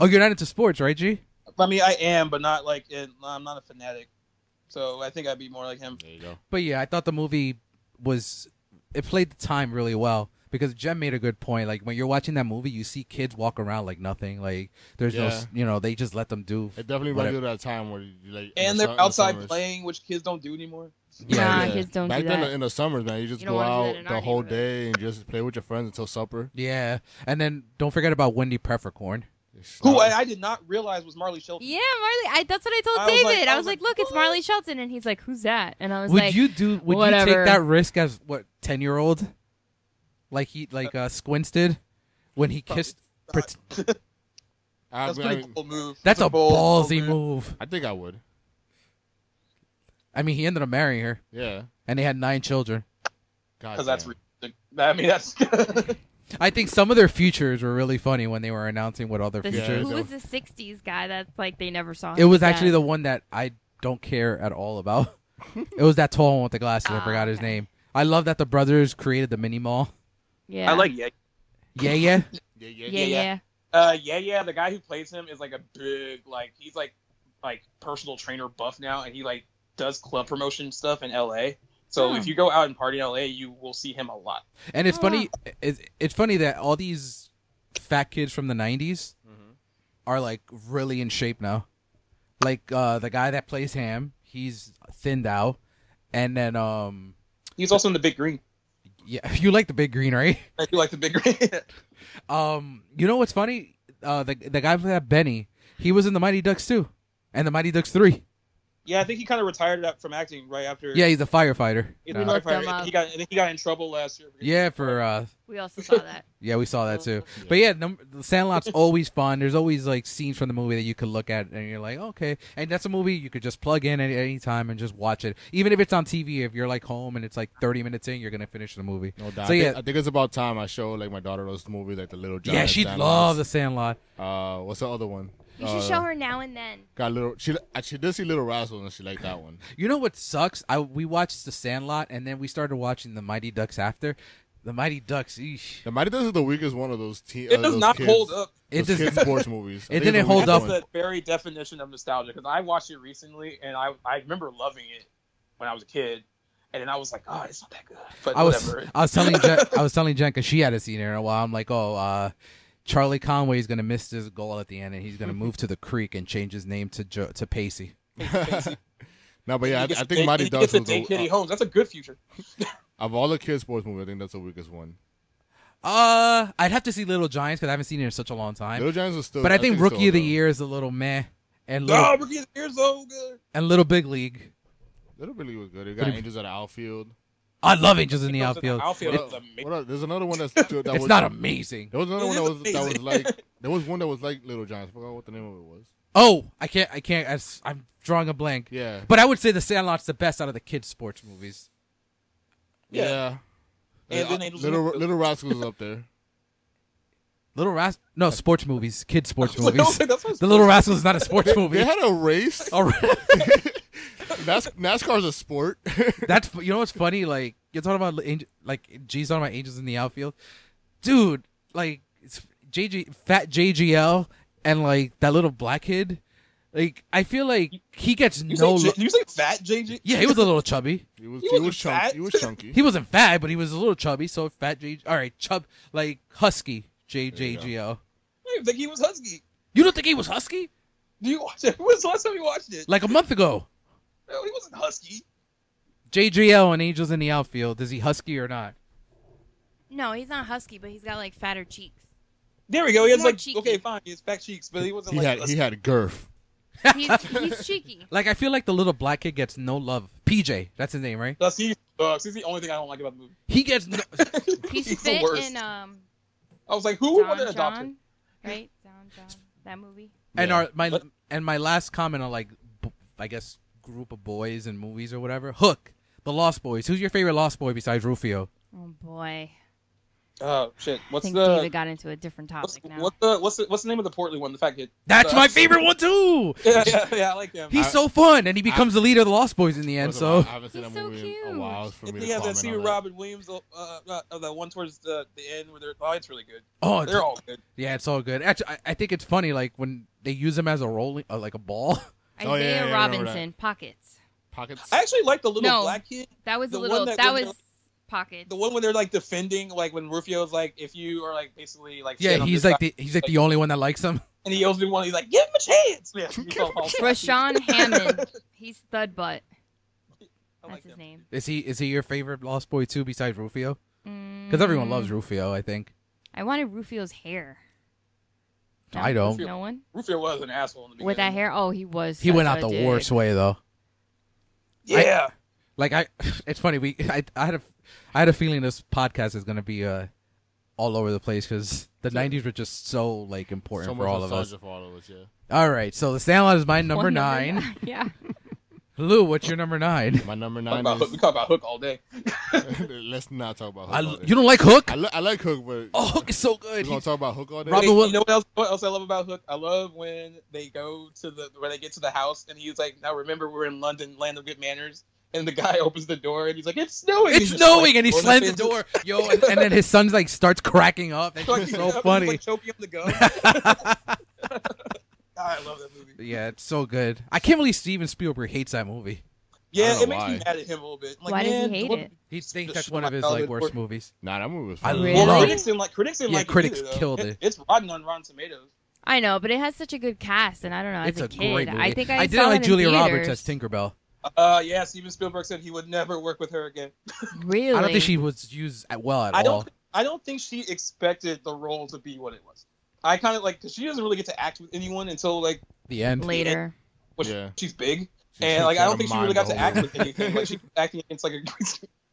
Speaker 2: oh, you're not into sports, right, G?
Speaker 4: I mean, I am, but not like in, I'm not a fanatic, so I think I'd be more like him.
Speaker 3: There you go.
Speaker 2: But yeah, I thought the movie was it played the time really well because Jen made a good point. Like when you're watching that movie, you see kids walk around like nothing. Like there's no, s- you know, they just let them do.
Speaker 3: It definitely
Speaker 2: Whatever.
Speaker 3: reminds you of that time where you like in
Speaker 4: And
Speaker 3: the
Speaker 4: they're
Speaker 3: su- in the
Speaker 4: outside
Speaker 3: summers.
Speaker 4: playing, which kids don't do anymore.
Speaker 5: Nah, kids don't
Speaker 3: Back
Speaker 5: do
Speaker 3: then
Speaker 5: that.
Speaker 3: in the summers, man, you just
Speaker 5: You don't
Speaker 3: go
Speaker 5: wanna do that
Speaker 3: out
Speaker 5: in
Speaker 3: the
Speaker 5: our
Speaker 3: whole
Speaker 5: neighborhood.
Speaker 3: day and just play with your friends until supper.
Speaker 2: Yeah, and then don't forget about Wendy Peppercorn.
Speaker 3: Uh,
Speaker 4: Who eh, I, I did not realize was Marley Shelton.
Speaker 5: Yeah, Marley. I, that's what I told
Speaker 4: I was
Speaker 5: David.
Speaker 4: like-
Speaker 5: I was like, look, it's Marley Shelton, and he's like, who's that? And I was
Speaker 2: would
Speaker 5: like,
Speaker 2: you do? Would you
Speaker 5: whatever.
Speaker 2: take that risk as what ten year old? Like he like uh, Squints did when he kissed. pret-
Speaker 3: I,
Speaker 4: That's a
Speaker 3: mean, I,
Speaker 4: pretty
Speaker 3: mean,
Speaker 4: bold move.
Speaker 2: that's a
Speaker 4: bold- bold
Speaker 2: ballsy move.
Speaker 3: I think I would.
Speaker 2: I mean, he ended up marrying her,
Speaker 3: Yeah.
Speaker 2: and they had nine children.
Speaker 3: God
Speaker 4: Because that's
Speaker 3: damn.
Speaker 4: realistic. I mean, that's
Speaker 2: I think some of their futures were really funny when they were announcing what all their
Speaker 5: this,
Speaker 3: Yeah,
Speaker 2: futures.
Speaker 5: who
Speaker 3: that
Speaker 5: was the '60s guy that's like they never saw?
Speaker 2: It was actually the one that I don't care at all about. it was that tall one with the glasses. I
Speaker 5: Ah,
Speaker 2: forgot his
Speaker 5: okay.
Speaker 2: name. I love that the brothers created the mini mall.
Speaker 5: yeah.
Speaker 4: I like yeah.
Speaker 2: Yeah, yeah.
Speaker 3: Yeah, yeah,
Speaker 5: yeah, yeah,
Speaker 4: yeah, Uh, yeah, yeah. The guy who plays him is like a big, like he's like, like personal trainer buff now, and he like does club promotion stuff in L.A. So
Speaker 5: Hmm.
Speaker 4: if you go out and party in L.A., you will see him a lot.
Speaker 2: And it's
Speaker 5: Oh,
Speaker 2: funny. It's, it's funny that all these fat kids from the '90s
Speaker 4: Mm-hmm.
Speaker 2: are like really in shape now. Like uh, the guy that plays Ham, he's thinned out, and then um,
Speaker 4: He's also in the Big Green.
Speaker 2: yeah, you like the big green, right?
Speaker 4: I do like the Big Green.
Speaker 2: Um, you know what's funny? Uh, the the guy from that Benny, he was in the Mighty Ducks too, and the Mighty Ducks three.
Speaker 4: yeah, I think he kind of retired up from acting right after.
Speaker 2: Yeah, he's a firefighter.
Speaker 4: He,
Speaker 2: Uh,
Speaker 5: We looked him
Speaker 4: retired.
Speaker 5: up.
Speaker 4: he got. I think he got in trouble last year.
Speaker 2: yeah, for uh,
Speaker 5: We also saw that.
Speaker 2: yeah, we saw that too.
Speaker 3: Uh-huh.
Speaker 2: But yeah, num- the Sandlot's always fun. There's always like scenes from the movie that you could look at and you're like, okay. And that's a movie you could just plug in at any time and just watch it. Even if it's on TV, if you're like home and it's like 30 minutes in, you're gonna finish the movie.
Speaker 3: No doubt.
Speaker 2: So,
Speaker 3: I, think,
Speaker 2: yeah.
Speaker 3: I think it's about time I show like my daughter those movies, like the Little Giant.
Speaker 2: yeah, she
Speaker 3: Sandlot.
Speaker 2: loved the Sandlot.
Speaker 3: Uh, what's the other one?
Speaker 5: You
Speaker 3: uh,
Speaker 5: should show her now and then.
Speaker 3: Got little. She uh, she did see Little Rascal and she liked that one.
Speaker 2: You know what sucks? I we watched the Sandlot and then we started watching the Mighty Ducks after. The Mighty Ducks, eesh.
Speaker 3: The Mighty Ducks is the weakest one of those teams.
Speaker 4: It does not hold up.
Speaker 2: It
Speaker 3: Those kids
Speaker 2: does.
Speaker 3: sports movies. I
Speaker 2: It
Speaker 3: think it's
Speaker 2: didn't
Speaker 3: the
Speaker 2: hold
Speaker 3: weakest
Speaker 2: up.
Speaker 4: That's
Speaker 3: one.
Speaker 4: the very definition of nostalgia because I watched it recently and I I remember loving it when I was a kid, and then I was like, oh, it's not that good. But
Speaker 2: I was
Speaker 4: whatever.
Speaker 2: I was telling Jen, I was telling Jen because she had a seen it in a while. I'm like, oh, uh, Charlie Conway is gonna miss this goal at the end, and he's gonna move to the creek and change his name to jo- to Pacey.
Speaker 3: No, but yeah, I,
Speaker 4: He gets
Speaker 3: I think
Speaker 4: to date-
Speaker 3: Mighty
Speaker 4: he
Speaker 3: Ducks
Speaker 4: gets
Speaker 3: was
Speaker 4: to date
Speaker 3: the,
Speaker 4: Kitty
Speaker 3: uh,
Speaker 4: Holmes. That's a good future.
Speaker 3: of all the kids sports movies. I think that's the weakest one.
Speaker 2: Uh, I'd have to see Little Giants because I haven't seen it in such a long time.
Speaker 3: Little Giants was still.
Speaker 2: but I think,
Speaker 3: it's
Speaker 2: Rookie of the
Speaker 3: still,
Speaker 2: Year is a little meh, and little,
Speaker 4: No, Rookie of the Year's Oh, so good.
Speaker 2: and Little Big League.
Speaker 3: though. Little really was good. It got Angels at the outfield.
Speaker 2: I love Angels in the
Speaker 4: Angels in
Speaker 2: Outfield.
Speaker 4: the Outfield.
Speaker 3: What
Speaker 4: It's
Speaker 3: up-
Speaker 4: amazing.
Speaker 3: what up? There's another one that's. That
Speaker 2: It's
Speaker 3: was,
Speaker 2: not amazing.
Speaker 3: There was another
Speaker 4: It
Speaker 3: one that
Speaker 4: is
Speaker 3: was that was
Speaker 4: amazing.
Speaker 3: like there was one that was like Little Giants. I forgot what the name of it was.
Speaker 2: Oh, I can't. I can't. I s- I'm drawing a blank.
Speaker 3: Yeah.
Speaker 2: But I would say The Sandlot's the best out of the kids' sports movies.
Speaker 4: Yeah. And
Speaker 3: Yeah,
Speaker 4: then they
Speaker 3: Little Little Rascals is up there.
Speaker 2: Little Rascals. No, sports movies. Kids' sports
Speaker 4: Like, I
Speaker 2: movies.
Speaker 4: was like, that's what it's-
Speaker 2: the Little Rascals is not a sports movie.
Speaker 3: They had a race.
Speaker 2: All right.
Speaker 3: Nas- NASCAR's a sport.
Speaker 2: That's you know what's funny? Like you're talking about Angel- like G's on my Angels in the outfield, dude. Like it's JG fat JGL and like that little black kid. Like I feel like he gets
Speaker 4: You
Speaker 2: no.
Speaker 4: say,
Speaker 2: lo-
Speaker 4: J- you say fat JJ?
Speaker 2: yeah, he was a little chubby.
Speaker 3: He was
Speaker 4: He
Speaker 3: he
Speaker 4: wasn't
Speaker 3: was
Speaker 4: fat.
Speaker 3: chunky. He was chunky.
Speaker 2: He wasn't fat, but he was a little chubby. So fat J. All right, chub like husky
Speaker 3: you go.
Speaker 2: JJGL. You,
Speaker 4: I didn't think he was husky.
Speaker 2: you don't think he was husky?
Speaker 4: Do you watch it? When was the last time you watched it?
Speaker 2: Like a month ago,
Speaker 4: No, he wasn't husky.
Speaker 2: JGL and Angels in the outfield. Is he husky or not?
Speaker 5: No, he's not husky, but he's got like fatter cheeks.
Speaker 4: There we go. He has
Speaker 5: More
Speaker 4: like
Speaker 5: cheeky.
Speaker 4: okay, fine. He has fat cheeks, but he wasn't
Speaker 3: He
Speaker 4: like
Speaker 3: had
Speaker 4: husky.
Speaker 3: he had girth.
Speaker 5: He's, he's cheeky.
Speaker 2: Like I feel like the little black kid gets no love. PJ, that's his name, right?
Speaker 4: That's he sucks. He's the only thing I don't like about the movie.
Speaker 2: He gets no,
Speaker 5: He's,
Speaker 4: He's the
Speaker 5: fit
Speaker 4: worst.
Speaker 5: in um
Speaker 4: I was like, who would
Speaker 5: Don
Speaker 4: have adopted?
Speaker 5: John, right? Don John, that movie.
Speaker 2: and
Speaker 3: Yeah.
Speaker 2: our my
Speaker 4: But-
Speaker 2: and my last comment on like b- I guess group of boys and movies or whatever. Hook, The Lost Boys. Who's your favorite Lost Boy besides Rufio?
Speaker 5: Oh boy,
Speaker 4: Oh shit!
Speaker 5: I
Speaker 4: What's
Speaker 5: think
Speaker 4: the
Speaker 5: David got into a different
Speaker 4: what's,
Speaker 5: topic now.
Speaker 4: what the what's the what's the name of the Portland one? The fat kid.
Speaker 2: That's
Speaker 4: Uh,
Speaker 2: my favorite one too.
Speaker 4: Yeah, yeah, yeah. I like him.
Speaker 2: He's
Speaker 3: I-
Speaker 2: so fun, and he becomes the leader of the Lost Boys in the end.
Speaker 3: First of all,
Speaker 2: So
Speaker 3: I haven't seen
Speaker 5: He's
Speaker 3: that
Speaker 5: so
Speaker 3: movie in
Speaker 5: cute.
Speaker 3: a while for me
Speaker 4: If
Speaker 3: to
Speaker 4: he has that
Speaker 3: comment
Speaker 4: scene
Speaker 3: on
Speaker 4: with
Speaker 3: that.
Speaker 4: Robin Williams, uh, uh, uh, the one towards the, the end where they're oh, it's really good.
Speaker 2: oh,
Speaker 4: They're all good.
Speaker 2: yeah, it's all good. Actually, I, I think it's funny like when they use him as a rolling uh, like a ball.
Speaker 5: Isaiah
Speaker 3: Oh, yeah, yeah, yeah, I remember that.
Speaker 5: Robinson, Pockets.
Speaker 3: Pockets.
Speaker 4: I actually like the little
Speaker 5: No.
Speaker 4: black kid,
Speaker 5: That was
Speaker 4: The
Speaker 5: a little.
Speaker 4: one that
Speaker 5: That,
Speaker 4: was
Speaker 5: was
Speaker 4: the-
Speaker 5: Pockets.
Speaker 4: the one where they're like defending, like when Rufio's like, if you are like basically like
Speaker 2: yeah,
Speaker 4: sitting on
Speaker 2: he's
Speaker 4: this
Speaker 2: like
Speaker 4: side-
Speaker 2: the he's like the only one that likes him.
Speaker 4: and he owes me one. He's like, give him a chance. Yeah, he's all- all flashy.
Speaker 5: Rashawn Hammond. He's thud butt.
Speaker 4: I
Speaker 5: That's
Speaker 4: like
Speaker 5: his
Speaker 4: him.
Speaker 5: name.
Speaker 2: Is he is he your favorite Lost Boy too besides Rufio?
Speaker 5: Because
Speaker 2: Because everyone loves Rufio, I think.
Speaker 5: Mm. I wanted Rufio's hair.
Speaker 2: I don't.
Speaker 5: No one
Speaker 4: Rufio was an asshole in the beginning.
Speaker 5: with that hair. Oh, he was.
Speaker 2: He went
Speaker 5: such
Speaker 2: out
Speaker 5: a
Speaker 2: the
Speaker 5: dick.
Speaker 2: worst way though.
Speaker 4: Yeah.
Speaker 2: Like I, it's funny. We I, I had a I had a feeling this podcast is gonna be uh all over the place because the '90s were just so like important
Speaker 3: so
Speaker 2: for
Speaker 3: much
Speaker 2: all of us.
Speaker 3: nostalgia for all of us. Yeah.
Speaker 2: All right, so the Sandlot is my number
Speaker 5: One
Speaker 2: nine.
Speaker 5: Yeah.
Speaker 2: Lou, what's your number nine?
Speaker 3: My number
Speaker 4: Talk
Speaker 3: nine
Speaker 4: about Hook. We talk about Hook all day.
Speaker 3: is. let's not talk about Hook.
Speaker 2: I,
Speaker 3: all day.
Speaker 2: you don't like Hook?
Speaker 3: I, li- I like Hook, but
Speaker 2: Oh, Hook is so good.
Speaker 3: we're gonna
Speaker 2: He-
Speaker 3: talk about Hook all day.
Speaker 2: Rob- Robin
Speaker 4: Hey,
Speaker 2: Will-
Speaker 4: you know what else? What else I love about Hook? I love when they go to the when they get to the house and he's like, "Now remember, we're in London, land of good manners." And the guy opens the door and he's like, "It's snowing."
Speaker 2: it's
Speaker 4: just, like,
Speaker 2: snowing, and he
Speaker 4: throwing
Speaker 2: slams the
Speaker 4: fences.
Speaker 2: door, yo, and, and then his son like starts cracking up. That's
Speaker 4: Fucking
Speaker 2: just so
Speaker 4: up, he's,
Speaker 2: funny.
Speaker 4: like choking on the gum. God, I love that movie.
Speaker 2: yeah, it's so good. I can't believe Steven Spielberg hates that movie.
Speaker 4: Yeah,
Speaker 3: know
Speaker 4: it makes me
Speaker 3: why.
Speaker 4: mad at him a little bit. I'm like,
Speaker 5: Why does he
Speaker 4: man,
Speaker 5: hate
Speaker 4: what-
Speaker 5: it?
Speaker 2: He thinks
Speaker 4: The
Speaker 2: that's
Speaker 4: shit
Speaker 2: one
Speaker 4: my
Speaker 2: of his
Speaker 4: childhood
Speaker 2: like worst
Speaker 4: work.
Speaker 2: movies.
Speaker 3: Nah, that movie was.
Speaker 2: I
Speaker 3: fun.
Speaker 5: Really?
Speaker 4: Well,
Speaker 2: Love-
Speaker 4: critics didn't like critics didn't
Speaker 2: Yeah,
Speaker 4: like it
Speaker 2: critics
Speaker 4: either, though.
Speaker 2: killed it.
Speaker 4: It's rotten on Rotten Tomatoes.
Speaker 5: I know, but it has such a good cast, and I don't know. As
Speaker 2: it's
Speaker 5: a,
Speaker 2: a,
Speaker 5: kid,
Speaker 2: great movie.
Speaker 5: I think I,
Speaker 2: I
Speaker 5: saw
Speaker 2: didn't like
Speaker 5: it in
Speaker 2: Julia Roberts as
Speaker 5: theaters.
Speaker 2: Tinkerbell.
Speaker 4: Uh, yeah, Steven Spielberg said he would never work with her again.
Speaker 5: Really?
Speaker 2: I don't think she was used at well at
Speaker 4: I
Speaker 2: all.
Speaker 4: don't. thi- I don't think she expected the role to be what it was. I kind of like because she doesn't really get to act with anyone until like
Speaker 2: the end.
Speaker 5: later.
Speaker 4: well, she-
Speaker 3: Yeah.
Speaker 4: she's big,
Speaker 3: She- she
Speaker 4: and like I
Speaker 3: had
Speaker 4: don't
Speaker 3: a
Speaker 4: think she
Speaker 3: mind
Speaker 4: really got to
Speaker 3: the
Speaker 4: act
Speaker 3: whole
Speaker 4: with anything. Like she's acting, it's like a.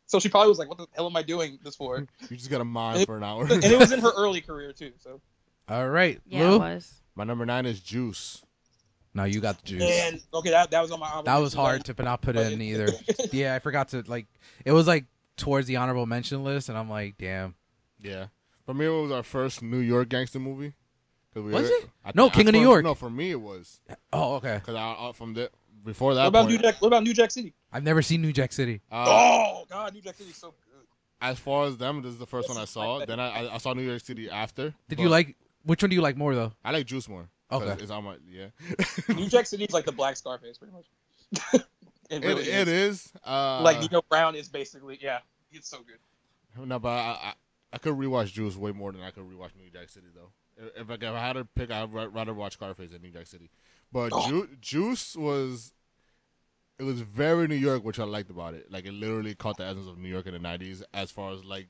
Speaker 4: so she probably was like, "What the hell am I doing this for?"
Speaker 3: You just got a mind for an hour.
Speaker 4: And it was in her early career too. So
Speaker 2: All right,
Speaker 5: Yeah, it
Speaker 2: Lou.
Speaker 5: was.
Speaker 3: My number nine is Juice.
Speaker 2: No, you got the juice.
Speaker 4: and okay, that that was on my.
Speaker 2: that
Speaker 4: honorable
Speaker 2: was
Speaker 4: mention,
Speaker 2: hard to not put
Speaker 4: but-
Speaker 2: in either. yeah, I forgot to like. It was like towards the honorable mention list, and I'm like, damn.
Speaker 3: Yeah. For me, it was our first New York gangster movie. 'Cause we
Speaker 2: Was
Speaker 3: were-
Speaker 2: it?
Speaker 3: I
Speaker 2: No,
Speaker 3: think- I
Speaker 2: King of New
Speaker 3: first-
Speaker 2: York.
Speaker 3: No, for me it was
Speaker 2: Oh, okay.
Speaker 3: because I, I from the before that.
Speaker 4: What about
Speaker 3: point,
Speaker 4: New Jack? What about New Jack City?
Speaker 2: I've never seen New Jack City.
Speaker 3: uh,
Speaker 4: Oh God, New Jack City's so good.
Speaker 3: As far as them, this is the first
Speaker 4: This
Speaker 3: one I
Speaker 4: is my
Speaker 3: saw.
Speaker 4: favorite.
Speaker 3: Then I, I, I saw New York City after.
Speaker 2: Did
Speaker 3: but
Speaker 2: you like? Which one do you like more though?
Speaker 3: I like Juice more. 'cause
Speaker 2: Okay.
Speaker 3: It's on my yeah.
Speaker 4: New Jack City's like the Black Scarface, pretty much.
Speaker 3: It,
Speaker 4: it really
Speaker 3: it
Speaker 4: is.
Speaker 3: is. Uh,
Speaker 4: Like Nino Brown is basically yeah, it's so good.
Speaker 3: No, but I, I I could rewatch Juice way more than I could rewatch New Jack City though. If, if, like, if I had to pick, I'd ra- rather watch Scarface than New Jack City. But
Speaker 4: Oh.
Speaker 3: Ju- Juice was it was very New York, which I liked about it. Like it literally caught the essence of New York in the '90s, as far as like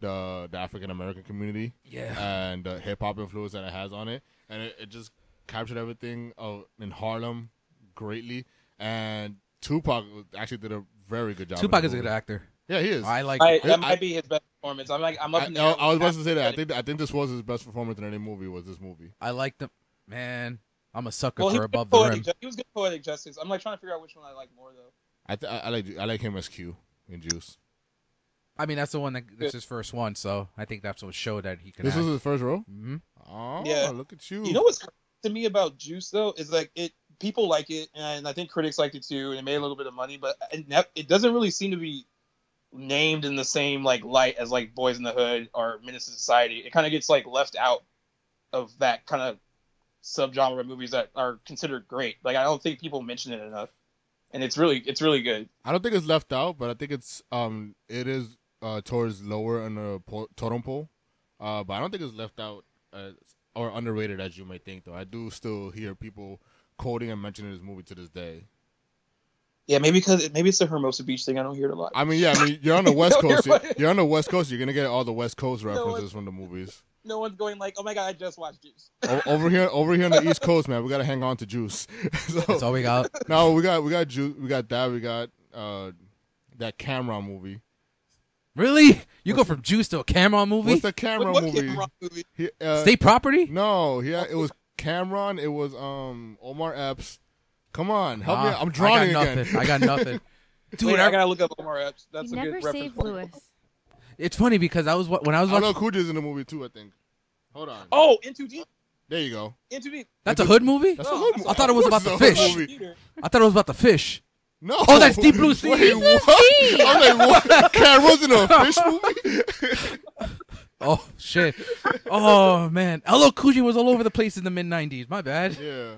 Speaker 3: the the African American community
Speaker 2: Yeah.
Speaker 3: and the hip hop influence that it has on it, and it, it just captured everything of, in Harlem greatly. And Tupac actually did a very good job. in
Speaker 2: Tupac
Speaker 3: the
Speaker 2: is a good
Speaker 3: movie.
Speaker 2: actor.
Speaker 3: Yeah, he is.
Speaker 2: I like.
Speaker 4: I, that
Speaker 3: I-
Speaker 4: might be his best performance. I'm like I'm up
Speaker 3: I,
Speaker 4: in the
Speaker 3: I- I was about to say that. I think I think this was his best performance in any movie. Was this movie?
Speaker 2: I like them. Man, I'm a sucker
Speaker 4: Well, he
Speaker 2: for
Speaker 4: was, good
Speaker 2: above the
Speaker 4: poetic
Speaker 2: rim.
Speaker 4: ju- he was good poetic justice. I'm like trying to figure out which one I like more though.
Speaker 3: I, th- I I like I like him as Q in Juice.
Speaker 2: I mean, that's the one that that's his first one, so I think that's what showed that he could.
Speaker 3: This was his first role.
Speaker 2: hmm
Speaker 3: Oh,
Speaker 4: Yeah.
Speaker 3: look at you.
Speaker 4: You know what's crazy to me about Juice though is like it people like it and I think critics liked it too and it made a little bit of money, but it, ne- it doesn't really seem to be named in the same like light as like Boys in the Hood or Menace to Society. It kind of gets like left out of that kind of subgenre of movies that are considered great. Like I don't think people mention it enough, and it's really it's really good.
Speaker 3: I don't think it's left out, but I think it's um it is uh towards lower on the po- totem pole, uh but I don't think it's left out uh, or underrated as you might think though. I do still hear people quoting and mentioning this movie to this day.
Speaker 4: Yeah, maybe because maybe it's the Hermosa Beach thing. I don't hear it a lot.
Speaker 3: I mean, yeah, I mean you're on the West
Speaker 4: Don't hear
Speaker 3: Coast, you're,
Speaker 4: what-
Speaker 3: on the West Coast, you're gonna get all the West Coast
Speaker 4: what-
Speaker 3: references from the movies.
Speaker 4: no one's going like, oh my god, I just watched Juice.
Speaker 3: O- over here, over here on the East Coast, man, we gotta hang on to Juice. so,
Speaker 2: That's all we got.
Speaker 3: no, we got we got Juice, we got that, we got uh that Cameron movie.
Speaker 2: Really? You go from Juice to a Cameron movie?
Speaker 3: What's the Cameron
Speaker 4: What- what
Speaker 3: movie?
Speaker 4: Cameron movie?
Speaker 3: He, uh,
Speaker 2: State property?
Speaker 3: No, yeah, it was Cameron. It was um Omar Epps. Come on, help me.
Speaker 2: Nah,
Speaker 3: out. I'm drawing
Speaker 2: Ah, I got
Speaker 3: again.
Speaker 2: nothing. I got nothing. Dude,
Speaker 4: Wait, I
Speaker 2: I-
Speaker 4: gotta look up Omar Epps. That's
Speaker 5: You
Speaker 4: a
Speaker 5: never
Speaker 4: good reference.
Speaker 5: saved
Speaker 4: point.
Speaker 5: Lewis.
Speaker 2: it's funny because I was wa- when I was
Speaker 3: I
Speaker 2: watching.
Speaker 3: know Kuja's in the movie too. I think. Hold on.
Speaker 4: Oh, Into Deep.
Speaker 3: There you go.
Speaker 4: Into Deep.
Speaker 2: that's a hood movie.
Speaker 3: That's
Speaker 4: No,
Speaker 3: a hood
Speaker 4: that's
Speaker 3: movie.
Speaker 4: a- I thought it
Speaker 2: was
Speaker 3: Of
Speaker 2: about
Speaker 3: course
Speaker 2: the
Speaker 3: it's a
Speaker 2: fish.
Speaker 3: hood movie.
Speaker 2: I thought it was about the fish.
Speaker 3: No.
Speaker 2: Oh, that's Deep Blue Sea.
Speaker 3: Wait, what? I was like, what? Cameron's in a fish movie?
Speaker 2: Oh shit. Oh man. Hello Coogee was all over the place in the mid '90s. My bad.
Speaker 3: yeah.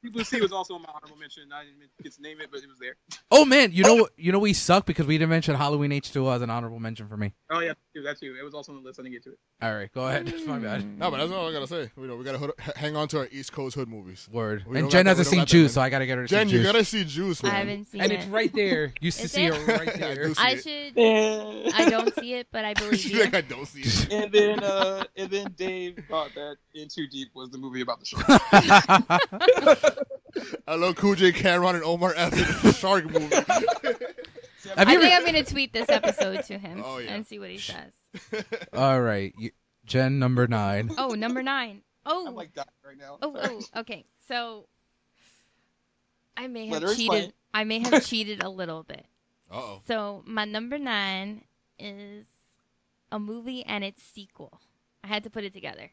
Speaker 4: Deep Blue Sea was also on my honorable mention. I didn't get to name it, but it was there.
Speaker 2: Oh man. You know what? You know we suck because we didn't mention Halloween H2O as an honorable mention for me.
Speaker 4: Oh yeah, dude, that's you. It was also on the list. I didn't get to it.
Speaker 2: All right, go ahead. That's my bad.
Speaker 3: No, but that's all I gotta say. We know we gotta hood, h- hang on to our East Coast hood movies.
Speaker 2: Word.
Speaker 3: We don't
Speaker 2: and Jen
Speaker 3: got that-
Speaker 2: hasn't
Speaker 3: we don't
Speaker 2: seen
Speaker 3: got that,
Speaker 2: Juice,
Speaker 3: man.
Speaker 2: so I gotta get her to
Speaker 3: Jen,
Speaker 2: see
Speaker 3: you
Speaker 2: Juice.
Speaker 3: gotta see Juice,
Speaker 5: I
Speaker 3: man.
Speaker 5: haven't seen
Speaker 2: and
Speaker 5: it.
Speaker 2: it's right there. You used to
Speaker 5: Is
Speaker 2: see
Speaker 5: it?
Speaker 2: her right
Speaker 3: Yeah, I
Speaker 2: there.
Speaker 3: do.
Speaker 5: I should. I
Speaker 4: And,
Speaker 5: don't see it, but I believe
Speaker 3: She's
Speaker 5: you.
Speaker 3: like, I don't see it.
Speaker 4: and then, uh, and then Dave thought that Into Deep was the movie about the shark.
Speaker 3: Hello, Kuja, Cameron, and Omar Epps in the shark movie.
Speaker 2: Have
Speaker 5: I
Speaker 2: you
Speaker 5: think I'm
Speaker 2: ever-
Speaker 5: gonna tweet this episode to him
Speaker 3: Oh, yeah.
Speaker 5: and see what he says.
Speaker 2: all right, you- Jen number nine.
Speaker 5: Oh, number nine. Oh,
Speaker 4: I'm like dying right now.
Speaker 5: oh,
Speaker 4: Sorry.
Speaker 5: oh, okay. So I may have
Speaker 4: Let her
Speaker 5: cheated.
Speaker 4: explain.
Speaker 5: I may have cheated a little bit.
Speaker 3: Uh oh.
Speaker 5: So my number nine is a movie and its sequel. I had to put it together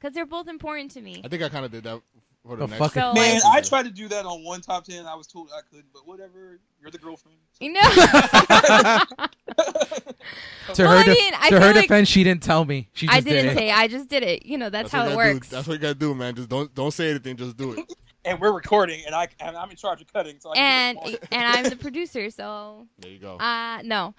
Speaker 5: because they're both important to me.
Speaker 3: I think I kind of did that for
Speaker 2: The
Speaker 3: the, next.
Speaker 2: fucking-
Speaker 5: So
Speaker 4: Man,
Speaker 5: like,
Speaker 4: I tried to do that on one top ten. I was told I couldn't, but whatever. You're the girlfriend.
Speaker 5: you know,
Speaker 2: To
Speaker 5: Well,
Speaker 2: her,
Speaker 5: I
Speaker 2: de-
Speaker 5: mean, I
Speaker 2: to
Speaker 5: feel
Speaker 2: her
Speaker 5: like-
Speaker 2: defense, she didn't tell me. She just
Speaker 5: I didn't
Speaker 2: did it.
Speaker 5: say. I just did it. You know, that's,
Speaker 3: what
Speaker 5: how it
Speaker 3: you gotta do.
Speaker 5: works.
Speaker 3: That's what you gotta do, man. Just don't don't say anything. Just do it.
Speaker 4: And we're recording, and I and I'm in charge of cutting, so I can
Speaker 5: and
Speaker 4: do it
Speaker 5: and I'm the producer, so
Speaker 3: There you go.
Speaker 5: uh no.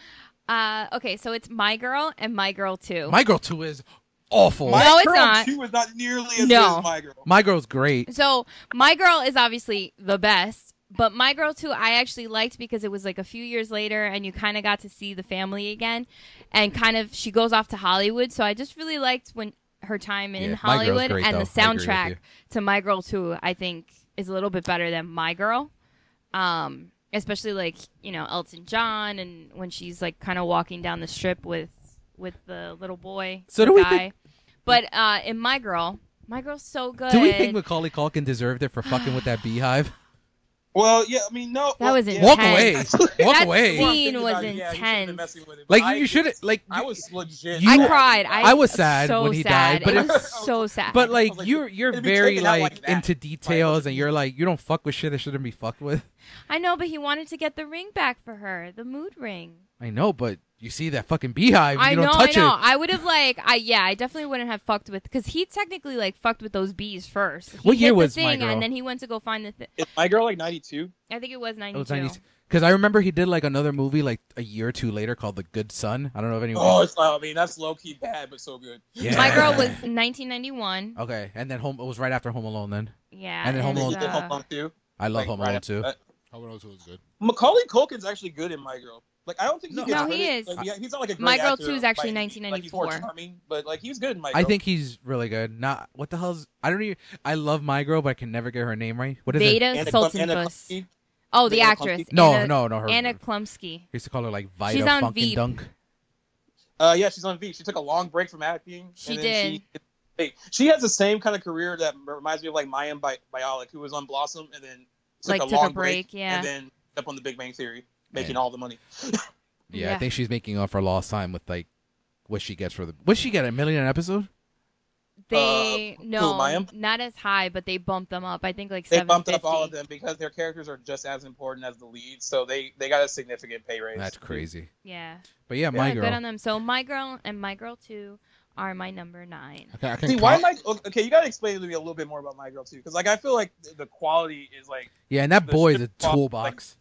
Speaker 5: Uh okay, so it's My Girl and My Girl 2.
Speaker 2: My girl two is awful.
Speaker 4: My
Speaker 2: My,
Speaker 5: No, it's
Speaker 4: girl,
Speaker 5: not.
Speaker 4: She was not nearly
Speaker 5: No.
Speaker 4: as good as my girl.
Speaker 2: girl's great.
Speaker 5: so My Girl is obviously the best, but My Girl 2 I actually liked because it was like a few years later and you kind of got to see the family again and kind of she goes off to Hollywood, so I just really liked when her time in
Speaker 2: Yeah, My Girl's
Speaker 5: Hollywood
Speaker 2: great,
Speaker 5: and the
Speaker 2: though. I agree with you.
Speaker 5: soundtrack to My Girl 2 I think is a little bit better than My Girl. Um especially like, you know, Elton John and when she's like kind of walking down the strip with with the little boy
Speaker 2: So
Speaker 5: the
Speaker 2: do we
Speaker 5: guy. but uh in My Girl, My Girl's so good.
Speaker 2: Do we think Macaulay Culkin deserved it for fucking with that beehive?
Speaker 4: Well, yeah, I mean, no.
Speaker 5: That
Speaker 4: well,
Speaker 5: was
Speaker 4: yeah.
Speaker 5: intense.
Speaker 2: Walk away. Walk
Speaker 5: That scene-
Speaker 2: away.
Speaker 4: Well, I'm thinking
Speaker 5: was
Speaker 4: about it, yeah, you shouldn't have been
Speaker 5: intense.
Speaker 4: messing with it, but
Speaker 2: Like
Speaker 4: I-
Speaker 2: you should not like.
Speaker 4: I was legit.
Speaker 2: you-
Speaker 5: I
Speaker 2: Yeah.
Speaker 5: cried. I,
Speaker 2: I was sad
Speaker 5: so
Speaker 2: when he
Speaker 5: sad.
Speaker 2: died, but
Speaker 5: it was
Speaker 4: it's-
Speaker 5: so sad.
Speaker 2: But like
Speaker 4: like,
Speaker 2: you're you're
Speaker 4: it'd be
Speaker 2: very
Speaker 4: taken out
Speaker 2: like,
Speaker 4: like that.
Speaker 2: into details, and
Speaker 4: Like-
Speaker 2: you're like you don't fuck with shit that shouldn't be fucked with.
Speaker 5: I know, but he wanted to get the ring back for her, the mood ring.
Speaker 2: I know, but you see that fucking beehive,
Speaker 5: I
Speaker 2: you
Speaker 5: know,
Speaker 2: don't touch
Speaker 5: I know.
Speaker 2: it.
Speaker 5: I would have like, I yeah, I definitely wouldn't have fucked with because he technically like fucked with those bees first. He
Speaker 2: What
Speaker 5: hit
Speaker 2: year
Speaker 5: the
Speaker 2: was My
Speaker 5: thing,
Speaker 2: Girl?
Speaker 5: And then he went to go find the thing.
Speaker 4: Is my girl like 92?
Speaker 5: I think it was ninety
Speaker 2: It was
Speaker 5: two.
Speaker 2: nineties because I remember he did like another movie like a year or two later called The Good Son. I don't know if anyone.
Speaker 4: Oh, it's, I mean, that's low key bad, but so good.
Speaker 2: Yeah.
Speaker 5: My girl was nineteen ninety one.
Speaker 2: Okay, and then Home. It was right after Home Alone. Then
Speaker 5: Yeah,
Speaker 2: Oh. And then Home
Speaker 4: And
Speaker 2: Alone-
Speaker 4: he
Speaker 5: uh,
Speaker 4: did Home Alone too.
Speaker 2: I love
Speaker 4: like,
Speaker 2: Home
Speaker 4: right uh,
Speaker 2: Alone
Speaker 4: after
Speaker 2: too.
Speaker 4: that.
Speaker 3: How about was good?
Speaker 4: Macaulay Culkin's actually good in My Girl. Like I don't think he
Speaker 2: No,
Speaker 4: gets
Speaker 5: no,
Speaker 4: credit.
Speaker 5: he is.
Speaker 4: Like, yeah, he's not like a great
Speaker 5: My Girl
Speaker 4: actor
Speaker 5: 2 is actually
Speaker 4: by any means. Like, he's more
Speaker 5: 1994.
Speaker 4: charming, but like he's good in My Girl.
Speaker 2: I think he's really good. Not what the hell's I don't even. I love my girl, but I can never get her name right. What is it?
Speaker 5: Beta
Speaker 4: Anna Clum- Anna
Speaker 5: Sultanfuss.
Speaker 4: Clumsy.
Speaker 5: Oh, the
Speaker 4: Anna
Speaker 5: actress.
Speaker 4: Klumsky?
Speaker 2: No,
Speaker 5: Anna,
Speaker 2: no, no. Her
Speaker 5: Anna Klumsky.
Speaker 2: used to call her like Vita
Speaker 5: She's on
Speaker 2: Funkin'
Speaker 5: Veep.
Speaker 2: Dunk.
Speaker 4: Uh, yeah, she's on V. She took a long break from acting.
Speaker 5: She
Speaker 4: and then
Speaker 5: did.
Speaker 4: She Hey, she has the same kind of career that reminds me of like Mayim Bi- Bialik, who was on Blossom and then took
Speaker 5: Like,
Speaker 4: a
Speaker 5: took a
Speaker 4: long
Speaker 5: break, yeah.
Speaker 4: and then up on The Big Bang Theory, making
Speaker 2: Man.
Speaker 4: all the money.
Speaker 2: Yeah, I
Speaker 5: Yeah.
Speaker 2: think she's making up for lost time with like what she gets for the. What she get a million an episode?
Speaker 5: They no,
Speaker 4: Mayim?
Speaker 5: not as high, but they bumped them up. I think like
Speaker 4: They
Speaker 5: seven
Speaker 4: bumped up all of
Speaker 5: fifty.
Speaker 4: them because their characters are just as important as the leads, so they they got a significant pay raise.
Speaker 2: That's crazy.
Speaker 5: Yeah,
Speaker 2: But yeah, my
Speaker 5: Yeah, Good
Speaker 2: girl.
Speaker 5: on them. So my girl and my girl two are my number nine.
Speaker 3: I can, I can
Speaker 4: See why
Speaker 3: count-
Speaker 4: my okay, you gotta explain to me a little bit more about my girl too, because like I feel like the- the quality is like
Speaker 2: Yeah, and that
Speaker 4: the
Speaker 2: boy is a
Speaker 4: ship box,
Speaker 2: toolbox.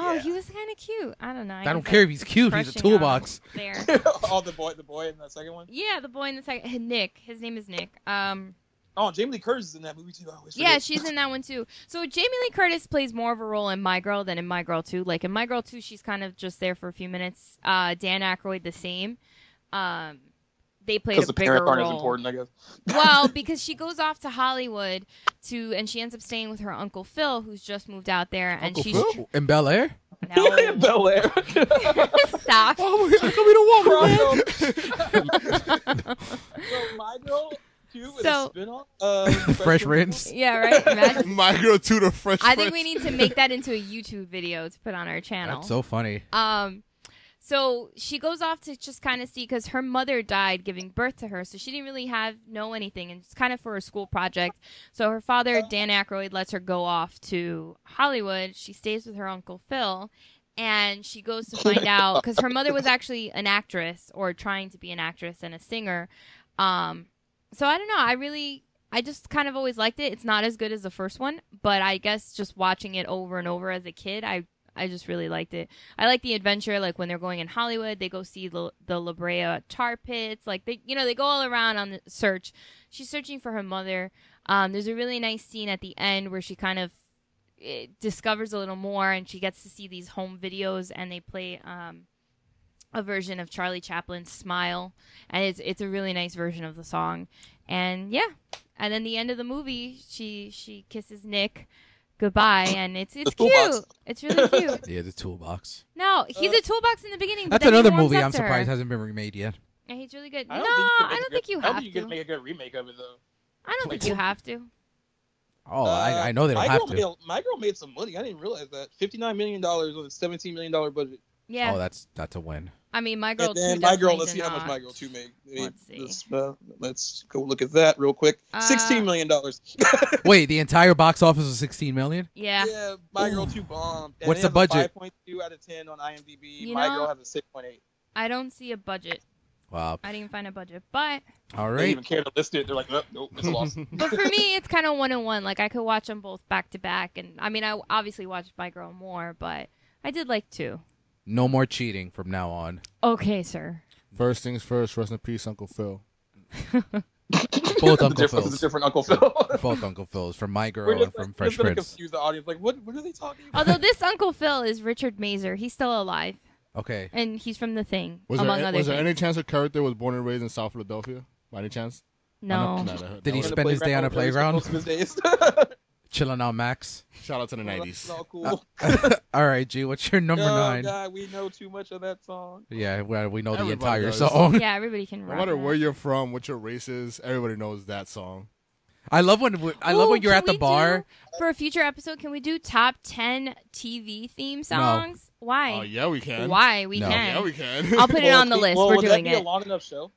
Speaker 5: Oh,
Speaker 4: Yeah.
Speaker 5: he was kind of cute. I don't know.
Speaker 2: I don't care if he's cute. He's a
Speaker 5: crushing on him
Speaker 2: toolbox.
Speaker 5: There.
Speaker 4: all the boy the boy in the second one.
Speaker 5: Yeah, the boy in the second Nick. His name is Nick. Um,
Speaker 4: Oh, Jamie Lee Curtis is in that movie too. I always
Speaker 5: yeah,
Speaker 4: forget.
Speaker 5: she's in that one too. So Jamie Lee Curtis plays more of a role in My Girl than in My Girl Two. Like in My Girl Two, she's kind of just there for a few minutes. Uh, Dan Aykroyd the same. Um, they played a
Speaker 4: because the
Speaker 5: bigger
Speaker 4: parent part is
Speaker 5: role.
Speaker 4: important, I guess.
Speaker 5: well, because she goes off to Hollywood to, and she ends up staying with her uncle Phil, who's just moved out there, and
Speaker 3: Uncle
Speaker 5: she's
Speaker 3: Phil?
Speaker 2: Oh, In Bel Air.
Speaker 5: No.
Speaker 4: Bel Air.
Speaker 5: stop.
Speaker 3: Oh, how come we don't walk around?
Speaker 4: Bravo. So my girl too is
Speaker 5: So-
Speaker 4: a spin-off. Uh,
Speaker 2: Fresh rinse.
Speaker 5: Yeah, right. Imagine-
Speaker 3: My girl too, the fresh.
Speaker 5: I think we
Speaker 3: Prince.
Speaker 5: need to make that into a YouTube video to put on our channel.
Speaker 2: That's so funny.
Speaker 5: Um, so she goes off to just kind of see because her mother died giving birth to her, so she didn't really have know anything, and it's kind of for a school project. So her father, Dan Aykroyd, lets her go off to Hollywood. She stays with her uncle Phil, and she goes to find out because her mother was actually an actress or trying to be an actress and a singer. Um, so I don't know. I really, I just kind of always liked it. It's not as good as the first one, but I guess just watching it over and over as a kid, I I just really liked it. I like the adventure, like when they're going in Hollywood, they go see the, the La Brea tar pits. Like they, you know, they go all around on the search. She's searching for her mother. Um, there's a really nice scene at the end where she kind of eh, discovers a little more, and she gets to see these home videos, and they play um, a version of Charlie Chaplin's "Smile," and it's it's a really nice version of the song. And yeah, and then the end of the movie, she she kisses Nick goodbye, and it's it's cute.
Speaker 4: toolbox.
Speaker 5: It's really cute.
Speaker 2: Yeah, the toolbox.
Speaker 5: No, he's a toolbox in the beginning. but
Speaker 2: That's
Speaker 5: then he
Speaker 2: another
Speaker 5: warms
Speaker 2: movie.
Speaker 5: up
Speaker 2: I'm
Speaker 5: to
Speaker 2: surprised
Speaker 5: Her.
Speaker 2: hasn't been remade yet.
Speaker 5: And he's really good.
Speaker 4: I
Speaker 5: no,
Speaker 4: don't
Speaker 5: I don't
Speaker 4: think
Speaker 5: think you
Speaker 4: could make a good- I don't
Speaker 5: have
Speaker 4: think you
Speaker 5: to.
Speaker 4: could make a good remake of it though.
Speaker 5: I don't think you have to.
Speaker 2: Oh,
Speaker 4: Uh,
Speaker 2: I, I know they don't
Speaker 4: my
Speaker 2: have
Speaker 4: girl
Speaker 2: to.
Speaker 4: Made, a- my girl made some money. I didn't realize that. Fifty-nine million dollars on a seventeen million dollar budget.
Speaker 5: Yeah,
Speaker 2: Oh, that's that's a win.
Speaker 5: I mean, my girl.
Speaker 4: And then
Speaker 5: too
Speaker 4: my girl,
Speaker 5: definitely
Speaker 4: let's see
Speaker 5: did
Speaker 4: how much
Speaker 5: not.
Speaker 4: my girl two made. I mean,
Speaker 5: Let's see.
Speaker 4: Let's, uh, let's go look at that real quick.
Speaker 5: Uh,
Speaker 4: Sixteen million dollars.
Speaker 2: Wait, the entire box office was 16 million.
Speaker 5: Yeah,
Speaker 4: yeah, my girl two bombed. And
Speaker 2: What's the
Speaker 4: it has a
Speaker 2: budget?
Speaker 4: Five point two out of ten on IMDb.
Speaker 5: You
Speaker 4: my
Speaker 5: know-
Speaker 4: girl has a six point eight.
Speaker 5: I don't see a budget.
Speaker 2: Wow.
Speaker 5: I didn't find a budget, but
Speaker 2: All
Speaker 4: They didn't
Speaker 2: right.
Speaker 4: even care to list it. They're like, nope, nope, it's a loss.
Speaker 5: but for me, it's kind of one on one. Like I could watch them both back to back, and I mean, I obviously watched my girl more, but I did like two.
Speaker 2: No more cheating from now on.
Speaker 5: Okay, sir.
Speaker 3: First things first. Rest in peace, Uncle Phil.
Speaker 2: Both
Speaker 4: the
Speaker 2: Uncle
Speaker 4: difference is a
Speaker 2: Phil's.
Speaker 4: different Uncle Phil.
Speaker 2: Both Uncle Phil's from My
Speaker 4: We're
Speaker 2: Girl
Speaker 4: just,
Speaker 2: and from
Speaker 4: we're
Speaker 2: Fresh
Speaker 4: just gonna
Speaker 2: Prince.
Speaker 4: confuse the audience. Like, what? What are they talking about?
Speaker 5: Although this Uncle Phil is Richard Mazer, he's still alive,
Speaker 2: Okay.
Speaker 5: and he's from The Thing,
Speaker 3: Was
Speaker 5: among
Speaker 3: there,
Speaker 5: other
Speaker 3: was there
Speaker 5: things.
Speaker 3: any chance a character was born and raised in South Philadelphia? By any chance?
Speaker 5: no,
Speaker 3: No, that-
Speaker 2: Did
Speaker 3: that
Speaker 2: he
Speaker 3: was-
Speaker 4: Gonna
Speaker 2: spend
Speaker 4: play
Speaker 2: his day on a
Speaker 4: Grand Theft Auto most of his days.
Speaker 2: Chilling out, Max.
Speaker 3: Shout out to the
Speaker 4: Well,
Speaker 3: nineties.
Speaker 4: That's not cool.
Speaker 2: All right, G. What's your number
Speaker 4: oh,
Speaker 2: nine?
Speaker 4: God, we know too much of that song.
Speaker 2: Yeah, well, we know the
Speaker 3: Everybody
Speaker 2: entire
Speaker 3: knows.
Speaker 2: song.
Speaker 5: yeah, everybody can.
Speaker 3: No
Speaker 5: rock
Speaker 3: matter
Speaker 5: that.
Speaker 3: where you're from, what your race is, everybody knows that song.
Speaker 2: I love when we- I love
Speaker 5: Ooh,
Speaker 2: when you're
Speaker 5: can
Speaker 2: at the
Speaker 5: we
Speaker 2: bar.
Speaker 5: do- for a future episode. Can we do top ten TV theme songs? Why?
Speaker 3: Oh yeah, we can.
Speaker 5: Why we
Speaker 2: No.
Speaker 5: can?
Speaker 3: Yeah, we can.
Speaker 5: I'll put it on the list.
Speaker 4: Well,
Speaker 5: We're
Speaker 4: would
Speaker 5: doing
Speaker 4: that be
Speaker 5: it.
Speaker 4: a long enough show?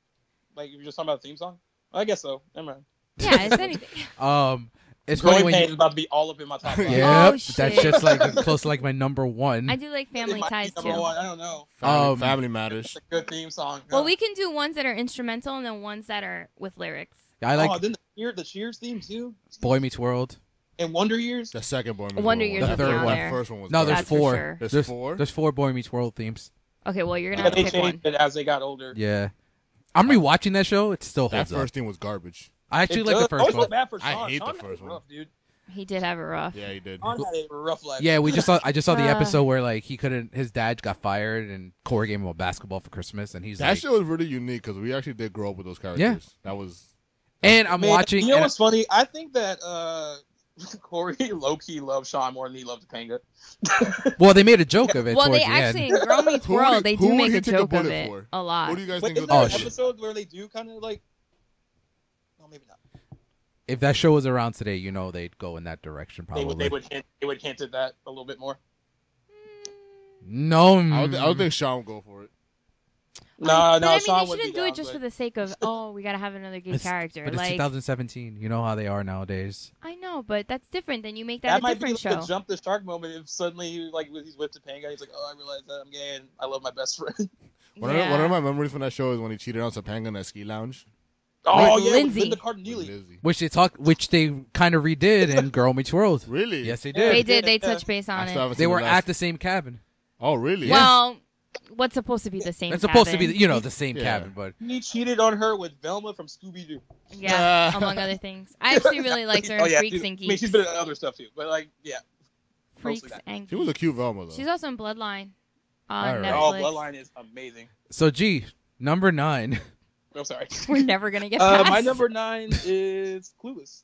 Speaker 4: Like, if you're just talking about a theme song? I guess so. Never mind.
Speaker 5: yeah, it's anything.
Speaker 2: Um, it's
Speaker 4: Growing
Speaker 2: funny
Speaker 4: Pain
Speaker 2: when
Speaker 4: is
Speaker 2: you.
Speaker 4: about to be all up in my top five.
Speaker 2: Yep,
Speaker 5: Oh,
Speaker 2: that's
Speaker 5: shit.
Speaker 2: just like close to like my number one.
Speaker 5: I do like
Speaker 4: It
Speaker 5: Family
Speaker 4: might be
Speaker 5: Ties too.
Speaker 4: number One. I don't know.
Speaker 3: family,
Speaker 2: Um,
Speaker 3: family
Speaker 4: It's
Speaker 3: matters.
Speaker 4: a good theme song. Oh,
Speaker 5: Well,
Speaker 4: Yeah.
Speaker 5: we can do ones that are instrumental and then ones that are with lyrics.
Speaker 2: I like
Speaker 4: oh, then the, cheer, the Cheers theme too,
Speaker 2: Boy Meets World.
Speaker 4: and Wonder Years.
Speaker 3: The second boy.
Speaker 5: Wonder
Speaker 3: Years.
Speaker 5: Years
Speaker 2: The would be third on one.
Speaker 5: there.
Speaker 3: First one was
Speaker 2: No, there's
Speaker 5: That's for
Speaker 2: four.
Speaker 5: sure.
Speaker 3: There's four?
Speaker 2: There's four Boy Meets World themes.
Speaker 5: Okay, well you're gonna
Speaker 4: Yeah,
Speaker 5: have to
Speaker 4: they
Speaker 5: pick
Speaker 4: changed
Speaker 5: one.
Speaker 4: it as they got older.
Speaker 2: Yeah, I'm rewatching that show. It still
Speaker 3: that
Speaker 2: holds up.
Speaker 3: first Oh, thing was garbage.
Speaker 2: I
Speaker 4: It
Speaker 2: actually like the
Speaker 4: does- I
Speaker 2: first
Speaker 4: always feel
Speaker 2: one.
Speaker 4: bad for
Speaker 3: I
Speaker 4: Sean.
Speaker 3: hate the
Speaker 4: Sean had
Speaker 3: first
Speaker 4: it
Speaker 3: one.
Speaker 4: rough, dude.
Speaker 5: He did have a rough.
Speaker 3: Yeah, he did.
Speaker 4: Sean had a rough life.
Speaker 2: Yeah, we just saw. I just saw the
Speaker 5: Uh.
Speaker 2: episode where like he couldn't. His dad got fired, and Corey gave him a basketball for Christmas, and he's
Speaker 3: That
Speaker 2: like.
Speaker 3: show was really unique because we actually did grow up with those characters. That was
Speaker 2: and I'm
Speaker 4: Man,
Speaker 2: watching.
Speaker 4: You know
Speaker 2: and-
Speaker 4: what's funny? I think that uh, Corey low key loved Sean more than he loved Topanga.
Speaker 2: well, they made a joke of it
Speaker 5: Well,
Speaker 2: towards
Speaker 5: they
Speaker 2: the
Speaker 5: actually
Speaker 2: end.
Speaker 5: in Girl Meets
Speaker 3: Who would-
Speaker 5: World they
Speaker 3: who
Speaker 5: do
Speaker 3: would
Speaker 5: make
Speaker 3: he
Speaker 5: a
Speaker 3: take a
Speaker 5: joke of
Speaker 3: bullet
Speaker 5: it
Speaker 3: for?
Speaker 5: a lot.
Speaker 3: what do you guys
Speaker 4: Wait,
Speaker 3: think? Of
Speaker 4: isn't there
Speaker 2: Oh,
Speaker 4: an
Speaker 2: shit.
Speaker 4: episode where they do kind of like Well, maybe not.
Speaker 2: If that show was around today, you know they'd go in that direction probably.
Speaker 4: They would, they would hint they would hint at that a little bit more.
Speaker 2: No, mm.
Speaker 3: I would, I would think Sean would go for it.
Speaker 4: No,
Speaker 5: but I
Speaker 4: no,
Speaker 5: mean,
Speaker 4: Sean
Speaker 5: they
Speaker 4: would be
Speaker 5: shouldn't do
Speaker 4: down,
Speaker 5: it just
Speaker 4: but-
Speaker 5: for the sake of oh, we gotta have another gay
Speaker 2: It's-
Speaker 5: character.
Speaker 2: but it's
Speaker 5: Like
Speaker 2: 2017. You know how they are nowadays.
Speaker 5: I know, but that's different. Then you make that,
Speaker 4: that
Speaker 5: a
Speaker 4: might be
Speaker 5: different
Speaker 4: like
Speaker 5: show.
Speaker 4: a jump the shark moment if suddenly he, like he's with Topanga he's like oh I realize that I'm gay and I love my best friend.
Speaker 3: One, of, one of my memories from that show is when he cheated on Topanga in that ski lounge.
Speaker 4: oh yeah,
Speaker 5: Lindsay.
Speaker 4: Linda
Speaker 3: with
Speaker 4: Cardinelli.
Speaker 3: Lizzie.
Speaker 2: Which they talk, which they kind of redid in Girl Meets World.
Speaker 3: Really?
Speaker 2: Yes, they
Speaker 4: Yeah.
Speaker 2: did.
Speaker 5: they did. They
Speaker 4: Yeah.
Speaker 5: touched base
Speaker 3: I
Speaker 5: on
Speaker 3: still
Speaker 5: it.
Speaker 3: haven't
Speaker 2: They
Speaker 3: seen
Speaker 2: were
Speaker 3: the
Speaker 2: at
Speaker 3: last-
Speaker 2: the same cabin.
Speaker 3: Oh, really?
Speaker 5: Well, what's supposed to be the same?
Speaker 2: It's supposed to be,
Speaker 5: cabin.
Speaker 2: the, you know, the same
Speaker 3: Yeah.
Speaker 2: cabin, but
Speaker 4: He cheated on her with Velma from Scooby Doo.
Speaker 5: yeah,
Speaker 3: Uh.
Speaker 5: among other things. I actually really liked her in Freaks
Speaker 4: dude.
Speaker 5: and
Speaker 4: I mean,
Speaker 5: Geeks.
Speaker 4: Oh, she's been in other stuff too, but like, yeah. mostly
Speaker 5: Freaks
Speaker 4: that.
Speaker 5: and
Speaker 3: She was a cute Velma, though.
Speaker 5: She's also in Bloodline
Speaker 2: All
Speaker 5: on
Speaker 2: right.
Speaker 4: Oh,
Speaker 5: Netflix.
Speaker 4: Bloodline is amazing.
Speaker 2: so gee, number nine.
Speaker 4: I'm sorry.
Speaker 5: We're never gonna get
Speaker 4: Uh,
Speaker 5: past.
Speaker 4: my number nine is Clueless.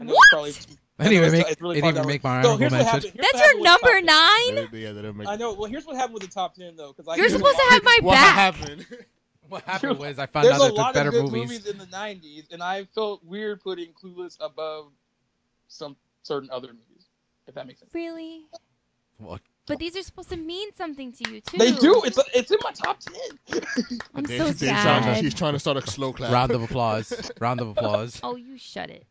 Speaker 4: I know
Speaker 5: What?
Speaker 4: it's probably
Speaker 2: I didn't even
Speaker 4: it's-
Speaker 2: make,
Speaker 4: it's really
Speaker 2: it
Speaker 4: far
Speaker 2: didn't even
Speaker 4: down
Speaker 2: make
Speaker 4: the-
Speaker 2: my
Speaker 4: So
Speaker 2: honorable
Speaker 4: here's what
Speaker 2: mention.
Speaker 4: happened. Here's
Speaker 5: That's
Speaker 4: what happened
Speaker 5: your
Speaker 4: with the top
Speaker 5: number
Speaker 4: ten.
Speaker 5: nine.
Speaker 3: They- yeah, they didn't make-
Speaker 4: I know. Well, here's what happened with the top ten though, because
Speaker 5: You're supposed to have my
Speaker 3: What
Speaker 5: back.
Speaker 3: happened?
Speaker 2: What happened was I found
Speaker 4: There's
Speaker 2: out
Speaker 4: a
Speaker 2: that
Speaker 4: lot
Speaker 2: there's
Speaker 4: of
Speaker 2: better
Speaker 4: good
Speaker 2: movies.
Speaker 4: movies in the '90s, and I felt weird putting Clueless above some certain other movies, if that makes sense.
Speaker 5: Really?
Speaker 2: Well,
Speaker 5: But these are supposed to mean something to you too.
Speaker 4: They do. It's it's in my top ten.
Speaker 5: I'm
Speaker 3: They-
Speaker 5: so
Speaker 3: they sound like
Speaker 5: sad.
Speaker 3: She's trying to start a slow clap.
Speaker 2: round of applause. round of applause.
Speaker 5: Oh, you shut it.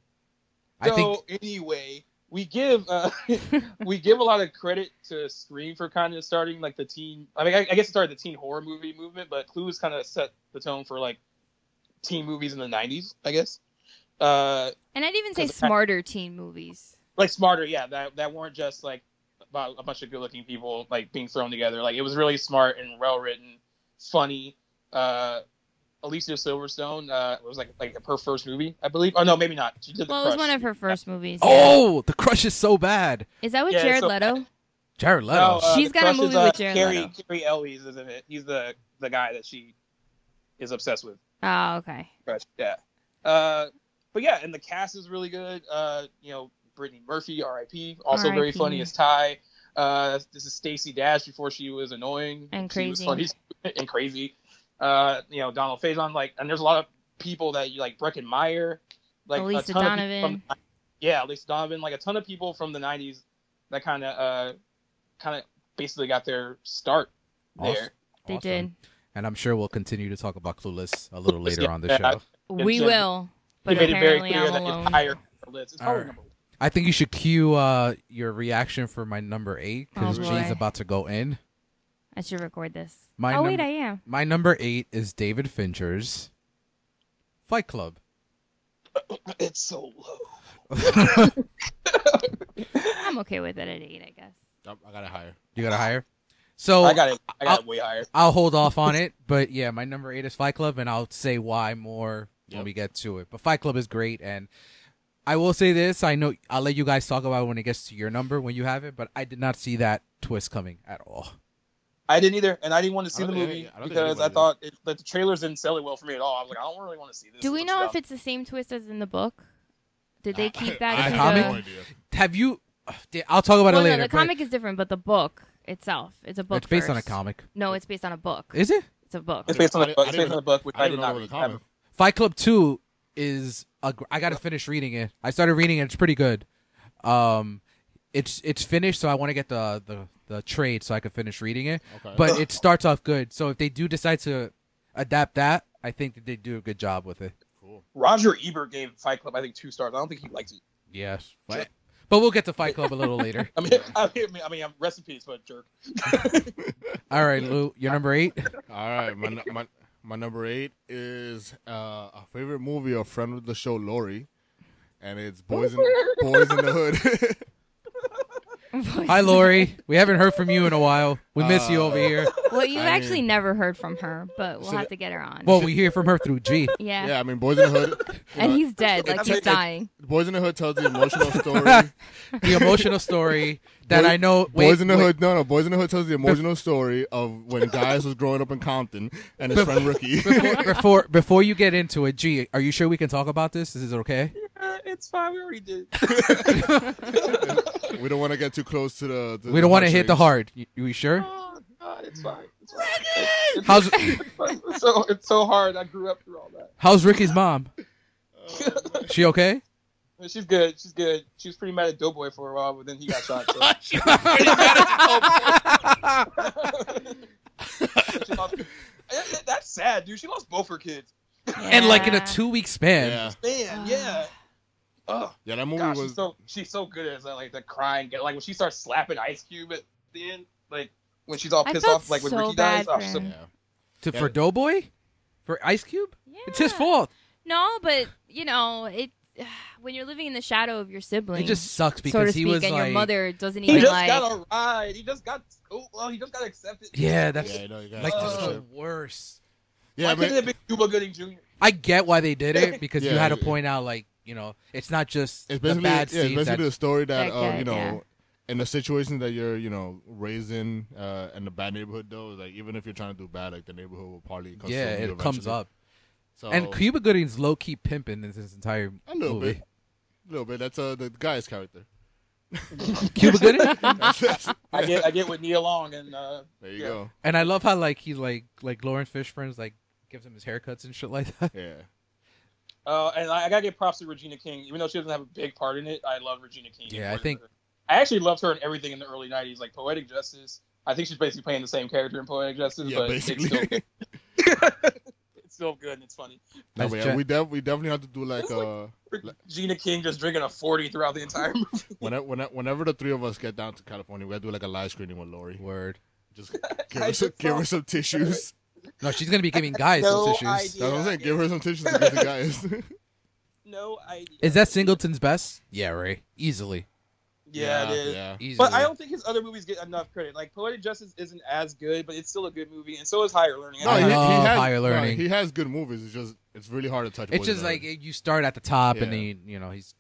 Speaker 2: I think
Speaker 4: so anyway, we give uh, we give a lot of credit to Scream for kind of starting like the teen. I mean, I, I guess it started the teen horror movie movement, but Clues kind of set the tone for like teen movies in the '90s, I guess. Uh,
Speaker 5: And I'd even say
Speaker 4: 'Cause I-
Speaker 5: smarter teen movies.
Speaker 4: like smarter, yeah. That that weren't just like about a bunch of good-looking people like being thrown together. Like it was really smart and well-written, funny. Uh, Alicia Silverstone uh, was like like her first movie, I believe. Oh no, maybe not. She did the
Speaker 5: Well, it was
Speaker 4: Crush.
Speaker 5: one of her first movies. yeah.
Speaker 2: Oh, the crush is so bad.
Speaker 5: Is that with
Speaker 4: Yeah,
Speaker 5: Jared
Speaker 4: so-
Speaker 5: Leto?
Speaker 2: Jared Leto.
Speaker 4: No, uh,
Speaker 5: She's
Speaker 4: the
Speaker 5: got a
Speaker 4: Crush is,
Speaker 5: movie
Speaker 4: uh,
Speaker 5: with Jared
Speaker 4: Carrie,
Speaker 5: Leto.
Speaker 4: Carrie Elwes, isn't it? He's the the guy that she is obsessed with.
Speaker 5: Oh, okay.
Speaker 4: Crush, yeah. Uh, but yeah, and the cast is really good. Uh, you know, Brittany Murphy, R.I.P. Also very
Speaker 5: R.I.P..
Speaker 4: funny is Ty. Uh, this is Stacy Dash before she was annoying
Speaker 5: And
Speaker 4: She was
Speaker 5: crazy.
Speaker 4: funny and crazy. Uh, you know, Donald Faison. Like, and there's a lot of people that you like. Brecken Meyer, like
Speaker 5: Elisa
Speaker 4: a ton of people
Speaker 5: Donovan.
Speaker 4: from yeah, Lisa Donovan, like a ton of people from the '90s that kind of, uh, kind of basically got their start there.
Speaker 2: Awesome.
Speaker 5: They
Speaker 2: Awesome.
Speaker 5: did.
Speaker 2: And I'm sure we'll continue to talk about Clueless a little later
Speaker 4: Yeah,
Speaker 2: on the
Speaker 4: I-
Speaker 2: show.
Speaker 5: We
Speaker 4: Jim-
Speaker 5: will. But
Speaker 4: he made it very
Speaker 5: apparently
Speaker 4: clear
Speaker 5: I'm
Speaker 4: that
Speaker 5: alone.
Speaker 4: it's higher on the list. It's probably
Speaker 2: Alright.
Speaker 4: number one.
Speaker 2: I think you should cue uh, your reaction for my number eight because
Speaker 5: Oh, boy.
Speaker 2: G's about to go in.
Speaker 5: I should record this.
Speaker 2: My
Speaker 5: oh, wait,
Speaker 2: number-
Speaker 5: I am.
Speaker 2: My number eight is David Fincher's Fight Club.
Speaker 4: It's so low.
Speaker 2: you
Speaker 5: I'm okay with it at 8, I guess.
Speaker 3: Nope, I got it higher.
Speaker 2: got to hire.
Speaker 3: Oh,
Speaker 2: So
Speaker 4: I got it. I got it way higher.
Speaker 2: I'll hold off on it, but yeah, my number eight is Fight Club, and I'll say why more when
Speaker 3: Yep.
Speaker 2: we get to it. But Fight Club is great, and I will say this: I know I'll let you guys talk about it when it gets to your number when you have it, but I did not see that twist coming at all.
Speaker 4: I didn't either, and I didn't want to
Speaker 3: I
Speaker 4: see the
Speaker 3: don't think
Speaker 4: movie
Speaker 3: any- I don't think
Speaker 4: because I
Speaker 3: anybody
Speaker 4: thought it, like, the trailers didn't sell it well for me at all. I was like, I don't really want to see this.
Speaker 5: Do we
Speaker 4: Looks
Speaker 5: know
Speaker 4: dumb.
Speaker 5: if it's the same twist as in the book? Did they keep
Speaker 3: I,
Speaker 5: that?
Speaker 2: in
Speaker 5: into
Speaker 2: comic?
Speaker 5: the-
Speaker 3: have no idea.
Speaker 2: Have you? ugh, da- I'll talk about
Speaker 5: Well,
Speaker 2: it later.
Speaker 5: no, the
Speaker 2: but
Speaker 5: comic is different, but the book itself, it's a book.
Speaker 2: it's based on a
Speaker 5: first.
Speaker 2: comic.
Speaker 5: No, it's based on a book.
Speaker 2: Is it?
Speaker 5: It's a book.
Speaker 4: it's based on
Speaker 3: I
Speaker 4: the
Speaker 3: didn't-
Speaker 4: book,
Speaker 3: I
Speaker 4: it's
Speaker 3: didn't
Speaker 4: based on the book, which I,
Speaker 3: I
Speaker 4: did
Speaker 3: didn't
Speaker 4: not
Speaker 3: know
Speaker 4: read.
Speaker 3: the comic.
Speaker 2: Fight Club Two is a. gr- I got to finish reading it. I started reading it. It's pretty good. Um, it's it's finished, so I want to get the the the trade so I can finish reading it.
Speaker 3: Okay.
Speaker 2: but it starts off good. So if they do decide to adapt that, I think that they do a good job with it.
Speaker 3: cool.
Speaker 4: Roger Ebert gave Fight Club, I think, two stars. I don't think he liked it.
Speaker 2: Yes, but, but we'll get to Fight Club a little later.
Speaker 4: I mean, I mean, I mean, I'm rest in peace, but jerk.
Speaker 2: All right, Lou, you're number eight.
Speaker 3: All right, my nu- my my number eight is uh, a favorite movie of friend of the show Lori, and it's Boys in Boys in the Hood.
Speaker 2: Hi, Lori. We haven't heard from you in a while. We miss you
Speaker 3: Uh,
Speaker 2: over here.
Speaker 5: well, you
Speaker 3: I
Speaker 5: actually
Speaker 3: mean-
Speaker 5: never heard from her, but we'll
Speaker 3: So
Speaker 5: have
Speaker 3: the-
Speaker 5: to get her on.
Speaker 2: Well, we hear from her through G.
Speaker 5: yeah.
Speaker 3: yeah, I mean Boys in the Hood. you
Speaker 5: and
Speaker 3: know,
Speaker 5: he's dead, like
Speaker 4: it's
Speaker 5: he's
Speaker 4: like-
Speaker 5: dying.
Speaker 3: Boys in the Hood tells the emotional story.
Speaker 2: The emotional story that
Speaker 3: Boy-
Speaker 2: I know. wait,
Speaker 3: Boys in the
Speaker 2: wait.
Speaker 3: Hood. No, no. Boys in the Hood tells the emotional story of when guys was growing up in Compton and his friend Rookie.
Speaker 2: Before, before before you get into it, G, are you sure we can talk about this? Is it okay?
Speaker 4: it's fine. We already did.
Speaker 3: we don't want to get too close to the.
Speaker 2: We don't want to hit the
Speaker 3: heart.
Speaker 2: hard. You, you sure?
Speaker 4: Oh God, it's fine. It's
Speaker 2: How's
Speaker 4: fine. It's so it's so hard. I grew up through all that.
Speaker 2: how's Ricky's mom?
Speaker 3: shakes.
Speaker 2: She okay?
Speaker 4: She's good. She's good. She was pretty mad at Doughboy for a while, but then he got shot. So.
Speaker 7: She was pretty mad at
Speaker 4: She lost- Yeah, yeah, that's sad, dude. She lost both her kids.
Speaker 2: And like in a
Speaker 5: Yeah.
Speaker 2: two week span.
Speaker 3: Yeah,
Speaker 4: Man, yeah. Oh
Speaker 3: yeah, that movie
Speaker 4: gosh, she's
Speaker 3: was.
Speaker 4: so she's so good at like the crying. Like when she starts slapping Ice Cube at the end, like when she's all
Speaker 5: I
Speaker 4: pissed
Speaker 5: felt
Speaker 4: off, like when
Speaker 5: so
Speaker 4: Ricky
Speaker 5: bad
Speaker 4: dies. Oh,
Speaker 5: for
Speaker 4: so,
Speaker 3: yeah.
Speaker 5: him.
Speaker 2: To,
Speaker 3: Yeah.
Speaker 2: For Doughboy? For Ice Cube?
Speaker 5: Yeah.
Speaker 2: It's his fault.
Speaker 5: No, but you know, it when you're living in the shadow of your sibling,
Speaker 2: It just sucks because
Speaker 5: so to
Speaker 2: he
Speaker 5: speak,
Speaker 2: was
Speaker 5: and
Speaker 2: like.
Speaker 5: your mother doesn't
Speaker 4: he
Speaker 5: even
Speaker 4: just
Speaker 5: like.
Speaker 4: got a ride. He just got oh well, he just got accepted.
Speaker 2: Yeah, that's
Speaker 3: yeah, you know, you gotta
Speaker 2: like
Speaker 4: Oh.
Speaker 2: just
Speaker 3: stop
Speaker 2: the
Speaker 3: shit.
Speaker 2: worst.
Speaker 3: yeah,
Speaker 4: Yeah, Why
Speaker 3: I mean,
Speaker 4: couldn't it have been Cuba Gooding Jr.?
Speaker 2: I get why they did it because you
Speaker 3: Yeah,
Speaker 2: had to
Speaker 3: yeah.
Speaker 2: point out like you know it's not just
Speaker 3: it's
Speaker 2: the
Speaker 3: basically
Speaker 2: bad
Speaker 3: yeah, it's
Speaker 2: scenes.
Speaker 3: basically
Speaker 2: that-
Speaker 3: the story that,
Speaker 5: That
Speaker 3: uh,
Speaker 5: guy,
Speaker 3: you know,
Speaker 5: yeah.
Speaker 3: in the situation that you're you know raised in, uh, in the bad neighborhood though, like even if you're trying to do bad, like the neighborhood will probably come
Speaker 2: yeah,
Speaker 3: save you
Speaker 2: it comes
Speaker 3: eventually.
Speaker 2: up.
Speaker 3: So,
Speaker 2: And Cuba Gooding's low key pimping in this entire
Speaker 3: a little
Speaker 2: movie.
Speaker 3: bit, a little bit. That's uh, the guy's character.
Speaker 2: Cuba Gooding,
Speaker 4: I get I get with Nia Long and uh,
Speaker 3: there you
Speaker 4: Yeah.
Speaker 3: go.
Speaker 2: and I love how like he like like Lauren Fishburne's like gives him his haircuts and shit like that.
Speaker 3: Yeah,
Speaker 4: uh, and I, I gotta give props to Regina King, even though she doesn't have a big part in it. I love Regina King.
Speaker 2: Yeah, I think-
Speaker 4: I actually loved her in everything in the early '90s, like Poetic Justice. I think she's basically playing the same character in Poetic Justice,
Speaker 3: yeah,
Speaker 4: but
Speaker 3: basically.
Speaker 4: it's still it's still good and it's funny.
Speaker 3: No,
Speaker 2: Nice
Speaker 3: but yeah,
Speaker 2: chat.
Speaker 3: we def- we definitely have to do like
Speaker 4: It's like-
Speaker 3: uh
Speaker 4: Regina King just drinking a 40 throughout the entire movie.
Speaker 3: whenever, whenever whenever the three of us get down to California, we gotta do like a live screening with Lori.
Speaker 2: Word.
Speaker 3: Just give her some,
Speaker 4: just
Speaker 3: give
Speaker 4: saw-
Speaker 3: her some tissues.
Speaker 2: No, she's gonna be giving guys
Speaker 4: No
Speaker 2: some tissues.
Speaker 3: That's
Speaker 4: idea.
Speaker 3: what I'm saying.
Speaker 4: Yeah,
Speaker 3: Give her some tissues to give the guys.
Speaker 4: No idea.
Speaker 2: Is that Singleton's best? Yeah, Ray. Easily.
Speaker 4: Yeah, it is.
Speaker 3: Yeah.
Speaker 2: Easily.
Speaker 4: But I don't think his other movies get enough credit. Like Poetic Justice isn't as good, but it's still a good movie, and so is Higher Learning.
Speaker 2: No, I
Speaker 4: I-
Speaker 2: love
Speaker 3: has,
Speaker 2: higher
Speaker 3: no,
Speaker 2: learning.
Speaker 3: he has good movies. It's just it's really hard to touch.
Speaker 2: It's
Speaker 3: both
Speaker 2: just
Speaker 3: of them.
Speaker 2: like you start at the top
Speaker 3: Yeah.
Speaker 2: and then you, you know he's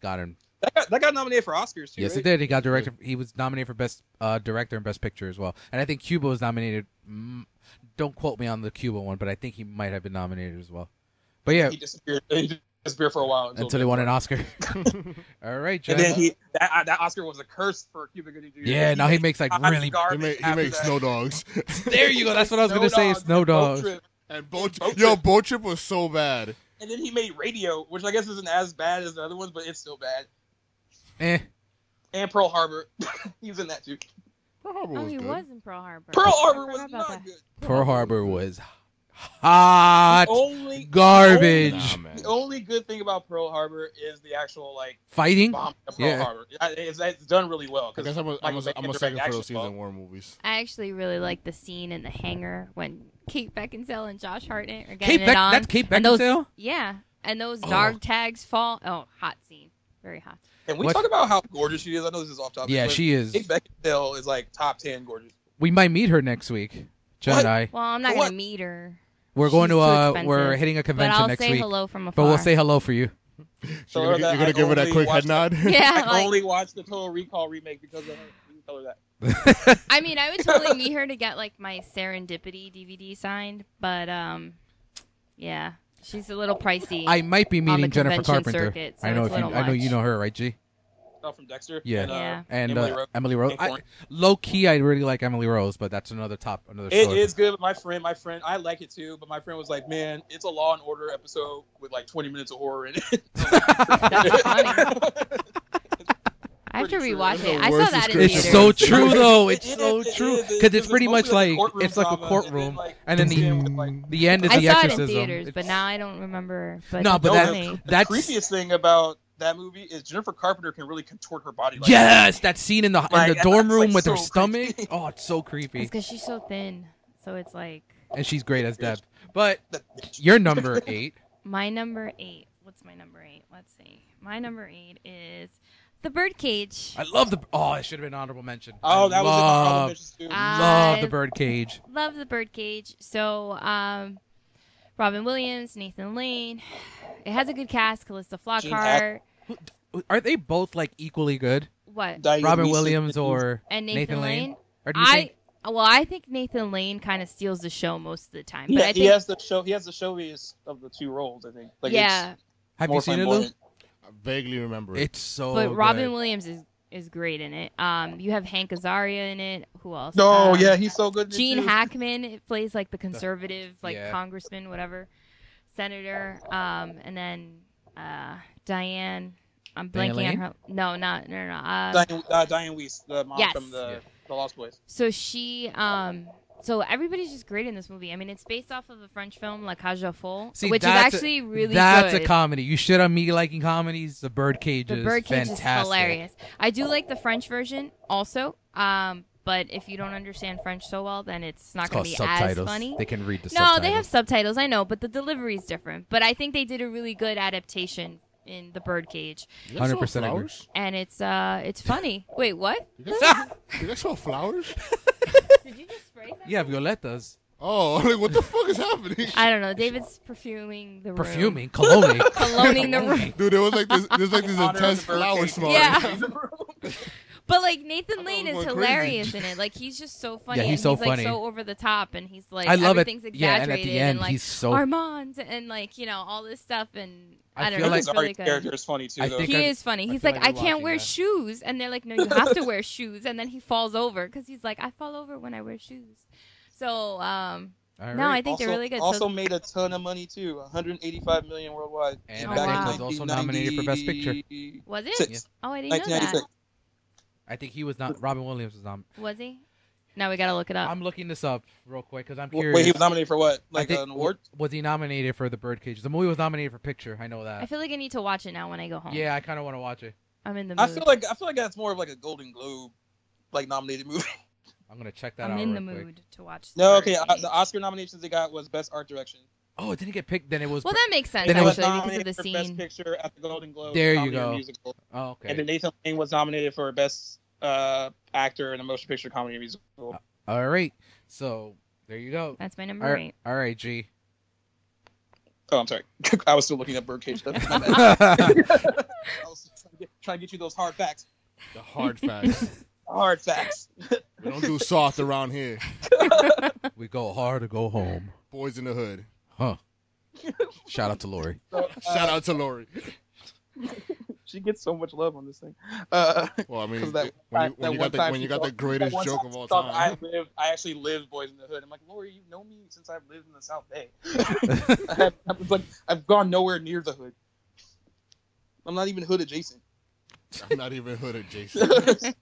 Speaker 2: got him.
Speaker 4: that, got, that got nominated for Oscars too.
Speaker 2: Yes,
Speaker 4: right?
Speaker 2: it did. He got director. He was nominated for best uh, director and best picture as well. And I think Cuba was nominated. Mm, don't quote me on the Cuba one, but I think he might have been nominated as well. But yeah,
Speaker 4: He disappeared. He disappeared for a while until,
Speaker 2: until he won an Oscar. All right, Jack.
Speaker 4: And then he that, uh, that Oscar was a curse for Cuba Gooding Jr.
Speaker 2: yeah, now he makes like
Speaker 4: hot
Speaker 2: really.
Speaker 3: he,
Speaker 4: garbage
Speaker 3: make, he
Speaker 4: after
Speaker 3: makes
Speaker 4: that.
Speaker 3: snow dogs
Speaker 2: There you go. That's what I was gonna say.
Speaker 4: Dogs,
Speaker 2: Snow
Speaker 4: Boat
Speaker 2: dogs.
Speaker 4: Trip.
Speaker 3: and boat. Trip. Yo, boat trip was so bad.
Speaker 4: And then he made Radio, which I guess isn't as bad as the other ones, but it's still bad.
Speaker 2: Eh.
Speaker 4: And Pearl Harbor, he's in that too.
Speaker 3: Pearl Harbor
Speaker 5: Oh,
Speaker 3: was
Speaker 5: he
Speaker 3: good.
Speaker 5: was in Pearl Harbor.
Speaker 4: Pearl
Speaker 5: I
Speaker 4: Harbor was
Speaker 5: forgot about
Speaker 4: not
Speaker 5: that.
Speaker 4: good.
Speaker 2: Pearl Harbor
Speaker 4: Oh,
Speaker 2: was hot
Speaker 4: Only
Speaker 2: garbage.
Speaker 3: Nah, man.
Speaker 4: The only good thing about Pearl Harbor is the actual like
Speaker 2: Fighting.
Speaker 4: bomb at Pearl
Speaker 2: Yeah.
Speaker 4: Harbor. I- It's, it's done really well
Speaker 3: I guess
Speaker 4: because
Speaker 3: I'm a, I'm a,
Speaker 4: Michael Bay
Speaker 3: I'm a
Speaker 4: direct
Speaker 3: second for
Speaker 4: action
Speaker 3: those season
Speaker 4: film.
Speaker 3: war movies.
Speaker 5: I actually really like the scene in the hangar when Kate Beckinsale and Josh Hartnett are getting
Speaker 2: Kate
Speaker 5: it
Speaker 2: Beck.
Speaker 5: on.
Speaker 2: That's Kate
Speaker 5: and those,
Speaker 2: Beckinsale.
Speaker 5: yeah, and those
Speaker 2: Oh.
Speaker 5: dog tags fall. Oh, hot scene, very hot.
Speaker 4: and we
Speaker 2: What-
Speaker 4: talk about how gorgeous she is. I know this is off topic.
Speaker 2: Yeah,
Speaker 4: but
Speaker 2: she is.
Speaker 4: Kate Beckinsale is like top ten gorgeous.
Speaker 2: We might meet her next week. Jen
Speaker 4: What?
Speaker 2: and I.
Speaker 5: Well, I'm not
Speaker 4: What?
Speaker 5: gonna meet her,
Speaker 2: We're going
Speaker 5: She's
Speaker 2: to
Speaker 5: too
Speaker 2: uh,
Speaker 5: expensive.
Speaker 2: we're hitting a
Speaker 5: but
Speaker 2: convention
Speaker 5: I'll
Speaker 2: next
Speaker 5: say
Speaker 2: week.
Speaker 5: hello from afar.
Speaker 2: But we'll say hello for you.
Speaker 3: So
Speaker 4: So
Speaker 3: you're
Speaker 4: that
Speaker 3: gonna, you're gonna
Speaker 4: I
Speaker 3: give her that
Speaker 4: only
Speaker 3: quick head
Speaker 4: watched-
Speaker 3: nod.
Speaker 5: yeah,
Speaker 4: I
Speaker 5: like,
Speaker 4: only watched the Total Recall remake because of her. You can tell her that.
Speaker 5: I mean, I would totally meet her to get like my Serendipity DVD signed, but um, yeah, she's a little pricey.
Speaker 2: I might be
Speaker 5: the
Speaker 2: meeting Jennifer
Speaker 5: convention
Speaker 2: Carpenter.
Speaker 5: circuit, so
Speaker 2: I know
Speaker 5: it's
Speaker 2: if
Speaker 5: a
Speaker 2: you,
Speaker 5: little
Speaker 2: I know you
Speaker 5: much.
Speaker 2: know her, right, G?
Speaker 4: Oh, from Dexter.
Speaker 2: Yeah.
Speaker 4: And, uh,
Speaker 5: Yeah.
Speaker 2: And
Speaker 4: Emily
Speaker 2: uh,
Speaker 4: Rose.
Speaker 2: Emily Rose.
Speaker 4: Hank
Speaker 2: I,
Speaker 4: Corn.
Speaker 2: low key, I really like Emily Rose, but that's another top, another.
Speaker 4: It
Speaker 2: story.
Speaker 4: is good, but my friend, my friend, I like it too. But my friend was like, "Man, it's a Law and Order episode with like 20 minutes of horror in it."
Speaker 5: That's funny. I have to
Speaker 4: pretty true.
Speaker 5: rewatch
Speaker 4: That's
Speaker 5: it.
Speaker 3: the
Speaker 5: I saw
Speaker 3: worst
Speaker 5: that in
Speaker 3: description.
Speaker 2: It's
Speaker 5: theaters.
Speaker 2: so true though. Oh, It's
Speaker 4: It is-
Speaker 2: so
Speaker 4: it is,
Speaker 2: true
Speaker 4: it is.
Speaker 2: because it's
Speaker 4: a
Speaker 2: pretty much
Speaker 4: mostly,
Speaker 2: like
Speaker 4: courtroom
Speaker 2: it's like a
Speaker 4: drama, and then,
Speaker 2: courtroom,
Speaker 4: like,
Speaker 2: and then
Speaker 4: mixed in with,
Speaker 2: the
Speaker 4: like,
Speaker 2: the end is
Speaker 5: I
Speaker 2: the
Speaker 5: saw it
Speaker 2: exorcism.
Speaker 5: in theaters, but
Speaker 2: It's-
Speaker 5: now I don't remember. But
Speaker 2: No, but
Speaker 5: it's
Speaker 2: that-
Speaker 5: funny.
Speaker 4: the
Speaker 2: that's-
Speaker 4: creepiest thing about that movie is Jennifer Carpenter can really contort her body. Like
Speaker 2: yes, that scene in the in
Speaker 4: Like,
Speaker 2: the
Speaker 4: that's,
Speaker 2: dorm room
Speaker 4: like,
Speaker 2: with her
Speaker 4: so
Speaker 2: stomach.
Speaker 4: creepy.
Speaker 2: Oh, it's so
Speaker 5: It's
Speaker 2: creepy,
Speaker 5: because she's so thin. So it's like
Speaker 2: and she's great as Deb. But
Speaker 4: that.
Speaker 2: you're number eight.
Speaker 5: my number eight. What's my number eight? Let's see. My number eight is the birdcage.
Speaker 2: I love the. Oh, it should have been honorable mention.
Speaker 4: Oh,
Speaker 2: I
Speaker 4: that was in my
Speaker 2: love,
Speaker 4: honorable mentions too.
Speaker 2: love
Speaker 5: I
Speaker 2: the birdcage.
Speaker 5: Love the birdcage. So, um, Robin Williams, Nathan Lane. It has a good cast. Calista
Speaker 4: Gene Hack-
Speaker 5: Flockhart.
Speaker 2: Are they both like equally good?
Speaker 5: What?
Speaker 4: Diane
Speaker 2: Robin
Speaker 4: Neeson
Speaker 2: Williams
Speaker 4: is-
Speaker 2: or
Speaker 5: And Nathan,
Speaker 2: Nathan
Speaker 5: Lane.
Speaker 2: Lane? Or do you
Speaker 5: I
Speaker 2: think
Speaker 5: well, I think Nathan Lane kind of steals the show most of the time. But
Speaker 4: Yeah,
Speaker 5: I think
Speaker 4: he has the show. He has the showiest of the two roles, I think. Like,
Speaker 5: yeah,
Speaker 2: have you seen it? Lou?
Speaker 3: I vaguely remember it.
Speaker 2: It's so.
Speaker 5: but Robin
Speaker 2: good.
Speaker 5: Williams is is great in it. Um, you have Hank Azaria in it. Who else?
Speaker 4: No,
Speaker 5: Um,
Speaker 4: Oh, yeah, he's so good. in it,
Speaker 5: Gene
Speaker 4: too.
Speaker 5: Hackman it plays like the conservative, like
Speaker 2: Yeah.
Speaker 5: congressman, whatever, senator. Um, and then uh, Diane. I'm
Speaker 2: Diane
Speaker 5: blanking on
Speaker 2: Lane?
Speaker 5: her. No, not no no. no. Uh,
Speaker 4: Diane, uh, Diane Weiss, the mom
Speaker 5: Yes.
Speaker 4: from the,
Speaker 2: Yeah.
Speaker 4: the Lost Boys.
Speaker 5: So she, um, so everybody's just great in this movie. I mean, it's based off of the French film La Cage aux Folles,
Speaker 2: See,
Speaker 5: which is
Speaker 2: that's a-
Speaker 5: actually really
Speaker 2: That's
Speaker 5: good.
Speaker 2: a comedy. You shit on me liking comedies. The Birdcage
Speaker 5: the
Speaker 2: is
Speaker 5: Birdcage
Speaker 2: fantastic.
Speaker 5: is hilarious. I do like the French version also, um, but if you don't understand French so well, then it's not
Speaker 2: It's
Speaker 5: going
Speaker 2: called
Speaker 5: to be
Speaker 2: subtitles.
Speaker 5: as funny.
Speaker 2: They can read the
Speaker 5: no,
Speaker 2: subtitles.
Speaker 5: they have subtitles. I know, but the delivery is different. But I think they did a really good adaptation in The Birdcage,
Speaker 3: You guys
Speaker 2: 100%
Speaker 3: saw
Speaker 2: agree.
Speaker 3: flowers?
Speaker 5: and it's uh, it's funny. Wait, what?
Speaker 3: You guys, saw, you guys saw flowers?
Speaker 5: Did you just spray that?
Speaker 2: Yeah, Violetas.
Speaker 3: Oh, like what the fuck is happening?
Speaker 5: I don't know. David's perfuming the room.
Speaker 2: Perfuming, cologne.
Speaker 5: Coloning the room.
Speaker 3: Dude, there was like this. There's like this
Speaker 4: Honor of the
Speaker 3: intense
Speaker 4: bird
Speaker 3: flower
Speaker 4: cage.
Speaker 3: smell.
Speaker 5: Yeah. But like Nathan
Speaker 3: thought
Speaker 5: Lane
Speaker 3: we
Speaker 5: is
Speaker 3: were crazy.
Speaker 5: hilarious in it. Like he's just so funny.
Speaker 2: he's
Speaker 5: and
Speaker 2: so
Speaker 5: he's like
Speaker 2: funny.
Speaker 5: so over the top and he's like
Speaker 2: I love it.
Speaker 5: everything's
Speaker 2: Yeah,
Speaker 5: exaggerated
Speaker 2: and at the end,
Speaker 5: like
Speaker 2: he's so.
Speaker 5: Armand and like, you know, all this stuff and
Speaker 2: I
Speaker 5: I, don't
Speaker 2: feel
Speaker 5: know,
Speaker 2: like-
Speaker 5: it's really
Speaker 4: Zari's character
Speaker 5: good.
Speaker 4: is funny too.
Speaker 2: I
Speaker 4: though.
Speaker 2: think-
Speaker 5: He is funny.
Speaker 2: I
Speaker 5: He's
Speaker 2: feel
Speaker 5: like,
Speaker 2: like
Speaker 5: I
Speaker 2: we're
Speaker 5: can't
Speaker 2: watching
Speaker 5: wear
Speaker 2: that.
Speaker 5: shoes, and they're like, No, you have to wear shoes, and then he falls over because he's like, I fall over when I wear shoes. So um,
Speaker 2: All
Speaker 5: no, I
Speaker 2: right.
Speaker 5: think they're really good.
Speaker 4: Also
Speaker 5: so
Speaker 4: made a ton of money too, 185 million worldwide.
Speaker 2: And
Speaker 5: I
Speaker 4: Back
Speaker 5: think
Speaker 4: in
Speaker 5: was
Speaker 2: also nominated for Best Picture.
Speaker 4: 1990
Speaker 5: was it?
Speaker 4: Six.
Speaker 5: Oh, I didn't know that.
Speaker 4: 1996.
Speaker 2: I think he was not. Robin Williams was not.
Speaker 5: Was he? Now we gotta look it up.
Speaker 2: I'm looking this up real quick because I'm
Speaker 4: W-
Speaker 2: curious.
Speaker 4: Wait, he was nominated for what?
Speaker 2: I
Speaker 4: Like
Speaker 2: think-
Speaker 4: an award?
Speaker 2: Was he nominated for The Birdcage? The movie was nominated for Picture. I know
Speaker 5: I
Speaker 2: that.
Speaker 5: feel like I need to watch it now when I go home.
Speaker 2: Yeah, I kind of want to watch it.
Speaker 5: I'm in the mood.
Speaker 4: I feel like I feel like that's more of like a Golden Globe like nominated movie.
Speaker 2: I'm gonna check that
Speaker 5: I'm
Speaker 2: out.
Speaker 5: in the
Speaker 2: real quick.
Speaker 5: mood to watch.
Speaker 4: No,
Speaker 5: The
Speaker 4: okay. Uh,
Speaker 5: Birdcage.
Speaker 4: the Oscar nominations they got was Best Art Direction.
Speaker 2: Oh, it didn't get picked. Then it was.
Speaker 5: Well, that makes sense
Speaker 2: Then it
Speaker 5: actually
Speaker 2: was
Speaker 5: because of the
Speaker 4: for Best
Speaker 5: scene.
Speaker 4: Picture at the Golden Globes.
Speaker 2: There you
Speaker 4: comedy or
Speaker 2: go.
Speaker 4: Musical.
Speaker 2: oh, okay.
Speaker 4: And then Nathan Lane was nominated for Best uh, Actor in a Motion Picture Comedy or Musical.
Speaker 2: All right. So there you go.
Speaker 5: That's my number
Speaker 2: All right,
Speaker 5: eight.
Speaker 2: all right, G.
Speaker 4: Oh, I'm sorry. I was still looking at Birdcage. That's my bad.
Speaker 5: Ah.
Speaker 2: the
Speaker 4: I was trying to, get, trying to get you those hard facts.
Speaker 3: The hard facts.
Speaker 4: Hard facts.
Speaker 3: we don't do soft around here.
Speaker 2: We go hard or go home.
Speaker 3: Boys in the hood.
Speaker 2: Huh. Shout out to Lori.
Speaker 4: So, uh,
Speaker 3: Shout out to Lori.
Speaker 4: She gets so much love on this thing. Uh,
Speaker 3: Well, I mean,
Speaker 4: 'Cause that-
Speaker 3: when you,
Speaker 4: that
Speaker 3: when you
Speaker 4: one
Speaker 3: got the
Speaker 4: time
Speaker 3: when you
Speaker 4: she
Speaker 3: got the
Speaker 4: thought-
Speaker 3: greatest
Speaker 4: once
Speaker 3: joke
Speaker 4: I
Speaker 3: of all
Speaker 4: thought
Speaker 3: time.
Speaker 4: I lived. I actually lived Boys in the Hood. I'm like, Lori, you know me since I've lived in the South Bay. I've, I've, like, I've gone nowhere near the hood. I'm not even hood adjacent.
Speaker 3: I'm not even hood adjacent.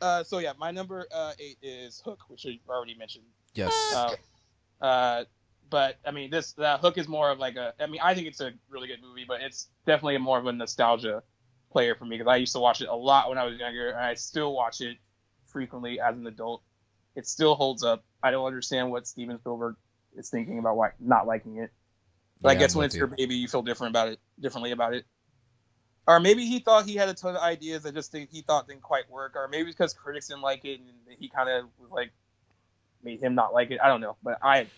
Speaker 4: uh, so yeah, my number uh, eight is Hook, which you already mentioned.
Speaker 2: Yes.
Speaker 5: Ah.
Speaker 4: Uh, uh, but I mean, this that Hook is more of like a. I mean, I think it's a really good movie, but it's definitely more of a nostalgia player for me because I used to watch it a lot when I was younger, and I still watch it frequently as an adult. It still holds up. I don't understand what Steven Spielberg is thinking about why not liking it. But I
Speaker 2: Yeah,
Speaker 4: guess
Speaker 2: I'm
Speaker 4: when
Speaker 2: with
Speaker 4: it's
Speaker 2: you.
Speaker 4: your baby, you feel different about it, differently about it. Or maybe he thought he had a ton of ideas that just think he thought didn't quite work. Or maybe because critics didn't like it, and he kind of was like made him not like it. I don't know, but I.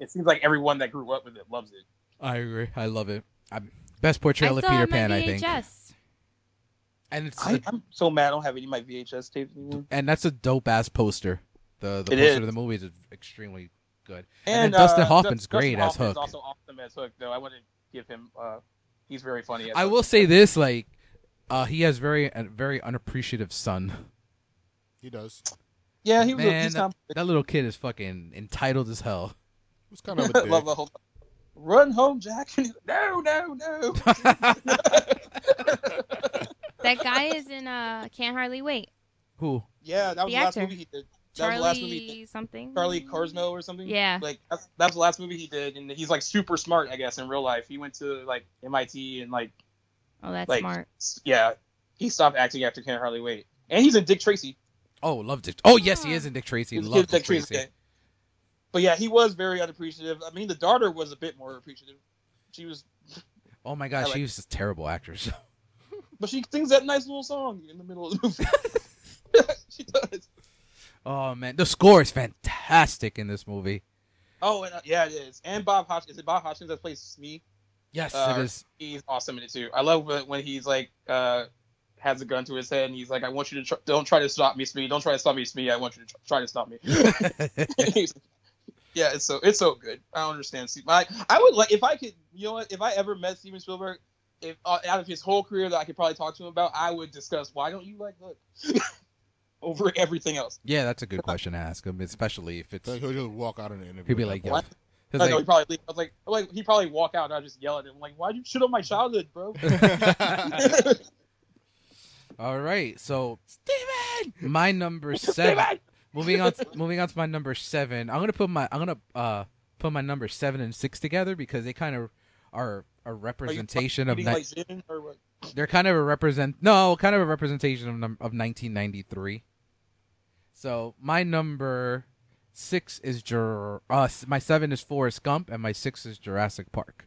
Speaker 4: It seems like everyone that grew up with it loves it.
Speaker 2: I agree. I love it. I'm, best
Speaker 5: I
Speaker 2: portrayal
Speaker 5: still
Speaker 2: of Peter
Speaker 5: have my
Speaker 2: Pan, I
Speaker 5: VHS.
Speaker 2: think. And it's
Speaker 4: I, I'm so mad I don't have any of my VHS tapes anymore.
Speaker 2: and that's a dope ass poster. The the
Speaker 4: It
Speaker 2: poster
Speaker 4: is.
Speaker 2: of the movie is extremely good. And then Dustin Hoffman's
Speaker 4: uh, Dustin
Speaker 2: great as
Speaker 4: Hoffman's
Speaker 2: Hook.
Speaker 4: also awesome as Hook, though. I want to give him. Uh, he's very funny. As
Speaker 2: I
Speaker 4: Hook.
Speaker 2: will say this, like, uh, he has very a very unappreciative son.
Speaker 3: he does.
Speaker 4: Yeah, he was. a,
Speaker 2: Man,
Speaker 4: he's not,
Speaker 2: That little kid is fucking entitled as hell.
Speaker 3: Who's kind of a dick.
Speaker 4: love the whole. Run home, Jack! And he's, no, no, no.
Speaker 5: That guy is in uh, Can't Hardly Wait.
Speaker 2: Who?
Speaker 4: Yeah, that was
Speaker 5: The
Speaker 4: the, last
Speaker 5: actor.
Speaker 4: movie he did. That was
Speaker 5: Charlie
Speaker 4: the last movie he did.
Speaker 5: something.
Speaker 4: Charlie Corsmo or something.
Speaker 5: Yeah.
Speaker 4: Like that's, that's the last movie he did, and he's like super smart, I guess, in real life. He went to like MIT and like
Speaker 5: Oh, that's
Speaker 4: like
Speaker 5: smart.
Speaker 4: s- yeah, he stopped acting after Can't Hardly Wait, and he's in Dick Tracy.
Speaker 2: Oh, love Dick. Oh yes, he is in Dick Tracy.
Speaker 4: He's
Speaker 2: Love
Speaker 4: in
Speaker 2: Dick Tracy.
Speaker 4: game. But yeah, he was very unappreciative. I mean, the daughter was a bit more appreciative. She was,
Speaker 2: Oh my gosh,
Speaker 4: I like-
Speaker 2: she was a terrible actress.
Speaker 4: but she sings that nice little song in the middle of the movie. she does.
Speaker 2: Oh man, the score is fantastic in this movie.
Speaker 4: Oh, and uh, yeah, it is. And Bob Hodgkins. Is it Bob Hodgkins that plays Smee?
Speaker 2: Yes,
Speaker 4: Uh,
Speaker 2: it is.
Speaker 4: he's awesome in it too. I love when, when he's like uh has a gun to his head and he's like, "I want you to tr- don't try to stop me, Smee. Don't try to stop me, Smee. I want you to tr- try to stop me." He's- yeah, it's so it's so good. I don't understand. See, my I would like if I could, you know what? If I ever met Steven Spielberg, if uh, out of his whole career that I could probably talk to him about, I would discuss why don't you like Hook over everything else.
Speaker 2: Yeah, that's a good question to ask him, especially if it's.
Speaker 3: Like, he'll just walk out in the interview.
Speaker 2: He'd be like, "Yo,
Speaker 4: What?
Speaker 2: 'Cause,
Speaker 4: I know, he
Speaker 2: like,
Speaker 4: probably leave. I was like, I'm like he probably walk out and I just yell at him like, why'd you shit on my childhood, bro?
Speaker 2: all right, so Steven! my number seven. moving on, moving on to my number seven. I'm gonna put my I'm gonna uh put my number seven and six together because they kind of are a representation of
Speaker 4: Eating
Speaker 2: ni-
Speaker 4: like gin or what?
Speaker 2: they're kind of a represent no kind of a representation of num- of 1993 so my number six is Jur- uh, s- my seven is Forrest Gump and my six is Jurassic Park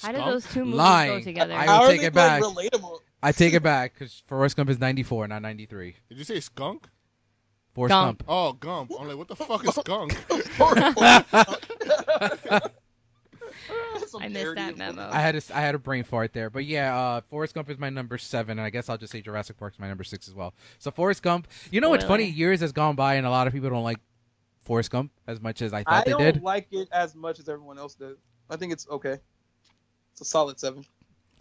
Speaker 5: How did those two movies
Speaker 2: Lying.
Speaker 5: go together?
Speaker 2: I
Speaker 4: How
Speaker 2: will
Speaker 4: are
Speaker 2: take
Speaker 4: they
Speaker 2: it back.
Speaker 4: like, relatable?
Speaker 2: I take it back because Forrest Gump is 94 not 93
Speaker 3: Did you say skunk?
Speaker 2: Forrest
Speaker 5: Gump.
Speaker 2: Gump
Speaker 3: Oh, Gump. I'm like, what the fuck is skunk?
Speaker 4: Some
Speaker 5: I missed
Speaker 4: parody
Speaker 5: that
Speaker 4: of-
Speaker 5: memo.
Speaker 2: I had a, s- I had a brain fart there, but yeah, uh, Forrest Gump is my number seven, and I guess I'll just say Jurassic Park's my number six as well. So Forrest Gump, you know what's
Speaker 5: Spoiler.
Speaker 2: funny? Years has gone by, and a lot of people don't like Forrest Gump as much as I
Speaker 4: I
Speaker 2: thought they
Speaker 4: don't
Speaker 2: did.
Speaker 4: like it as much as everyone else does. I think it's okay. It's a solid seven.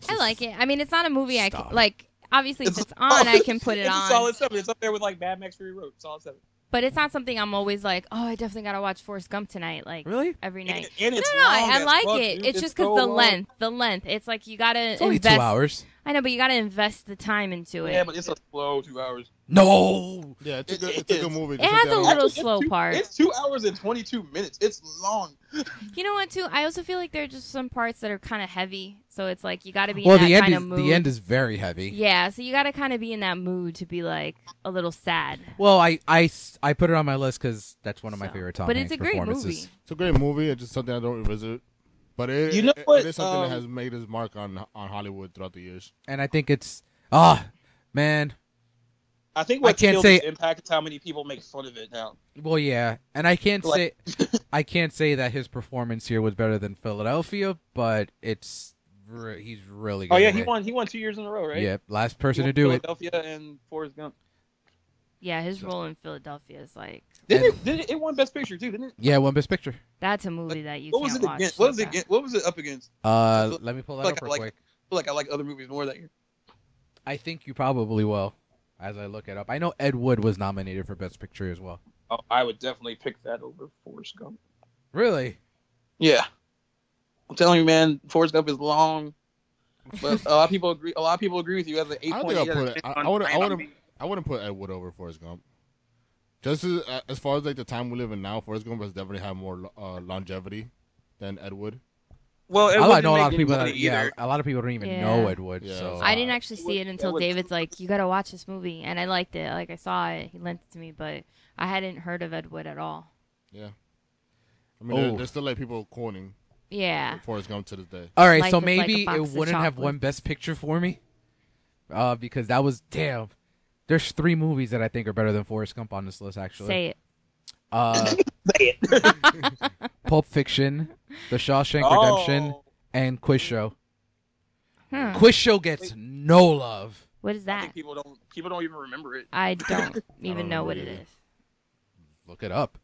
Speaker 5: I like it. I mean, it's not a movie I
Speaker 3: Stop.
Speaker 5: can, like. Obviously, if
Speaker 4: It's-
Speaker 5: it's on, I can put it
Speaker 4: it's
Speaker 5: on.
Speaker 4: a solid seven. It's up there with like Mad Max Fury Road. Solid seven.
Speaker 5: But it's not something I'm always like, oh, I definitely gotta watch Forrest Gump tonight, like
Speaker 2: Really?
Speaker 5: every
Speaker 4: And,
Speaker 5: night.
Speaker 4: and it's
Speaker 5: no, no, I-
Speaker 4: long
Speaker 5: I
Speaker 4: as
Speaker 5: like
Speaker 4: fuck,
Speaker 5: it.
Speaker 4: dude.
Speaker 5: It's just
Speaker 4: so
Speaker 5: because the
Speaker 4: long.
Speaker 5: length, the length. It's like you gotta
Speaker 2: It's only
Speaker 5: invest.
Speaker 2: two hours.
Speaker 5: I know, but you gotta invest the time into it.
Speaker 4: Yeah, but it's a slow two hours.
Speaker 2: No,
Speaker 3: Yeah, it's a
Speaker 4: It-
Speaker 3: good,
Speaker 4: it
Speaker 3: it's a good
Speaker 4: is.
Speaker 3: movie.
Speaker 5: It
Speaker 3: Just
Speaker 5: has
Speaker 3: that
Speaker 5: a
Speaker 3: I-
Speaker 5: little-
Speaker 4: Actually, it's
Speaker 5: slow
Speaker 4: two-
Speaker 5: part.
Speaker 4: It's two hours and twenty two minutes. It's long.
Speaker 5: you know what, too? I also feel like there are just some parts that are kind of heavy, so it's like you gotta be
Speaker 2: well
Speaker 5: in that
Speaker 2: the end
Speaker 5: kind
Speaker 2: is
Speaker 5: of mood.
Speaker 2: the end is very heavy.
Speaker 5: yeah, so you gotta kind of be in that mood to be like a little sad.
Speaker 2: Well, I, I s- I put it on my list because that's one of my
Speaker 5: So-
Speaker 2: favorite Tom
Speaker 5: but
Speaker 2: Hanks
Speaker 5: it's a great
Speaker 2: performances.
Speaker 5: movie.
Speaker 3: It's a great movie. It's just something I don't revisit. But it,
Speaker 4: You know
Speaker 3: it-
Speaker 4: what,
Speaker 3: it is something
Speaker 4: um,
Speaker 3: that has made its mark on on Hollywood throughout the years.
Speaker 2: and I think it's ah man.
Speaker 4: I think what
Speaker 2: I can't
Speaker 4: killed
Speaker 2: say-
Speaker 4: its impact is how many people make fun of it now.
Speaker 2: Well, yeah, and I can't
Speaker 4: Like-
Speaker 2: say I can't say that his performance here was better than Philadelphia, but it's re- he's really good.
Speaker 4: Oh yeah,
Speaker 2: at
Speaker 4: he
Speaker 2: it.
Speaker 4: won. He won two years in a row, right?
Speaker 2: Yep, last
Speaker 4: He
Speaker 2: person to
Speaker 4: won
Speaker 2: do it.
Speaker 4: Philadelphia and Forrest Gump.
Speaker 5: Yeah, his role in Philadelphia is like
Speaker 4: Didn't it, did it? It won Best Picture too, didn't it?
Speaker 2: Yeah, one best picture.
Speaker 5: that's a movie that you
Speaker 4: What
Speaker 5: can't
Speaker 4: was it
Speaker 5: watch.
Speaker 4: against? What was it?
Speaker 5: without-
Speaker 4: Against, what was it up against?
Speaker 2: Uh,
Speaker 4: Look-
Speaker 2: let me pull that
Speaker 4: look,
Speaker 2: up real
Speaker 4: like-
Speaker 2: quick.
Speaker 4: I feel like I like other movies more that year.
Speaker 2: I think you probably will. As I look it up, I know Ed Wood was nominated for best picture as well.
Speaker 4: Oh, I would definitely pick that over Forrest Gump.
Speaker 2: Really?
Speaker 4: Yeah, I'm telling you, man, Forrest Gump is long, but a lot of people agree. A lot of people agree with you. As an eight
Speaker 3: I don't
Speaker 4: point
Speaker 3: think I'll
Speaker 4: eight,
Speaker 3: put it. I, I would. I would. I wouldn't put Ed Wood over Forrest Gump. Just as, uh, as far as like the time we live in now, Forrest Gump has definitely had more lo- uh, longevity than Ed Wood.
Speaker 4: Well, it
Speaker 2: I
Speaker 4: wouldn't
Speaker 2: know a lot
Speaker 4: make any
Speaker 2: of people.
Speaker 4: money
Speaker 2: That, yeah,
Speaker 4: either.
Speaker 2: a lot of people don't even
Speaker 5: Yeah.
Speaker 2: know Ed Wood.
Speaker 3: Yeah,
Speaker 2: so
Speaker 3: so-
Speaker 5: I didn't actually see it until
Speaker 4: That was-
Speaker 5: David's like, "You gotta watch this movie," and I liked it. Like I saw it, he lent it to me, but I hadn't heard of Ed Wood at all.
Speaker 3: I mean, there-
Speaker 2: Oh.
Speaker 3: there's still like people coining
Speaker 5: Yeah,
Speaker 3: Forrest Gump to this day.
Speaker 2: All right,
Speaker 5: Life
Speaker 2: so
Speaker 5: is like a
Speaker 2: maybe
Speaker 5: box
Speaker 2: it
Speaker 5: of
Speaker 2: wouldn't have one
Speaker 5: chocolates.
Speaker 2: best picture for me, uh, because that was damn. There's three movies that I think are better than Forrest Gump on this list. Actually,
Speaker 5: say it.
Speaker 2: uh,
Speaker 4: Say it.
Speaker 2: Pulp Fiction, The Shawshank Redemption,
Speaker 4: Oh,
Speaker 2: and Quiz Show.
Speaker 5: Huh.
Speaker 2: Quiz Show gets
Speaker 4: Wait.
Speaker 2: no love.
Speaker 5: What is
Speaker 4: I
Speaker 5: that?
Speaker 4: think people don't. People don't even remember it.
Speaker 5: I don't even
Speaker 3: don't
Speaker 5: know what it
Speaker 3: remember either.
Speaker 5: is.
Speaker 2: Look it up.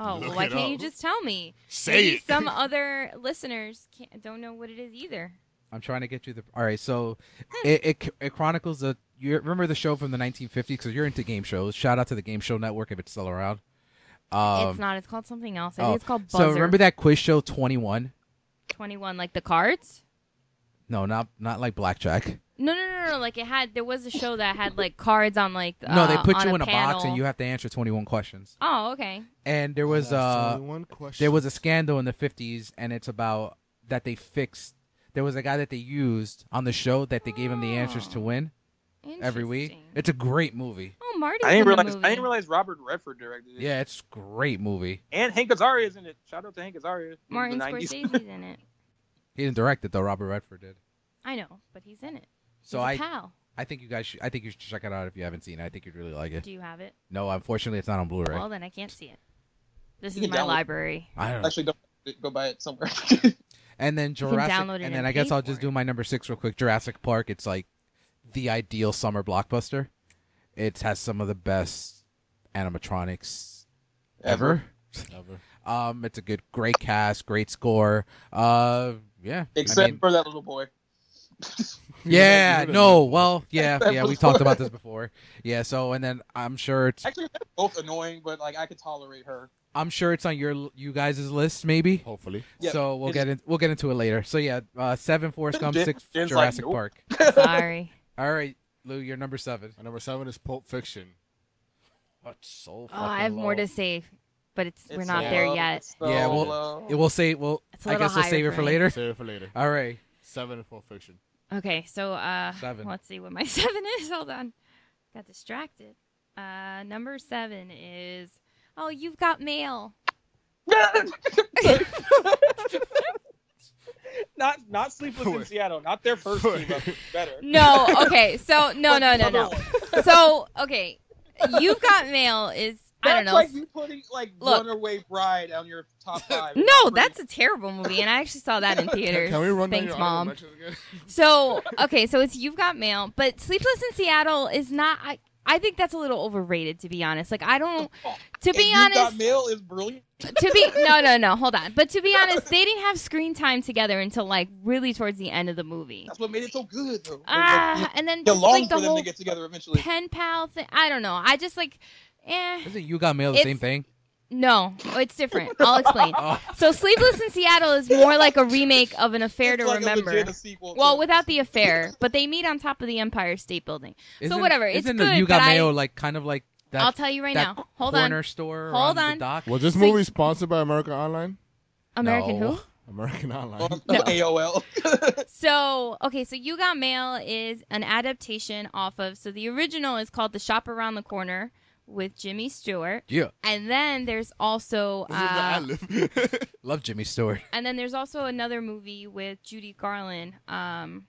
Speaker 5: Oh,
Speaker 3: Look
Speaker 5: well, why
Speaker 3: it
Speaker 5: can't you
Speaker 3: up.
Speaker 5: just tell me?
Speaker 3: Say
Speaker 5: Maybe
Speaker 3: it.
Speaker 5: some other listeners can't, don't know what it is either.
Speaker 2: I'm trying to get you the. All right, so
Speaker 5: Hmm.
Speaker 2: it, it it chronicles the. You remember the show from the 1950s? Because you're into game shows. Shout out to the Game Show Network if it's still around. Um,
Speaker 5: it's not. It's called something else. I
Speaker 2: oh,
Speaker 5: think it's called Buzzer
Speaker 2: so remember that Quiz Show 21?
Speaker 5: 21, like the cards?
Speaker 2: No, not not like blackjack.
Speaker 5: No, no, no, no, no. Like it had, there was a show that had like cards on like.
Speaker 2: No, they
Speaker 5: uh,
Speaker 2: put
Speaker 5: on
Speaker 2: you in a box and
Speaker 5: panel.
Speaker 2: you have to answer 21 questions.
Speaker 5: Oh, okay.
Speaker 2: And there was uh
Speaker 3: one question.
Speaker 2: there was a scandal in the 50s and it's about that they fixed there was a guy that they used on the show that they gave him the answers to
Speaker 5: Oh,
Speaker 2: win every week.
Speaker 5: Interesting.
Speaker 2: It's a great movie.
Speaker 5: Oh, Marty.
Speaker 4: I didn't
Speaker 5: in the
Speaker 4: realize.
Speaker 5: Movie.
Speaker 4: I didn't realize Robert Redford directed it.
Speaker 2: Yeah, it's a great movie.
Speaker 4: And Hank Azaria is in it. Shout out to Hank Azaria. from
Speaker 5: Martin
Speaker 4: the 90s.
Speaker 5: Scorsese's in it.
Speaker 2: He didn't direct it though, Robert Redford did.
Speaker 5: I know, but he's in it.
Speaker 2: So
Speaker 5: he's a
Speaker 2: I
Speaker 5: pal.
Speaker 2: I think you guys should I think you should check it out if you haven't seen it. I think you'd really like it.
Speaker 5: Do you have it?
Speaker 2: No, unfortunately it's not on Blu-ray.
Speaker 5: Well, then I can't see it. This
Speaker 4: You
Speaker 5: is
Speaker 4: can
Speaker 5: my
Speaker 4: download it.
Speaker 5: library.
Speaker 2: I don't know.
Speaker 4: Actually, don't go buy it somewhere.
Speaker 2: And then
Speaker 5: can
Speaker 2: Jurassic
Speaker 5: download it
Speaker 2: and then
Speaker 5: and
Speaker 2: I guess
Speaker 5: pay
Speaker 2: I'll
Speaker 5: for
Speaker 2: just
Speaker 5: it.
Speaker 2: do my number 6 real quick. Jurassic Park, it's like the ideal summer blockbuster. It has some of the best animatronics ever.
Speaker 3: Ever.
Speaker 2: Um, it's a good, great cast, great score. Uh, yeah. I
Speaker 4: Except
Speaker 2: mean-
Speaker 4: for that little boy.
Speaker 2: yeah,
Speaker 3: You're the-
Speaker 2: no, well, yeah,
Speaker 4: Except
Speaker 2: yeah.
Speaker 4: for
Speaker 2: We've
Speaker 4: the
Speaker 2: talked
Speaker 4: boy.
Speaker 2: about this before. Yeah. So, and then I'm sure it's.
Speaker 4: Actually, they're both annoying, but like I could tolerate her.
Speaker 2: I'm sure it's on your you guys' list, maybe.
Speaker 3: Hopefully.
Speaker 4: Yeah,
Speaker 2: so we'll
Speaker 4: it's-
Speaker 2: get in, we'll get into it later. So yeah, uh, seven Forrest Gump,
Speaker 4: Jen-
Speaker 2: six
Speaker 4: Jen's like,
Speaker 2: Jurassic
Speaker 4: nope.
Speaker 2: Park.
Speaker 5: Sorry.
Speaker 2: All right, Lou, you're number seven.
Speaker 3: My number seven is Pulp Fiction.
Speaker 2: What so
Speaker 5: Oh, I have more to say, but it's, we're
Speaker 4: It's
Speaker 5: not
Speaker 4: so
Speaker 5: there
Speaker 4: low,
Speaker 5: yet.
Speaker 4: it's so
Speaker 2: Yeah, well,
Speaker 4: low.
Speaker 2: It will say. Well,
Speaker 5: It's a
Speaker 2: I
Speaker 5: little
Speaker 2: guess we'll
Speaker 5: higher
Speaker 2: save it
Speaker 5: for
Speaker 2: for
Speaker 5: me.
Speaker 2: later.
Speaker 3: Save it for later.
Speaker 2: All right.
Speaker 3: Seven is Pulp Fiction.
Speaker 5: Okay, so uh
Speaker 2: Seven.
Speaker 5: let's see what my seven is. Hold on. Got distracted. Uh number seven is Oh, you've got mail.
Speaker 4: not not sleepless in
Speaker 3: Wait.
Speaker 4: Seattle. Not their first team up. Better.
Speaker 5: No, okay, so no no no
Speaker 4: Another
Speaker 5: no.
Speaker 4: one.
Speaker 5: So okay. You've got mail is I don't
Speaker 4: That's
Speaker 5: know.
Speaker 4: Like you putting like
Speaker 5: Look.
Speaker 4: Runaway Bride on your top five.
Speaker 5: no, that's a terrible movie, and I actually saw that in theaters.
Speaker 3: Can we run down
Speaker 5: Thanks,
Speaker 3: your honorable
Speaker 5: mom.
Speaker 3: mentions again?
Speaker 5: So okay, so it's you've got mail, but Sleepless in Seattle is not. I I think that's a little overrated, to be honest. Like I don't. To
Speaker 4: And
Speaker 5: be
Speaker 4: you
Speaker 5: honest,
Speaker 4: got mail is brilliant.
Speaker 5: to be no no no hold on but to be honest they didn't have screen time together until like really towards the end of the movee
Speaker 4: That's what made it so good. Though.
Speaker 5: ah and then
Speaker 4: you
Speaker 5: just,
Speaker 4: long
Speaker 5: like
Speaker 4: for
Speaker 5: the
Speaker 4: them
Speaker 5: whole
Speaker 4: to get together eventually.
Speaker 5: pen pal thing i don't know i just like eh
Speaker 2: Isn't you got mail the
Speaker 5: It's-
Speaker 2: same thing?
Speaker 5: no it's different i'll explain
Speaker 2: Oh,
Speaker 5: so sleepless in seattle is more like a remake of an affair
Speaker 4: It's
Speaker 5: to
Speaker 4: like a
Speaker 5: remember
Speaker 4: legit sequel
Speaker 5: well
Speaker 4: to-
Speaker 5: without the affair but they meet on top of the empire state building
Speaker 2: Isn't-
Speaker 5: whatever, it's
Speaker 2: Isn't the
Speaker 5: good,
Speaker 2: you got
Speaker 5: but I-
Speaker 2: mail like kind of like that?
Speaker 5: i'll tell you right
Speaker 2: that
Speaker 5: now hold
Speaker 2: corner
Speaker 5: on
Speaker 2: store.
Speaker 5: Hold
Speaker 2: around the
Speaker 5: on.
Speaker 2: dock?
Speaker 3: Was this
Speaker 5: So-
Speaker 3: movie sponsored by America Online?
Speaker 5: american
Speaker 2: No.
Speaker 5: who
Speaker 3: American Online.
Speaker 4: Well,
Speaker 5: No.
Speaker 4: AOL.
Speaker 5: So, okay, so You Got Mail is an adaptation off of. So, the original is called The Shop Around the Corner with Jimmy Stewart.
Speaker 2: Yeah,
Speaker 5: And then there's also.
Speaker 3: This is where I
Speaker 5: Uh,
Speaker 3: live.
Speaker 2: love Jimmy Stewart.
Speaker 5: and then there's also another movie with Judy Garland. Um,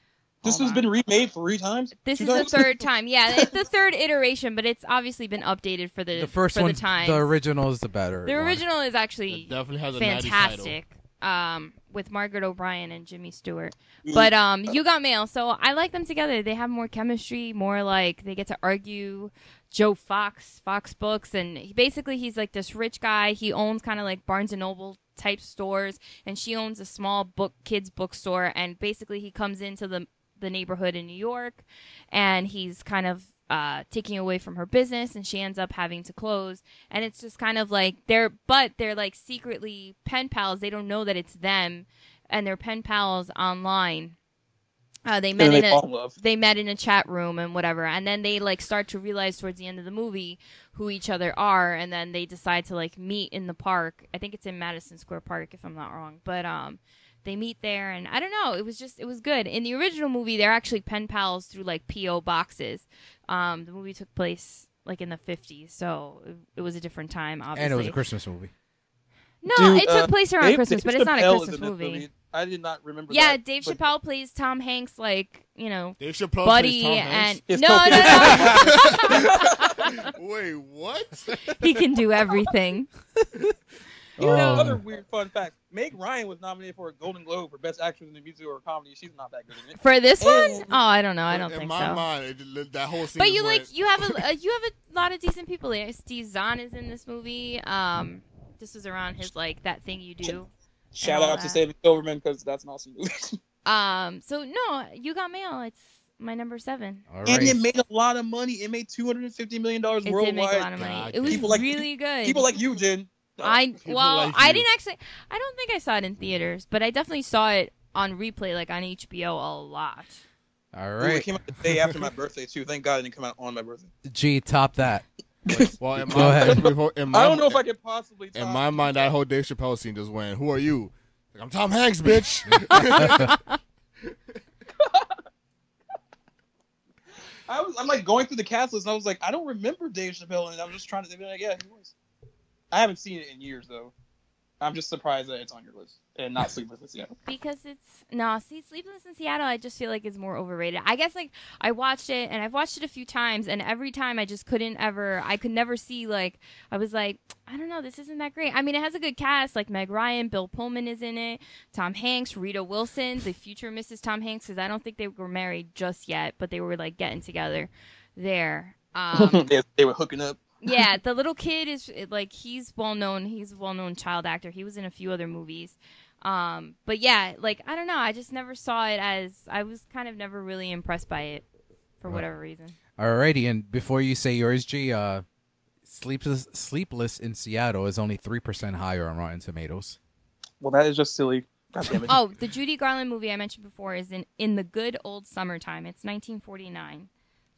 Speaker 4: this
Speaker 5: hold
Speaker 4: has
Speaker 5: on.
Speaker 4: been remade three times.
Speaker 5: This
Speaker 4: two
Speaker 5: is the
Speaker 4: times?
Speaker 5: third time. Yeah, it's the third iteration, but it's obviously been updated for the,
Speaker 2: The first
Speaker 5: for
Speaker 2: one,
Speaker 5: the time.
Speaker 2: the original is the better.
Speaker 5: The
Speaker 2: one.
Speaker 5: original is actually
Speaker 3: It definitely has a natty title.
Speaker 5: fantastic. Um, with Margaret O'Brien and Jimmy Stewart. But um, you got mail, so I like them together. They have more chemistry, more like they get to argue. Joe Fox, Fox Books, and he, basically he's like this rich guy. He owns kind of like Barnes and Noble type stores, and she owns a small book kids bookstore. And basically he comes into the the neighborhood in New York, and he's kind of uh, taking away from her business, and she ends up having to close. And it's just kind of like they're, but they're like secretly pen pals. They don't know that it's them, and they're pen pals online. Uh, they met
Speaker 4: And
Speaker 5: in
Speaker 4: they
Speaker 5: a,
Speaker 4: fall in love.
Speaker 5: they met in a chat room and whatever and then they like start to realize towards the end of the movie who each other are and then they decide to like meet in the park i think it's in madison square park if i'm not wrong but um they meet there and i don't know it was just it was good in the original movie they're actually pen pals through like po boxes um the movie took place like in the 50s so it, it was a different time obviously
Speaker 2: and it was a Christmas movie.
Speaker 5: no
Speaker 4: Dude,
Speaker 5: it
Speaker 4: uh,
Speaker 5: took place around
Speaker 4: Dave-
Speaker 5: christmas
Speaker 4: Dave
Speaker 5: but it's not a
Speaker 4: Chappelle is
Speaker 5: christmas
Speaker 4: in this
Speaker 5: movie,
Speaker 4: I did not remember.
Speaker 5: yeah
Speaker 4: that,
Speaker 5: dave
Speaker 4: but-
Speaker 5: chappelle plays tom hanks like you know
Speaker 3: Dave Chappelle
Speaker 5: buddy
Speaker 3: plays Tom Hanks?
Speaker 5: and
Speaker 4: It's
Speaker 5: no no no
Speaker 4: Tom
Speaker 3: Wait, what?
Speaker 5: he can do everything.
Speaker 4: You know,
Speaker 2: Oh.
Speaker 4: another weird fun fact: Meg Ryan was nominated for a Golden Globe for Best Actress in a Musical or Comedy. She's not that good in it.
Speaker 5: For this one?
Speaker 4: And-
Speaker 5: Oh, I don't know. I don't
Speaker 3: In
Speaker 5: think
Speaker 3: my
Speaker 5: so.
Speaker 3: mind, it, li- that whole scene.
Speaker 5: But
Speaker 3: is
Speaker 5: you
Speaker 3: where
Speaker 5: like you have a, a you have a lot of decent people there. Steve Zahn is in this movie. Um, this was around his like that thing you do.
Speaker 4: Shout
Speaker 5: all
Speaker 4: out to
Speaker 5: that.
Speaker 4: Saving Silverman because that's an awesome movie.
Speaker 5: Um, so no, you got mail. It's my number seven.
Speaker 2: All
Speaker 4: And it
Speaker 2: right.
Speaker 4: made a lot of money. It made two hundred and fifty million dollars
Speaker 5: It did make a lot
Speaker 4: worldwide.
Speaker 5: of money.
Speaker 3: God
Speaker 5: It was
Speaker 4: People like-
Speaker 5: really good.
Speaker 4: People like you, Jen.
Speaker 5: I
Speaker 3: People
Speaker 5: well,
Speaker 3: like
Speaker 5: I
Speaker 3: you.
Speaker 5: didn't actually. I don't think I saw it in theaters, but I definitely saw it on replay, like on HBO, a lot.
Speaker 2: All
Speaker 4: Ooh, It
Speaker 2: right.
Speaker 4: came out the day after my birthday too. Thank God it didn't come out on my birthday.
Speaker 2: G, top that.
Speaker 3: Well, in my,
Speaker 2: Go ahead.
Speaker 3: before- in my-
Speaker 4: I don't know if I could possibly.
Speaker 3: In
Speaker 4: top-
Speaker 3: my mind, that whole Dave Chappelle scene just went, "Who are you?" Like, I'm Tom Hanks, bitch.
Speaker 4: I was, I'm like going through the cast list, and I was like, I don't remember Dave Chappelle, and I'm just trying to be like, yeah, he was. I haven't seen it in years though. I'm just surprised that it's on your list and not Sleepless in Seattle.
Speaker 5: because it's no see sleepless in seattle i just feel like it's more overrated i guess like i watched it and i've watched it a few times and every time i just couldn't ever i could never see like i was like i don't know this isn't that great i mean it has a good cast like meg ryan bill pullman is in it tom hanks rita wilson the future mrs tom hanks because i don't think they were married just yet but they were like getting together there um,
Speaker 4: they, they were hooking up.
Speaker 5: yeah the little kid is like he's well known he's a well known child actor he was in a few other movies um but yeah like i don't know i just never saw it as i was kind of never really impressed by it for
Speaker 2: Right.
Speaker 5: whatever reason
Speaker 2: Alrighty, and before you say yours, G, uh, Sleepless, Sleepless in Seattle is only three percent higher on Rotten Tomatoes.
Speaker 4: Well, that is just silly. God damn it.
Speaker 5: Oh, the Judy Garland movie I mentioned before is in In the Good Old Summertime. It's 1949.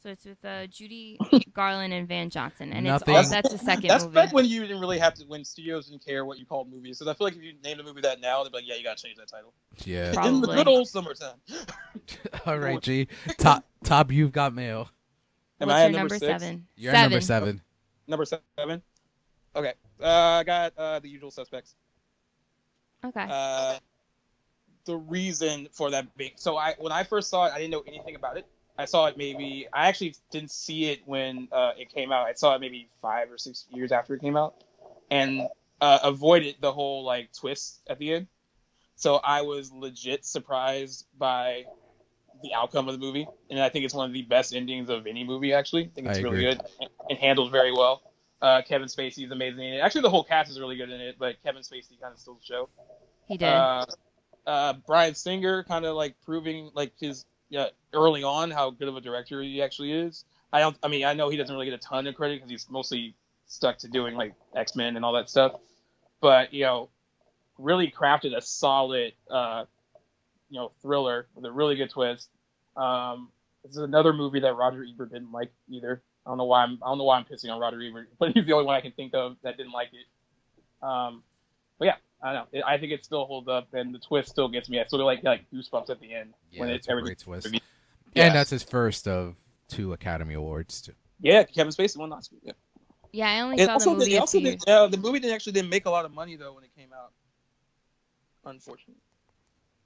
Speaker 5: So it's with uh, Judy Garland and Van Johnson, and
Speaker 2: Nothing-
Speaker 5: it's all, that's the second
Speaker 4: That's
Speaker 5: movie.
Speaker 4: back when you didn't really have to, when studios didn't care what you called movies. Because I feel like if you named a movie that now, they'd be like, yeah, you gotta change that title.
Speaker 2: Yeah.
Speaker 4: In the
Speaker 5: Probably.
Speaker 4: good old summertime.
Speaker 2: All right, G. Top, top. You've got mail.
Speaker 4: Am
Speaker 5: What's
Speaker 4: I
Speaker 5: your
Speaker 4: at number,
Speaker 5: number
Speaker 4: six?
Speaker 5: seven?
Speaker 2: You're
Speaker 5: seven.
Speaker 2: number seven.
Speaker 4: Number seven. Okay. Uh, I got uh, the usual suspects.
Speaker 5: Okay.
Speaker 4: Uh, the reason for that being so I when I first saw it, I didn't know anything about it. I saw it maybe I actually didn't see it when uh, it came out. I saw it maybe five or six years after it came out, and uh, avoided the whole like twist at the end. So I was legit surprised by the outcome of the movie, and I think it's one of the best endings of any movie. Actually, I think it's
Speaker 2: I
Speaker 4: really
Speaker 2: agree.
Speaker 4: good and- and handled very well. Uh, Kevin Spacey is amazing. in it. Actually, the whole cast is really good in it, but Kevin Spacey kind of steals the show
Speaker 5: he did.
Speaker 4: uh, uh, Brian Singer kind of like proving like his yeah, early on how good of a director he actually is. I don't. I mean, I know he doesn't really get a ton of credit because he's mostly stuck to doing like X Men and all that stuff. But you know, really crafted a solid uh, you know thriller with a really good twist. Um, this is another movie that Roger Ebert didn't like either. I don't know why I'm I don't know why I'm pissing on Roger Ebert, but he's the only one I can think of that didn't like it. Um, but yeah, I don't know. It, I think it still holds up, and the twist still gets me. I still get like like goosebumps at the end
Speaker 2: Yeah,
Speaker 4: when
Speaker 2: that's
Speaker 4: it's
Speaker 2: a
Speaker 4: everything.
Speaker 2: great twist.
Speaker 4: Yeah.
Speaker 2: And that's his first of two Academy Awards. Too.
Speaker 4: Yeah, Kevin Spacey won last week. Yeah.
Speaker 5: yeah, I only
Speaker 4: It
Speaker 5: saw the
Speaker 4: also,
Speaker 5: movie.
Speaker 4: did, it
Speaker 5: a
Speaker 4: also
Speaker 5: few
Speaker 4: did, uh, the movie didn't actually didn't make a lot of money though when it came out. Unfortunately.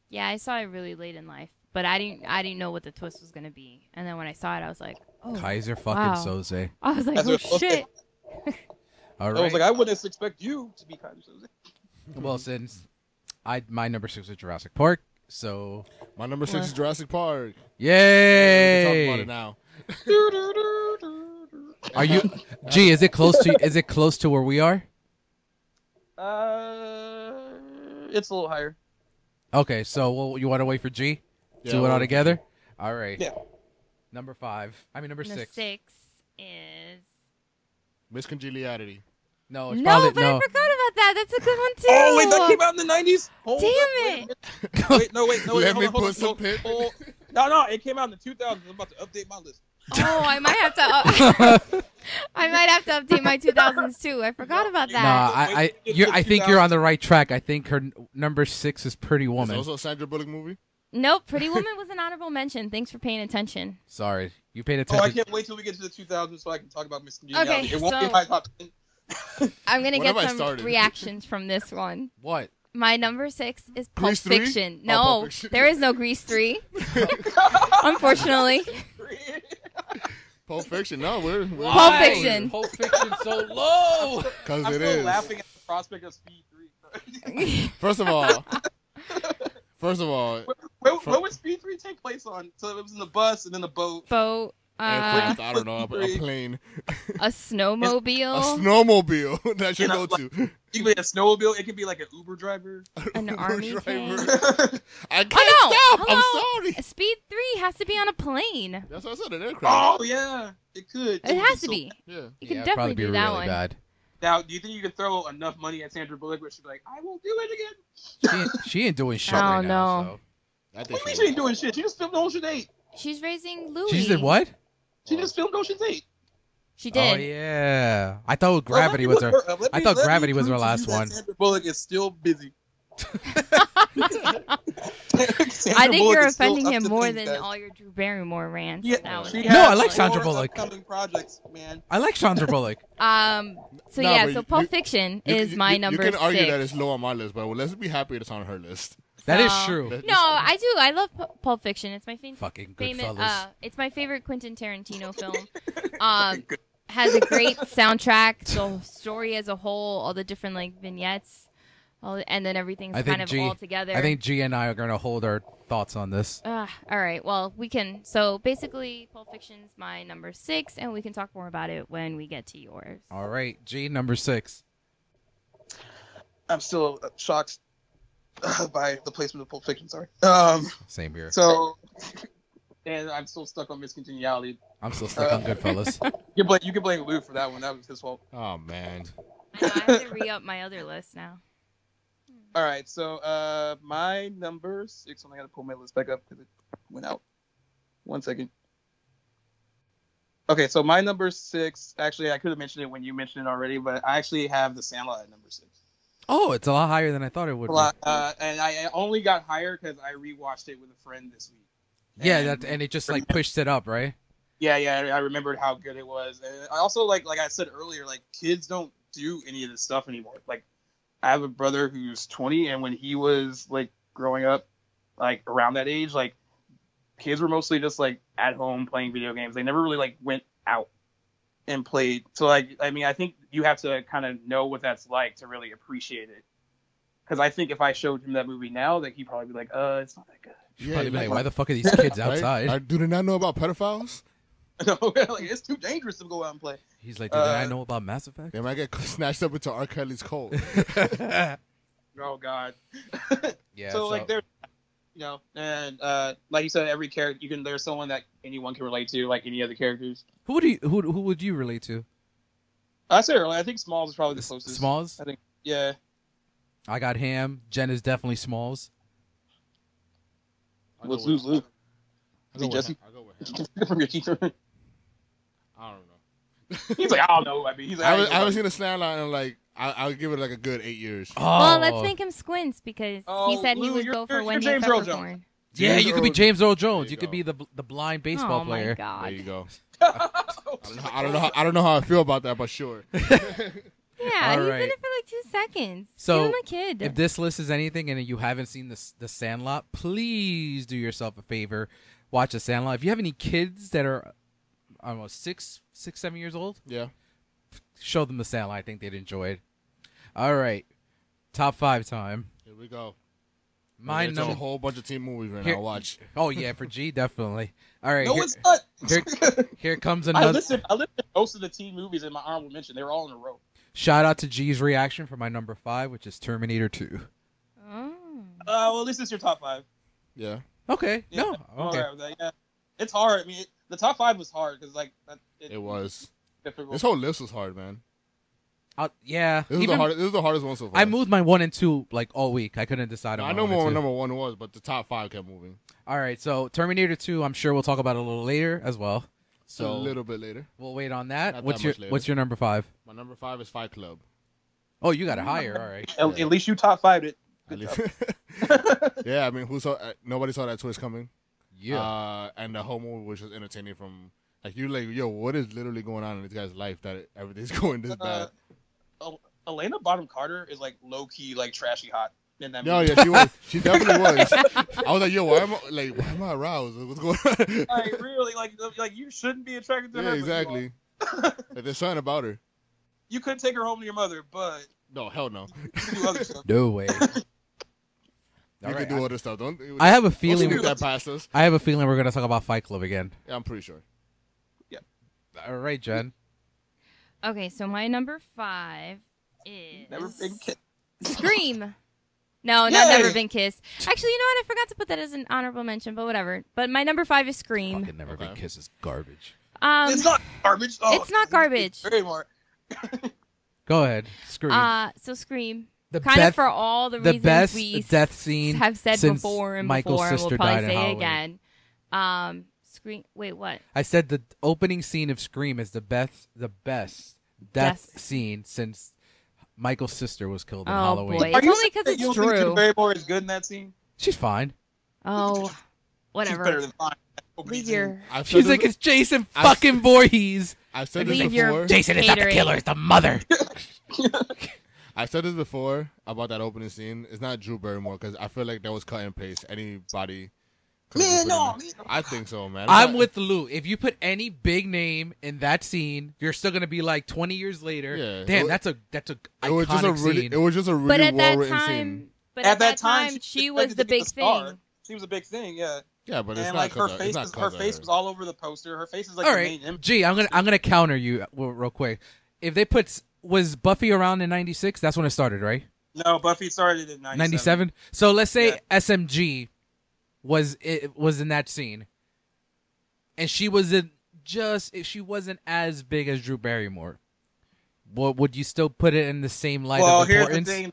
Speaker 5: Yeah, I saw it really late in life, but I didn't I didn't know what the twist was gonna be. And then when I saw it, I was like, oh,
Speaker 2: Kaiser fucking
Speaker 5: wow.
Speaker 2: Soze.
Speaker 5: I was like,
Speaker 4: That's
Speaker 5: oh
Speaker 4: what- okay.
Speaker 5: shit.
Speaker 2: All
Speaker 4: I Oh, was
Speaker 2: right.
Speaker 4: like, I wouldn't expect you to be kind of.
Speaker 2: well, since I my number six was Jurassic Park, so
Speaker 3: My number six is Jurassic Park. We can talk about it
Speaker 2: yay!
Speaker 3: now.
Speaker 2: Are you? Gee, is it close to? Is it close to where we are?
Speaker 4: Uh, it's a little higher.
Speaker 2: Okay, so well, you want to wait for G?
Speaker 3: Yeah,
Speaker 2: Do it all
Speaker 3: well,
Speaker 2: together. All right.
Speaker 4: Yeah.
Speaker 2: Number five. I mean number
Speaker 5: The
Speaker 2: six.
Speaker 5: six is
Speaker 3: Miscongeniality.
Speaker 2: No, Oh, it's
Speaker 5: no,
Speaker 2: probably
Speaker 5: but I
Speaker 2: no.
Speaker 5: forgot about that. That's a good one too.
Speaker 4: Oh wait, that came out in the nineties. Hold
Speaker 5: Damn
Speaker 4: up, wait a
Speaker 5: it.
Speaker 4: minute. Wait, no, wait, no, wait.
Speaker 3: Let
Speaker 4: hold
Speaker 3: me
Speaker 4: on, hold on,
Speaker 3: put some
Speaker 4: hold on,
Speaker 3: pin-
Speaker 4: hold on. No, no, it came out in the two thousands. I'm about to update my list.
Speaker 5: Oh, I might have to. I might have to update my 2000s too. I forgot about
Speaker 2: no,
Speaker 5: that.
Speaker 2: I, I, you're, I think you're on the right track. I think her n- number six is Pretty
Speaker 3: It's
Speaker 2: Woman.
Speaker 3: also a Sandra Bullock movie.
Speaker 5: Nope, Pretty Woman was an honorable mention. Thanks for paying attention.
Speaker 2: Sorry, you paid
Speaker 4: Oh, I
Speaker 2: attention.
Speaker 4: can't wait till we get to the two thousands so I can talk about Miss Congeniality.
Speaker 5: Okay,
Speaker 4: it won't be
Speaker 5: so-
Speaker 4: my top ten.
Speaker 5: I'm gonna
Speaker 3: What
Speaker 5: get
Speaker 3: have I
Speaker 5: some
Speaker 3: started?
Speaker 5: reactions from this one.
Speaker 2: what?
Speaker 5: My number six is Pulp
Speaker 3: Grease three?
Speaker 5: Fiction.
Speaker 3: Oh,
Speaker 5: No,
Speaker 3: Pulp Fiction.
Speaker 5: there is no Grease three. Unfortunately,
Speaker 3: Pulp Fiction. No, we're, we're
Speaker 5: Pulp Fiction.
Speaker 2: Pulp Fiction so low.
Speaker 3: because
Speaker 4: I'm
Speaker 3: it
Speaker 4: still
Speaker 3: is.
Speaker 4: laughing at the prospect of Speed Three.
Speaker 3: First of all, first of all,
Speaker 4: Where,
Speaker 3: For-
Speaker 4: where would Speed Three take place on? So it was in the bus and then the boat.
Speaker 5: boat, uh,
Speaker 3: airplanes, I don't know, a, a plane,
Speaker 5: a
Speaker 3: a
Speaker 5: snowmobile,
Speaker 3: snowmobile. That's your
Speaker 4: And a-
Speaker 3: go-to.
Speaker 4: You could be a snowmobile. It could be like an Uber driver.
Speaker 5: an army
Speaker 3: driver.
Speaker 5: tank.
Speaker 3: I can't
Speaker 5: Oh, no.
Speaker 3: stop.
Speaker 5: Hello?
Speaker 3: I'm sorry.
Speaker 5: Speed three has to be on a plane.
Speaker 3: That's what I said. An aircraft.
Speaker 4: oh yeah, it could.
Speaker 5: It
Speaker 4: would
Speaker 5: has to
Speaker 4: so-
Speaker 5: be.
Speaker 3: Yeah.
Speaker 5: You can
Speaker 2: yeah, it'd
Speaker 5: definitely
Speaker 2: probably be
Speaker 5: do
Speaker 2: really
Speaker 5: that one.
Speaker 2: bad.
Speaker 4: Now, do you think you could throw enough money at Sandra Bullock where she'd be like, "I won't do it again"?
Speaker 2: She, ain't- she ain't doing shit
Speaker 5: Oh,
Speaker 2: right now.
Speaker 5: no.
Speaker 3: I think
Speaker 4: What do you mean
Speaker 3: she
Speaker 4: she ain't doing shit? She just filmed Ocean's Eight.
Speaker 5: She's raising
Speaker 2: So.
Speaker 5: Louis.
Speaker 2: She just did what?
Speaker 4: She just filmed Ocean's Eight.
Speaker 5: She did.
Speaker 2: Oh yeah, I thought
Speaker 4: Well, let
Speaker 2: Gravity
Speaker 4: me
Speaker 2: was
Speaker 4: look
Speaker 2: her.
Speaker 4: up. Let
Speaker 2: I
Speaker 4: me-
Speaker 2: thought
Speaker 4: let me
Speaker 2: Gravity was
Speaker 4: prove
Speaker 2: her
Speaker 4: to
Speaker 2: last
Speaker 4: you that
Speaker 2: one.
Speaker 4: Sandra Bullock is still busy.
Speaker 5: I think you're offending him more than all your Drew Barrymore rants.
Speaker 4: Yeah,
Speaker 5: That was
Speaker 4: she
Speaker 5: it.
Speaker 2: No,
Speaker 4: has
Speaker 2: I like Sandra
Speaker 4: more
Speaker 2: Bullock.
Speaker 4: Upcoming projects, man.
Speaker 2: I like Chandra Bullock.
Speaker 5: Um. So
Speaker 3: Nah,
Speaker 5: yeah.
Speaker 3: but
Speaker 5: So
Speaker 3: you-
Speaker 5: Pulp Fiction
Speaker 3: You
Speaker 5: is
Speaker 3: can-
Speaker 5: my
Speaker 3: you,
Speaker 5: number
Speaker 3: You can argue
Speaker 5: six.
Speaker 3: that it's low on my list, but let's be happy it's on her list.
Speaker 2: That is
Speaker 5: So-
Speaker 2: true.
Speaker 5: No, I do. I love Pu- Pulp Fiction. It's my favorite.
Speaker 2: Fucking good
Speaker 5: Famous,
Speaker 2: fellas.
Speaker 5: uh, it's my favorite Quentin Tarantino film. Um, has a great soundtrack. The story as a whole, all the different like vignettes, all, and then everything's
Speaker 2: I think
Speaker 5: kind of
Speaker 2: G-
Speaker 5: all together.
Speaker 2: I think G and I are gonna hold our thoughts on this.
Speaker 5: Uh, all right. Well, we can. So basically, Pulp Fiction's my number six, and we can talk more about it when we get to yours.
Speaker 2: All right, G number six.
Speaker 4: I'm still uh, shocked uh, by the placement of Pulp Fiction. Sorry. Um,
Speaker 2: Same here.
Speaker 4: so and I'm still stuck on miscongeniality.
Speaker 2: I'm still stuck
Speaker 4: uh,
Speaker 2: on Goodfellas.
Speaker 4: You can blame, you can blame Lou for that one. That was his fault.
Speaker 3: Oh man.
Speaker 5: I have to re up my other list now.
Speaker 4: All right, so uh, my number six. When I gotta pull my list back up because it went out. One second. Okay, so my number six. Actually, I could have mentioned it when you mentioned it already, but I actually have The Sandlot at number six.
Speaker 2: Oh, it's a lot higher than I thought it would.
Speaker 4: A
Speaker 2: be.
Speaker 4: lot, uh, and I I only got higher because I rewatched it with a friend this week.
Speaker 2: Yeah, that, and it just like pushed it up, right?
Speaker 4: Yeah, yeah, I- I remembered how good it was. And I also like like I said earlier, like kids don't do any of this stuff anymore. Like I have a brother who's 20 and when he was like growing up like around that age, like kids were mostly just like at home playing video games. They never really like went out and played. So like I mean, I think you have to kind of know what that's like to really appreciate it. Cuz I think if I showed him that movie now, like he'd probably be like, "Uh, it's not that good."
Speaker 3: Yeah,
Speaker 2: Probably be
Speaker 3: like,
Speaker 2: like, why the fuck are these kids
Speaker 3: right?
Speaker 2: outside?
Speaker 3: Like, do they not know about pedophiles?
Speaker 4: No, like it's too dangerous to go out and play.
Speaker 2: He's like, did I
Speaker 4: Uh,
Speaker 2: know about Mass Effect?
Speaker 3: They might get snatched up into R. Kelly's cold.
Speaker 4: Oh god.
Speaker 2: yeah.
Speaker 4: so, like there you know and uh like you said every character you can there's someone that anyone can relate to like any other characters
Speaker 2: who do you, who who would you relate to?
Speaker 4: i said earlier i think smalls is probably Oh, the
Speaker 2: S-
Speaker 4: closest
Speaker 2: Smalls.
Speaker 4: i think yeah
Speaker 2: I got Ham. Jen is definitely Smalls.
Speaker 3: I'll
Speaker 4: Let's
Speaker 3: go with-
Speaker 4: lose, lose.
Speaker 3: I'll go
Speaker 4: Is it
Speaker 3: with
Speaker 4: Jesse?
Speaker 3: him. I'll go with him.
Speaker 4: From Ricky.
Speaker 3: I don't know.
Speaker 4: he's like i don't know i mean he's like
Speaker 3: I was, I
Speaker 4: don't
Speaker 3: was
Speaker 4: know.
Speaker 3: gonna stand out and like I, I'll give it like a good eight years.
Speaker 2: Oh,
Speaker 5: Well, let's make him squints because he
Speaker 4: Oh,
Speaker 5: said he
Speaker 4: Lou,
Speaker 5: would
Speaker 4: you're-
Speaker 5: go for
Speaker 4: you're-
Speaker 5: Wendy
Speaker 4: you're
Speaker 5: and
Speaker 4: James Earl
Speaker 5: Peppercorn.
Speaker 2: yeah,
Speaker 3: James
Speaker 2: you
Speaker 3: Earl
Speaker 2: could be James Earl Jones. You,
Speaker 3: There you
Speaker 2: could
Speaker 3: go.
Speaker 2: be the bl- the blind baseball
Speaker 5: Oh my
Speaker 2: player.
Speaker 3: There you
Speaker 5: god!
Speaker 3: go. I don't, know, I don't know. How, I don't know how I feel about that, but sure.
Speaker 5: Yeah,
Speaker 2: All
Speaker 5: he's in
Speaker 2: right.
Speaker 5: it for like two seconds.
Speaker 2: So,
Speaker 5: Give him a kid.
Speaker 2: If this list is anything, and you haven't seen this the Sandlot, please do yourself a favor, watch the Sandlot. If you have any kids that are, I don't know, six, six, seven years old,
Speaker 3: Yeah.
Speaker 2: show them the Sandlot. I think they'd enjoy it. All right, top five time.
Speaker 3: Here we go.
Speaker 2: My
Speaker 3: It's a
Speaker 2: number.
Speaker 3: whole bunch of team movies right
Speaker 2: Here-
Speaker 3: now. Watch.
Speaker 2: Oh yeah, for G definitely. All right,
Speaker 4: no
Speaker 2: here,
Speaker 4: it's not
Speaker 2: here comes
Speaker 4: i
Speaker 2: another.
Speaker 4: listened i listened to most of the teen movies in my honorable mention they were all in a row
Speaker 2: Shout out to G's reaction for my number five, which is Terminator Two.
Speaker 5: oh.
Speaker 4: uh well at least it's your top five
Speaker 3: Yeah.
Speaker 2: Okay,
Speaker 4: Yeah,
Speaker 2: no,
Speaker 4: I'm all
Speaker 2: Oh, okay.
Speaker 4: right with that, yeah. it's hard i mean it, the top five was hard because like that,
Speaker 3: It was.
Speaker 4: difficult.
Speaker 3: This whole list was hard, man.
Speaker 2: I'll- yeah,
Speaker 3: This is
Speaker 2: even-
Speaker 3: the hardest. This is the hardest one so far.
Speaker 2: I moved my one and two like all week. I couldn't decide.
Speaker 3: No,
Speaker 2: on
Speaker 3: I
Speaker 2: my
Speaker 3: know
Speaker 2: one and
Speaker 3: what
Speaker 2: two.
Speaker 3: number one was, but the top five kept moving.
Speaker 2: All right, so Terminator 2, I'm sure we'll talk about a little later as well.
Speaker 3: So a
Speaker 2: So
Speaker 3: little bit later.
Speaker 2: we'll wait on that.
Speaker 3: Not
Speaker 2: what's
Speaker 3: that
Speaker 2: your
Speaker 3: much later.
Speaker 2: what's your number 5?
Speaker 3: My number five is Fight Club.
Speaker 2: Oh, you got it higher. All right.
Speaker 4: at, at least you top five it
Speaker 3: At
Speaker 4: Good
Speaker 3: least- yeah, I mean, who saw? Uh, nobody saw that twist coming. Uh, and the whole movie was just entertaining from like you like yo, what is literally going on in this guy's life that it- everything's going this
Speaker 4: Uh,
Speaker 3: bad?
Speaker 4: El- Elena Bottom Carter is like low key, like trashy hot in that
Speaker 3: No,
Speaker 4: movie.
Speaker 3: yeah, she was. She definitely was. I was like, yo, why am I like, why am I aroused? What's going on?
Speaker 4: Like really, like like you shouldn't be attracted to her.
Speaker 3: yeah,
Speaker 4: but you are.
Speaker 3: exactly. like, there's something about her.
Speaker 4: You could take her home to your mother, but
Speaker 3: No, hell no.
Speaker 4: you can do other stuff.
Speaker 2: No way.
Speaker 3: You
Speaker 2: All right.
Speaker 3: can do other stuff. Don't.
Speaker 2: I have a
Speaker 3: don't
Speaker 2: feeling
Speaker 3: sneak that past us.
Speaker 2: I have a feeling we're going to talk about Fight Club again.
Speaker 3: Yeah, I'm pretty sure.
Speaker 2: All right, Jen.
Speaker 5: Okay, so my number five is
Speaker 4: Never been kissed.
Speaker 5: Scream. No, not
Speaker 4: Yay!
Speaker 5: never been kissed. Actually, you know what? I forgot to put that as an honorable mention, but whatever. But my number five is Scream.
Speaker 2: Fucking never
Speaker 3: Okay.
Speaker 2: been kisses garbage.
Speaker 5: Um,
Speaker 4: it's not garbage. Oh,
Speaker 5: it's not garbage.
Speaker 4: Very more.
Speaker 2: Go ahead. Scream.
Speaker 5: uh, so Scream.
Speaker 2: the
Speaker 5: Kind
Speaker 2: best
Speaker 5: of for all the,
Speaker 2: the
Speaker 5: reasons
Speaker 2: best
Speaker 5: we
Speaker 2: death scene
Speaker 5: have said
Speaker 2: since
Speaker 5: before and
Speaker 2: Michael's
Speaker 5: before, and we'll
Speaker 2: sister
Speaker 5: probably
Speaker 2: died in
Speaker 5: say it
Speaker 2: Halloween.
Speaker 5: again. Um, Scream. Wait, what?
Speaker 2: I said the opening scene of Scream is the best the best death
Speaker 5: Death.
Speaker 2: scene since Michael's sister was killed in
Speaker 5: Oh,
Speaker 2: Halloween.
Speaker 5: boy. It's only 'cause
Speaker 4: saying
Speaker 5: it's
Speaker 4: you don't think
Speaker 5: Drew.
Speaker 4: Drew Barrymore is good in that scene.
Speaker 2: She's fine.
Speaker 5: Oh,
Speaker 4: She's better
Speaker 5: whatever.
Speaker 4: than fine.
Speaker 5: Leave your
Speaker 3: I've said
Speaker 2: She's
Speaker 3: this,
Speaker 2: like, it's Jason
Speaker 3: I-
Speaker 2: fucking Voorhees.
Speaker 3: I've said this
Speaker 5: leave your
Speaker 3: before.
Speaker 6: Jason is not the
Speaker 5: catering.
Speaker 6: killer, it's the mother.
Speaker 3: I've said this before about that opening scene. It's not Drew Barrymore because I feel like that was cut and paste. Anybody. could have just
Speaker 4: Man, no,
Speaker 3: put in
Speaker 4: man.
Speaker 3: there. I think so, man.
Speaker 2: I'm
Speaker 3: not-
Speaker 2: with Lou. If you put any big name in that scene, you're still gonna be like 20 years later.
Speaker 3: Yeah.
Speaker 2: Damn,
Speaker 3: It-
Speaker 2: that's a that's a
Speaker 3: It
Speaker 2: iconic
Speaker 3: was just a really.
Speaker 2: scene.
Speaker 3: It was just a
Speaker 5: But
Speaker 3: really
Speaker 5: at
Speaker 3: well
Speaker 5: that
Speaker 3: written
Speaker 5: time,
Speaker 3: scene.
Speaker 5: but at that time, she was
Speaker 4: expected
Speaker 5: the
Speaker 4: to be
Speaker 5: big
Speaker 4: star.
Speaker 5: thing.
Speaker 4: She was a big thing, yeah.
Speaker 3: Yeah, but it's not
Speaker 4: and like her
Speaker 3: 'cause of-
Speaker 4: face,
Speaker 3: it's not
Speaker 4: was,
Speaker 3: 'cause
Speaker 4: her
Speaker 3: of
Speaker 4: face
Speaker 3: her.
Speaker 4: was all over the poster. Her face is like
Speaker 2: All
Speaker 4: the
Speaker 2: right,
Speaker 4: main image.
Speaker 2: Gee, I'm gonna I'm gonna counter you real, real quick. If they put s- was Buffy around in '96, that's when it started, right?
Speaker 4: No, Buffy started in '97.
Speaker 2: '97. So let's say
Speaker 4: Yeah.
Speaker 2: SMG was it was in that scene. and she wasn't just if she wasn't as big as Drew Barrymore. What would you still put it in the same light
Speaker 4: well,
Speaker 2: of
Speaker 4: here's the
Speaker 2: importance?
Speaker 4: thing: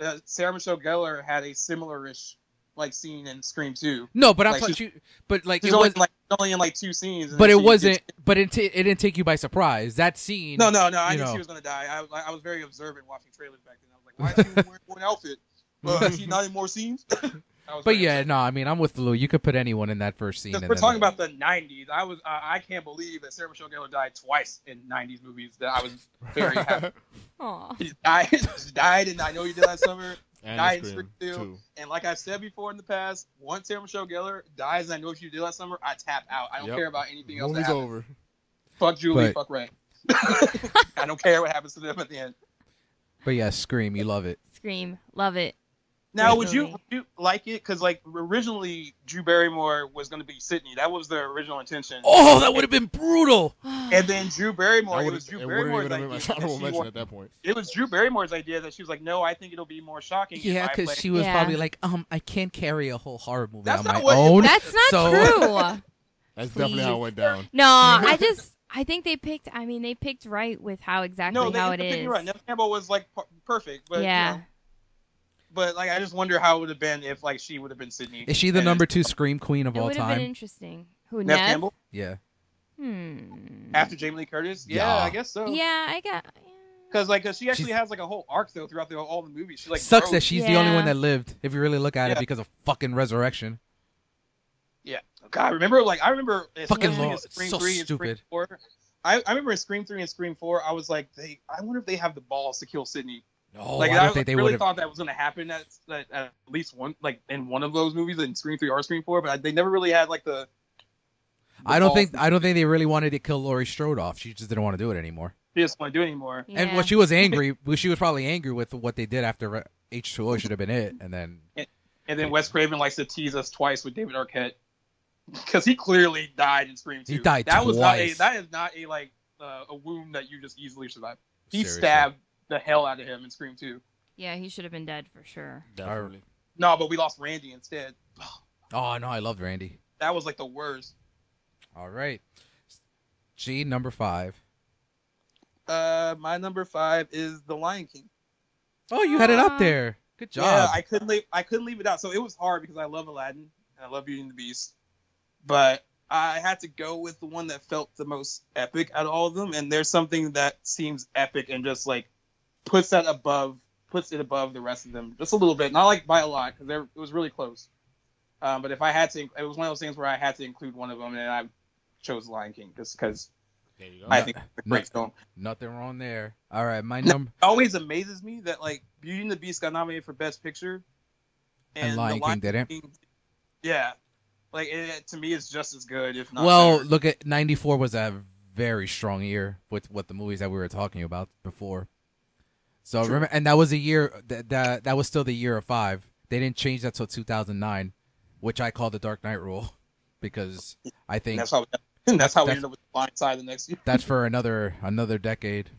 Speaker 4: uh, Sarah Michelle Gellar had a similar-ish like scene in Scream Two.
Speaker 2: No, but I'm
Speaker 4: Like,
Speaker 2: talking. she- But like
Speaker 4: She's
Speaker 2: it
Speaker 4: only
Speaker 2: was,
Speaker 4: in, like only in like two scenes. and
Speaker 2: but
Speaker 4: then
Speaker 2: it
Speaker 4: she
Speaker 2: wasn't.
Speaker 4: gets-
Speaker 2: But it, t- it didn't take you by surprise. That scene.
Speaker 4: no, no, no. I
Speaker 2: you
Speaker 4: knew
Speaker 2: know.
Speaker 4: she was gonna die. I, I- I was very observant watching trailers back then. I was like, why is she wearing one outfit? Well, is she not in more scenes? I was
Speaker 2: But
Speaker 4: very
Speaker 2: yeah,
Speaker 4: upset.
Speaker 2: no. I mean, I'm with Lou. You could put anyone in that first scene.
Speaker 4: Because
Speaker 2: and
Speaker 4: we're
Speaker 2: then-
Speaker 4: talking about the '90s. I was, uh, I can't believe that Sarah Michelle Gellar died twice in '90s movies. That I was very happy.
Speaker 5: Aw.
Speaker 4: She died, she died, and I know you did that summer.
Speaker 3: And
Speaker 4: Nice
Speaker 3: the Scream
Speaker 4: review.
Speaker 3: too.
Speaker 4: And like I've said before in the past, once Sarah Michelle Gellar dies, and I know what you did last summer. I tap out. I don't
Speaker 3: Yep.
Speaker 4: care about anything else. that
Speaker 3: Movie's
Speaker 4: happens.
Speaker 3: over.
Speaker 4: Fuck Julie.
Speaker 2: But-
Speaker 4: Fuck Ray. I don't care what happens to them at the end.
Speaker 2: But yeah, Scream. You love it.
Speaker 5: Scream. Love it.
Speaker 4: Now,
Speaker 5: Great
Speaker 4: would you,
Speaker 5: movie.
Speaker 4: would you like it? Because like originally, Drew Barrymore was going to be Sydney. That was their original intention.
Speaker 2: Oh, that would have been brutal.
Speaker 4: And then Drew Barrymore.
Speaker 3: I
Speaker 4: It
Speaker 3: would've-
Speaker 4: was Drew
Speaker 3: it wouldn't
Speaker 4: Barrymore's
Speaker 3: even have been
Speaker 4: idea.
Speaker 3: my
Speaker 4: that
Speaker 3: honorable
Speaker 4: she
Speaker 3: mention
Speaker 4: wa-
Speaker 3: at that point.
Speaker 4: It was Drew Barrymore's idea that she was like, "No, I think it'll be more shocking." if
Speaker 2: Yeah,
Speaker 4: I
Speaker 2: because
Speaker 4: play-
Speaker 2: she was
Speaker 5: Yeah.
Speaker 2: probably like, um, I can't carry a whole horror movie
Speaker 4: That's
Speaker 2: on
Speaker 4: not
Speaker 2: my
Speaker 4: what it
Speaker 2: own.
Speaker 5: That's not
Speaker 2: So-
Speaker 5: true.
Speaker 3: That's definitely how it went down.
Speaker 5: No, I just I think they picked. I mean, they picked right with how exactly
Speaker 4: no, they
Speaker 5: how
Speaker 4: did
Speaker 5: it
Speaker 4: the thing
Speaker 5: is.
Speaker 4: right. Nev Campbell was like per- perfect, but you
Speaker 5: yeah,
Speaker 4: know, but like I just wonder how it would have been if like she would have been Sydney.
Speaker 2: Is she the
Speaker 4: And
Speaker 2: number two Scream queen of
Speaker 5: it
Speaker 2: all
Speaker 5: would have
Speaker 2: time?
Speaker 5: been interesting. Who
Speaker 4: Nev
Speaker 5: Nev?
Speaker 4: Campbell
Speaker 2: yeah.
Speaker 5: Hmm.
Speaker 4: after Jamie Lee Curtis? Yeah,
Speaker 2: Mm. Yeah.
Speaker 4: I guess so.
Speaker 5: Yeah, I got.
Speaker 4: Because like, 'cause she actually
Speaker 2: She's-
Speaker 4: has like a whole arc though throughout the, all the movies. She like
Speaker 2: Sucks
Speaker 4: grows.
Speaker 2: that she's the only
Speaker 5: Yeah.
Speaker 2: one that lived. If you really look at it,
Speaker 4: Yeah.
Speaker 2: because of fucking resurrection.
Speaker 4: God, I remember like I remember in
Speaker 2: Fucking
Speaker 4: Scream
Speaker 2: Lord,
Speaker 4: and Scream
Speaker 2: so
Speaker 4: three and Scream
Speaker 2: stupid.
Speaker 4: four. I, I remember in Scream three and Scream four, I was like, they I wonder if they have the balls to kill Sydney.
Speaker 2: Oh,
Speaker 4: like
Speaker 2: I don't
Speaker 4: was-
Speaker 2: think they
Speaker 4: really
Speaker 2: would have.
Speaker 4: thought that was gonna happen at, at at least one like in one of those movies in Scream three or Scream four, but I, they never really had like the. the
Speaker 2: I don't
Speaker 4: balls
Speaker 2: think. I don't think they really wanted to kill Laurie Strode off. She just didn't want to do it anymore.
Speaker 4: they just want to do it anymore.
Speaker 5: Yeah.
Speaker 2: And well, she was angry. well, she was probably angry with what they did after H two O should have been it. And then
Speaker 4: And then Wes Craven likes to tease us twice with David Arquette because he clearly died in Scream 2.
Speaker 2: He died
Speaker 4: that Was not a,
Speaker 2: twice.
Speaker 4: that is not a like uh, a wound that you just easily survive. He
Speaker 2: Seriously.
Speaker 4: stabbed the hell out of him in Scream 2.
Speaker 5: Yeah, he should have been dead for sure.
Speaker 2: Definitely.
Speaker 4: No, but we lost Randy instead.
Speaker 2: Oh no, I loved Randy.
Speaker 4: That was like the worst.
Speaker 2: All right, G number five.
Speaker 4: Uh, my number five is The Lion King.
Speaker 2: Oh, you had it
Speaker 5: Aw.
Speaker 2: up there. Good job.
Speaker 4: Ah. Yeah, I couldn't leave. I couldn't leave it out. So it was hard because I love Aladdin and I love Beauty and the Beast, but I had to go with the one that felt the most epic out of all of them. And there's something that seems epic and just like puts that above, puts it above the rest of them just a little bit. Not like by a lot because it was really close. Um, but if I had to, it was one of those things where I had to include one of them, and I chose Lion King just because
Speaker 3: There you
Speaker 4: I think it's a great
Speaker 2: No.
Speaker 4: film.
Speaker 2: Nothing wrong there. All right, my
Speaker 4: No.
Speaker 2: number.
Speaker 4: It always amazes me that like Beauty and the Beast got nominated for Best Picture,
Speaker 2: And,
Speaker 4: The
Speaker 2: Lion King didn't.
Speaker 4: King- yeah, like it, to me, it's just as good, if not.
Speaker 2: Well,
Speaker 4: better.
Speaker 2: look at ninety four was a very strong year with what the movies that we were talking about before. So
Speaker 4: True.
Speaker 2: remember, and that was a year that that that was still the year of five. They didn't change that till two thousand nine, which I call the Dark Knight rule, because I
Speaker 4: And
Speaker 2: think
Speaker 4: that's how we, that's how we
Speaker 2: that's-
Speaker 4: ended up with the Blind Side the next year.
Speaker 2: that's for another another decade.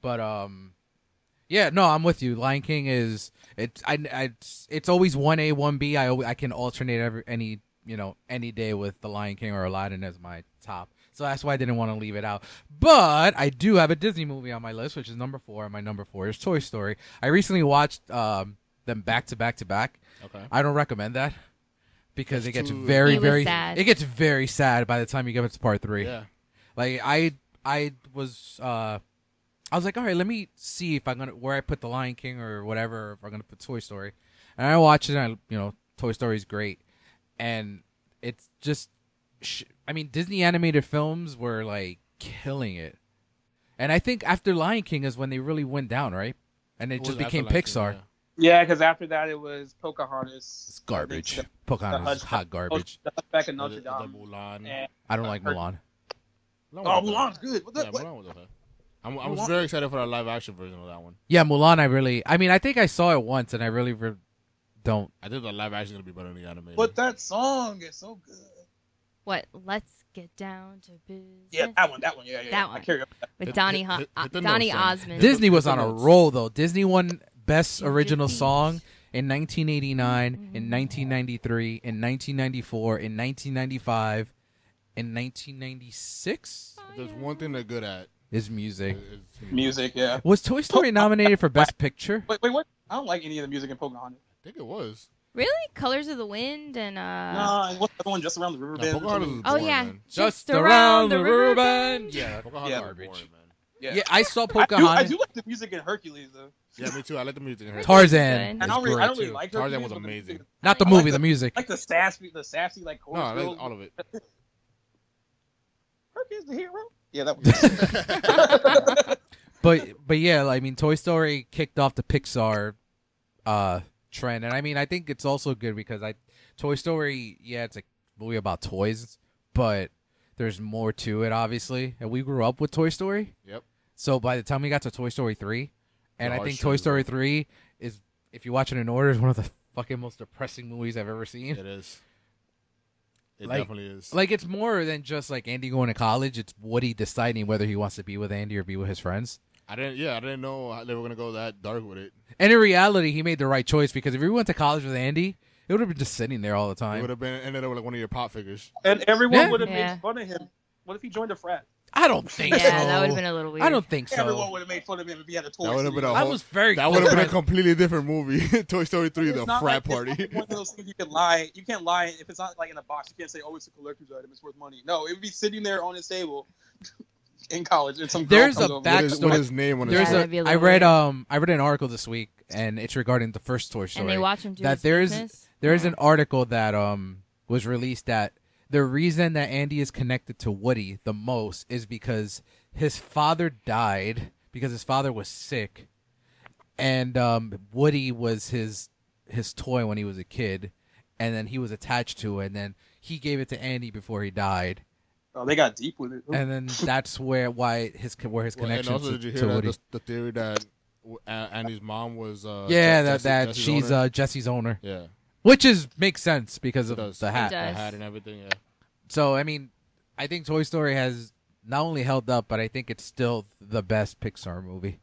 Speaker 2: but um, yeah, no, I'm with you. Lion King is it's I, I it's, it's always one A one B. I always, I can alternate every any you know any day with the Lion King or Aladdin as my top. So that's why I didn't want to leave it out. But I do have a Disney movie on my list, which is number four. And my number four is Toy Story. I recently watched um them back to back to back.
Speaker 3: Okay.
Speaker 2: I don't recommend that because it gets
Speaker 3: too-
Speaker 2: very
Speaker 5: It was
Speaker 2: very
Speaker 5: sad.
Speaker 2: it gets very sad by the time you get up to part three.
Speaker 3: Yeah.
Speaker 2: Like I I was uh I was like, all right, let me see if I'm gonna where I put the Lion King or whatever, or if I'm gonna put Toy Story. And I watched it and I you know, Toy Story's great. And it's just sh- I mean, Disney animated films were like killing it. And I think after Lion King is when they really went down, right? And it
Speaker 3: was
Speaker 2: just
Speaker 3: after
Speaker 2: became
Speaker 3: Lion King,
Speaker 2: Pixar.
Speaker 3: yeah.
Speaker 4: Yeah, because after that it was Pocahontas.
Speaker 2: It's garbage.
Speaker 4: The,
Speaker 2: Pocahontas is
Speaker 4: Hunchback-
Speaker 2: hot garbage.
Speaker 4: the Hunchback of
Speaker 3: The-
Speaker 4: Notre
Speaker 3: the
Speaker 4: Dame.
Speaker 3: Mulan.
Speaker 4: And,
Speaker 2: I don't like
Speaker 4: Hunch-
Speaker 2: Mulan.
Speaker 3: Mulan
Speaker 4: oh,
Speaker 3: was okay.
Speaker 4: Mulan's good. What the,
Speaker 3: Yeah,
Speaker 4: what?
Speaker 3: Mulan was okay. I'm, I
Speaker 4: Mulan-
Speaker 3: was very excited for the live action version of that one.
Speaker 2: Yeah, Mulan. I really. I mean, I think I saw it once, and I really re- don't.
Speaker 3: I think the live action is gonna be better than the animated.
Speaker 4: But that song is so good.
Speaker 5: What? Let's get down to business.
Speaker 4: Yeah, that one. That one. Yeah, yeah.
Speaker 5: That
Speaker 4: yeah. I
Speaker 5: one.
Speaker 4: carry on.
Speaker 5: with
Speaker 3: Hit-
Speaker 5: Donny
Speaker 3: hit-
Speaker 5: Ho-
Speaker 3: hit-
Speaker 5: uh,
Speaker 3: hit the
Speaker 5: Donny
Speaker 3: notes, Donny.
Speaker 5: Osmond.
Speaker 2: Disney was on a
Speaker 3: Notes.
Speaker 2: roll though. Disney won best
Speaker 5: You
Speaker 2: original
Speaker 5: did these.
Speaker 2: song in 1989, in 1993, in 1994, in 1995, in 1996
Speaker 3: If There's one thing they're good at.
Speaker 2: is music.
Speaker 3: It's
Speaker 4: Music, yeah.
Speaker 2: Was Toy Story nominated for Best Picture?
Speaker 4: Wait, wait, what? I don't like any of the music in Pocahontas.
Speaker 3: I think it was.
Speaker 5: Really? Colors of the Wind and uh
Speaker 4: nah, what's the other one just around the river
Speaker 3: Nah,
Speaker 4: bend?
Speaker 3: Pocahontas is
Speaker 5: Oh
Speaker 3: boring,
Speaker 5: yeah.
Speaker 3: man.
Speaker 2: bend. Yeah,
Speaker 3: Pocahontas
Speaker 4: Yeah.
Speaker 3: is boring, man.
Speaker 4: yeah.
Speaker 2: yeah. I saw
Speaker 4: I, do, I
Speaker 2: Pocahontas.
Speaker 4: do like the music in Hercules though.
Speaker 3: Yeah, me too. I like the music in her.
Speaker 2: Tarzan.
Speaker 5: Good.
Speaker 4: And I
Speaker 2: is
Speaker 4: don't really, I
Speaker 2: great,
Speaker 4: don't really
Speaker 2: too.
Speaker 4: like
Speaker 3: Tarzan
Speaker 4: Hercules,
Speaker 3: was
Speaker 4: but the
Speaker 3: amazing.
Speaker 4: music-
Speaker 2: Not the
Speaker 4: I like
Speaker 2: movie,
Speaker 4: the-
Speaker 2: the music.
Speaker 4: I like the sassy, the sassy like
Speaker 3: No,
Speaker 4: chorus.
Speaker 3: I
Speaker 4: build.
Speaker 3: like all of it.
Speaker 4: Hercules the hero. Yeah, that was.
Speaker 2: But but yeah, like, I mean, Toy Story kicked off the Pixar uh trend, and I mean, I think it's also good because I Toy Story, yeah, it's a movie about toys, but there's more to it, obviously. And we grew up with Toy Story,
Speaker 3: Yep.
Speaker 2: so by the time we got to Toy Story three, and
Speaker 3: Yeah,
Speaker 2: I
Speaker 3: I
Speaker 2: think
Speaker 3: sure
Speaker 2: Toy
Speaker 3: do.
Speaker 2: Story three is, if you watch it in order, is one of the fucking most depressing movies I've ever seen.
Speaker 3: It is. It
Speaker 2: Like-
Speaker 3: definitely is.
Speaker 2: Like it's more than just like Andy going to college. It's Woody deciding whether he wants to be with Andy or be with his friends.
Speaker 3: I didn't. Yeah, I didn't know how they were gonna go that dark with it.
Speaker 2: And in reality, he made the right choice because if he went to college with Andy, it would have been just sitting there all the
Speaker 3: It
Speaker 2: time.
Speaker 3: would have been ended up like one of your pop figures.
Speaker 4: and everyone
Speaker 2: Yeah.
Speaker 4: would have
Speaker 5: Yeah.
Speaker 4: made fun of him. What if he joined a frat?
Speaker 2: I don't think so.
Speaker 5: Yeah, that would have been a little weird.
Speaker 2: I don't think
Speaker 4: Everyone
Speaker 2: so.
Speaker 4: would have made fun of him if he had a toy.
Speaker 3: That would've been a
Speaker 2: I
Speaker 3: whole-
Speaker 2: was very.
Speaker 3: That would have been a
Speaker 2: confident.
Speaker 3: completely different movie. Toy Story three, the frat party.
Speaker 4: One of those things you can lie. You can't lie if it's not like in a box. You can't say, "Oh, it's a collector's item. It's worth money." No, it would be sitting there on his table in college. And some girl
Speaker 2: There's
Speaker 4: comes
Speaker 2: a
Speaker 4: over.
Speaker 2: back-
Speaker 3: What is, what
Speaker 2: Backstory.
Speaker 3: is name on
Speaker 2: There's
Speaker 5: Yeah,
Speaker 2: a.
Speaker 5: that'd be a
Speaker 2: I
Speaker 5: little
Speaker 2: read
Speaker 5: weird.
Speaker 2: um. I read an article this week, and it's regarding the first Toy Story.
Speaker 5: And they watch him do
Speaker 2: That
Speaker 5: his
Speaker 2: there is-
Speaker 5: business.
Speaker 2: There is an article that um was released that the reason that Andy is connected to Woody the most is because his father died because his father was sick, and um Woody was his his toy when he was a kid, and then he was attached to it, and then he gave it to Andy before he died,
Speaker 4: Oh, they got deep with it.
Speaker 2: and then that's where why his where his
Speaker 3: Well, and
Speaker 2: connection
Speaker 3: also,
Speaker 2: to,
Speaker 3: did you
Speaker 2: to
Speaker 3: hear that,
Speaker 2: Woody.
Speaker 3: the, the theory that w- A- Andy's mom was? Uh,
Speaker 2: yeah, that
Speaker 3: Je- Jessie-
Speaker 2: that
Speaker 3: Jessie's
Speaker 2: she's
Speaker 3: owner?
Speaker 2: uh Jesse's owner,
Speaker 3: yeah,
Speaker 2: which is makes sense because of
Speaker 3: it does.
Speaker 2: the hat.
Speaker 5: It
Speaker 3: the
Speaker 5: does.
Speaker 3: hat and everything. Yeah,
Speaker 2: So I mean, I think Toy Story has not only held up, but I think it's still the best Pixar movie.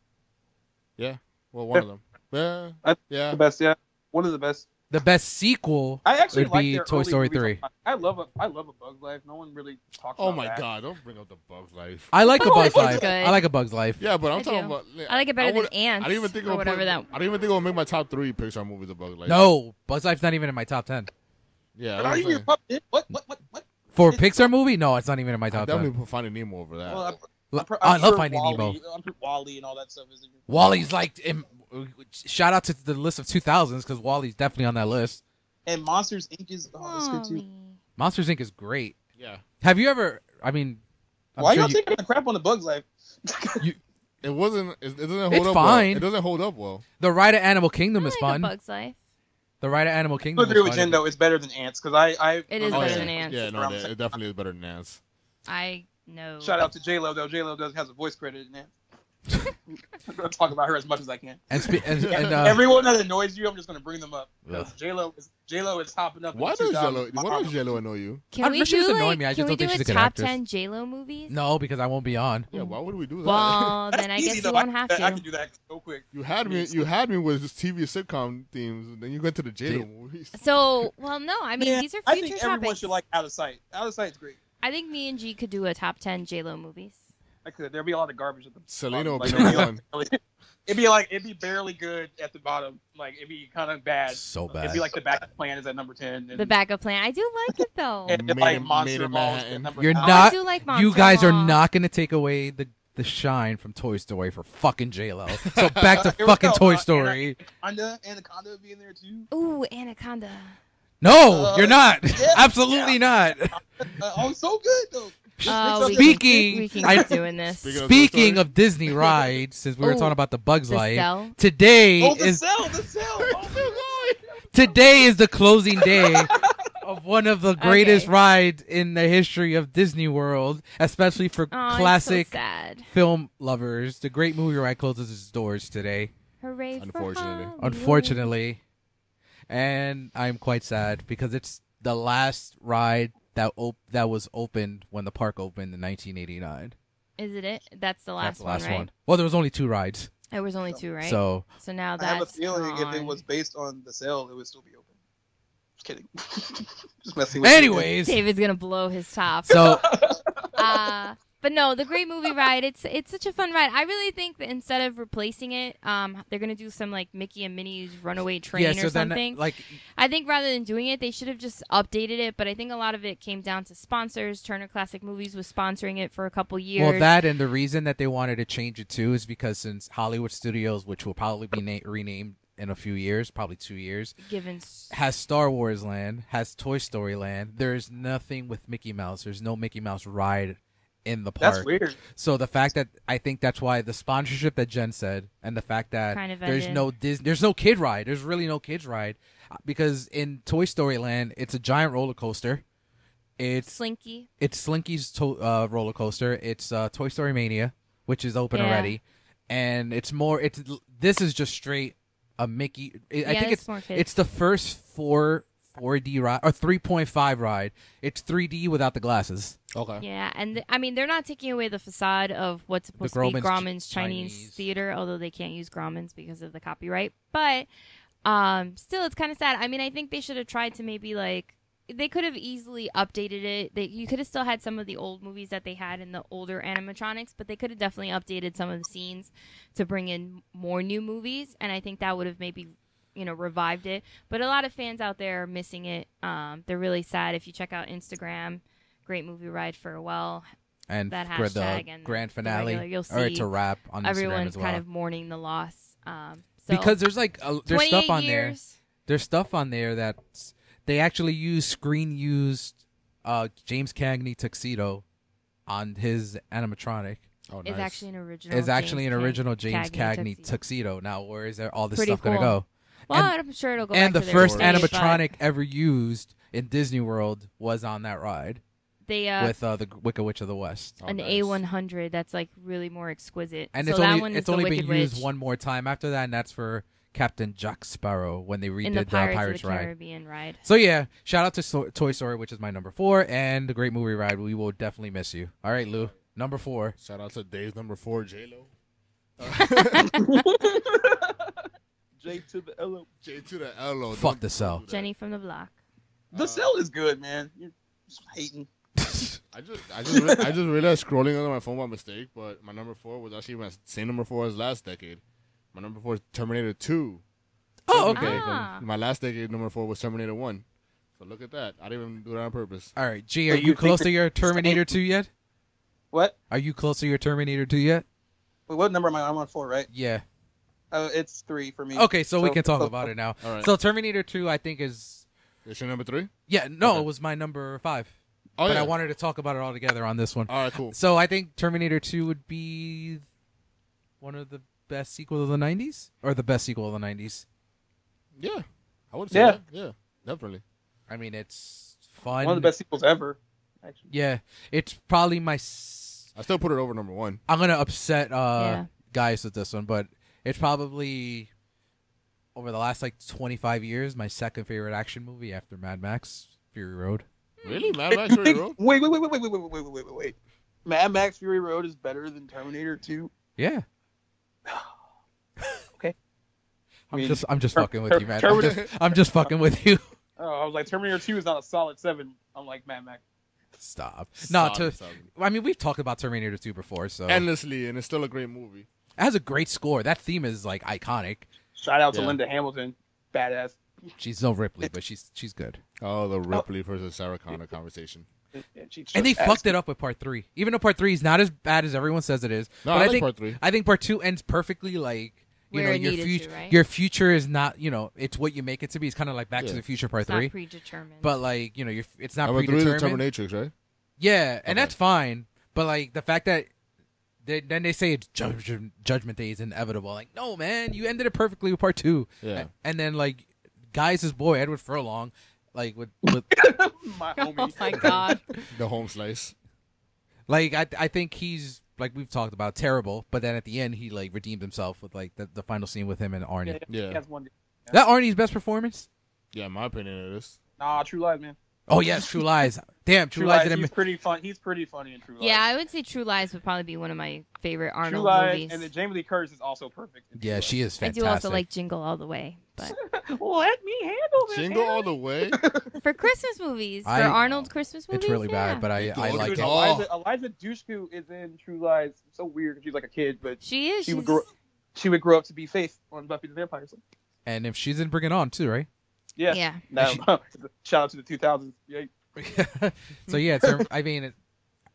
Speaker 3: well, one of them. Yeah,
Speaker 4: That's
Speaker 3: yeah.
Speaker 4: The best, yeah. One of the best.
Speaker 2: The best sequel.
Speaker 4: I actually
Speaker 2: Would
Speaker 4: like
Speaker 2: be
Speaker 4: their
Speaker 2: Toy
Speaker 4: early
Speaker 2: Story
Speaker 4: movies a
Speaker 2: 3.
Speaker 4: lot. I love a, I love a Bug's Life. No one really talks.
Speaker 3: Oh
Speaker 4: about
Speaker 3: my
Speaker 4: that.
Speaker 3: God! Don't bring up the Bug's Life.
Speaker 2: I like a
Speaker 5: Oh,
Speaker 2: Bug's
Speaker 5: it's
Speaker 2: Life.
Speaker 5: good.
Speaker 2: I like a Bug's Life.
Speaker 3: Yeah, but I'm
Speaker 5: I
Speaker 3: talking
Speaker 5: do.
Speaker 3: about.
Speaker 5: I like it better than
Speaker 3: wouldn't-
Speaker 5: Ants.
Speaker 3: I didn't even think
Speaker 5: or
Speaker 3: it'll
Speaker 5: whatever
Speaker 3: put-
Speaker 5: that
Speaker 3: I didn't even think it'll make my top three Pixar movies. The Bug's Life.
Speaker 2: No, Bug's Life's not even in my top ten.
Speaker 3: Yeah.
Speaker 4: Not
Speaker 3: I'm
Speaker 4: even
Speaker 3: saying.
Speaker 4: a puppet. What? What? What? What?
Speaker 2: For a
Speaker 4: It's-
Speaker 2: Pixar movie, no, it's not even in my
Speaker 3: I
Speaker 2: top
Speaker 3: definitely
Speaker 2: ten.
Speaker 3: put Finding Nemo over that.
Speaker 4: Well, I'm-
Speaker 2: Lo-
Speaker 4: I'm pr-
Speaker 2: I
Speaker 4: I'm
Speaker 2: love
Speaker 4: sure
Speaker 2: Finding
Speaker 4: Wall-E-
Speaker 2: Nemo.
Speaker 4: I'm sure Wally and all that stuff is.
Speaker 2: Wally's like, in, shout out to the list of two thousands because Wally's definitely on that list.
Speaker 4: And Monsters Inc. is oh, that's good too.
Speaker 5: Wall-E.
Speaker 2: Monsters Inc. is great.
Speaker 3: yeah.
Speaker 2: Have you ever? I mean, I'm
Speaker 4: Why
Speaker 2: sure
Speaker 4: y'all taking the crap on the Bug's Life?
Speaker 3: It wasn't. It, it doesn't hold
Speaker 2: It's
Speaker 3: up.
Speaker 2: fine.
Speaker 3: Well. It doesn't hold up well.
Speaker 2: the ride at Animal
Speaker 5: I
Speaker 2: Kingdom
Speaker 5: like
Speaker 2: is
Speaker 5: A
Speaker 2: fun.
Speaker 5: Bug's Life.
Speaker 2: The ride at Animal
Speaker 4: I
Speaker 2: Kingdom.
Speaker 4: agree
Speaker 2: is
Speaker 4: with
Speaker 2: fun.
Speaker 4: Jen though. It's better than Ants because I, I
Speaker 5: It is
Speaker 4: I'm
Speaker 5: Oh, better
Speaker 3: yeah.
Speaker 5: than Ants.
Speaker 3: Yeah, no,
Speaker 4: Around
Speaker 3: it,
Speaker 4: the-
Speaker 3: it definitely is better than Ants.
Speaker 5: I know.
Speaker 4: Shout out to J Lo though. J Lo does has a voice credit in there. I'm gonna talk about her as much as I can.
Speaker 2: And, spe- and, and uh,
Speaker 4: Everyone that annoys you, I'm just gonna bring them up.
Speaker 2: Ugh.
Speaker 4: J Lo is J Lo is hopping up. in
Speaker 3: Why does
Speaker 4: 2000.
Speaker 3: Jello? Why does Jello annoy you?
Speaker 5: Can
Speaker 2: I'm
Speaker 5: we
Speaker 2: sure she
Speaker 5: do
Speaker 2: doesn't annoy
Speaker 5: like,
Speaker 2: me, I just
Speaker 5: can we
Speaker 2: don't think
Speaker 5: do
Speaker 2: she's a
Speaker 5: a
Speaker 2: good
Speaker 5: top
Speaker 2: actress.
Speaker 5: ten J Lo movies?
Speaker 2: no, because I won't be on.
Speaker 3: Yeah. Why would we do that?
Speaker 5: Well, then I
Speaker 4: Easy,
Speaker 5: guess you
Speaker 4: though.
Speaker 5: won't
Speaker 4: I,
Speaker 5: have
Speaker 4: I can
Speaker 5: to.
Speaker 4: do that so quick.
Speaker 3: You had me. You had me with just TV sitcom themes. And then you went to the
Speaker 2: Yeah.
Speaker 3: Jada movies.
Speaker 5: So, well, no. I mean,
Speaker 4: Yeah,
Speaker 5: these are
Speaker 4: I
Speaker 5: future
Speaker 4: think everyone
Speaker 5: topics.
Speaker 4: should like Out of Sight. Out of Sight's great.
Speaker 5: I think me and G could do a top ten J Lo movies.
Speaker 4: I could. There'd be a lot of garbage at the
Speaker 3: Selena will
Speaker 4: bottom.
Speaker 3: be
Speaker 4: Like,
Speaker 3: number one.
Speaker 4: it'd, be like, it'd be like it'd be barely good at the bottom. Like it'd be kind of bad.
Speaker 2: So bad.
Speaker 4: It'd be like the back plan is at number ten. And,
Speaker 5: The backup plan. I do like it though.
Speaker 4: and
Speaker 3: Made
Speaker 4: like
Speaker 3: in- made
Speaker 4: Monster
Speaker 3: in
Speaker 4: Balls at
Speaker 3: Manhattan.
Speaker 4: number
Speaker 2: You're
Speaker 4: nine.
Speaker 5: Oh, I
Speaker 2: not-
Speaker 5: do like
Speaker 2: you
Speaker 5: Monster
Speaker 2: guys are
Speaker 5: Ball.
Speaker 2: not going to take away the the shine from Toy Story for fucking J Lo. So back to
Speaker 4: Here we
Speaker 2: fucking
Speaker 4: go,
Speaker 2: Toy
Speaker 4: uh,
Speaker 2: Story.
Speaker 4: Anaconda, Anaconda would be in there too.
Speaker 5: Ooh, Anaconda.
Speaker 2: No,
Speaker 4: Uh,
Speaker 2: you're not.
Speaker 4: yeah,
Speaker 2: Absolutely not.
Speaker 4: Uh, oh, it's so good though.
Speaker 5: Oh, we
Speaker 2: Speaking-
Speaker 5: Can, we can
Speaker 2: I-
Speaker 5: keep doing this.
Speaker 3: Speaking of-
Speaker 2: Speaking
Speaker 3: Toy Story?
Speaker 2: of Disney rides, since we were
Speaker 5: Ooh,
Speaker 2: talking about the Bugs
Speaker 5: The
Speaker 2: Life,
Speaker 5: cell.
Speaker 2: today
Speaker 4: Oh, the
Speaker 2: is
Speaker 4: cell, the cell. Oh,
Speaker 2: today is the closing day of one of the greatest
Speaker 5: Okay.
Speaker 2: rides in the history of Disney World, especially for
Speaker 5: Aw, it's so
Speaker 2: classic
Speaker 5: sad.
Speaker 2: film lovers. The Great Movie Ride closes its doors today.
Speaker 5: Hooray
Speaker 3: Unfortunately.
Speaker 5: for Hollywood.
Speaker 2: unfortunately. And I'm quite sad because it's the last ride that op- that was opened when the park opened in 1989.
Speaker 5: Is it it? That's the last,
Speaker 2: that's the last
Speaker 5: one, right?
Speaker 2: Well, there was only two rides,
Speaker 5: There was only two, right?
Speaker 2: so
Speaker 5: So now
Speaker 4: I
Speaker 5: that's
Speaker 4: have a feeling if it
Speaker 5: gone.
Speaker 4: was based on the cell, it would still be open. Just kidding. Just messing with you.
Speaker 2: Anyways,
Speaker 5: David's gonna blow his top.
Speaker 2: so
Speaker 5: uh, but no, the Great Movie Ride. It's it's such a fun ride. I really think that instead of replacing it, um, they're gonna do some like Mickey and Minnie's Runaway Train
Speaker 2: yeah, so
Speaker 5: or
Speaker 2: then
Speaker 5: something.
Speaker 2: like
Speaker 5: I think rather than doing it, they should have just updated it. But I think a lot of it came down to sponsors. Turner Classic Movies was sponsoring it for a couple years.
Speaker 2: well that and the reason that they wanted to change it too is because since Hollywood Studios, which will probably be na- renamed in a few years, probably two years,
Speaker 5: given s-
Speaker 2: has Star Wars Land, has Toy Story Land. There is nothing with Mickey Mouse. There's no Mickey Mouse ride in the park.
Speaker 4: That's weird.
Speaker 2: So the fact that I think that's why the sponsorship that Jen said, and the fact that
Speaker 5: Kind of
Speaker 2: there's
Speaker 5: ended.
Speaker 2: no Dis- there's no kid ride. There's really no kids ride uh, because in Toy Story Land, it's a giant roller coaster. It's
Speaker 5: Slinky.
Speaker 2: it's Slinky's to- uh, roller coaster. It's uh, Toy Story Mania, which is open
Speaker 5: Yeah.
Speaker 2: already, and it's more. It's this is just straight a Mickey. I- I
Speaker 5: Yeah,
Speaker 2: think
Speaker 5: that's
Speaker 2: it's
Speaker 5: more kids.
Speaker 2: it's the first four 4D ride or 3.5 ride. It's 3D without the glasses.
Speaker 3: Okay.
Speaker 5: Yeah, and th- I mean they're not taking away the facade of what's supposed to be
Speaker 2: Grauman's Ch-
Speaker 5: Grauman's Chinese,
Speaker 2: Chinese.
Speaker 5: Theater, although they can't use Grauman's because of the copyright. But um, still, it's kind of sad. I mean, I think they should have tried to maybe like they could have easily updated it. They, you could have still had some of the old movies that they had in the older animatronics, but they could have definitely updated some of the scenes to bring in more new movies, and I think that would have maybe you know revived it. But a lot of fans out there are missing it. Um, they're really sad. If you check out Instagram. Great movie ride farewell
Speaker 2: And
Speaker 5: That
Speaker 2: for the
Speaker 5: hashtag and
Speaker 2: grand
Speaker 5: the
Speaker 2: finale,
Speaker 5: regular, you'll
Speaker 2: or it's
Speaker 5: see
Speaker 2: a wrap on Instagram
Speaker 5: everyone's
Speaker 2: as well.
Speaker 5: kind of mourning the loss. Um, so
Speaker 2: because there's like a,
Speaker 5: 28
Speaker 2: there's stuff on there.
Speaker 5: years,
Speaker 2: There's stuff on there that they actually use screen used uh, James Cagney tuxedo on his animatronic.
Speaker 3: Oh,
Speaker 5: is actually an original.
Speaker 2: Is actually
Speaker 5: James
Speaker 2: an original
Speaker 5: Cagney-
Speaker 2: James Cagney, tuxedo.
Speaker 5: tuxedo.
Speaker 2: Now, where is there all this
Speaker 5: Pretty
Speaker 2: stuff going to
Speaker 5: cool.
Speaker 2: go?
Speaker 5: Well,
Speaker 2: and-
Speaker 5: I'm sure it'll go.
Speaker 2: and the
Speaker 5: back to their
Speaker 2: first
Speaker 5: estate, but
Speaker 2: animatronic ever used in Disney World was on that ride
Speaker 5: They uh,
Speaker 2: with uh, the Wicked Witch of the West.
Speaker 3: Oh,
Speaker 5: an
Speaker 3: nice.
Speaker 5: A100 that's like really more exquisite.
Speaker 2: And
Speaker 5: so
Speaker 2: it's
Speaker 5: that
Speaker 2: only
Speaker 5: one is
Speaker 2: it's only
Speaker 5: the
Speaker 2: been
Speaker 5: Wicked
Speaker 2: used
Speaker 5: Witch
Speaker 2: one more time after that, and that's for Captain Jack Sparrow when they redid
Speaker 5: in the Pirates,
Speaker 2: Pirates
Speaker 5: of the
Speaker 2: ride.
Speaker 5: Caribbean ride.
Speaker 2: So yeah, shout out to so- Toy Story, which is my number four, and the Great Movie Ride. We will definitely miss you. All right, Lou, number four.
Speaker 3: Shout out to Dave's number four, J Lo.
Speaker 4: J to the L.
Speaker 3: J to the L O.
Speaker 2: Fuck the cell.
Speaker 5: Jenny from the Block.
Speaker 2: Uh,
Speaker 4: The cell is good, man. You're just hating.
Speaker 5: Oh,
Speaker 3: I just, I just, re- I just realized scrolling under my phone by mistake, but my number four was actually my same number four as last decade. My number four is Terminator Two.
Speaker 2: Oh,
Speaker 3: Second
Speaker 2: okay.
Speaker 3: decade.
Speaker 5: Ah.
Speaker 3: My last decade number four was Terminator One. So look at that. I didn't even do that on purpose.
Speaker 2: All right, G, are
Speaker 4: Wait,
Speaker 2: you
Speaker 4: you think
Speaker 2: close
Speaker 4: that-
Speaker 2: to your Terminator two yet?
Speaker 4: What?
Speaker 2: Are you close to your Terminator two yet?
Speaker 4: Wait, what number am I on? I'm on four, right?
Speaker 2: Yeah.
Speaker 4: Uh, it's three for me.
Speaker 2: Okay, so we can talk about it now.
Speaker 3: All right.
Speaker 2: So Terminator two, I think is
Speaker 3: It's your number three.
Speaker 2: yeah. No,
Speaker 3: Okay.
Speaker 2: it was my number five,
Speaker 3: Oh
Speaker 2: but
Speaker 3: yeah.
Speaker 2: I wanted to talk about it all together on this one.
Speaker 3: All right, cool.
Speaker 2: So I think Terminator two would be one of the best sequel of the '90s, or the best sequel of the '90s.
Speaker 3: Yeah, I would say
Speaker 4: Yeah.
Speaker 3: that. Yeah, definitely.
Speaker 2: I mean, it's fun.
Speaker 4: One of the best sequels ever. Actually.
Speaker 2: Yeah, it's probably my. S-
Speaker 3: I still put it over number one.
Speaker 2: I'm gonna upset uh
Speaker 5: Yeah.
Speaker 2: guys with this one, but it's probably over the last like 25 years my second favorite action movie after Mad Max Fury Road.
Speaker 3: Really, Mad
Speaker 4: Wait,
Speaker 3: Max
Speaker 4: you
Speaker 3: Fury
Speaker 4: think-
Speaker 3: Road?
Speaker 4: wait, wait, wait, wait, wait, wait, wait, wait, wait, wait, wait. Mad Max Fury Road is better than Terminator 2.
Speaker 2: Yeah.
Speaker 4: Okay.
Speaker 2: I'm
Speaker 4: I mean,
Speaker 2: just I'm just
Speaker 4: Ter-
Speaker 2: fucking with
Speaker 4: Ter-
Speaker 2: you, man. I'm
Speaker 4: Terminator-
Speaker 2: just, I'm just fucking with you.
Speaker 4: Oh, I was like, Terminator 2 is not a solid seven, unlike Mad Max.
Speaker 2: Stop. No,
Speaker 3: Solid,
Speaker 2: to
Speaker 3: solid.
Speaker 2: I mean we've talked about Terminator 2 before, so and
Speaker 3: endlessly, and it's still a great movie.
Speaker 2: it has a great score. That theme is like iconic.
Speaker 4: Shout out
Speaker 3: Yeah.
Speaker 4: to Linda Hamilton, badass.
Speaker 2: She's no Ripley, but she's she's good.
Speaker 3: Oh, the Ripley versus Sarah Connor conversation.
Speaker 4: And, she
Speaker 2: And they
Speaker 4: shook ass.
Speaker 2: fucked it up with part three. Even though part three is not as bad as everyone says it is, but
Speaker 3: No, I,
Speaker 2: I
Speaker 3: like
Speaker 2: think
Speaker 3: part three.
Speaker 2: I think part two ends perfectly like you
Speaker 5: Where
Speaker 2: know
Speaker 5: it
Speaker 2: your
Speaker 5: needed
Speaker 2: future
Speaker 5: to, right?
Speaker 2: your future is not you know it's what you make it to be. It's kind of like Back to
Speaker 3: Yeah.
Speaker 2: the Future part
Speaker 5: It's not
Speaker 2: three,
Speaker 5: predetermined.
Speaker 2: but like you know you're, it's not
Speaker 3: Number three is the
Speaker 2: predetermined.
Speaker 3: Terminatrix, right?
Speaker 2: Yeah, and
Speaker 3: Okay.
Speaker 2: that's fine. But like the fact that they, then they say it's judgment, judgment day is inevitable. Like no man, you ended it perfectly with part two.
Speaker 3: Yeah.
Speaker 2: A- and then like guys, his boy Edward Furlong, like with, with
Speaker 4: my
Speaker 5: oh
Speaker 4: homie.
Speaker 5: my god.
Speaker 3: The home slice.
Speaker 2: Like I, I think he's like we've talked about terrible, but then at the end he like redeemed himself with like the, the final scene with him and Arnie.
Speaker 4: Yeah,
Speaker 3: Yeah.
Speaker 4: He has one.
Speaker 2: That Arnie's best performance.
Speaker 3: Yeah, my opinion it is.
Speaker 4: Nah, True Lies, man.
Speaker 2: Oh yes, True Lies. Damn, True,
Speaker 4: True
Speaker 2: Lies
Speaker 4: Lies,
Speaker 2: didn't.
Speaker 4: he's pretty fun. He's pretty funny in True Lies.
Speaker 5: Yeah, I would say True Lies would probably be one of my favorite
Speaker 4: True
Speaker 5: Arnold
Speaker 4: Lies,
Speaker 5: movies.
Speaker 4: and then Jamie Lee Curtis is also perfect. in True
Speaker 2: yeah,
Speaker 4: Lies.
Speaker 2: she is
Speaker 5: I
Speaker 2: fantastic.
Speaker 5: do also like Jingle All the Way, but
Speaker 4: Let me handle this.
Speaker 3: Jingle all the way.
Speaker 5: for Christmas movies, for
Speaker 2: I-
Speaker 5: Arnold Christmas movies,
Speaker 2: It's really
Speaker 5: yeah.
Speaker 2: bad, but I I
Speaker 3: Dude,
Speaker 2: like it.
Speaker 3: all-
Speaker 4: Eliza, Eliza Dushku is in True Lies. It's so weird 'cause she's like a kid, but
Speaker 5: she is.
Speaker 4: She would
Speaker 5: she's-
Speaker 4: grow- she would grow up to be Faith on Buffy the Vampire Slayer.
Speaker 2: And if she's in Bring It On too, right?
Speaker 4: Yeah.
Speaker 5: yeah.
Speaker 4: No, shout out to the 2000s. Yeah.
Speaker 2: so yeah, it's her- I mean, it,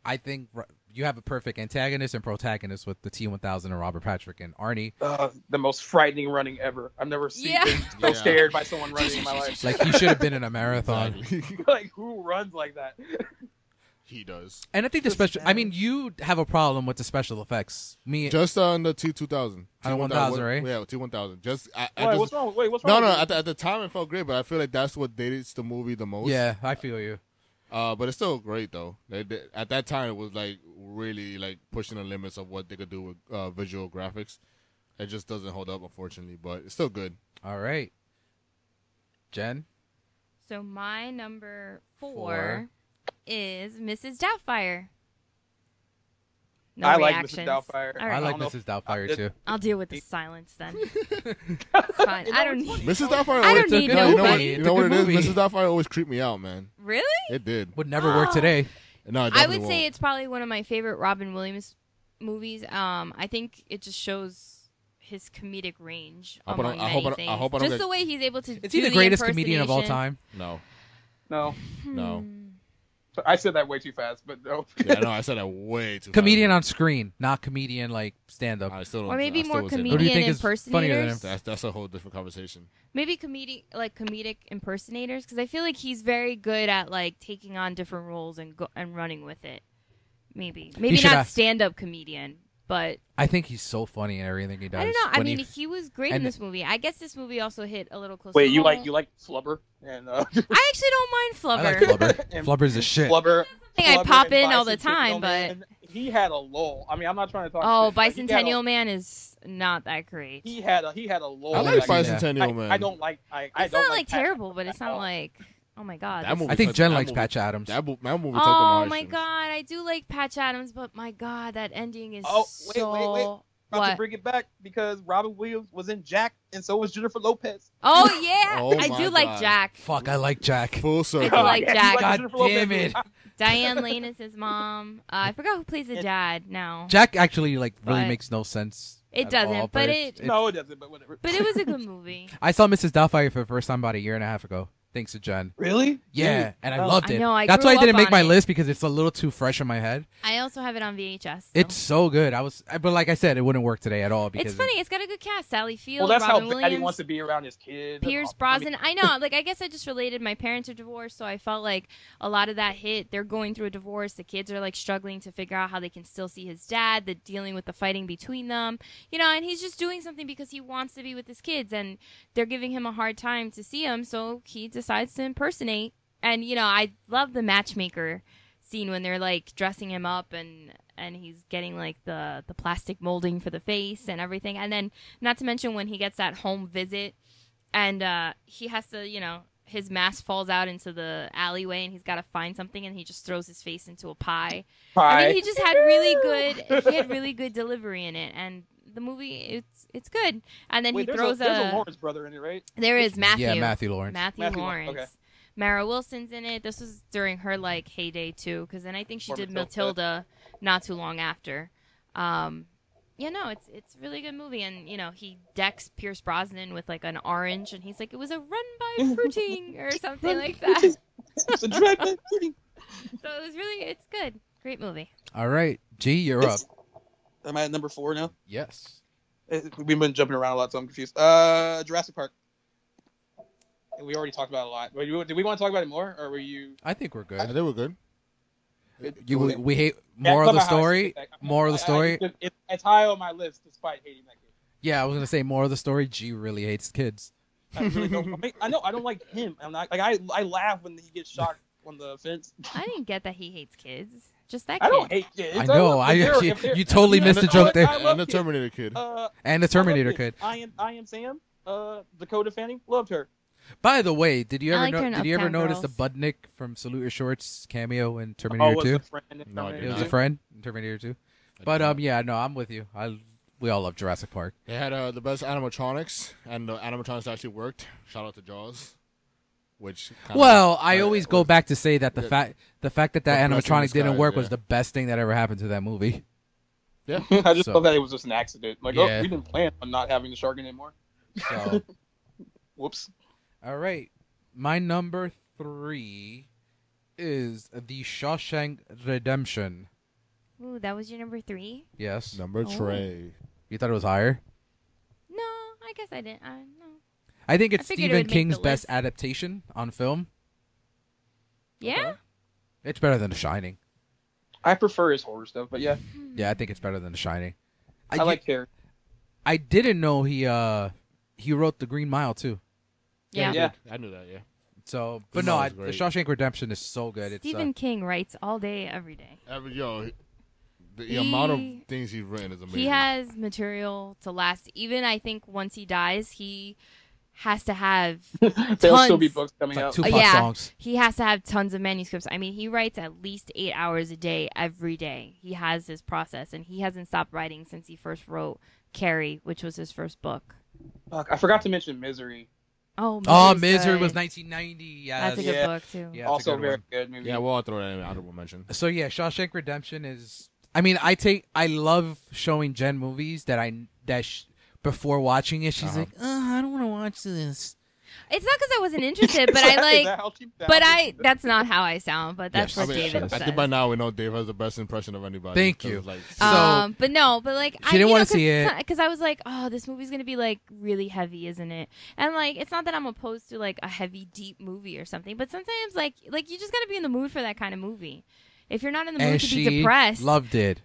Speaker 2: I think r- you have a perfect antagonist and protagonist with the T1000 and Robert Patrick and Arnie.
Speaker 4: Uh, the most frightening running ever. I've never seen
Speaker 5: Yeah.
Speaker 4: been so
Speaker 3: Yeah.
Speaker 4: scared by someone running in my life.
Speaker 2: Like he should have been in a marathon.
Speaker 4: like who runs like that?
Speaker 3: he does.
Speaker 2: And I think the special. I mean, you have a problem with the special effects. Me,
Speaker 3: Just on the T two thousand.
Speaker 2: On the 1000, right?
Speaker 3: Yeah, T one thousand. Just I, I
Speaker 4: Why,
Speaker 3: just,
Speaker 4: what's wrong? Wait, what's
Speaker 3: no,
Speaker 4: wrong?
Speaker 3: no.
Speaker 4: with
Speaker 3: At the, at the time, it felt great, but I feel like that's what dates the movie the most.
Speaker 2: yeah, I feel you.
Speaker 3: Uh, but it's still great though. They, they, at that time, it was like really like pushing the limits of what they could do with uh, visual graphics. It just doesn't hold up, unfortunately, but it's still good.
Speaker 2: All right, Jen.
Speaker 5: So my number four,
Speaker 2: Four.
Speaker 5: is Mrs. Doubtfire. No
Speaker 4: I like Mrs.
Speaker 5: reactions.
Speaker 4: Doubtfire.
Speaker 5: All right.
Speaker 2: I like
Speaker 4: I don't
Speaker 2: Mrs. Doubtfire
Speaker 4: it-
Speaker 2: too.
Speaker 5: I'll deal with the silence then. It's fine. I don't need.
Speaker 3: Mrs. Doubtfire.
Speaker 5: I don't
Speaker 3: always-
Speaker 5: need
Speaker 3: no, you know what,
Speaker 5: nobody.
Speaker 3: you
Speaker 2: It's a
Speaker 3: know what
Speaker 2: good
Speaker 3: it is?
Speaker 2: movie.
Speaker 3: Mrs. Doubtfire always creeped me out, man.
Speaker 5: Really?
Speaker 3: It did.
Speaker 2: Would never work today.
Speaker 3: No, it
Speaker 5: I would
Speaker 3: definitely
Speaker 5: say
Speaker 3: won't.
Speaker 5: it's probably one of my favorite Robin Williams movies. Um, I think it just shows his comedic range
Speaker 3: I hope I
Speaker 5: among
Speaker 3: don't- I
Speaker 5: many
Speaker 3: hope I don't-
Speaker 5: things.
Speaker 3: I hope I don't
Speaker 5: just
Speaker 3: get-
Speaker 5: the way he's able to.
Speaker 2: Is
Speaker 5: do
Speaker 2: he the greatest
Speaker 5: impersonation.
Speaker 2: comedian of all time?
Speaker 3: no,
Speaker 4: No,
Speaker 3: no.
Speaker 5: Hmm.
Speaker 4: I said that way too fast, but no.
Speaker 3: Yeah, no, I said that way too.
Speaker 2: Comedian
Speaker 3: fast.
Speaker 2: on screen, not comedian like stand up.
Speaker 3: I still don't,
Speaker 5: Or
Speaker 3: I
Speaker 5: maybe
Speaker 3: still
Speaker 5: more
Speaker 3: would say no.
Speaker 2: Who do you
Speaker 5: comedian
Speaker 2: think is funnier than him?
Speaker 5: impersonators.
Speaker 3: That's that's a whole different conversation.
Speaker 5: maybe comedic like comedic impersonators because I feel like he's very good at like taking on different roles and go- and running with it. Maybe maybe
Speaker 2: should
Speaker 5: not
Speaker 2: ask-
Speaker 5: stand up comedian, but
Speaker 2: I think he's so funny in everything he does.
Speaker 5: I don't know. I
Speaker 2: When he-
Speaker 5: mean, he, was great in
Speaker 2: and-
Speaker 5: this movie. I guess this movie also hit a little close.
Speaker 4: Wait,
Speaker 5: to
Speaker 4: you
Speaker 5: home.
Speaker 4: like you like Flubber and uh,
Speaker 5: I actually don't
Speaker 2: I
Speaker 5: mind
Speaker 2: like
Speaker 5: Flubber.
Speaker 2: Flubber.
Speaker 4: And
Speaker 2: Flubber's a shit.
Speaker 4: Flubber.
Speaker 5: I think I
Speaker 4: Flubber
Speaker 5: pop
Speaker 4: and
Speaker 5: in all the
Speaker 4: Bicentennial
Speaker 5: time, but
Speaker 4: Man. he had a lull. I mean, I'm not trying to talk.
Speaker 5: oh,
Speaker 4: shit, but he had a-
Speaker 5: Bicentennial Man is not that great.
Speaker 4: He had a he had a lull.
Speaker 3: I like
Speaker 2: I like that.
Speaker 3: Bicentennial
Speaker 4: I,
Speaker 3: Man.
Speaker 4: I don't like. I, I
Speaker 5: it's
Speaker 4: don't
Speaker 5: not like
Speaker 4: Pat-
Speaker 5: terrible, but it's
Speaker 4: all.
Speaker 5: not like oh my god.
Speaker 3: That
Speaker 5: this-
Speaker 3: movie
Speaker 2: I think
Speaker 3: took-
Speaker 2: Jen
Speaker 3: that
Speaker 2: likes
Speaker 3: movie-
Speaker 2: Patch Adams.
Speaker 3: That, mo- that movie took the
Speaker 5: Oh my
Speaker 3: Martians.
Speaker 5: god, I do like Patch Adams, but my god, that ending is
Speaker 4: Oh, wait,
Speaker 5: so.
Speaker 4: wait, wait. About to
Speaker 5: What?
Speaker 4: bring it back because Robin Williams was in Jack, and so was Jennifer Lopez.
Speaker 5: Oh yeah,
Speaker 3: Oh
Speaker 5: I
Speaker 3: my
Speaker 5: do
Speaker 3: God.
Speaker 5: like Jack.
Speaker 2: Fuck, I like Jack.
Speaker 3: Full circle.
Speaker 5: do like
Speaker 4: he
Speaker 5: Jack.
Speaker 4: liked
Speaker 2: God
Speaker 4: Jennifer Lopez.
Speaker 2: damn it.
Speaker 5: Diane Lane is his mom. Uh, I forgot who plays the
Speaker 4: It-
Speaker 5: dad now.
Speaker 2: Jack actually like really
Speaker 5: But-
Speaker 2: makes no sense.
Speaker 5: It
Speaker 2: at
Speaker 5: doesn't,
Speaker 2: all,
Speaker 5: but
Speaker 2: it's-
Speaker 5: it-
Speaker 2: it's-
Speaker 4: No, it doesn't. But whatever.
Speaker 5: But it was a good movie.
Speaker 2: I saw Mrs. Doubtfire for the first time about a year and a half ago. Thanks to Jen.
Speaker 4: really.
Speaker 2: Yeah, and I
Speaker 4: oh.
Speaker 2: loved
Speaker 5: I
Speaker 2: it.
Speaker 5: know, I
Speaker 2: That's
Speaker 5: grew
Speaker 2: why I didn't
Speaker 5: up
Speaker 2: make
Speaker 5: on
Speaker 2: my
Speaker 5: it.
Speaker 2: list because it's a little too fresh in my head.
Speaker 5: I also have it on VHS. so.
Speaker 2: It's so good. I was, I- but like I said, it wouldn't work today at all. Because
Speaker 5: it's funny. It's got a good cast: Sally Field,
Speaker 4: Well, that's
Speaker 5: Robin
Speaker 4: how
Speaker 5: Williams,
Speaker 4: Betty wants to be around his kids.
Speaker 5: Pierce
Speaker 4: I mean,
Speaker 5: Brosnan. I know. Like I guess I just related. My parents are divorced, so I felt like a lot of that hit. They're going through a divorce. The kids are like struggling to figure out how they can still see his dad. The dealing with the fighting between them, you know. And he's just doing something because he wants to be with his kids, and they're giving him a hard time to see him. So he decides to impersonate. And you know, I love the matchmaker scene when they're like dressing him up and and he's getting like the the plastic molding for the face and everything and then not to mention when he gets that home visit and uh he has to you know his mask falls out into the alleyway and he's got to find something and he just throws his face into a pie
Speaker 4: Pie.
Speaker 5: i mean he just had really good he had really good delivery in it and the movie it's it's good and then
Speaker 4: Wait,
Speaker 5: he
Speaker 4: there's
Speaker 5: throws
Speaker 4: a, there's a Lawrence brother in it, right?
Speaker 5: there is matthew
Speaker 2: yeah, Matthew Lawrence.
Speaker 5: Matthew,
Speaker 4: Matthew Lawrence,
Speaker 5: Lawrence. Mara Wilson's in it. This was during her like heyday too, because then I think she
Speaker 4: Or
Speaker 5: did
Speaker 4: Matilda.
Speaker 5: Matilda not too long after. Um, yeah, no, it's it's a really good movie, and you know he decks Pierce Brosnan with like an orange, and he's like it was a run by fruiting or something like that. So
Speaker 4: It's a dragon.
Speaker 5: it was really it's good, great movie.
Speaker 2: all right, G, you're up.
Speaker 4: It's- Am I at number four now?
Speaker 2: Yes.
Speaker 4: Uh, We've been jumping around a lot, so I'm confused. Uh, Jurassic Park. And We already talked about it a lot. But you- Did we want to talk about it more, or were you?
Speaker 2: I think we're
Speaker 3: I
Speaker 2: good.
Speaker 3: think we're good.
Speaker 2: You, we, we hate
Speaker 4: Yeah, I
Speaker 2: moral of the
Speaker 4: love how I
Speaker 2: story.
Speaker 4: skipped that. I-
Speaker 2: Moral of the
Speaker 4: I- I-
Speaker 2: story.
Speaker 4: it's- it's, it's high on my list, despite hating that kid.
Speaker 2: Yeah, I was gonna say moral of the story. G really hates kids.
Speaker 4: I, really don't, I, mean, I know I don't like him. I'm not like I. I laugh when he gets shocked on the fence.
Speaker 5: I didn't get that he hates kids, just that.
Speaker 4: I
Speaker 5: kid.
Speaker 4: don't hate kids.
Speaker 2: I know.
Speaker 4: love-
Speaker 2: I
Speaker 4: if they're-
Speaker 2: you,
Speaker 4: if they're-
Speaker 2: you totally
Speaker 4: Yeah,
Speaker 2: missed the
Speaker 4: no, I-
Speaker 2: joke there.
Speaker 4: I love
Speaker 3: And the
Speaker 4: kids.
Speaker 3: Terminator kid.
Speaker 4: Uh,
Speaker 2: and the
Speaker 4: I love
Speaker 2: Terminator
Speaker 4: kids.
Speaker 2: kid.
Speaker 4: I am I am Sam. Uh, Dakota Fanning loved her.
Speaker 2: By the way, did you
Speaker 5: I
Speaker 2: ever
Speaker 5: liked her
Speaker 2: know,
Speaker 5: in
Speaker 2: did you ever
Speaker 5: Uptown
Speaker 2: notice the
Speaker 5: Girls.
Speaker 2: Budnick from Salute Your Shorts cameo in
Speaker 4: Oh,
Speaker 2: Terminator
Speaker 4: was
Speaker 2: Two?
Speaker 4: the friend? in
Speaker 3: No, I
Speaker 4: Terminator
Speaker 3: did
Speaker 2: It was
Speaker 3: not.
Speaker 2: a
Speaker 4: two?
Speaker 2: friend in Terminator Two. But um, yeah, no, I'm with you. I we all love Jurassic Park.
Speaker 3: They had uh, the best animatronics, and the animatronics actually worked. Shout out to Jaws, which kinda-
Speaker 2: Well, I
Speaker 3: uh,
Speaker 2: always go
Speaker 3: was-
Speaker 2: back to say that the
Speaker 3: yeah.
Speaker 2: fact the fact that that
Speaker 3: The blessing in
Speaker 2: animatronic didn't
Speaker 3: disguise,
Speaker 2: work was
Speaker 3: yeah.
Speaker 2: the best thing that ever happened to that movie.
Speaker 4: I just
Speaker 2: So-
Speaker 4: thought that it was just an accident. Like,
Speaker 2: Yeah.
Speaker 4: oh, we didn't plan on not having the shark anymore.
Speaker 2: So,
Speaker 4: Whoops.
Speaker 2: all right, my number three is The Shawshank Redemption.
Speaker 5: Ooh, that was your number three.
Speaker 2: Yes,
Speaker 3: number
Speaker 5: Oh.
Speaker 3: Trey.
Speaker 2: you thought it was higher.
Speaker 5: No, I guess I didn't. I no.
Speaker 2: I think it's
Speaker 5: figured it
Speaker 2: Stephen
Speaker 5: would make
Speaker 2: King's
Speaker 5: the
Speaker 2: best
Speaker 5: list.
Speaker 2: adaptation on film.
Speaker 5: Yeah.
Speaker 2: It's better than The Shining.
Speaker 4: I prefer his horror stuff, but yeah,
Speaker 2: Yeah, I think it's better than The Shining.
Speaker 4: I, like Carrie.
Speaker 2: I didn't know he uh he wrote The Green Mile too.
Speaker 5: Yeah.
Speaker 4: Yeah.
Speaker 3: I knew that. Yeah,
Speaker 2: So, but
Speaker 3: Green
Speaker 2: no,
Speaker 3: Mile
Speaker 2: I,
Speaker 3: is
Speaker 2: The
Speaker 3: great.
Speaker 2: Shawshank Redemption is so good. It's
Speaker 5: Stephen
Speaker 2: uh,
Speaker 5: King writes all day, every day.
Speaker 3: Every, yo, he- the
Speaker 5: He-
Speaker 3: amount of things he's written is amazing.
Speaker 5: He has material to last. Even I think once he dies, he has to have.
Speaker 4: There'll still be
Speaker 5: Tons.
Speaker 4: books coming
Speaker 2: it's like
Speaker 4: out.
Speaker 2: Tupac
Speaker 5: Oh, yeah.
Speaker 2: songs.
Speaker 5: He has to have tons of manuscripts. I mean, he writes at least eight hours a day, every day. He has his process, and he hasn't stopped writing since he first wrote Carrie, which was his first book.
Speaker 4: Fuck, I forgot to mention Misery.
Speaker 5: Oh,
Speaker 2: Oh,
Speaker 5: Misery's
Speaker 2: Misery
Speaker 5: good.
Speaker 2: was 1990. Yes.
Speaker 5: That's a good
Speaker 4: Yeah.
Speaker 5: book too.
Speaker 2: Yeah, it's a
Speaker 4: also,
Speaker 2: good
Speaker 4: very
Speaker 2: one.
Speaker 4: good movie.
Speaker 3: Yeah, well, I'll throw that in honorable mention.
Speaker 2: So yeah, Shawshank Redemption is. I mean, I take. I love showing Jen movies that I that sh- before watching it, she's
Speaker 3: Uh-huh.
Speaker 2: like, Ugh, I don't want to watch this.
Speaker 5: It's not because I wasn't interested, but I
Speaker 4: Is that
Speaker 5: like.
Speaker 4: how she-
Speaker 5: But
Speaker 4: how she
Speaker 5: I.
Speaker 4: did that?
Speaker 5: That's not how I sound. But that's
Speaker 2: Yes.
Speaker 3: I,
Speaker 5: what
Speaker 3: mean,
Speaker 5: David
Speaker 3: I
Speaker 5: says.
Speaker 3: think by now we know Dave has the best impression of anybody.
Speaker 2: Thank
Speaker 3: 'cause,
Speaker 2: you.
Speaker 3: Like,
Speaker 2: So-
Speaker 5: um, but no, but like I
Speaker 2: didn't
Speaker 5: want
Speaker 2: wanna see it.
Speaker 5: because I was like, oh, this movie's gonna be like really heavy, isn't it? And like, it's not that I'm opposed to like a heavy, deep movie or something, but sometimes like, like you just gotta be in the mood for that kind of movie. If you're not in the mood
Speaker 2: And
Speaker 5: to
Speaker 2: she
Speaker 5: be depressed,
Speaker 2: loved it.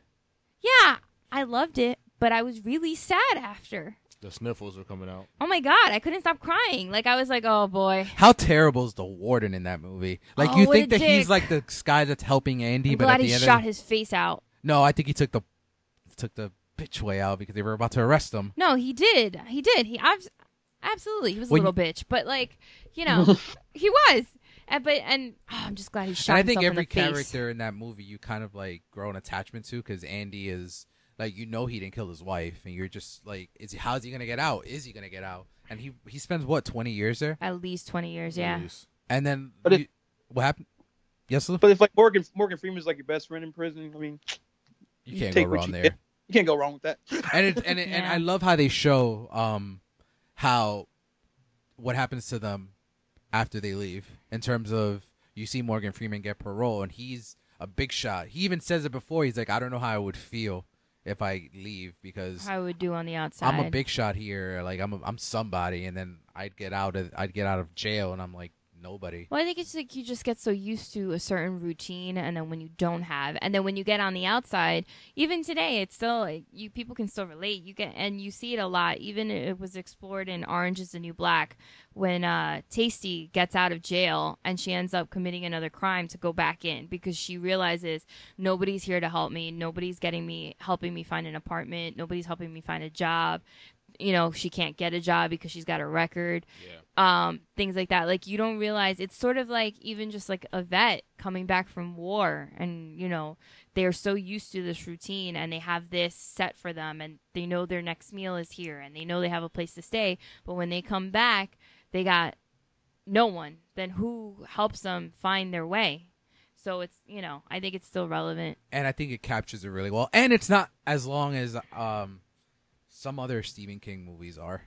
Speaker 5: yeah, I loved it, but I was really sad after.
Speaker 3: the sniffles are coming out.
Speaker 5: Oh my god, I couldn't stop crying. Like I was like, oh boy,
Speaker 2: How terrible is the warden in that movie? Like
Speaker 5: Oh,
Speaker 2: you
Speaker 5: what
Speaker 2: think
Speaker 5: a
Speaker 2: that he's
Speaker 5: dick.
Speaker 2: like the guy that's helping Andy,
Speaker 5: I'm
Speaker 2: but at
Speaker 5: glad
Speaker 2: the
Speaker 5: he
Speaker 2: end
Speaker 5: shot
Speaker 2: of
Speaker 5: his face out.
Speaker 2: the- no, I think he took the took the bitch way out because they were about to arrest him.
Speaker 5: No, he did. He did. He abs- absolutely. He was a
Speaker 2: When
Speaker 5: little bitch, but like you know, he was. And, but and oh, I'm just glad he shot
Speaker 2: and I think
Speaker 5: himself in
Speaker 2: every
Speaker 5: the face.
Speaker 2: character in that movie you kind of like grow an attachment to because Andy is like you know he didn't kill his wife and you're just like is he, how's he gonna get out? Is he gonna get out? And he he spends what twenty years there,
Speaker 5: At least 20 years, yeah.
Speaker 3: Jeez.
Speaker 2: and then
Speaker 4: But if-
Speaker 2: you- what happened? Yes, Lou?
Speaker 4: But if like Morgan Morgan Freeman's like your best friend in prison, I mean,
Speaker 2: you can't go
Speaker 4: take what
Speaker 2: wrong
Speaker 4: you
Speaker 2: there.
Speaker 4: get. you can't go wrong with that.
Speaker 2: and it, and it, and
Speaker 5: Yeah.
Speaker 2: I love how they show um how what happens to them after they leave in terms of you see Morgan Freeman get parole and he's a big shot. He even says it before. He's like, I don't know how I would feel if I leave because
Speaker 5: I would do on the outside.
Speaker 2: I'm a big shot here. Like I'm a, I'm somebody, and then I'd get out of I'd get out of jail, and I'm like nobody.
Speaker 5: Well, I think it's like you just get so used to a certain routine, and then when you don't have, and then when you get on the outside, even today, it's still like, you. People can still relate. You get and you see it a lot. Even it was explored in Orange Is the New Black when uh, Tasty gets out of jail and she ends up committing another crime to go back in because she realizes nobody's here to help me. Nobody's getting me helping me find an apartment. Nobody's helping me find a job. You know, she can't get a job because she's got a record um, things like that. Like you don't realize it's sort of like even just like a vet coming back from war, and you know they are so used to this routine, and they have this set for them, and they know their next meal is here, and they know they have a place to stay. But when they come back, they got no one. Then who helps them find their way? So it's you know I think it's still relevant.
Speaker 2: and I think it captures it really well. And it's not as long as um some other Stephen King movies are.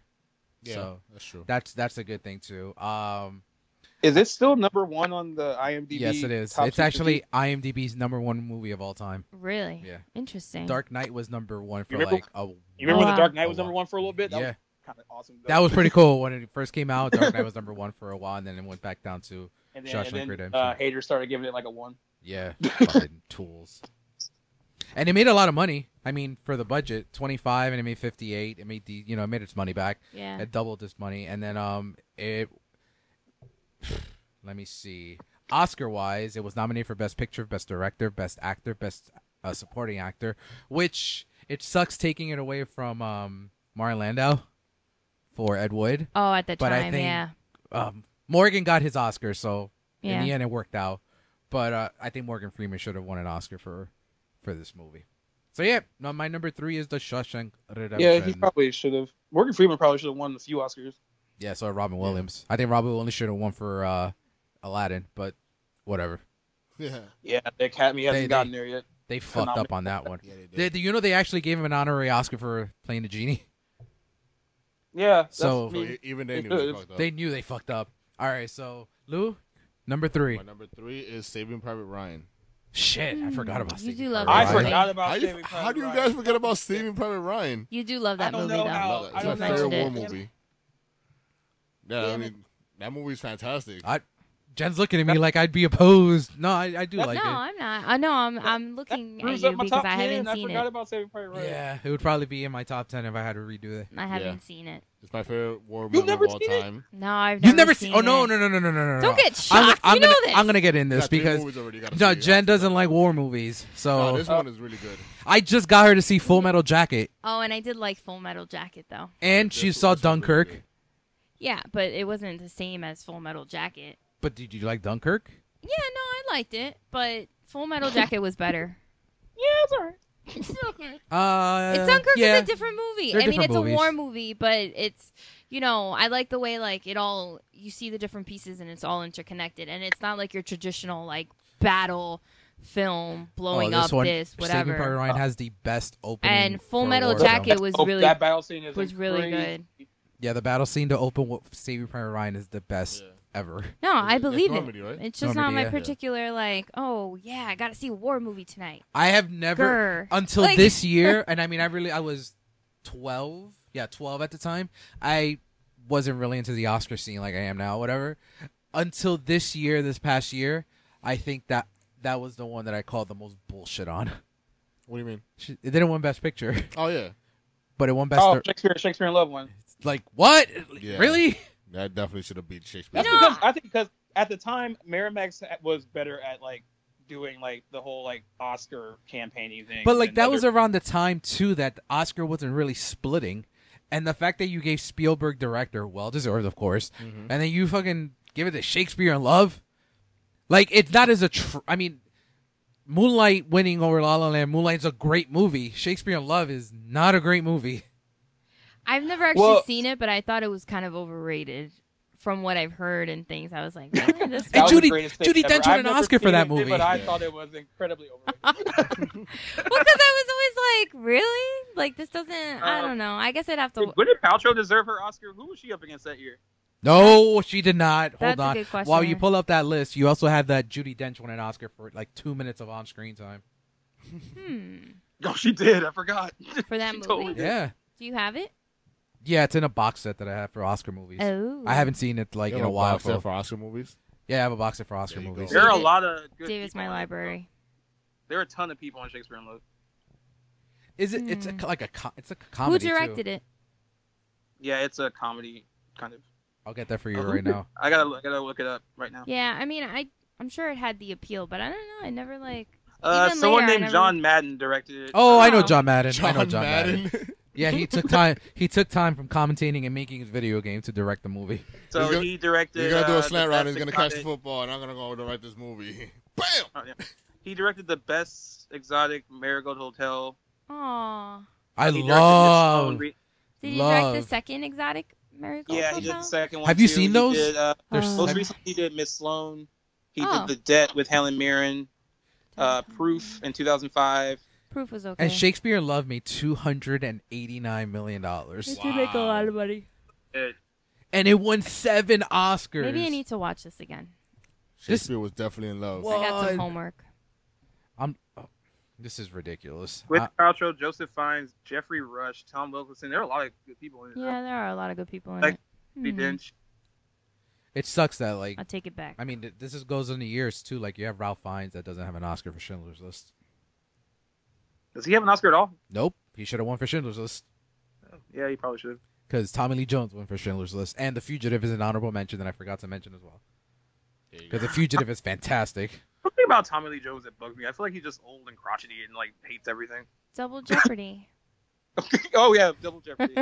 Speaker 3: Yeah,
Speaker 2: So
Speaker 3: that's true.
Speaker 2: that's that's a good thing too. Um
Speaker 4: Is it still number one on the IMDb?
Speaker 2: yes it is.
Speaker 4: top
Speaker 2: It's
Speaker 4: 250?
Speaker 2: actually IMDb's number 1 movie of all time.
Speaker 5: Really
Speaker 2: Yeah.
Speaker 5: interesting.
Speaker 2: Dark Knight was number 1 for
Speaker 4: remember-
Speaker 2: like a
Speaker 4: You remember when
Speaker 5: Wow.
Speaker 4: The Dark Knight was number one for a little bit? That
Speaker 2: Yeah.
Speaker 4: was kind of awesome. though.
Speaker 2: That was pretty cool when it first came out. Dark Knight was number 1 for a while and then it went back down to
Speaker 4: And then,
Speaker 2: Shawshank
Speaker 4: and then
Speaker 2: Redemption.
Speaker 4: uh, haters started giving it like a one.
Speaker 2: yeah, fucking tools. And it made a lot of money. I mean, for the budget, 25 and it made 58. It made the, you know, it made its money back.
Speaker 5: yeah.
Speaker 2: It doubled this money, and then um, it. Let me see. Oscar wise, it was nominated for Best Picture, Best Director, Best Actor, Best uh, Supporting Actor, which it sucks taking it away from um Marlon Landau for Ed Wood,
Speaker 5: Oh, at the
Speaker 2: but I
Speaker 5: time,
Speaker 2: think-
Speaker 5: yeah.
Speaker 2: um, Morgan got his Oscar, so in the
Speaker 1: Yeah.
Speaker 2: end it worked out. But uh, I think Morgan Freeman should have won an Oscar for for this movie. So yeah, no, my number three is The Shawshank Redemption.
Speaker 4: Yeah, he probably should have. Morgan Freeman probably should have won a few Oscars.
Speaker 2: Yeah, so Robin Williams. I think Robin Williams should have won for uh, Aladdin, but whatever.
Speaker 3: Yeah.
Speaker 4: Yeah, the Academy hasn't
Speaker 2: They- they-
Speaker 4: gotten there yet.
Speaker 2: They fucked up
Speaker 4: Phenomenal.
Speaker 2: on that one.
Speaker 3: Yeah, they did.
Speaker 2: They, you know, they actually gave him an honorary Oscar for playing the genie.
Speaker 4: Yeah. that's-
Speaker 2: So-
Speaker 3: So
Speaker 4: I mean,
Speaker 3: e- even they
Speaker 4: it
Speaker 3: knew they
Speaker 4: is.
Speaker 3: fucked up.
Speaker 2: They knew they fucked up. All right, so Lou, number three.
Speaker 3: My number three is Saving Private Ryan.
Speaker 2: Shit, I forgot about.
Speaker 5: Hmm. You
Speaker 2: Saving
Speaker 5: do
Speaker 2: Private
Speaker 5: love
Speaker 4: I
Speaker 2: Ryan.
Speaker 3: Ryan.
Speaker 4: forgot about
Speaker 3: How, you,
Speaker 4: Saving Private
Speaker 3: how do you
Speaker 4: Ryan.
Speaker 3: guys forget about Saving Private Ryan?
Speaker 5: You do love
Speaker 4: I
Speaker 5: that
Speaker 4: don't
Speaker 5: movie,
Speaker 4: know
Speaker 5: though.
Speaker 4: how-
Speaker 3: Love
Speaker 4: I
Speaker 3: that. It's
Speaker 4: don't
Speaker 3: my
Speaker 4: know.
Speaker 3: favorite war
Speaker 5: Mentioned it.
Speaker 3: movie. Yeah, I
Speaker 5: Damn
Speaker 3: mean that movie's fantastic.
Speaker 2: I- Jen's looking at me like I'd be opposed. No, I, I do
Speaker 4: That-
Speaker 2: like
Speaker 5: no, I'm not. I know. I'm. I'm
Speaker 4: that
Speaker 5: looking at
Speaker 4: proves
Speaker 5: you
Speaker 4: up my
Speaker 5: because
Speaker 4: top
Speaker 5: I
Speaker 4: 10.
Speaker 5: haven't
Speaker 4: I
Speaker 5: seen
Speaker 4: forgot
Speaker 5: it.
Speaker 4: about Saving Private
Speaker 2: it.
Speaker 4: Ryan.
Speaker 2: Yeah, it would probably be in my top ten if I had to redo it.
Speaker 5: I haven't
Speaker 3: Yeah.
Speaker 5: seen it.
Speaker 3: It's my favorite war
Speaker 4: You've
Speaker 3: movie
Speaker 4: never
Speaker 3: of all
Speaker 4: seen it?
Speaker 3: time.
Speaker 5: No, I've never.
Speaker 2: You've never seen?
Speaker 5: seen.
Speaker 2: Oh no,
Speaker 5: it.
Speaker 2: no, no, no, no, no, no.
Speaker 5: Don't
Speaker 2: no.
Speaker 5: get
Speaker 2: I'm, gonna-
Speaker 5: shocked.
Speaker 2: I'm
Speaker 5: you
Speaker 2: gonna,
Speaker 5: know this.
Speaker 2: I'm gonna get in
Speaker 3: You
Speaker 2: this
Speaker 3: got three
Speaker 2: because
Speaker 3: movies already, you gotta
Speaker 2: no,
Speaker 3: see it.
Speaker 2: Jen doesn't like war movies, so
Speaker 3: No, this one is really good.
Speaker 2: I just got her to see Full Metal Jacket,
Speaker 5: oh, and I did like Full Metal Jacket though.
Speaker 2: and
Speaker 3: This
Speaker 2: she
Speaker 3: one's
Speaker 2: saw
Speaker 3: really
Speaker 2: Dunkirk.
Speaker 3: good.
Speaker 5: Yeah, but it wasn't the same as Full Metal Jacket.
Speaker 2: But did you like Dunkirk?
Speaker 5: Yeah, no, I liked it, but Full Metal Jacket was better.
Speaker 2: Uh,
Speaker 5: It's Dunkirk
Speaker 2: yeah.
Speaker 5: is a different movie.
Speaker 2: They're
Speaker 5: I mean,
Speaker 2: different
Speaker 5: it's
Speaker 2: movies.
Speaker 5: a war movie, but it's you know I like the way like it all you see the different pieces and it's all interconnected, and it's not like your traditional like battle film blowing
Speaker 2: oh, this
Speaker 5: up
Speaker 2: one,
Speaker 5: this
Speaker 2: Saving Private
Speaker 5: whatever.
Speaker 2: Ryan has the best opening.
Speaker 5: And Full
Speaker 2: for a
Speaker 5: Metal
Speaker 2: war film.
Speaker 5: Jacket was
Speaker 4: Oh,
Speaker 5: really
Speaker 4: that battle scene is
Speaker 5: was really
Speaker 4: crazy.
Speaker 5: good.
Speaker 2: Yeah, the battle scene to open with Saving Private Ryan is the best
Speaker 3: Yeah.
Speaker 2: ever.
Speaker 5: No,
Speaker 3: It's-
Speaker 5: I
Speaker 3: it's
Speaker 5: believe it.
Speaker 3: Normandy, right?
Speaker 5: It's just
Speaker 2: Normandy,
Speaker 5: not
Speaker 2: yeah.
Speaker 5: my particular like. Oh yeah, I got to see a war movie tonight.
Speaker 2: I have never
Speaker 5: Grr.
Speaker 2: until
Speaker 5: Like-
Speaker 2: this year, and I mean, I really, I was twelve. Yeah, twelve at the time. I wasn't really into the Oscar scene like I am now, whatever. Until this year, this past year, I think that that was the one that I called the most bullshit on.
Speaker 3: What do you mean?
Speaker 2: It didn't win Best Picture,
Speaker 3: Oh yeah,
Speaker 2: but it won Best.
Speaker 4: Oh,
Speaker 2: Dir-
Speaker 4: Shakespeare, Shakespeare in Love one.
Speaker 2: like what?
Speaker 3: Yeah.
Speaker 2: Really?
Speaker 3: that definitely should have beat Shakespeare.
Speaker 4: That's because I think because at the time Miramax was better at like doing like the whole like Oscar campaigning thing.
Speaker 2: But like
Speaker 4: than
Speaker 2: that
Speaker 4: other-
Speaker 2: was around the time too that Oscar wasn't really splitting, and the fact that you gave Spielberg director well deserved, of course,
Speaker 3: Mhm.
Speaker 2: and then you fucking give it to Shakespeare in Love, like it's not as a. Tr- I mean, Moonlight winning over La La Land. Moonlight's a great movie. Shakespeare in Love is not a great movie.
Speaker 5: I've never actually
Speaker 4: Well-
Speaker 5: seen it, but I thought it was kind of overrated from what I've heard and things. I was like, really? This-
Speaker 4: That
Speaker 2: And
Speaker 4: was the
Speaker 2: Judy-
Speaker 4: greatest thing
Speaker 2: Judy
Speaker 4: ever.
Speaker 2: Dench won
Speaker 4: I've
Speaker 2: an
Speaker 4: never
Speaker 2: Oscar for
Speaker 4: seen
Speaker 2: that
Speaker 4: it,
Speaker 2: movie.
Speaker 4: But I
Speaker 3: Yeah.
Speaker 4: thought it was incredibly overrated.
Speaker 5: well, because I was always like, really? Like this doesn't?
Speaker 2: Uh,
Speaker 5: I don't know. I guess I'd have to.
Speaker 4: Gwyneth Paltrow deserve her Oscar? Who was she up against that year?
Speaker 2: No, she did not. Hold
Speaker 5: That's a
Speaker 2: on.
Speaker 5: good question.
Speaker 2: While you pull up that list, you also have that Judy Dench won an Oscar for like two minutes of on-screen time.
Speaker 5: Hmm.
Speaker 4: No, Oh, she did. I forgot.
Speaker 5: For that
Speaker 4: She
Speaker 5: movie?
Speaker 4: totally did.
Speaker 2: Yeah,
Speaker 5: Do you have it?
Speaker 2: yeah, it's in a box set that I have for Oscar movies.
Speaker 5: Oh,
Speaker 2: I haven't seen it like
Speaker 3: You
Speaker 2: in
Speaker 3: know,
Speaker 2: a while.
Speaker 3: box set
Speaker 2: folks.
Speaker 3: for Oscar movies.
Speaker 2: Yeah, I have a box set for Oscar
Speaker 3: There you go.
Speaker 2: movies.
Speaker 4: There are a
Speaker 5: David-
Speaker 4: lot of good.
Speaker 5: David's
Speaker 4: people
Speaker 5: my
Speaker 4: in it, though.
Speaker 5: library.
Speaker 4: There are a ton of people on Shakespeare in Love.
Speaker 2: Is it? It's a,
Speaker 5: Hmm.
Speaker 2: co- like a co- it's a comedy.
Speaker 5: Who directed it?
Speaker 4: Yeah, it's a comedy kind of.
Speaker 2: I'll get that for you
Speaker 4: Oh, who
Speaker 2: right
Speaker 4: did-
Speaker 2: now.
Speaker 4: I gotta I gotta look it up right now.
Speaker 5: Yeah, I mean, I I'm sure it had the appeal, but I don't know. I never like.
Speaker 4: Uh,
Speaker 5: Even
Speaker 4: someone
Speaker 5: later, I
Speaker 4: named
Speaker 5: never-
Speaker 4: John Madden directed uh, it.
Speaker 2: Oh, I know
Speaker 5: Oh.
Speaker 2: John Madden. I know
Speaker 3: John
Speaker 2: John Madden.
Speaker 3: Madden.
Speaker 2: Yeah, he took time. He took time from commentating and making his video game to direct the movie.
Speaker 4: So
Speaker 3: He's gonna-
Speaker 4: he directed.
Speaker 3: You're gonna do
Speaker 4: uh,
Speaker 3: a slant
Speaker 4: the
Speaker 3: route. He's
Speaker 4: Best
Speaker 3: gonna catch the
Speaker 4: Exotic-
Speaker 3: football, and I'm gonna go write this movie. Bam.
Speaker 4: He directed the best exotic Marigold Hotel.
Speaker 5: Aw.
Speaker 2: I
Speaker 4: He directed Yellowstone
Speaker 2: love. Oh,
Speaker 4: Re-
Speaker 5: Did he direct the
Speaker 2: Love.
Speaker 5: second exotic Marigold
Speaker 4: yeah, he did
Speaker 5: Hotel?
Speaker 4: the second one.
Speaker 2: Have you
Speaker 4: too.
Speaker 2: seen
Speaker 4: He
Speaker 2: those?
Speaker 4: did, uh,
Speaker 2: There's
Speaker 5: Oh.
Speaker 4: most
Speaker 2: seven-
Speaker 4: recently, he did Miss Sloan. He
Speaker 5: Oh.
Speaker 4: did The Debt with Helen Mirren. Uh, Proof in 2005.
Speaker 5: Proof was okay.
Speaker 2: and Shakespeare in Love made two hundred and eighty nine million dollars,
Speaker 3: did make a lot of
Speaker 5: money.
Speaker 4: It-
Speaker 2: and it won seven Oscars.
Speaker 5: Maybe I need to watch this again.
Speaker 2: This-
Speaker 3: Shakespeare was definitely in love.
Speaker 5: I got
Speaker 2: One.
Speaker 5: some homework.
Speaker 2: I'm. oh, this is ridiculous.
Speaker 5: Uh,
Speaker 4: Gwyneth
Speaker 2: I-
Speaker 4: Paltrow, Joseph Fiennes, Jeffrey Rush, Tom Wilkinson. There are a lot of good people in it.
Speaker 5: Yeah, there are a lot of good people in
Speaker 4: Like,
Speaker 5: it.
Speaker 4: Judy
Speaker 5: Hmm.
Speaker 4: Dench.
Speaker 2: it sucks that like.
Speaker 5: I'll take it back.
Speaker 2: I mean, th- this is goes in the years too. Like you have Ralph Fiennes that doesn't have an Oscar for Schindler's List.
Speaker 4: Does he have an Oscar at all?
Speaker 2: Nope, he should have won for Schindler's List.
Speaker 4: Yeah, he probably should.
Speaker 2: because Tommy Lee Jones went for Schindler's List, and The Fugitive is an honorable mention that I forgot to mention as well.
Speaker 3: There you go.
Speaker 2: Because The Fugitive is fantastic.
Speaker 4: Something about Tommy Lee Jones that bugs me. I feel like he's just old and crotchety and like hates everything.
Speaker 5: Double Jeopardy.
Speaker 4: oh yeah, Double Jeopardy.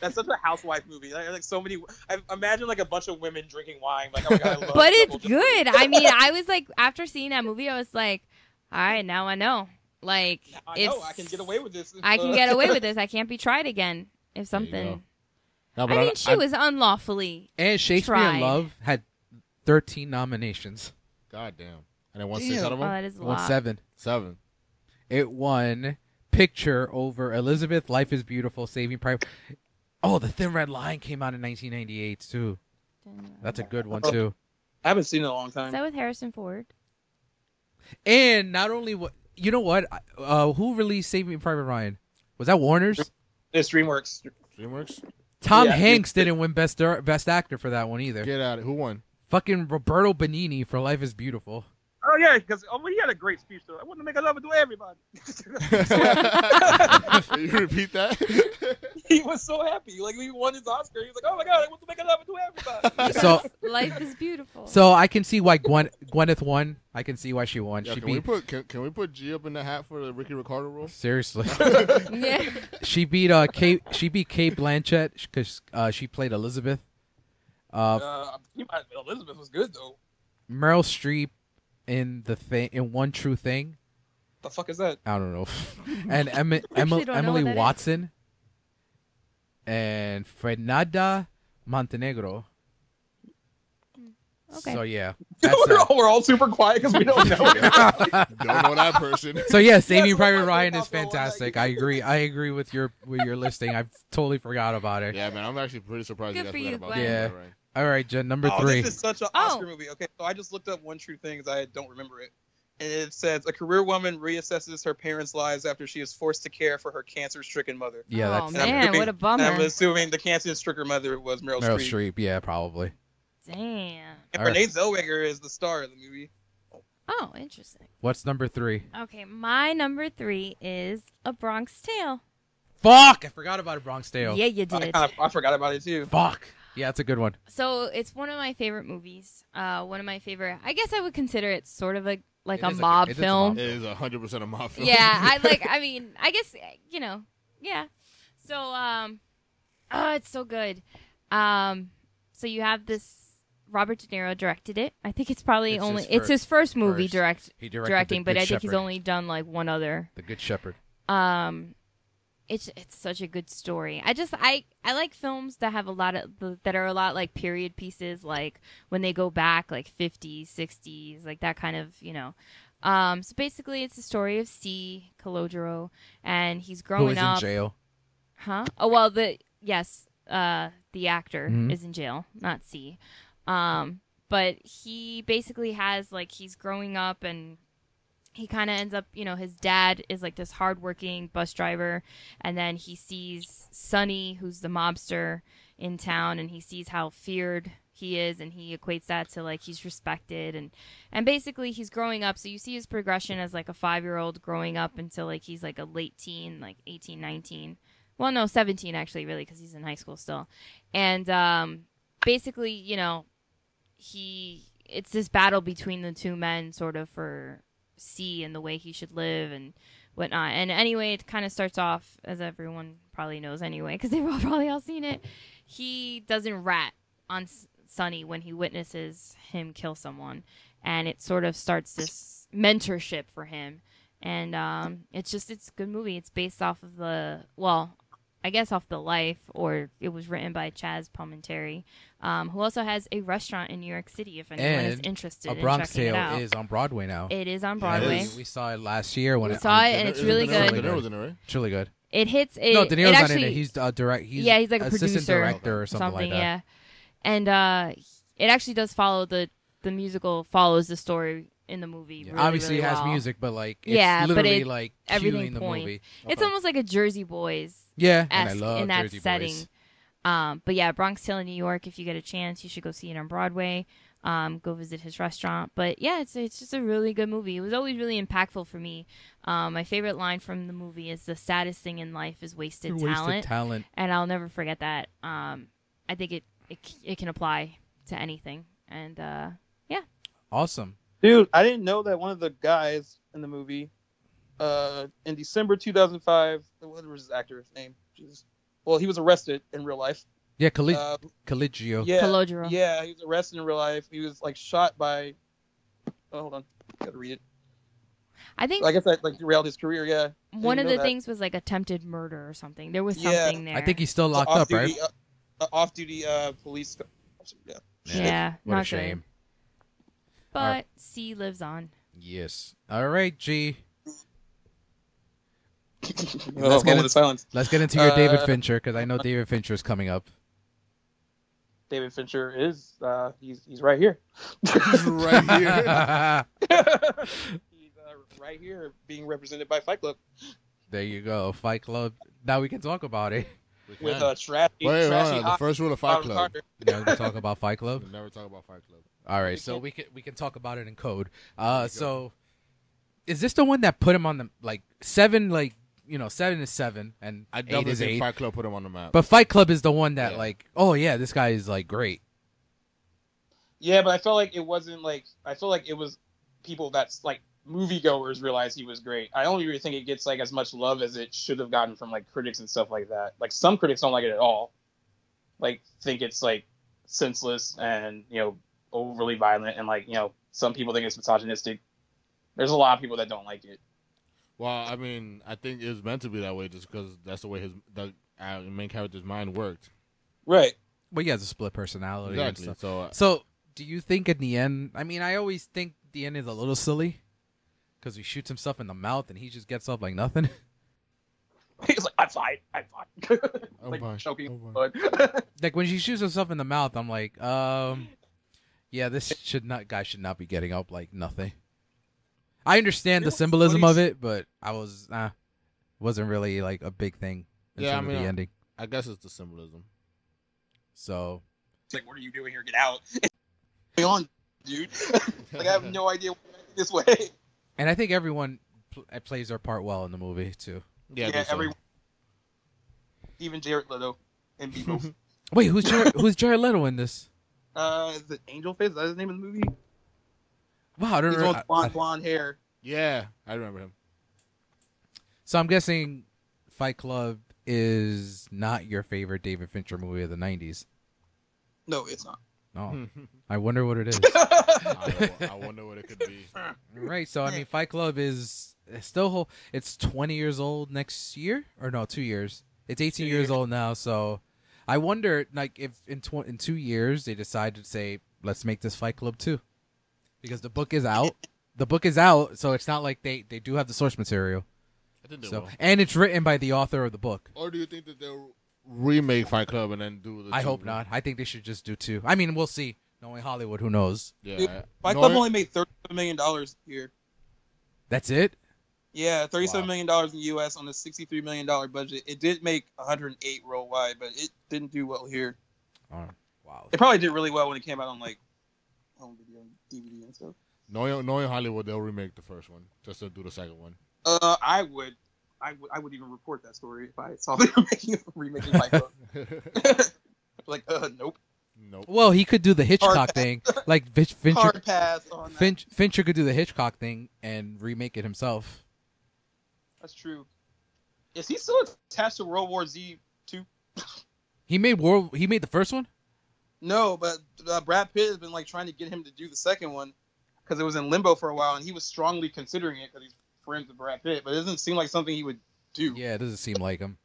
Speaker 4: That's such a housewife movie. Like, like so many. I imagine like a bunch of women drinking wine. Like, oh my god, I love
Speaker 5: but it's
Speaker 4: Double Jeopardy.
Speaker 5: good. I mean, I was like, after seeing that movie, I was like, all right, now I know. Like,
Speaker 4: I
Speaker 5: if
Speaker 4: know I can get away with this.
Speaker 5: I can get away with this, I can't be tried again. If
Speaker 3: There you
Speaker 5: something,
Speaker 3: No,
Speaker 5: I mean, she was unlawfully.
Speaker 2: And Shakespeare in
Speaker 5: Tried.
Speaker 2: Love had 13 nominations.
Speaker 3: God damn. And it won six
Speaker 2: Damn.
Speaker 3: out of
Speaker 5: Well,
Speaker 3: them?
Speaker 5: Oh, that is a
Speaker 2: Won
Speaker 5: lot.
Speaker 2: seven.
Speaker 3: Seven.
Speaker 2: It won Picture over Elizabeth, Life is Beautiful, Saving Private. Oh, The Thin Red Line came out in 1998 too. That's a good one too.
Speaker 4: I haven't seen it in a long
Speaker 5: Is
Speaker 4: time.
Speaker 5: that with Harrison Ford?
Speaker 2: And not only what you know what uh, who released Saving Private Ryan? Was that Warner's?
Speaker 4: It's DreamWorks.
Speaker 3: DreamWorks?
Speaker 2: Tom
Speaker 4: Yeah.
Speaker 2: Hanks didn't win best Dar- best actor for that one either.
Speaker 3: Get out of Who won?
Speaker 2: Fucking Roberto Benigni for Life is Beautiful.
Speaker 4: Oh yeah, because oh, he had a great speech though. I want to make a love to everybody.
Speaker 3: Can you repeat that?
Speaker 4: he was so happy. Like he won his Oscar. He was like, oh my god, I want to make a love to everybody.
Speaker 2: So
Speaker 5: Life is beautiful.
Speaker 2: so I can see why Gwen Gwyneth won. I can see why she won.
Speaker 3: Yo,
Speaker 2: she
Speaker 3: can we
Speaker 2: beat
Speaker 3: put can, can we put G up in the hat for the Ricky Ricardo role?
Speaker 2: seriously.
Speaker 5: yeah.
Speaker 2: she beat uh Kate. She beat Kate Blanchett because uh, she played Elizabeth. Uh,
Speaker 4: uh, he might, Elizabeth was good though.
Speaker 2: Meryl Streep in the thing in One True Thing.
Speaker 4: The fuck is that?
Speaker 2: I don't know. and Emma,
Speaker 5: actually
Speaker 2: Emma,
Speaker 5: don't know
Speaker 2: Emily
Speaker 5: what that is.
Speaker 2: Watson and Fernanda Montenegro.
Speaker 5: Okay.
Speaker 2: So yeah, that's
Speaker 4: we're,
Speaker 2: uh,
Speaker 4: all, we're all super quiet because we don't know.
Speaker 3: Don't know that person.
Speaker 2: so yeah, Saving
Speaker 4: Yes,
Speaker 2: Private
Speaker 4: I
Speaker 2: Ryan is
Speaker 4: forgot about that.
Speaker 2: fantastic. I agree. I agree with your with your listing. I totally forgot about it.
Speaker 3: Yeah, man, I'm actually pretty surprised
Speaker 5: Good for
Speaker 3: you guys
Speaker 5: you,
Speaker 3: forgot about
Speaker 5: Gwen.
Speaker 2: Yeah.
Speaker 3: that. Right?
Speaker 2: All right, Jen, number
Speaker 4: Oh,
Speaker 2: three.
Speaker 4: This is such an
Speaker 5: Oh.
Speaker 4: Oscar movie. Okay, so I just looked up One True Things. I don't remember it. And it says a career woman reassesses her parents' lives after she is forced to care for her cancer-stricken mother.
Speaker 2: yeah,
Speaker 5: oh
Speaker 2: that's
Speaker 5: man, what a
Speaker 4: And
Speaker 5: bummer.
Speaker 4: I'm assuming the cancer-stricken mother was Meryl,
Speaker 2: Meryl
Speaker 4: Streep.
Speaker 2: Streep. Yeah, probably.
Speaker 5: Damn.
Speaker 4: And
Speaker 2: All right.
Speaker 4: Renee Zellweger is the star of the movie.
Speaker 5: Oh, interesting.
Speaker 2: What's number three?
Speaker 5: Okay, my number three is A Bronx Tale.
Speaker 2: Fuck! I forgot about a Bronx Tale.
Speaker 5: Yeah, you
Speaker 4: I
Speaker 5: did.
Speaker 4: kind of I forgot about it too.
Speaker 2: Fuck. Yeah, that's a good one.
Speaker 5: So it's one of my favorite movies. Uh, one of my favorite. I guess I would consider it sort of a like
Speaker 2: It
Speaker 5: a
Speaker 2: is a-
Speaker 5: mob
Speaker 2: it is a
Speaker 5: film.
Speaker 2: mob.
Speaker 3: It is 100% a mob film.
Speaker 5: yeah, I like. I mean, I guess you know. Yeah. So um, oh, it's so good. Um, so you have this. Robert De Niro directed it. I think it's probably
Speaker 2: It's
Speaker 5: only
Speaker 2: his
Speaker 5: it's his first movie
Speaker 2: first.
Speaker 5: direct
Speaker 2: He directed
Speaker 5: directing,
Speaker 2: the
Speaker 5: but
Speaker 2: Good
Speaker 5: I think he's
Speaker 2: Shepherd.
Speaker 5: only done like one other
Speaker 2: The Good Shepherd.
Speaker 5: um it's it's such a good story i just i i like films that have a lot of that are a lot like period pieces like when they go back like 50s 60s like that kind of you know um so basically it's the story of c Calogero, and he's
Speaker 2: who
Speaker 5: growing
Speaker 2: is
Speaker 5: up
Speaker 2: in jail?
Speaker 5: Huh? Oh well, the yes, uh, the actor
Speaker 2: Mhm.
Speaker 5: is in jail, not C. Um, but he basically has like he's growing up and he kind of ends up, you know, his dad is like this hardworking bus driver, and then he sees Sonny, who's the mobster in town, and he sees how feared he is, and he equates that to like he's respected, and and basically he's growing up. So you see his progression as like a five year old growing up until like he's like a late teen, like 18, 19 well no 17 actually really because he's in high school still and um, basically you know he it's this battle between the two men sort of for c and the way he should live and whatnot and anyway it kind of starts off as everyone probably knows anyway because they've all probably all seen it he doesn't rat on S- Sonny when he witnesses him kill someone and it sort of starts this mentorship for him and um, it's just it's a good movie. It's based off of the well, I guess off the life, or it was written by Chaz Palminteri, um, who also has a restaurant in New York City. If anyone is
Speaker 2: And
Speaker 5: interested,
Speaker 2: A
Speaker 5: in
Speaker 2: Bronx
Speaker 5: checking it
Speaker 2: Tale
Speaker 5: out.
Speaker 2: is on Broadway now.
Speaker 5: It is on
Speaker 3: Yeah, it
Speaker 5: Broadway.
Speaker 3: is.
Speaker 2: We saw it last year when
Speaker 5: We
Speaker 2: it,
Speaker 5: saw
Speaker 2: on-
Speaker 5: it, and
Speaker 3: De-
Speaker 5: it's
Speaker 3: De-
Speaker 5: really
Speaker 3: De Niro-
Speaker 5: good.
Speaker 3: De Niro was in it, right?
Speaker 2: It's really good.
Speaker 5: It hits. It,
Speaker 2: no, De Niro's
Speaker 5: it
Speaker 2: not
Speaker 5: actually,
Speaker 2: in it. He's uh, direct. He's
Speaker 5: yeah, he's like a
Speaker 2: assistant
Speaker 5: producer
Speaker 2: director or something, like that.
Speaker 5: yeah. And uh, it actually does follow the the musical follows the story in the movie.
Speaker 2: Yeah,
Speaker 5: really,
Speaker 2: Obviously,
Speaker 5: really
Speaker 2: it has
Speaker 5: well.
Speaker 2: music, but like, it's
Speaker 5: Yeah, but
Speaker 2: literally
Speaker 5: it-
Speaker 2: like
Speaker 5: everything
Speaker 2: cueing the
Speaker 5: points.
Speaker 2: movie.
Speaker 5: It's
Speaker 3: Okay.
Speaker 5: almost like a Jersey Boys
Speaker 2: Yeah, and I
Speaker 5: esque
Speaker 2: love
Speaker 5: in that
Speaker 2: Jersey
Speaker 5: setting.
Speaker 2: Boys.
Speaker 5: Um, but yeah, Bronx Tale in New York. If you get a chance, you should go see it on Broadway. Um, go visit his restaurant. But yeah, it's it's just a really good movie. It was always really impactful for me. Um, my favorite line from the movie is "The saddest thing in life is wasted,
Speaker 2: Wasted
Speaker 5: talent,"
Speaker 2: talent.
Speaker 5: and I'll never forget that. Um, I think it, it c- it can apply to anything. And uh,
Speaker 2: Awesome.
Speaker 4: Dude, I didn't know that one of the guys in the movie,
Speaker 8: uh, in December 2005. What was his actor's name? Jesus. Well, he was arrested in real life.
Speaker 2: Yeah, Cali-
Speaker 8: Uh,
Speaker 2: Caligio.
Speaker 8: yeah,
Speaker 5: Calogero.
Speaker 8: yeah, he was arrested in real life. He was like shot by. Oh, hold on, gotta read it.
Speaker 5: I think
Speaker 8: I guess that like derailed his career. Yeah,
Speaker 5: one of
Speaker 8: know
Speaker 5: the
Speaker 8: that.
Speaker 5: things was like attempted murder or something. There was
Speaker 8: Yeah.
Speaker 5: something there.
Speaker 2: I think he's still locked up,
Speaker 8: off-duty,
Speaker 2: right?
Speaker 8: Uh, off-duty uh, police. Yeah.
Speaker 5: Yeah,
Speaker 2: What
Speaker 5: not
Speaker 2: a shame.
Speaker 5: good. But C lives on.
Speaker 2: Yes. All right, G.
Speaker 8: Let's
Speaker 2: get
Speaker 8: get
Speaker 2: it.
Speaker 8: into silence.
Speaker 2: Let's get into your David
Speaker 8: Uh,
Speaker 2: Fincher because I know David Fincher is coming up.
Speaker 8: David Fincher is uh, he's he's right here.
Speaker 3: right uh, here.
Speaker 8: he's uh, right here being represented by Fight Club
Speaker 2: there you go. Fight Club. Now we can talk about it.
Speaker 8: with uh, trashy,
Speaker 3: Wait, hold
Speaker 8: trashy
Speaker 3: on. The
Speaker 8: hot
Speaker 3: first rule of Fight
Speaker 8: Hobbs
Speaker 3: Club.
Speaker 8: Carter.
Speaker 2: Now we can talk about Fight Club.
Speaker 3: We never talk about Fight Club.
Speaker 2: All right,
Speaker 8: We
Speaker 2: so
Speaker 8: can.
Speaker 2: we can we can talk about it in code. Uh,
Speaker 3: go.
Speaker 2: so is this the one that put him on the like seven? Like you know, seven is seven, and
Speaker 3: I
Speaker 2: eight
Speaker 3: definitely
Speaker 2: is
Speaker 3: think
Speaker 2: eight.
Speaker 3: Fight Club put him on the map.
Speaker 2: But Fight Club is the one that
Speaker 3: Yeah.
Speaker 2: like, oh yeah, this guy is like great.
Speaker 8: Yeah, but I felt like it wasn't like I feel like it was people that's like moviegoers realized he was great. I don't really think it gets like as much love as it should have gotten from like critics and stuff like that. Like some critics don't like it at all. Like think it's like senseless and you know overly violent and like you know some people think it's misogynistic. There's a lot of people that don't like it.
Speaker 3: well, I mean, I think it was meant to be that way just because that's the way his the uh, main character's mind worked.
Speaker 8: Right.
Speaker 2: But he has a split personality and
Speaker 3: Exactly.
Speaker 2: stuff.
Speaker 3: So uh,
Speaker 2: Oh, So, do you think in the end? I mean, I always think the end is a little silly because he shoots himself in the mouth and he just gets up like nothing.
Speaker 8: He's like, I fight, I fight.
Speaker 3: Oh
Speaker 8: like
Speaker 3: my,
Speaker 8: choking
Speaker 3: oh
Speaker 8: blood.
Speaker 2: like when she shoots herself in the mouth, I'm like, um, yeah, this should not guy should not be getting up like nothing. I understand
Speaker 8: It
Speaker 2: the
Speaker 8: was
Speaker 2: symbolism
Speaker 8: funny
Speaker 2: of it, but I was uh, wasn't really like a big thing in
Speaker 3: Yeah, I
Speaker 2: terms of
Speaker 3: mean,
Speaker 2: the
Speaker 3: I-
Speaker 2: ending.
Speaker 3: I guess it's the symbolism.
Speaker 2: So
Speaker 8: It's like, what are you doing here? Get out. Be on, dude. like I have no idea why you're acting this way.
Speaker 2: and I think everyone pl- plays their part well in the movie too.
Speaker 3: Yeah, I
Speaker 8: yeah,
Speaker 3: think so.
Speaker 8: everyone. Even Jared Leto and Bebo.
Speaker 2: Wait, who's Jared, who's Jared Leto in this?
Speaker 8: uh, is it Angel Face? Is that his name in the movie?
Speaker 2: Wow, I don't
Speaker 8: He's all
Speaker 2: remember. I-
Speaker 8: blonde,
Speaker 2: I-
Speaker 8: blonde hair.
Speaker 3: Yeah, I remember him.
Speaker 2: so I'm guessing Fight Club is not your favorite David Fincher movie of the '90s.
Speaker 8: No, it's not.
Speaker 2: No, I
Speaker 3: I,
Speaker 2: wonder what it is.
Speaker 3: wo- I wonder what it could be.
Speaker 2: Right. So I mean, Fight Club is still whole. It's 20 years old next year, or no, two years. It's 18 years old now. So I wonder, like, if in tw- in two years they decide to say, let's make this Fight Club too, because the book is out. The book is out, so it's not like they they do have the source material.
Speaker 3: I think they
Speaker 2: So
Speaker 3: will.
Speaker 2: and it's written by the author of the book.
Speaker 3: Or do you think that they'll remake Fight Club and then do the?
Speaker 2: I
Speaker 3: two-
Speaker 2: hope not. I think they should just do two. I mean, we'll see. Knowing Hollywood, who knows?
Speaker 8: Dude,
Speaker 3: Yeah.
Speaker 8: Fight
Speaker 3: nor-
Speaker 8: Club only made thirty-seven million dollars here.
Speaker 2: That's it.
Speaker 8: Yeah, thirty-seven
Speaker 3: Wow.
Speaker 8: million dollars in the U.S. on a sixty-three million dollar budget. It did make one hundred eight worldwide, but it didn't do well here.
Speaker 2: Oh, wow.
Speaker 8: It probably did really well when it came out on like home video, and DVD, and stuff.
Speaker 3: Knowing, knowing Hollywood, they'll remake the first one just to do the second one.
Speaker 8: Uh, I would, I would, I would even report that story if I saw they were making remaking Fight Club. like, uh, nope.
Speaker 3: nope.
Speaker 2: Well, he could do the Hitchcock
Speaker 8: Hard-
Speaker 2: thing, like Vich- Fincher.
Speaker 8: Hard pass on that.
Speaker 2: Finch, Fincher could do the Hitchcock thing and remake it himself.
Speaker 8: That's true. Is he still attached to World War Z two?
Speaker 2: He made World. He made the first one.
Speaker 8: No, but uh, Brad Pitt has been like trying to get him to do the second one because it was in limbo for a while, and he was strongly considering it because he's friends with Brad Pitt. But it doesn't seem like something he would do.
Speaker 2: Yeah, it doesn't seem like him.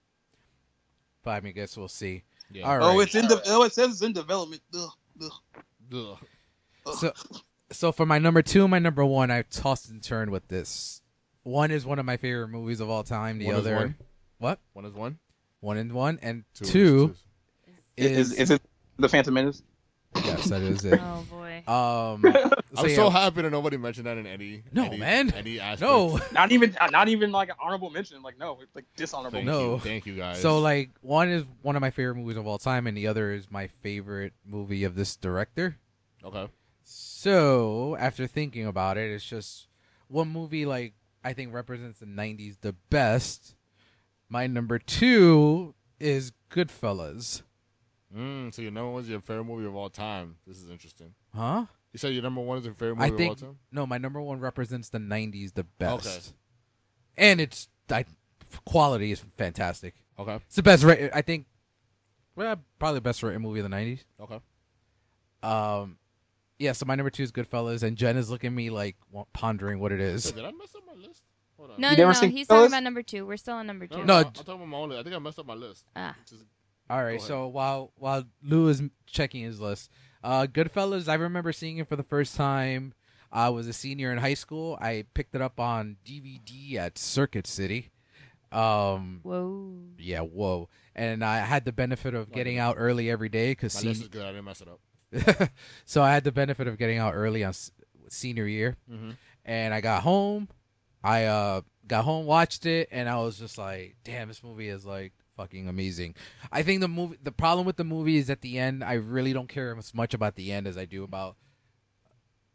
Speaker 2: But I mean, guess we'll see.
Speaker 3: Yeah.
Speaker 2: All right.
Speaker 8: oh, it's in de- oh, it says it's in development. Ugh, ugh.
Speaker 3: Ugh.
Speaker 2: so, so for my number two, and my number one, I tossed and turned with this. One is one of my favorite movies of all time. The
Speaker 3: One is
Speaker 2: other,
Speaker 3: one?
Speaker 2: what?
Speaker 3: One is one.
Speaker 2: One and one and two,
Speaker 3: is
Speaker 2: is,
Speaker 8: it the Phantom Menace?
Speaker 2: yes, that is it.
Speaker 5: Oh boy.
Speaker 2: Um, so
Speaker 3: I'm
Speaker 2: yeah,
Speaker 3: so happy that nobody mentioned that in any.
Speaker 2: No,
Speaker 3: any,
Speaker 2: man.
Speaker 3: Any aspect.
Speaker 2: no.
Speaker 8: Not even, uh, not even like an honorable mention. Like no, like dishonorable.
Speaker 3: Thank
Speaker 2: No.
Speaker 3: You, thank you guys.
Speaker 2: So like one is one of my favorite movies of all time, and the other is my favorite movie of this director.
Speaker 3: Okay.
Speaker 2: So after thinking about it, it's just one movie like I think represents the '90s the best. My number two is Goodfellas,
Speaker 3: Mm, so your number one's your favorite movie of all time. This is interesting.
Speaker 2: huh?
Speaker 3: You said your number one is your favorite
Speaker 2: I
Speaker 3: movie
Speaker 2: think
Speaker 3: of all time.
Speaker 2: no, my number one represents the '90s the best. and it's I, quality is fantastic.
Speaker 3: Okay.
Speaker 2: It's the best. Ra- I think. Well, probably the best rated movie of the nineties.
Speaker 3: Okay.
Speaker 2: Um, yeah. So my number two is Goodfellas, and Jen is looking at me like wa- pondering what it
Speaker 3: So
Speaker 2: is.
Speaker 3: did I mess up my list? Hold on.
Speaker 5: No,
Speaker 4: You
Speaker 5: no,
Speaker 4: never
Speaker 5: no.
Speaker 4: seen
Speaker 5: He's
Speaker 4: Goodfellas?
Speaker 5: talking about number two. We're still on number two.
Speaker 2: No,
Speaker 3: I'm,
Speaker 2: j-
Speaker 3: I'm talking about my own list. I think I messed up my list.
Speaker 5: Ah.
Speaker 3: Just-
Speaker 2: All right.
Speaker 3: Go ahead.
Speaker 2: So while while Lou is checking his list, uh, Goodfellas. I remember seeing it for the first time. I was a senior in high school. I picked it up on DVD at Circuit City. Um,
Speaker 5: Whoa.
Speaker 2: yeah, whoa! And I had the benefit of
Speaker 3: Wow.
Speaker 2: getting out early every day because
Speaker 3: my list is good. I didn't mess it up.
Speaker 2: so I had the benefit of getting out early on s- senior year,
Speaker 3: Mhm.
Speaker 2: and I got home. I uh, got home, watched it, and I was just like, "Damn, this movie is like fucking amazing." I think the movie, the problem with the movie is at the end, I really don't care as much about the end as I do about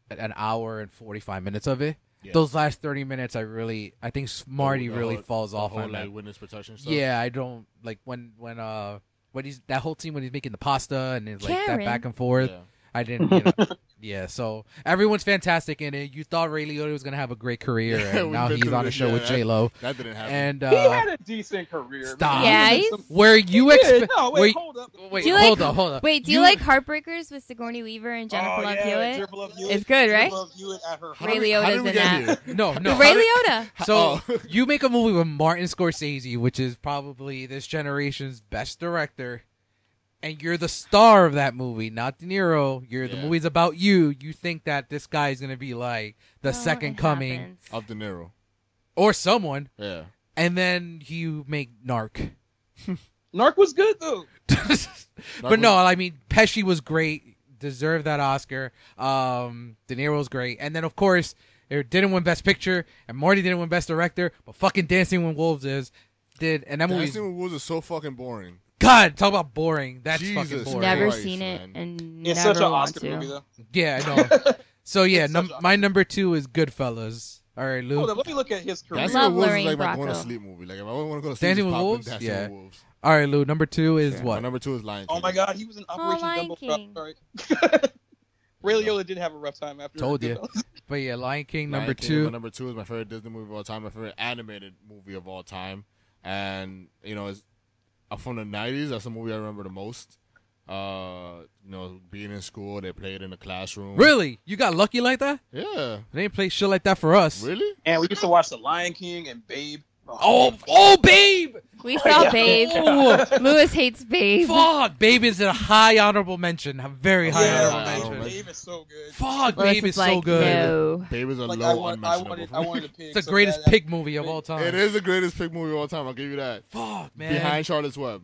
Speaker 2: an hour and forty five minutes of it.
Speaker 3: Yeah.
Speaker 2: Those last thirty minutes, I really, I think Smarty
Speaker 3: the
Speaker 2: really
Speaker 3: whole-
Speaker 2: falls
Speaker 3: the
Speaker 2: off
Speaker 3: whole,
Speaker 2: on
Speaker 3: like
Speaker 2: that.
Speaker 3: witness protection stuff.
Speaker 2: Yeah, I don't like when when uh when he's that whole scene when he's making the pasta and it's like that
Speaker 5: Karen.
Speaker 2: back and forth.
Speaker 3: Yeah.
Speaker 2: I didn't. You know, yeah, so everyone's fantastic in it. You thought Ray Liotta was gonna have a great career,
Speaker 3: Yeah,
Speaker 2: and
Speaker 3: we've
Speaker 2: now
Speaker 3: been
Speaker 2: he's
Speaker 3: through
Speaker 2: on a
Speaker 3: this,
Speaker 2: show
Speaker 3: yeah,
Speaker 2: with
Speaker 3: that-
Speaker 2: J Lo.
Speaker 3: That didn't happen.
Speaker 2: And
Speaker 4: he
Speaker 2: uh,
Speaker 4: had a decent career. man.
Speaker 2: stop.
Speaker 4: He
Speaker 5: Yeah,
Speaker 4: did
Speaker 5: he's-
Speaker 4: some-
Speaker 2: were you
Speaker 4: he
Speaker 2: expect?
Speaker 4: did. No, wait,
Speaker 2: wait,
Speaker 4: hold up.
Speaker 2: wait,
Speaker 5: Do you
Speaker 2: hold
Speaker 5: like-
Speaker 2: up, hold up.
Speaker 5: Wait, do you,
Speaker 2: You-
Speaker 5: like Heartbreakers with Sigourney Weaver and Jennifer
Speaker 4: oh,
Speaker 5: Love
Speaker 4: yeah,
Speaker 5: Hewitt?
Speaker 4: Jennifer Love Hewitt.
Speaker 5: It's good, right?
Speaker 4: Jennifer Love Hewitt at
Speaker 3: How
Speaker 4: her height.
Speaker 5: Ray
Speaker 3: did- how
Speaker 5: Liotta's
Speaker 3: did we
Speaker 5: in
Speaker 3: get
Speaker 5: that.
Speaker 2: No, no.
Speaker 5: Ray Liotta.
Speaker 2: So
Speaker 3: Oh.
Speaker 2: you make a movie with Martin Scorsese, which is probably this generation's best director, and you're the star of that movie, not De Niro. You're the
Speaker 3: Yeah.
Speaker 2: movie's about you. You think that this guy is gonna be like the
Speaker 5: Oh,
Speaker 2: second
Speaker 5: it
Speaker 2: coming
Speaker 5: happens.
Speaker 3: Of De Niro.
Speaker 2: or someone,
Speaker 3: Yeah.
Speaker 2: and then you make Narc.
Speaker 4: Narc was good though.
Speaker 2: but no, I mean Pesci was great, deserved that Oscar. Um, De Niro was great, and then of course it didn't win Best Picture, and Marty didn't win Best Director, but fucking Dancing with Wolves is did, and that movie,
Speaker 3: Dancing with Wolves is so fucking boring.
Speaker 2: God, talk about boring. That's
Speaker 3: Jesus.
Speaker 2: fucking boring.
Speaker 5: Never
Speaker 3: Christ,
Speaker 5: seen it
Speaker 3: man.
Speaker 5: and
Speaker 4: It's
Speaker 5: never
Speaker 4: such an
Speaker 5: want
Speaker 4: Oscar
Speaker 5: to.
Speaker 4: movie though.
Speaker 2: Yeah, I know. so yeah,
Speaker 4: It's such
Speaker 2: num-
Speaker 4: a-
Speaker 2: my number two is Goodfellas. All right, Lou.
Speaker 3: Oh,
Speaker 4: Hold up, let me look at his career.
Speaker 3: Dancing
Speaker 5: Love
Speaker 3: with Wolves is
Speaker 5: Lorraine
Speaker 3: like my going to
Speaker 5: Bracco.
Speaker 3: sleep movie. Like if I want to go to sleep,
Speaker 2: Dancing
Speaker 3: it's
Speaker 2: with
Speaker 3: popping
Speaker 2: Wolves?
Speaker 3: Dancing
Speaker 2: Yeah.
Speaker 3: with Wolves.
Speaker 2: All right, Lou. Number two is
Speaker 3: My
Speaker 2: what?
Speaker 3: number two is Lion King.
Speaker 4: Oh my god, he was in Operation
Speaker 5: Lion
Speaker 4: Double Cross.
Speaker 5: King.
Speaker 4: Sorry. Ray Liotta did have a rough time after.
Speaker 2: Told ya.
Speaker 4: Goodfellas.
Speaker 2: But yeah, Lion King.
Speaker 3: Lion
Speaker 2: number
Speaker 3: King,
Speaker 2: two.
Speaker 3: My number two is my favorite Disney movie of all time. My favorite animated movie of all time, and you know, it's uh, from the '90s. That's the movie I remember the most. Uh, you know, being in school, they played in the classroom.
Speaker 2: Really? You got lucky like that?
Speaker 3: Yeah.
Speaker 2: They didn't play shit like that for us.
Speaker 3: Really?
Speaker 4: And we used to watch The Lion King and Babe.
Speaker 2: Oh, oh, babe.
Speaker 5: We saw
Speaker 4: Yeah.
Speaker 5: Babe.
Speaker 2: Oh,
Speaker 5: Lewis hates Babe.
Speaker 2: fuck, babe is a high honorable mention, a very high
Speaker 3: Yeah.
Speaker 2: honorable
Speaker 3: Yeah.
Speaker 2: mention.
Speaker 3: Honorable
Speaker 4: Babe is so good.
Speaker 2: Fuck,
Speaker 5: Lewis
Speaker 2: babe is so
Speaker 5: like,
Speaker 2: good.
Speaker 5: No.
Speaker 3: Babies are
Speaker 4: Like I,
Speaker 3: low
Speaker 4: want, I
Speaker 3: unmentionable.
Speaker 4: wanted, I wanted a pig.
Speaker 2: It's the
Speaker 4: so
Speaker 2: greatest
Speaker 4: bad.
Speaker 2: pig movie of all time.
Speaker 3: it is the greatest pig movie of all time. I'll give you that.
Speaker 2: Fuck, man.
Speaker 3: Behind Charlotte's Web.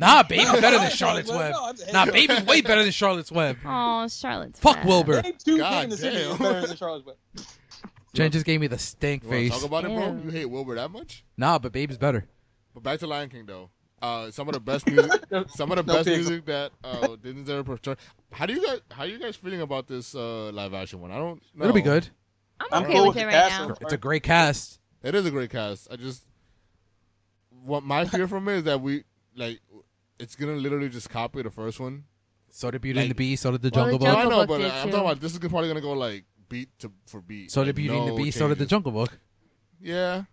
Speaker 2: nah, babe is better than
Speaker 4: I'm
Speaker 2: Charlotte's
Speaker 4: sorry,
Speaker 2: Web.
Speaker 4: no, I'm saying-
Speaker 2: Nah, babe is way better than Charlotte's Web.
Speaker 5: Oh, Charlotte's.
Speaker 2: Fuck
Speaker 5: bad.
Speaker 2: Wilbur.
Speaker 4: Babe two
Speaker 3: God
Speaker 4: King in the City
Speaker 3: damn.
Speaker 4: is better than Charlotte's Web.
Speaker 2: Jen just gave me the stank
Speaker 3: You wanna
Speaker 2: face.
Speaker 3: talk about it, bro?
Speaker 5: Ew.
Speaker 3: You hate Wilbur that much?
Speaker 2: Nah, but babe is better.
Speaker 3: But back to Lion King though. Uh, some of the best music, some of the
Speaker 4: No
Speaker 3: best
Speaker 4: pigs.
Speaker 3: music that uh, Disney's ever portrayed. How do you guys, how you guys feeling about this uh, live action one? I don't. know.
Speaker 2: It'll be good.
Speaker 5: I'm
Speaker 4: I'm
Speaker 5: okay
Speaker 4: cool
Speaker 5: with
Speaker 4: with
Speaker 5: it
Speaker 4: the
Speaker 5: right
Speaker 4: castle.
Speaker 5: now.
Speaker 2: It's a great cast.
Speaker 3: It is a great cast. I just what my fear from it is that we like it's gonna literally just copy the first one.
Speaker 2: So did Beauty
Speaker 3: Like-
Speaker 2: and the Beast. So did the
Speaker 5: Well, the
Speaker 2: Jungle
Speaker 3: No,
Speaker 2: Book.
Speaker 3: I
Speaker 5: Jungle
Speaker 3: know,
Speaker 5: Book
Speaker 3: but
Speaker 5: did
Speaker 3: I- I'm
Speaker 5: too.
Speaker 3: talking about this is probably gonna go like beat to for beat.
Speaker 2: So did
Speaker 3: Like,
Speaker 2: Beauty and the
Speaker 3: no
Speaker 2: Beast. So did the
Speaker 3: changes.
Speaker 2: Jungle Book.
Speaker 3: Yeah,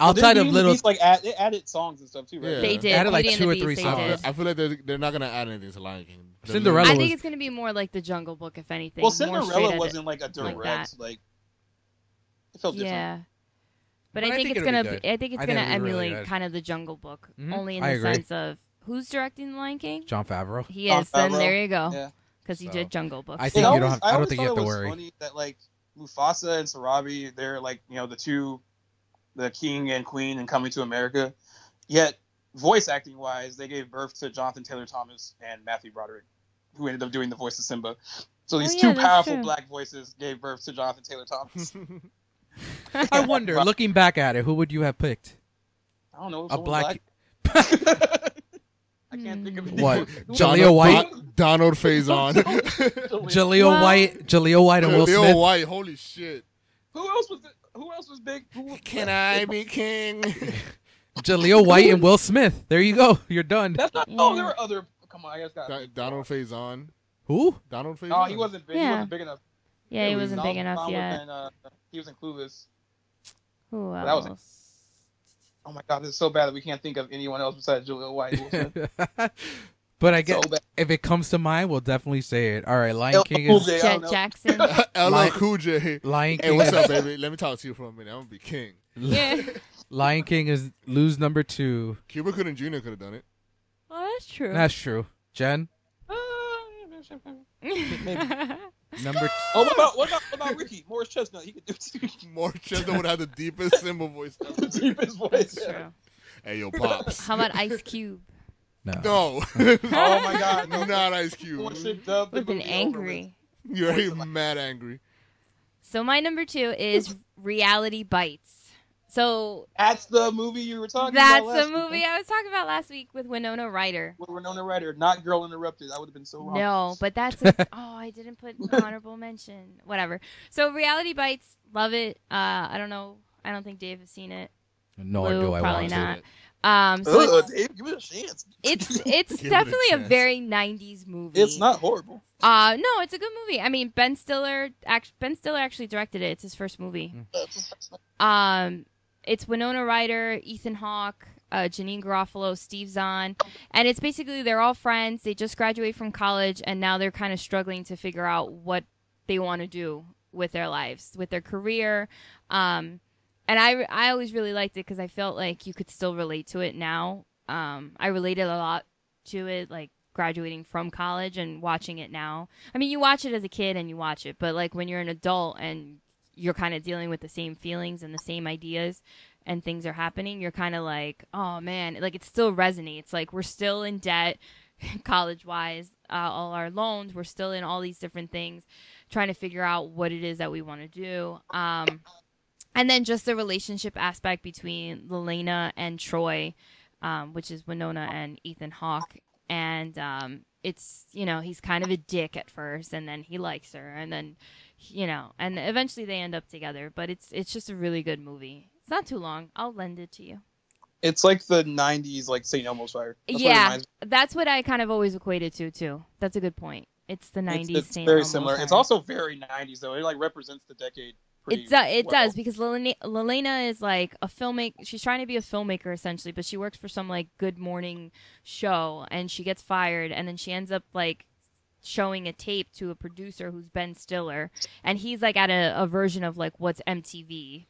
Speaker 2: Outside of
Speaker 4: Beauty and the
Speaker 2: little,
Speaker 4: Beast, like add, they added songs and stuff too, right?
Speaker 3: Yeah.
Speaker 5: They
Speaker 2: They
Speaker 5: did.
Speaker 2: added, like,
Speaker 5: Beauty and
Speaker 2: two
Speaker 5: the
Speaker 2: or three
Speaker 5: Beast,
Speaker 3: I
Speaker 5: They
Speaker 3: feel,
Speaker 5: did.
Speaker 3: I feel like they're, they're not gonna add anything to Lion King. They're
Speaker 2: Cinderella
Speaker 5: I
Speaker 3: literally-
Speaker 5: think
Speaker 2: was-
Speaker 5: it's gonna be more like the Jungle Book, if anything.
Speaker 4: Well,
Speaker 5: more straight at
Speaker 4: Cinderella
Speaker 5: it.
Speaker 4: wasn't like a
Speaker 5: like
Speaker 4: direct,
Speaker 5: that.
Speaker 4: like, it felt different.
Speaker 5: Yeah. But,
Speaker 2: But
Speaker 5: I,
Speaker 2: I
Speaker 5: think,
Speaker 2: think
Speaker 5: it's
Speaker 2: it'll be
Speaker 5: gonna
Speaker 2: good.
Speaker 5: be, I think it's
Speaker 2: I think
Speaker 5: gonna
Speaker 2: it'll be really
Speaker 5: emulate
Speaker 2: good.
Speaker 5: kind of the Jungle Book,
Speaker 2: Mhm.
Speaker 5: only in
Speaker 2: I
Speaker 5: the
Speaker 2: agree.
Speaker 5: sense of who's directing The Lion King.
Speaker 2: John Favreau.
Speaker 5: He
Speaker 4: John
Speaker 5: is. Then
Speaker 4: Favreau.
Speaker 5: there you go.
Speaker 4: Yeah.
Speaker 5: Because
Speaker 2: So,
Speaker 5: he did Jungle Book.
Speaker 2: I
Speaker 5: so-
Speaker 2: think
Speaker 4: It
Speaker 2: you
Speaker 4: always-
Speaker 2: don't have- I
Speaker 4: I
Speaker 2: don't
Speaker 4: always
Speaker 2: think you
Speaker 4: thought
Speaker 2: have
Speaker 4: it
Speaker 2: to
Speaker 4: was
Speaker 2: worry.
Speaker 4: Funny that like Mufasa and Sarabi, they're like you know the two, the king and queen, and coming to America. Yet, voice acting wise, they gave birth to Jonathan Taylor Thomas and Matthew Broderick, who ended up doing the voice of Simba. So these
Speaker 5: Oh, yeah,
Speaker 4: two
Speaker 5: that's
Speaker 4: powerful
Speaker 5: true.
Speaker 4: black voices gave birth to Jonathan Taylor Thomas.
Speaker 2: I wonder, looking back at it, who would you have picked?
Speaker 4: I don't know.
Speaker 2: A
Speaker 4: someone black.
Speaker 2: black,
Speaker 4: I can't think of
Speaker 5: Hmm.
Speaker 4: anyone.
Speaker 2: what?
Speaker 4: Who-
Speaker 2: Jaleel White,
Speaker 3: Don- Donald Faison,
Speaker 2: Jaleel
Speaker 5: Well-
Speaker 2: White, Jaleel White, and Will
Speaker 3: Leo
Speaker 2: Smith.
Speaker 3: White. Holy shit!
Speaker 4: Who else was? The, who else was big? Who,
Speaker 3: I be king?
Speaker 2: Jaleel White and Will Smith. There you go. You're done.
Speaker 4: That's not. Oh, there were other. Come on, I guess. Got,
Speaker 3: Donald Faison.
Speaker 2: Who?
Speaker 3: Donald Faison.
Speaker 4: no, Oh, he wasn't big. He
Speaker 5: Yeah.
Speaker 4: wasn't big enough.
Speaker 5: yeah, he
Speaker 4: It
Speaker 5: wasn't big
Speaker 4: Donald
Speaker 5: enough
Speaker 4: Trump
Speaker 5: yet.
Speaker 4: and, uh, he was in Clueless.
Speaker 5: Who
Speaker 4: That was-
Speaker 5: else?
Speaker 4: Oh my god, this is so bad that we can't think of anyone else besides Julia White. Wilson.
Speaker 2: but I
Speaker 4: so
Speaker 2: guess
Speaker 4: bad.
Speaker 2: if it comes to mind, we'll definitely say it. All right, Lion
Speaker 4: El
Speaker 2: King
Speaker 4: Cool
Speaker 2: is
Speaker 4: J, I
Speaker 5: Jet
Speaker 4: don't know.
Speaker 5: Jackson.
Speaker 3: LL
Speaker 2: Like-
Speaker 3: Cool J.
Speaker 2: Lion
Speaker 3: Hey,
Speaker 2: King.
Speaker 3: what's up, baby? Let me talk to you for a minute. I'm gonna be king.
Speaker 5: yeah.
Speaker 2: Lion King is lose number two.
Speaker 3: Cuba Gooding Jr. could have done it.
Speaker 5: Well, that's true.
Speaker 2: That's true. Jen
Speaker 4: Ah,
Speaker 2: number.
Speaker 4: Oh, what about what about, what about Ricky Morris Chestnut? He could do it
Speaker 3: More Chester would have the deepest cymbal voice
Speaker 4: in
Speaker 3: ever.
Speaker 4: the deepest voice.
Speaker 5: That's true.
Speaker 3: Hey, yo, pops.
Speaker 5: How about Ice Cube?
Speaker 2: No.
Speaker 3: No.
Speaker 4: Oh my god, no.
Speaker 3: Not Ice
Speaker 4: Someone
Speaker 3: Cube.
Speaker 4: should dub the
Speaker 5: We've been
Speaker 4: movie over with.
Speaker 5: angry.
Speaker 3: You're already mad angry.
Speaker 5: So my number two is Reality Bites. So
Speaker 4: That's the movie you were talking
Speaker 5: that's
Speaker 4: about.
Speaker 5: a
Speaker 4: last week.
Speaker 5: movie I was talking about last week with Winona Ryder.
Speaker 4: with Renona Ryder, not Girl Interrupted. I would have been
Speaker 5: Oh,
Speaker 4: so wrong.
Speaker 5: No, but that's a, oh, I didn't put honorable mention. Whatever. So Reality Bites, love it. Uh, I don't know. I don't think Dave has seen it.
Speaker 2: Nor
Speaker 5: Blue,
Speaker 2: do I
Speaker 5: probably
Speaker 2: want
Speaker 5: not.
Speaker 2: to.
Speaker 5: Um, so
Speaker 4: Ugh,
Speaker 5: it's
Speaker 4: Dave, give it a chance.
Speaker 5: it's, it's
Speaker 3: Give it a
Speaker 5: definitely a,
Speaker 3: chance.
Speaker 5: very '90s movie.
Speaker 4: It's not horrible.
Speaker 5: Uh, no, it's a good movie. I mean, Ben Stiller, act- Ben Stiller actually directed it. It's his first movie. Um, it's Winona Ryder, Ethan Hawke, uh, Janine Garofalo, Steve Zahn, and it's basically they're all friends. They just graduate from college, and now they're kind of struggling to figure out what they want to do with their lives, with their career. Um, and I, I always really liked it because I felt like you could still relate to it now. Um, I related a lot to it, like graduating from college and watching it now. I mean, you watch it as a kid and you watch it, but like when you're an adult and you're kind of dealing with the same feelings and the same ideas and things are happening, you're kind of like, oh man, like it still resonates. Like we're still in debt college wise, uh, all our loans, we're still in all these different things, trying to figure out what it is that we want to do. Um, and then just the relationship aspect between Lelena and Troy, um, which is Winona and Ethan Hawke. And um, it's, you know, he's kind of a dick at first and then he likes her and then you know, and eventually they end up together. But it's it's just a really good movie. It's not too long. I'll lend it to you.
Speaker 4: It's like the '90s, like St. Elmo's Fire. That's what it
Speaker 5: yeah,
Speaker 4: reminds me
Speaker 5: that's what I kind of always equated to too. That's a good point. It's the
Speaker 4: of.
Speaker 5: '90s.
Speaker 4: It's, it's
Speaker 5: Saint
Speaker 4: very
Speaker 5: Elmo's
Speaker 4: similar. It's
Speaker 5: Fire.
Speaker 4: also very '90s though. It like represents the decade. pretty
Speaker 5: It, do, it
Speaker 4: well.
Speaker 5: does because Lelena, Lelena is like a filmmaker. She's trying to be a filmmaker essentially, but she works for some like Good Morning show, and she gets fired, and then she ends up like showing a tape to a producer who's Ben Stiller, and he's like at a, a version of like what's MTV,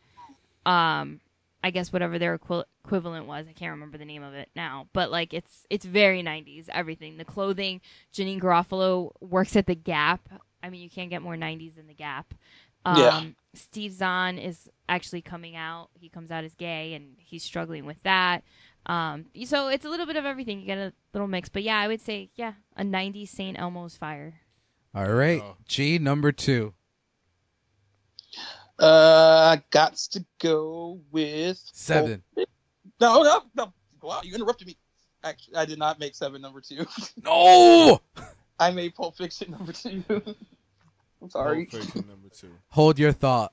Speaker 5: um, I guess whatever their equi- equivalent was. I can't remember the name of it now, but like it's it's very '90s. Everything, the clothing. Janine Garofalo works at the Gap. I mean, you can't get more '90s than the Gap. Um,
Speaker 4: Yeah.
Speaker 5: Steve Zahn is actually coming out. He comes out as gay, and he's struggling with that. Um, so it's a little bit of everything. You get a little mix, but yeah, I would say yeah, a '90s Saint Elmo's Fire.
Speaker 2: All right,
Speaker 3: No.
Speaker 2: G number two.
Speaker 4: Uh, got to go with
Speaker 2: Seven.
Speaker 4: No, no, no. Wow, you interrupted me. Actually, I did not make seven number two. Oh.
Speaker 2: No.
Speaker 4: I made Pulp Fiction number two. I'm sorry.
Speaker 3: Pulp Fiction number two.
Speaker 2: Hold your thought.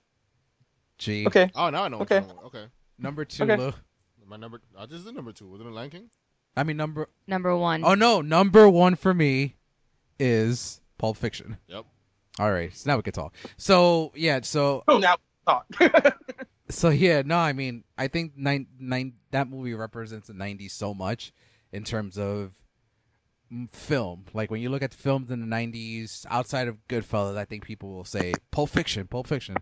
Speaker 2: G.
Speaker 4: Okay.
Speaker 3: Oh, now I know.
Speaker 4: Okay.
Speaker 3: Okay. Okay.
Speaker 2: Number two.
Speaker 4: Okay.
Speaker 2: Lou.
Speaker 3: My number. Oh, this is the number two. Wasn't it Lion King?
Speaker 2: I mean number.
Speaker 5: Number one.
Speaker 2: Oh no, number one for me is Pulp Fiction.
Speaker 3: Yep.
Speaker 2: All right, so now we can talk. So yeah, so
Speaker 4: Oh, now talk.
Speaker 2: so yeah, no, I mean, I think nine nine that movie represents the '90s so much in terms of mm, film. Like when you look at the films in the '90s, outside of Goodfellas, I think people will say Pulp Fiction, Pulp Fiction.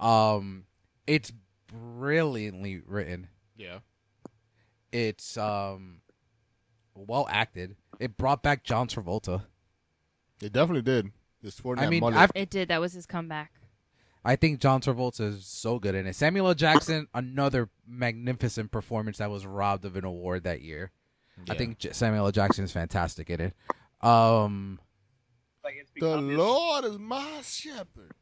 Speaker 2: Um, it's brilliantly written.
Speaker 3: Yeah.
Speaker 2: It's um, well acted. It brought back John Travolta.
Speaker 3: It definitely did. Just swore
Speaker 2: I
Speaker 3: that
Speaker 2: mean,
Speaker 3: mullet.
Speaker 2: I've
Speaker 5: It did. That was his comeback.
Speaker 2: I think John Travolta is so good in it. Samuel L. Jackson, another magnificent performance that was robbed of an award that year. I
Speaker 3: Yeah.
Speaker 2: think J- Samuel L. Jackson is fantastic in it. Um,
Speaker 4: Like, it's
Speaker 3: the
Speaker 4: become-
Speaker 3: Lord is my shepherd.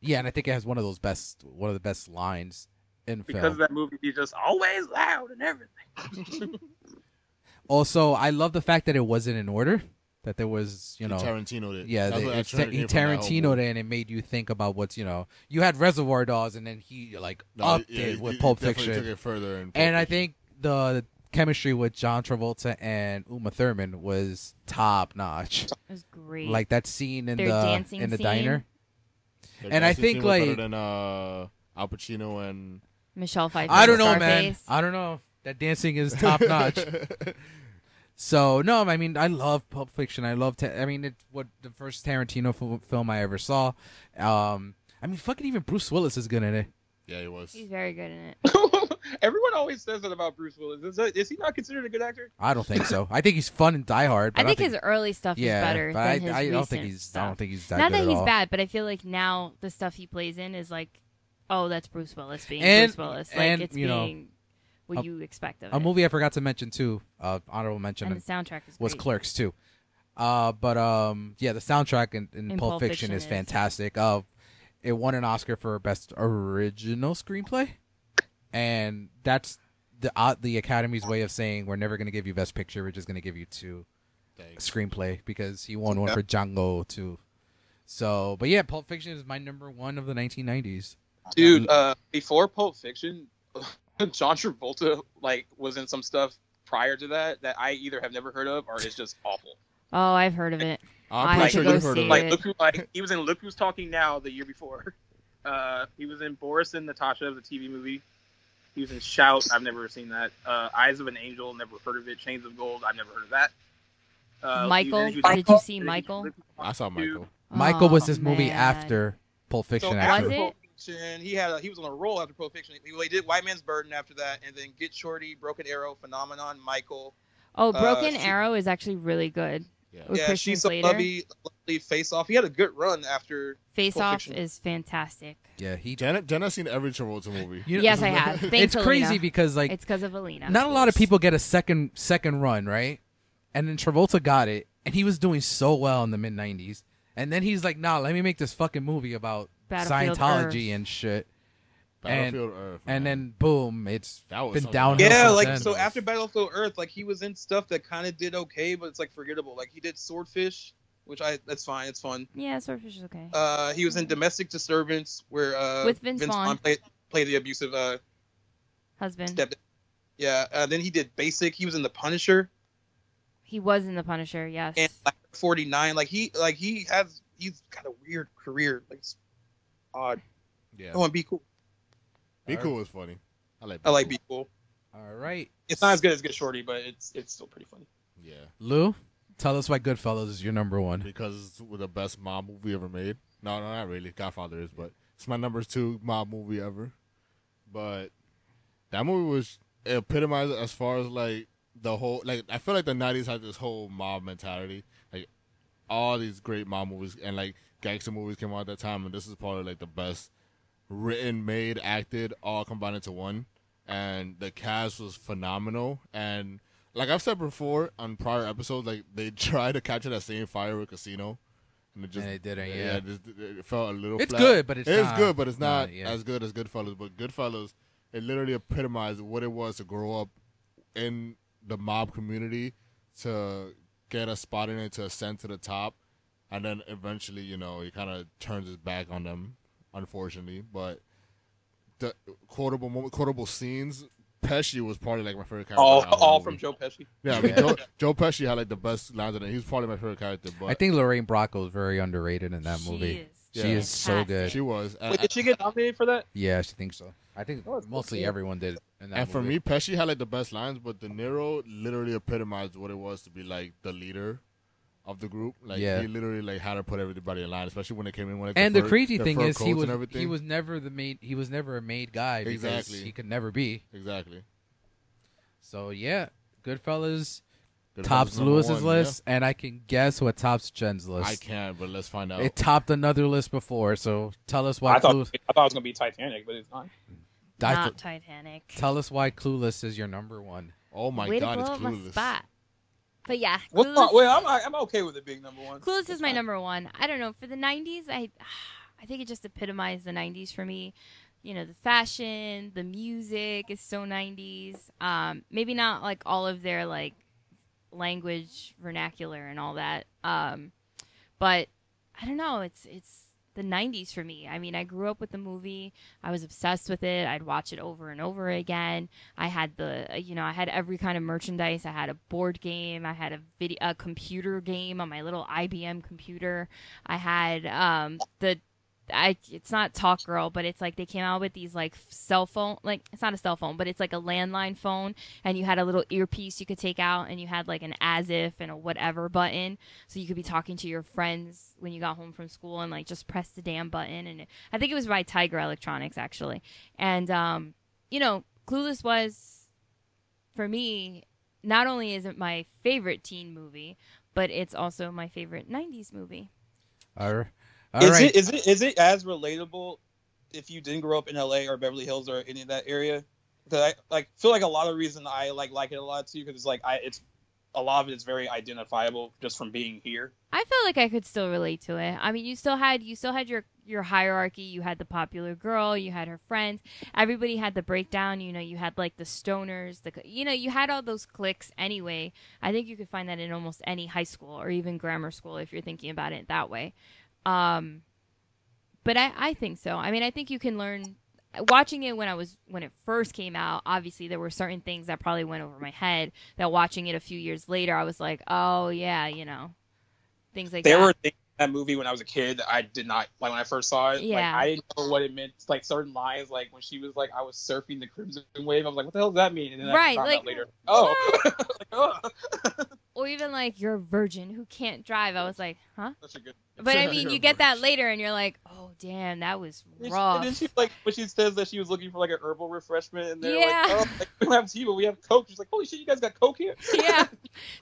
Speaker 2: yeah, and I think it has one of those best, one of the best lines in
Speaker 4: because
Speaker 2: film.
Speaker 4: of that movie, he's just always loud and everything.
Speaker 2: also, I love the fact that it wasn't in order. That there was, you
Speaker 3: He
Speaker 2: know,
Speaker 3: Tarantino did.
Speaker 2: yeah,
Speaker 3: That's
Speaker 2: they,
Speaker 3: where
Speaker 2: it's,
Speaker 3: Tarantino
Speaker 2: he
Speaker 3: came from, that
Speaker 2: Tarantinoed
Speaker 3: album.
Speaker 2: it, and it made you think about what's, you know, you had Reservoir Dogs, and then he like
Speaker 3: No,
Speaker 2: upped
Speaker 3: yeah,
Speaker 2: it
Speaker 3: he-
Speaker 2: with
Speaker 3: he
Speaker 2: Pulp
Speaker 3: definitely
Speaker 2: Fiction.
Speaker 3: Took it further in Pulp
Speaker 2: and I
Speaker 3: Fiction.
Speaker 2: think the chemistry with John Travolta and Uma Thurman was top notch.
Speaker 5: It was great.
Speaker 2: Like that scene in
Speaker 5: Their
Speaker 2: the
Speaker 5: dancing
Speaker 2: in the
Speaker 5: scene.
Speaker 2: diner.
Speaker 3: Their
Speaker 2: and I
Speaker 3: dancing
Speaker 2: think,
Speaker 3: scene was better
Speaker 2: like-
Speaker 3: than uh, Al Pacino and
Speaker 5: Michelle Pfeiffer.
Speaker 2: I don't know, man.
Speaker 5: Scarface.
Speaker 2: I don't know. That dancing is top notch. So no, I mean I love Pulp Fiction. I love. Ta- I mean it's what the first Tarantino fil- film I ever saw. Um, I mean fucking even Bruce Willis is good in it.
Speaker 3: yeah, he was.
Speaker 5: He's very good in it.
Speaker 4: Everyone always says that about Bruce Willis. Is, that, is he not considered a good actor?
Speaker 2: I don't think so. I think he's fun and Die Hard. But
Speaker 5: I think
Speaker 2: don't
Speaker 5: his early stuff
Speaker 2: yeah,
Speaker 5: is better
Speaker 2: but
Speaker 5: than
Speaker 2: I,
Speaker 5: his
Speaker 2: I don't think
Speaker 5: recent
Speaker 2: he's. I
Speaker 5: stuff.
Speaker 2: don't think he's that
Speaker 5: Not
Speaker 2: good
Speaker 5: that
Speaker 2: at
Speaker 5: he's
Speaker 2: all.
Speaker 5: bad, but I feel like now the stuff he plays in is like, oh, that's Bruce Willis being
Speaker 2: And-
Speaker 5: Bruce Willis. Like
Speaker 2: and,
Speaker 5: it's
Speaker 2: you know,
Speaker 5: being what
Speaker 2: a-
Speaker 5: you expect of
Speaker 2: A
Speaker 5: it.
Speaker 2: movie I forgot to mention too. Uh, honorable mention
Speaker 5: and the soundtrack is
Speaker 2: was
Speaker 5: great.
Speaker 2: Clerks too. Uh, but um, yeah, the soundtrack in, in,
Speaker 5: In
Speaker 2: Pulp,
Speaker 5: Pulp
Speaker 2: Fiction,
Speaker 5: Fiction
Speaker 2: is
Speaker 5: is-
Speaker 2: fantastic. Uh, it won an Oscar for best original screenplay, and that's the uh, the Academy's way of saying we're never going to give you best picture. We're just going to give you two
Speaker 3: Thanks.
Speaker 2: screenplay because he won one
Speaker 7: Okay.
Speaker 2: for Django too. So, but yeah, Pulp Fiction is my number one of the 1990s.
Speaker 4: Dude, uh, before Pulp Fiction, John Travolta like was in some stuff prior to that that I either have never heard of or is just awful.
Speaker 5: Oh, I've heard of it. I
Speaker 3: I'm
Speaker 5: had to
Speaker 3: pretty sure
Speaker 5: go
Speaker 3: you've heard
Speaker 5: see
Speaker 3: of
Speaker 5: it.
Speaker 3: it.
Speaker 4: Like look who like he was in Look Who's Talking Now the year before. Uh, he was in Boris and Natasha, the TV movie. He was in Shout. I've never seen that. Uh, Eyes of an Angel. Never heard of it. Chains of Gold. I've never heard of that. Uh,
Speaker 5: Michael?
Speaker 4: he was in-
Speaker 5: Did you see Michael?
Speaker 3: I saw Michael.
Speaker 2: Michael was
Speaker 5: Oh,
Speaker 2: this movie
Speaker 5: man.
Speaker 2: after Pulp Fiction.
Speaker 4: So
Speaker 2: actually.
Speaker 4: after
Speaker 5: Was it?
Speaker 4: Pulp Fiction, he had a, he was on a roll after Pulp Fiction. He, well, he did White Man's Burden after that, and then Get Shorty, Broken Arrow, Phenomenon, Michael.
Speaker 5: Oh,
Speaker 4: Uh,
Speaker 5: Broken
Speaker 4: she-
Speaker 5: Arrow is actually really good.
Speaker 3: Yeah.
Speaker 5: With
Speaker 4: yeah,
Speaker 5: Christian
Speaker 4: she's so
Speaker 5: Slater.
Speaker 4: lovely, lovely face off. He had a good run after.
Speaker 5: Face
Speaker 4: Pulp
Speaker 5: Off
Speaker 4: Fiction.
Speaker 5: is fantastic.
Speaker 2: Yeah, he.
Speaker 3: Janet, Janet's seen every Travolta movie.
Speaker 2: You know-
Speaker 5: yes, I have. Thanks,
Speaker 2: it's crazy
Speaker 5: Alina.
Speaker 2: because like
Speaker 5: it's because of Alina.
Speaker 2: not a lot of people get a second second run, right? And then Travolta got it, and he was doing so well in the mid '90s. And then he's like, "Nah, let me make this fucking movie about
Speaker 5: Battlefield
Speaker 2: Scientology
Speaker 5: Earth.
Speaker 2: and shit."
Speaker 3: Battlefield Earth.
Speaker 2: And
Speaker 3: man.
Speaker 2: then boom, it's
Speaker 3: That was
Speaker 2: been
Speaker 3: something
Speaker 2: downhill.
Speaker 3: else.
Speaker 4: Yeah,
Speaker 2: since
Speaker 4: like
Speaker 2: then.
Speaker 4: so after Battlefield Earth, like he was in stuff that kind of did okay, but it's like forgettable. Like he did Swordfish, which I that's fine, it's fun.
Speaker 5: Yeah, Swordfish is okay.
Speaker 4: Uh, he was in Domestic Disturbance, where uh,
Speaker 5: With Vince Vaughn.
Speaker 4: played played the abusive uh,
Speaker 5: Husband.
Speaker 4: step. Yeah, uh, then he did Basic. He was in The Punisher.
Speaker 5: He was in The Punisher. Yes.
Speaker 4: and like 49 like he like he has he's got a weird career like it's odd
Speaker 3: Yeah.
Speaker 4: oh and be cool
Speaker 3: Be Cool was funny. I like Be
Speaker 4: i like
Speaker 3: Cool.
Speaker 4: be cool
Speaker 2: all right,
Speaker 4: it's not as good as get shorty but it's it's still pretty funny
Speaker 3: Yeah.
Speaker 2: Lou, tell us why Goodfellas is your number one.
Speaker 3: Because it's the best mob movie ever made. No, no, not really. Godfather is, but it's my number two mob movie ever. But that movie was epitomized as far as like the whole like I feel like the nineties had this whole mob mentality. Like all these great mob movies and like gangster movies came out at that time and this is probably like the best written, made, acted, all combined into one. And the cast was phenomenal. And like I've said before on prior episodes, like they tried to capture that same fire with Casino, and it just
Speaker 2: And it didn't,
Speaker 3: yeah,
Speaker 2: yeah.
Speaker 3: it, just, it felt a little.
Speaker 2: It's
Speaker 3: flat.
Speaker 2: good, but it's
Speaker 3: It is
Speaker 2: not-
Speaker 3: good, but it's
Speaker 2: not,
Speaker 3: not,
Speaker 2: yeah.
Speaker 3: as good as Goodfellas. But Goodfellas, it literally epitomized what it was to grow up in the mob community to get a spot in it to ascend to the top, and then eventually, you know, he kind of turns his back on them, unfortunately. But the quotable moment, quotable scenes. Pesci was probably like my favorite character.
Speaker 4: all
Speaker 3: in that whole
Speaker 4: all
Speaker 3: movie.
Speaker 4: from joe pesci
Speaker 3: Yeah, I mean, Joe, Joe Pesci had like the best lines in it. He was probably my favorite character, but
Speaker 2: I think Lorraine Bracco is very underrated in that
Speaker 5: She
Speaker 2: movie.
Speaker 5: is
Speaker 2: She
Speaker 3: Yeah.
Speaker 2: is so good.
Speaker 3: she was. And,
Speaker 4: Wait, did she get nominated for that
Speaker 2: Yeah, she thinks so. I think
Speaker 4: Oh, it's
Speaker 2: mostly
Speaker 4: okay.
Speaker 2: everyone did. In that
Speaker 3: and for
Speaker 2: movie.
Speaker 3: me, Pesci had like the best lines, but De Niro literally epitomized what it was to be like the leader of the group. Like
Speaker 2: Yeah.
Speaker 3: he literally like how to put everybody in line, especially when it came in. When, like,
Speaker 2: and the
Speaker 3: fur-
Speaker 2: crazy
Speaker 3: their
Speaker 2: thing
Speaker 3: fur
Speaker 2: is he
Speaker 3: coats
Speaker 2: was
Speaker 3: and everything.
Speaker 2: he was never the made he was never a made guy because
Speaker 3: Exactly.
Speaker 2: he could never be.
Speaker 3: exactly
Speaker 2: So yeah, Goodfellas
Speaker 3: Goodfellas
Speaker 2: tops
Speaker 3: number
Speaker 2: Lewis's
Speaker 3: one, yeah.
Speaker 2: list, and I can guess what tops Jen's list.
Speaker 3: I can't, but let's find out.
Speaker 2: It topped another list before, so tell us why
Speaker 4: i thought
Speaker 2: Clueless.
Speaker 4: i thought it was gonna be titanic but it's not
Speaker 2: I
Speaker 5: not
Speaker 2: th-
Speaker 5: Titanic.
Speaker 2: tell us why Clueless is your number one.
Speaker 3: oh my
Speaker 5: Way
Speaker 3: god,
Speaker 5: to
Speaker 3: it's
Speaker 5: blow up my
Speaker 3: clueless.
Speaker 5: spot. But yeah,
Speaker 4: well,
Speaker 5: Clueless,
Speaker 4: not, well I'm, I'm okay with it being number one
Speaker 5: Clueless is
Speaker 4: It's
Speaker 5: my
Speaker 4: fine.
Speaker 5: number one. I don't know for the '90s. I, I think it just epitomized the '90s for me. You know, the fashion, the music is so '90s. Um, maybe not like all of their like language vernacular and all that. Um, but I don't know. It's it's the '90s for me. I mean, I grew up with the movie. I was obsessed with it. I'd watch it over and over again. I had the uh, you know I had every kind of merchandise. I had a board game. I had a video a computer game on my little IBM computer. I had um, the I it's not Talk Girl, but it's like they came out with these like cell phone, like it's not a cell phone, but it's like a landline phone, and you had a little earpiece you could take out, and you had like an as if and a whatever button, so you could be talking to your friends when you got home from school, and like just press the damn button, and it, I think it was by Tiger Electronics actually, and um, you know, Clueless was for me not only is it my favorite teen movie, but it's also my favorite '90s movie.
Speaker 2: All right.
Speaker 8: is it is it is it as relatable if you didn't grow up in LA or Beverly Hills or any of that area? Because I like feel like a lot of reason I like like it a lot too because it's like I it's a lot of it is very identifiable just from being here.
Speaker 5: I felt like I could still relate to it. I mean, you still had you still had your your hierarchy. You had the popular girl. You had her friends. Everybody had the breakdown. You know, you had like the stoners. The you know, you had all those cliques anyway. I think you could find that in almost any high school or even grammar school if you're thinking about it that way. Um, but I I think so. I mean, I think you can learn. Watching it when I was when it first came out, obviously there were certain things that probably went over my head. That watching it a few years later, I was like, oh yeah, you know, things like
Speaker 8: there
Speaker 5: that.
Speaker 8: were things in that movie when I was a kid that I did not like when I first saw it.
Speaker 5: Yeah.
Speaker 8: Like I didn't know what it meant. Like certain lines, like when she was like, "I was surfing the crimson wave." I was like, "What the hell does that mean?" And then
Speaker 5: Right,
Speaker 8: I found
Speaker 5: like,
Speaker 8: out later. Oh, Like, oh.
Speaker 5: or even like you're a virgin who can't drive. I was like, huh?
Speaker 8: that's a good.
Speaker 5: But I mean, you get that later, and you're like, oh damn, that was
Speaker 8: And she-
Speaker 5: rough.
Speaker 8: And then she like when she says that she was looking for like an herbal refreshment, and they're
Speaker 5: Yeah.
Speaker 8: like, "Oh, like, we don't have tea, but we have Coke." She's like, "Holy shit, you guys got Coke here!"
Speaker 5: yeah.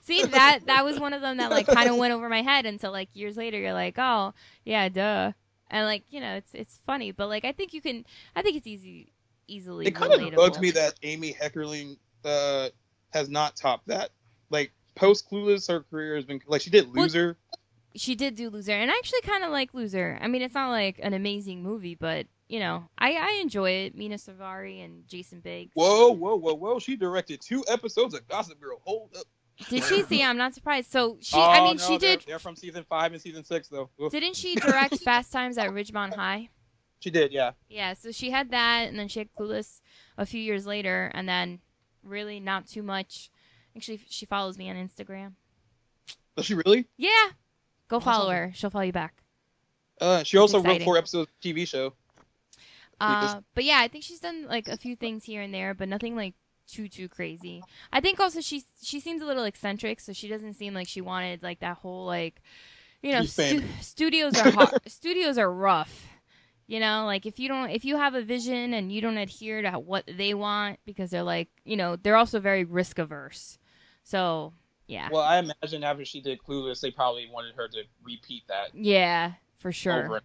Speaker 5: See that that was one of them that like kind of went over my head until like years later. You're like, oh yeah, duh. And like you know, it's it's funny, but like I think you can. I think it's easy, easily.
Speaker 8: It kind of
Speaker 5: relatable.
Speaker 8: bugs me that Amy Heckerling uh, has not topped that. Like post Clueless, her career has been like she did
Speaker 5: Well,
Speaker 8: Loser.
Speaker 5: she did do Loser, and I actually kind of like Loser. I mean, it's not like an amazing movie, but you know, I I enjoy it. Mina Savari and Jason Biggs.
Speaker 8: Whoa, whoa, whoa, whoa! She directed two episodes of Gossip Girl. Hold up.
Speaker 5: Did she see? I'm not surprised. So she, I
Speaker 8: Oh,
Speaker 5: mean,
Speaker 8: no,
Speaker 5: she
Speaker 8: they're-
Speaker 5: did.
Speaker 8: They're from season five and season six, though. Oof.
Speaker 5: Didn't she direct Fast Times at Ridgemont High?
Speaker 8: She did, yeah.
Speaker 5: Yeah, so she had that, and then she had Clueless a few years later, and then really not too much. Actually, she follows me on Instagram.
Speaker 8: Does she really?
Speaker 5: Yeah, go follow her. She'll follow you back.
Speaker 8: Uh, she also wrote
Speaker 5: exciting.
Speaker 8: four episodes of TV show.
Speaker 5: Uh, but yeah, I think she's done like a few things here and there, but nothing like too too crazy. I think also she she seems a little eccentric, so she doesn't seem like she wanted like that whole like you know
Speaker 8: She's famous.
Speaker 5: stu- studios are hard, studios are rough. You know, like if you don't if you have a vision and you don't adhere to what they want because they're like, you know, they're also very risk averse. So, yeah.
Speaker 8: Well, I imagine after she did Clueless, they probably wanted her to repeat that
Speaker 5: yeah, for sure.
Speaker 8: over.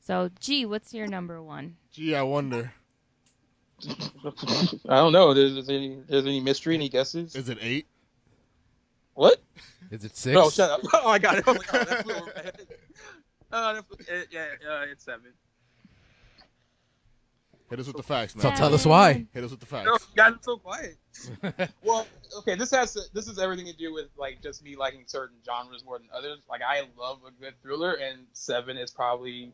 Speaker 5: So, gee, what's your number 1?
Speaker 3: Gee, I wonder.
Speaker 8: I don't know. There's, there's any there's any mystery, any guesses?
Speaker 3: Is it eight?
Speaker 8: what?
Speaker 2: Is it six?
Speaker 8: No, shut up. Oh, I got it. I was like, oh, that flew over my head. Oh, that flew- eh, yeah, uh, it's seven.
Speaker 3: Hit us with the facts,
Speaker 2: So
Speaker 3: man.
Speaker 2: tell us why.
Speaker 3: Hit us with the
Speaker 8: No, you
Speaker 3: facts.
Speaker 8: got so quiet. well, okay, this has to, this is everything to do with like just me liking certain genres more than others. Like I love a good thriller, and Seven is probably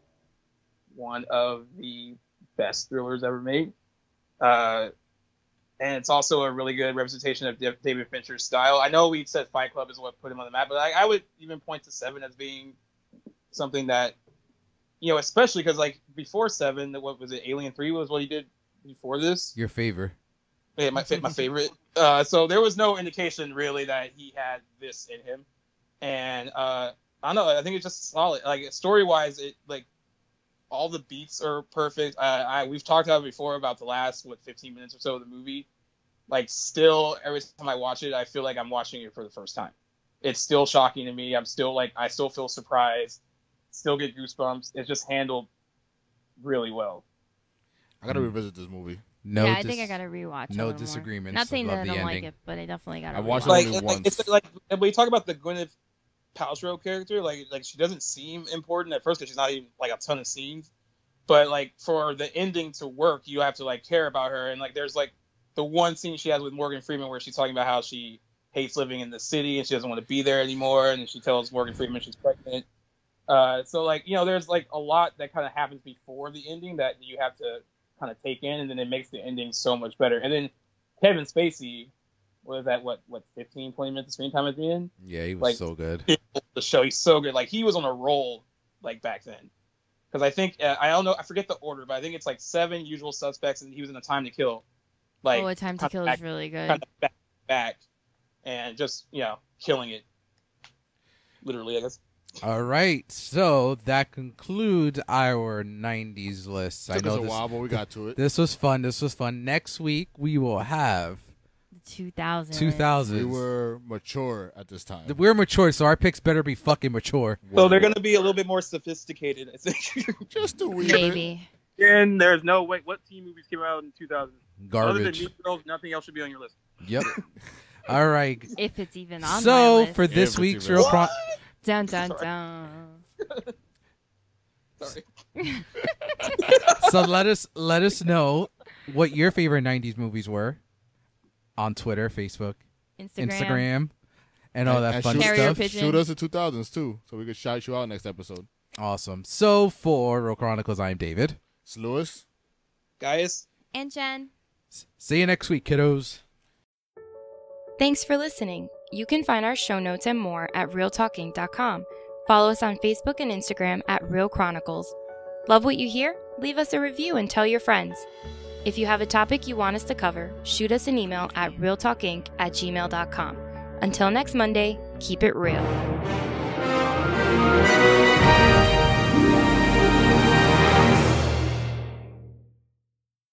Speaker 8: one of the best thrillers ever made. Uh, and it's also a really good representation of Div- David Fincher's style. I know we said Fight Club is what put him on the map, but I, I would even point to Seven as being something that you know, especially because like before Seven, what was it? Alien Three was what he did before this.
Speaker 2: Your favor.
Speaker 8: Yeah, my fa- my favorite. Uh, so there was no indication really that he had this in him, and uh, I don't know. I think it's just solid. Like story wise, it like all the beats are perfect. Uh, I we've talked about it before about the last what 15 minutes or so of the movie. Like still, every time I watch it, I feel like I'm watching it for the first time. It's still shocking to me. I'm still like I still feel surprised. Still get goosebumps. It's just handled really well.
Speaker 3: I gotta revisit this movie.
Speaker 2: No.
Speaker 5: yeah, I
Speaker 2: dis-
Speaker 5: think I got to rewatch it a
Speaker 2: no
Speaker 5: little more.
Speaker 2: disagreements
Speaker 5: Not saying
Speaker 2: about
Speaker 5: that I
Speaker 2: the
Speaker 5: don't like
Speaker 2: ending.
Speaker 5: it, but I definitely got to
Speaker 3: I watched
Speaker 5: rewatch
Speaker 3: it
Speaker 8: like,
Speaker 5: it.
Speaker 3: only
Speaker 8: it's like
Speaker 3: once.
Speaker 8: it's like and when you talk about the Gwyneth Paltrow character, like like she doesn't seem important at first because she's not even like a ton of scenes, but like for the ending to work, you have to like care about her and like there's like the one scene she has with Morgan Freeman where she's talking about how she hates living in the city and she doesn't want to be there anymore and she tells Morgan Freeman she's pregnant. Uh, so like you know, there's like a lot that kind of happens before the ending that you have to kind of take in, and then it makes the ending so much better. And then Kevin Spacey was at what what 15, 20 minutes of screen time at the end.
Speaker 2: Yeah, he was
Speaker 8: like-
Speaker 2: so good.
Speaker 8: The show he's so good, like he was on a roll like back then. because I think uh, I don't know I forget the order, but I think it's like seven usual suspects, and he was in a Time to Kill, like
Speaker 4: oh, a time to
Speaker 8: come
Speaker 4: kill
Speaker 8: back-
Speaker 4: is really good.
Speaker 8: kind of back, back, and just you know killing it, literally. I guess.
Speaker 2: All right, so that concludes our '90s list. I
Speaker 3: Took us
Speaker 2: know
Speaker 3: a
Speaker 2: this,
Speaker 3: while, but we got to it.
Speaker 2: this was fun. This was fun. Next week we will have
Speaker 4: Two thousand.
Speaker 2: 2000s.
Speaker 3: We were mature at this time.
Speaker 2: We're mature, so our picks better be fucking mature.
Speaker 8: So they're gonna be a little bit more sophisticated, I think.
Speaker 3: just a wee bit.
Speaker 4: Maybe.
Speaker 8: And there's no wait. What T movies came out in 2000? Other than
Speaker 2: Garbage.
Speaker 8: New Girls, nothing else should be on your list.
Speaker 2: Yep. All right.
Speaker 4: If it's even on my
Speaker 2: So
Speaker 4: list.
Speaker 2: for this
Speaker 3: Yeah, but
Speaker 2: week's
Speaker 3: you
Speaker 2: real
Speaker 3: really-
Speaker 2: Chron-
Speaker 4: dun dun
Speaker 8: Sorry.
Speaker 4: dun.
Speaker 8: Sorry.
Speaker 2: so let us let us know what your favorite '90s movies were on Twitter, Facebook,
Speaker 4: Instagram.
Speaker 2: Instagram, and all that
Speaker 3: And
Speaker 2: fun
Speaker 3: shoot-
Speaker 4: Carrier
Speaker 2: stuff.
Speaker 4: pigeon.
Speaker 3: Shoot us the 2000s too, so we could shout you out next episode.
Speaker 2: Awesome. So for Real Chronicles, I am David.
Speaker 3: It's Lewis.
Speaker 8: Guys,
Speaker 4: And Jen.
Speaker 2: S- See you next week, kiddos.
Speaker 5: Thanks for listening. You can find our show notes and more at realtalking.com. Follow us on Facebook and Instagram at Real Chronicles. Love what you hear? Leave us a review and tell your friends. If you have a topic you want us to cover, shoot us an email at realtalkinc at gmail.com. Until next Monday, keep it real.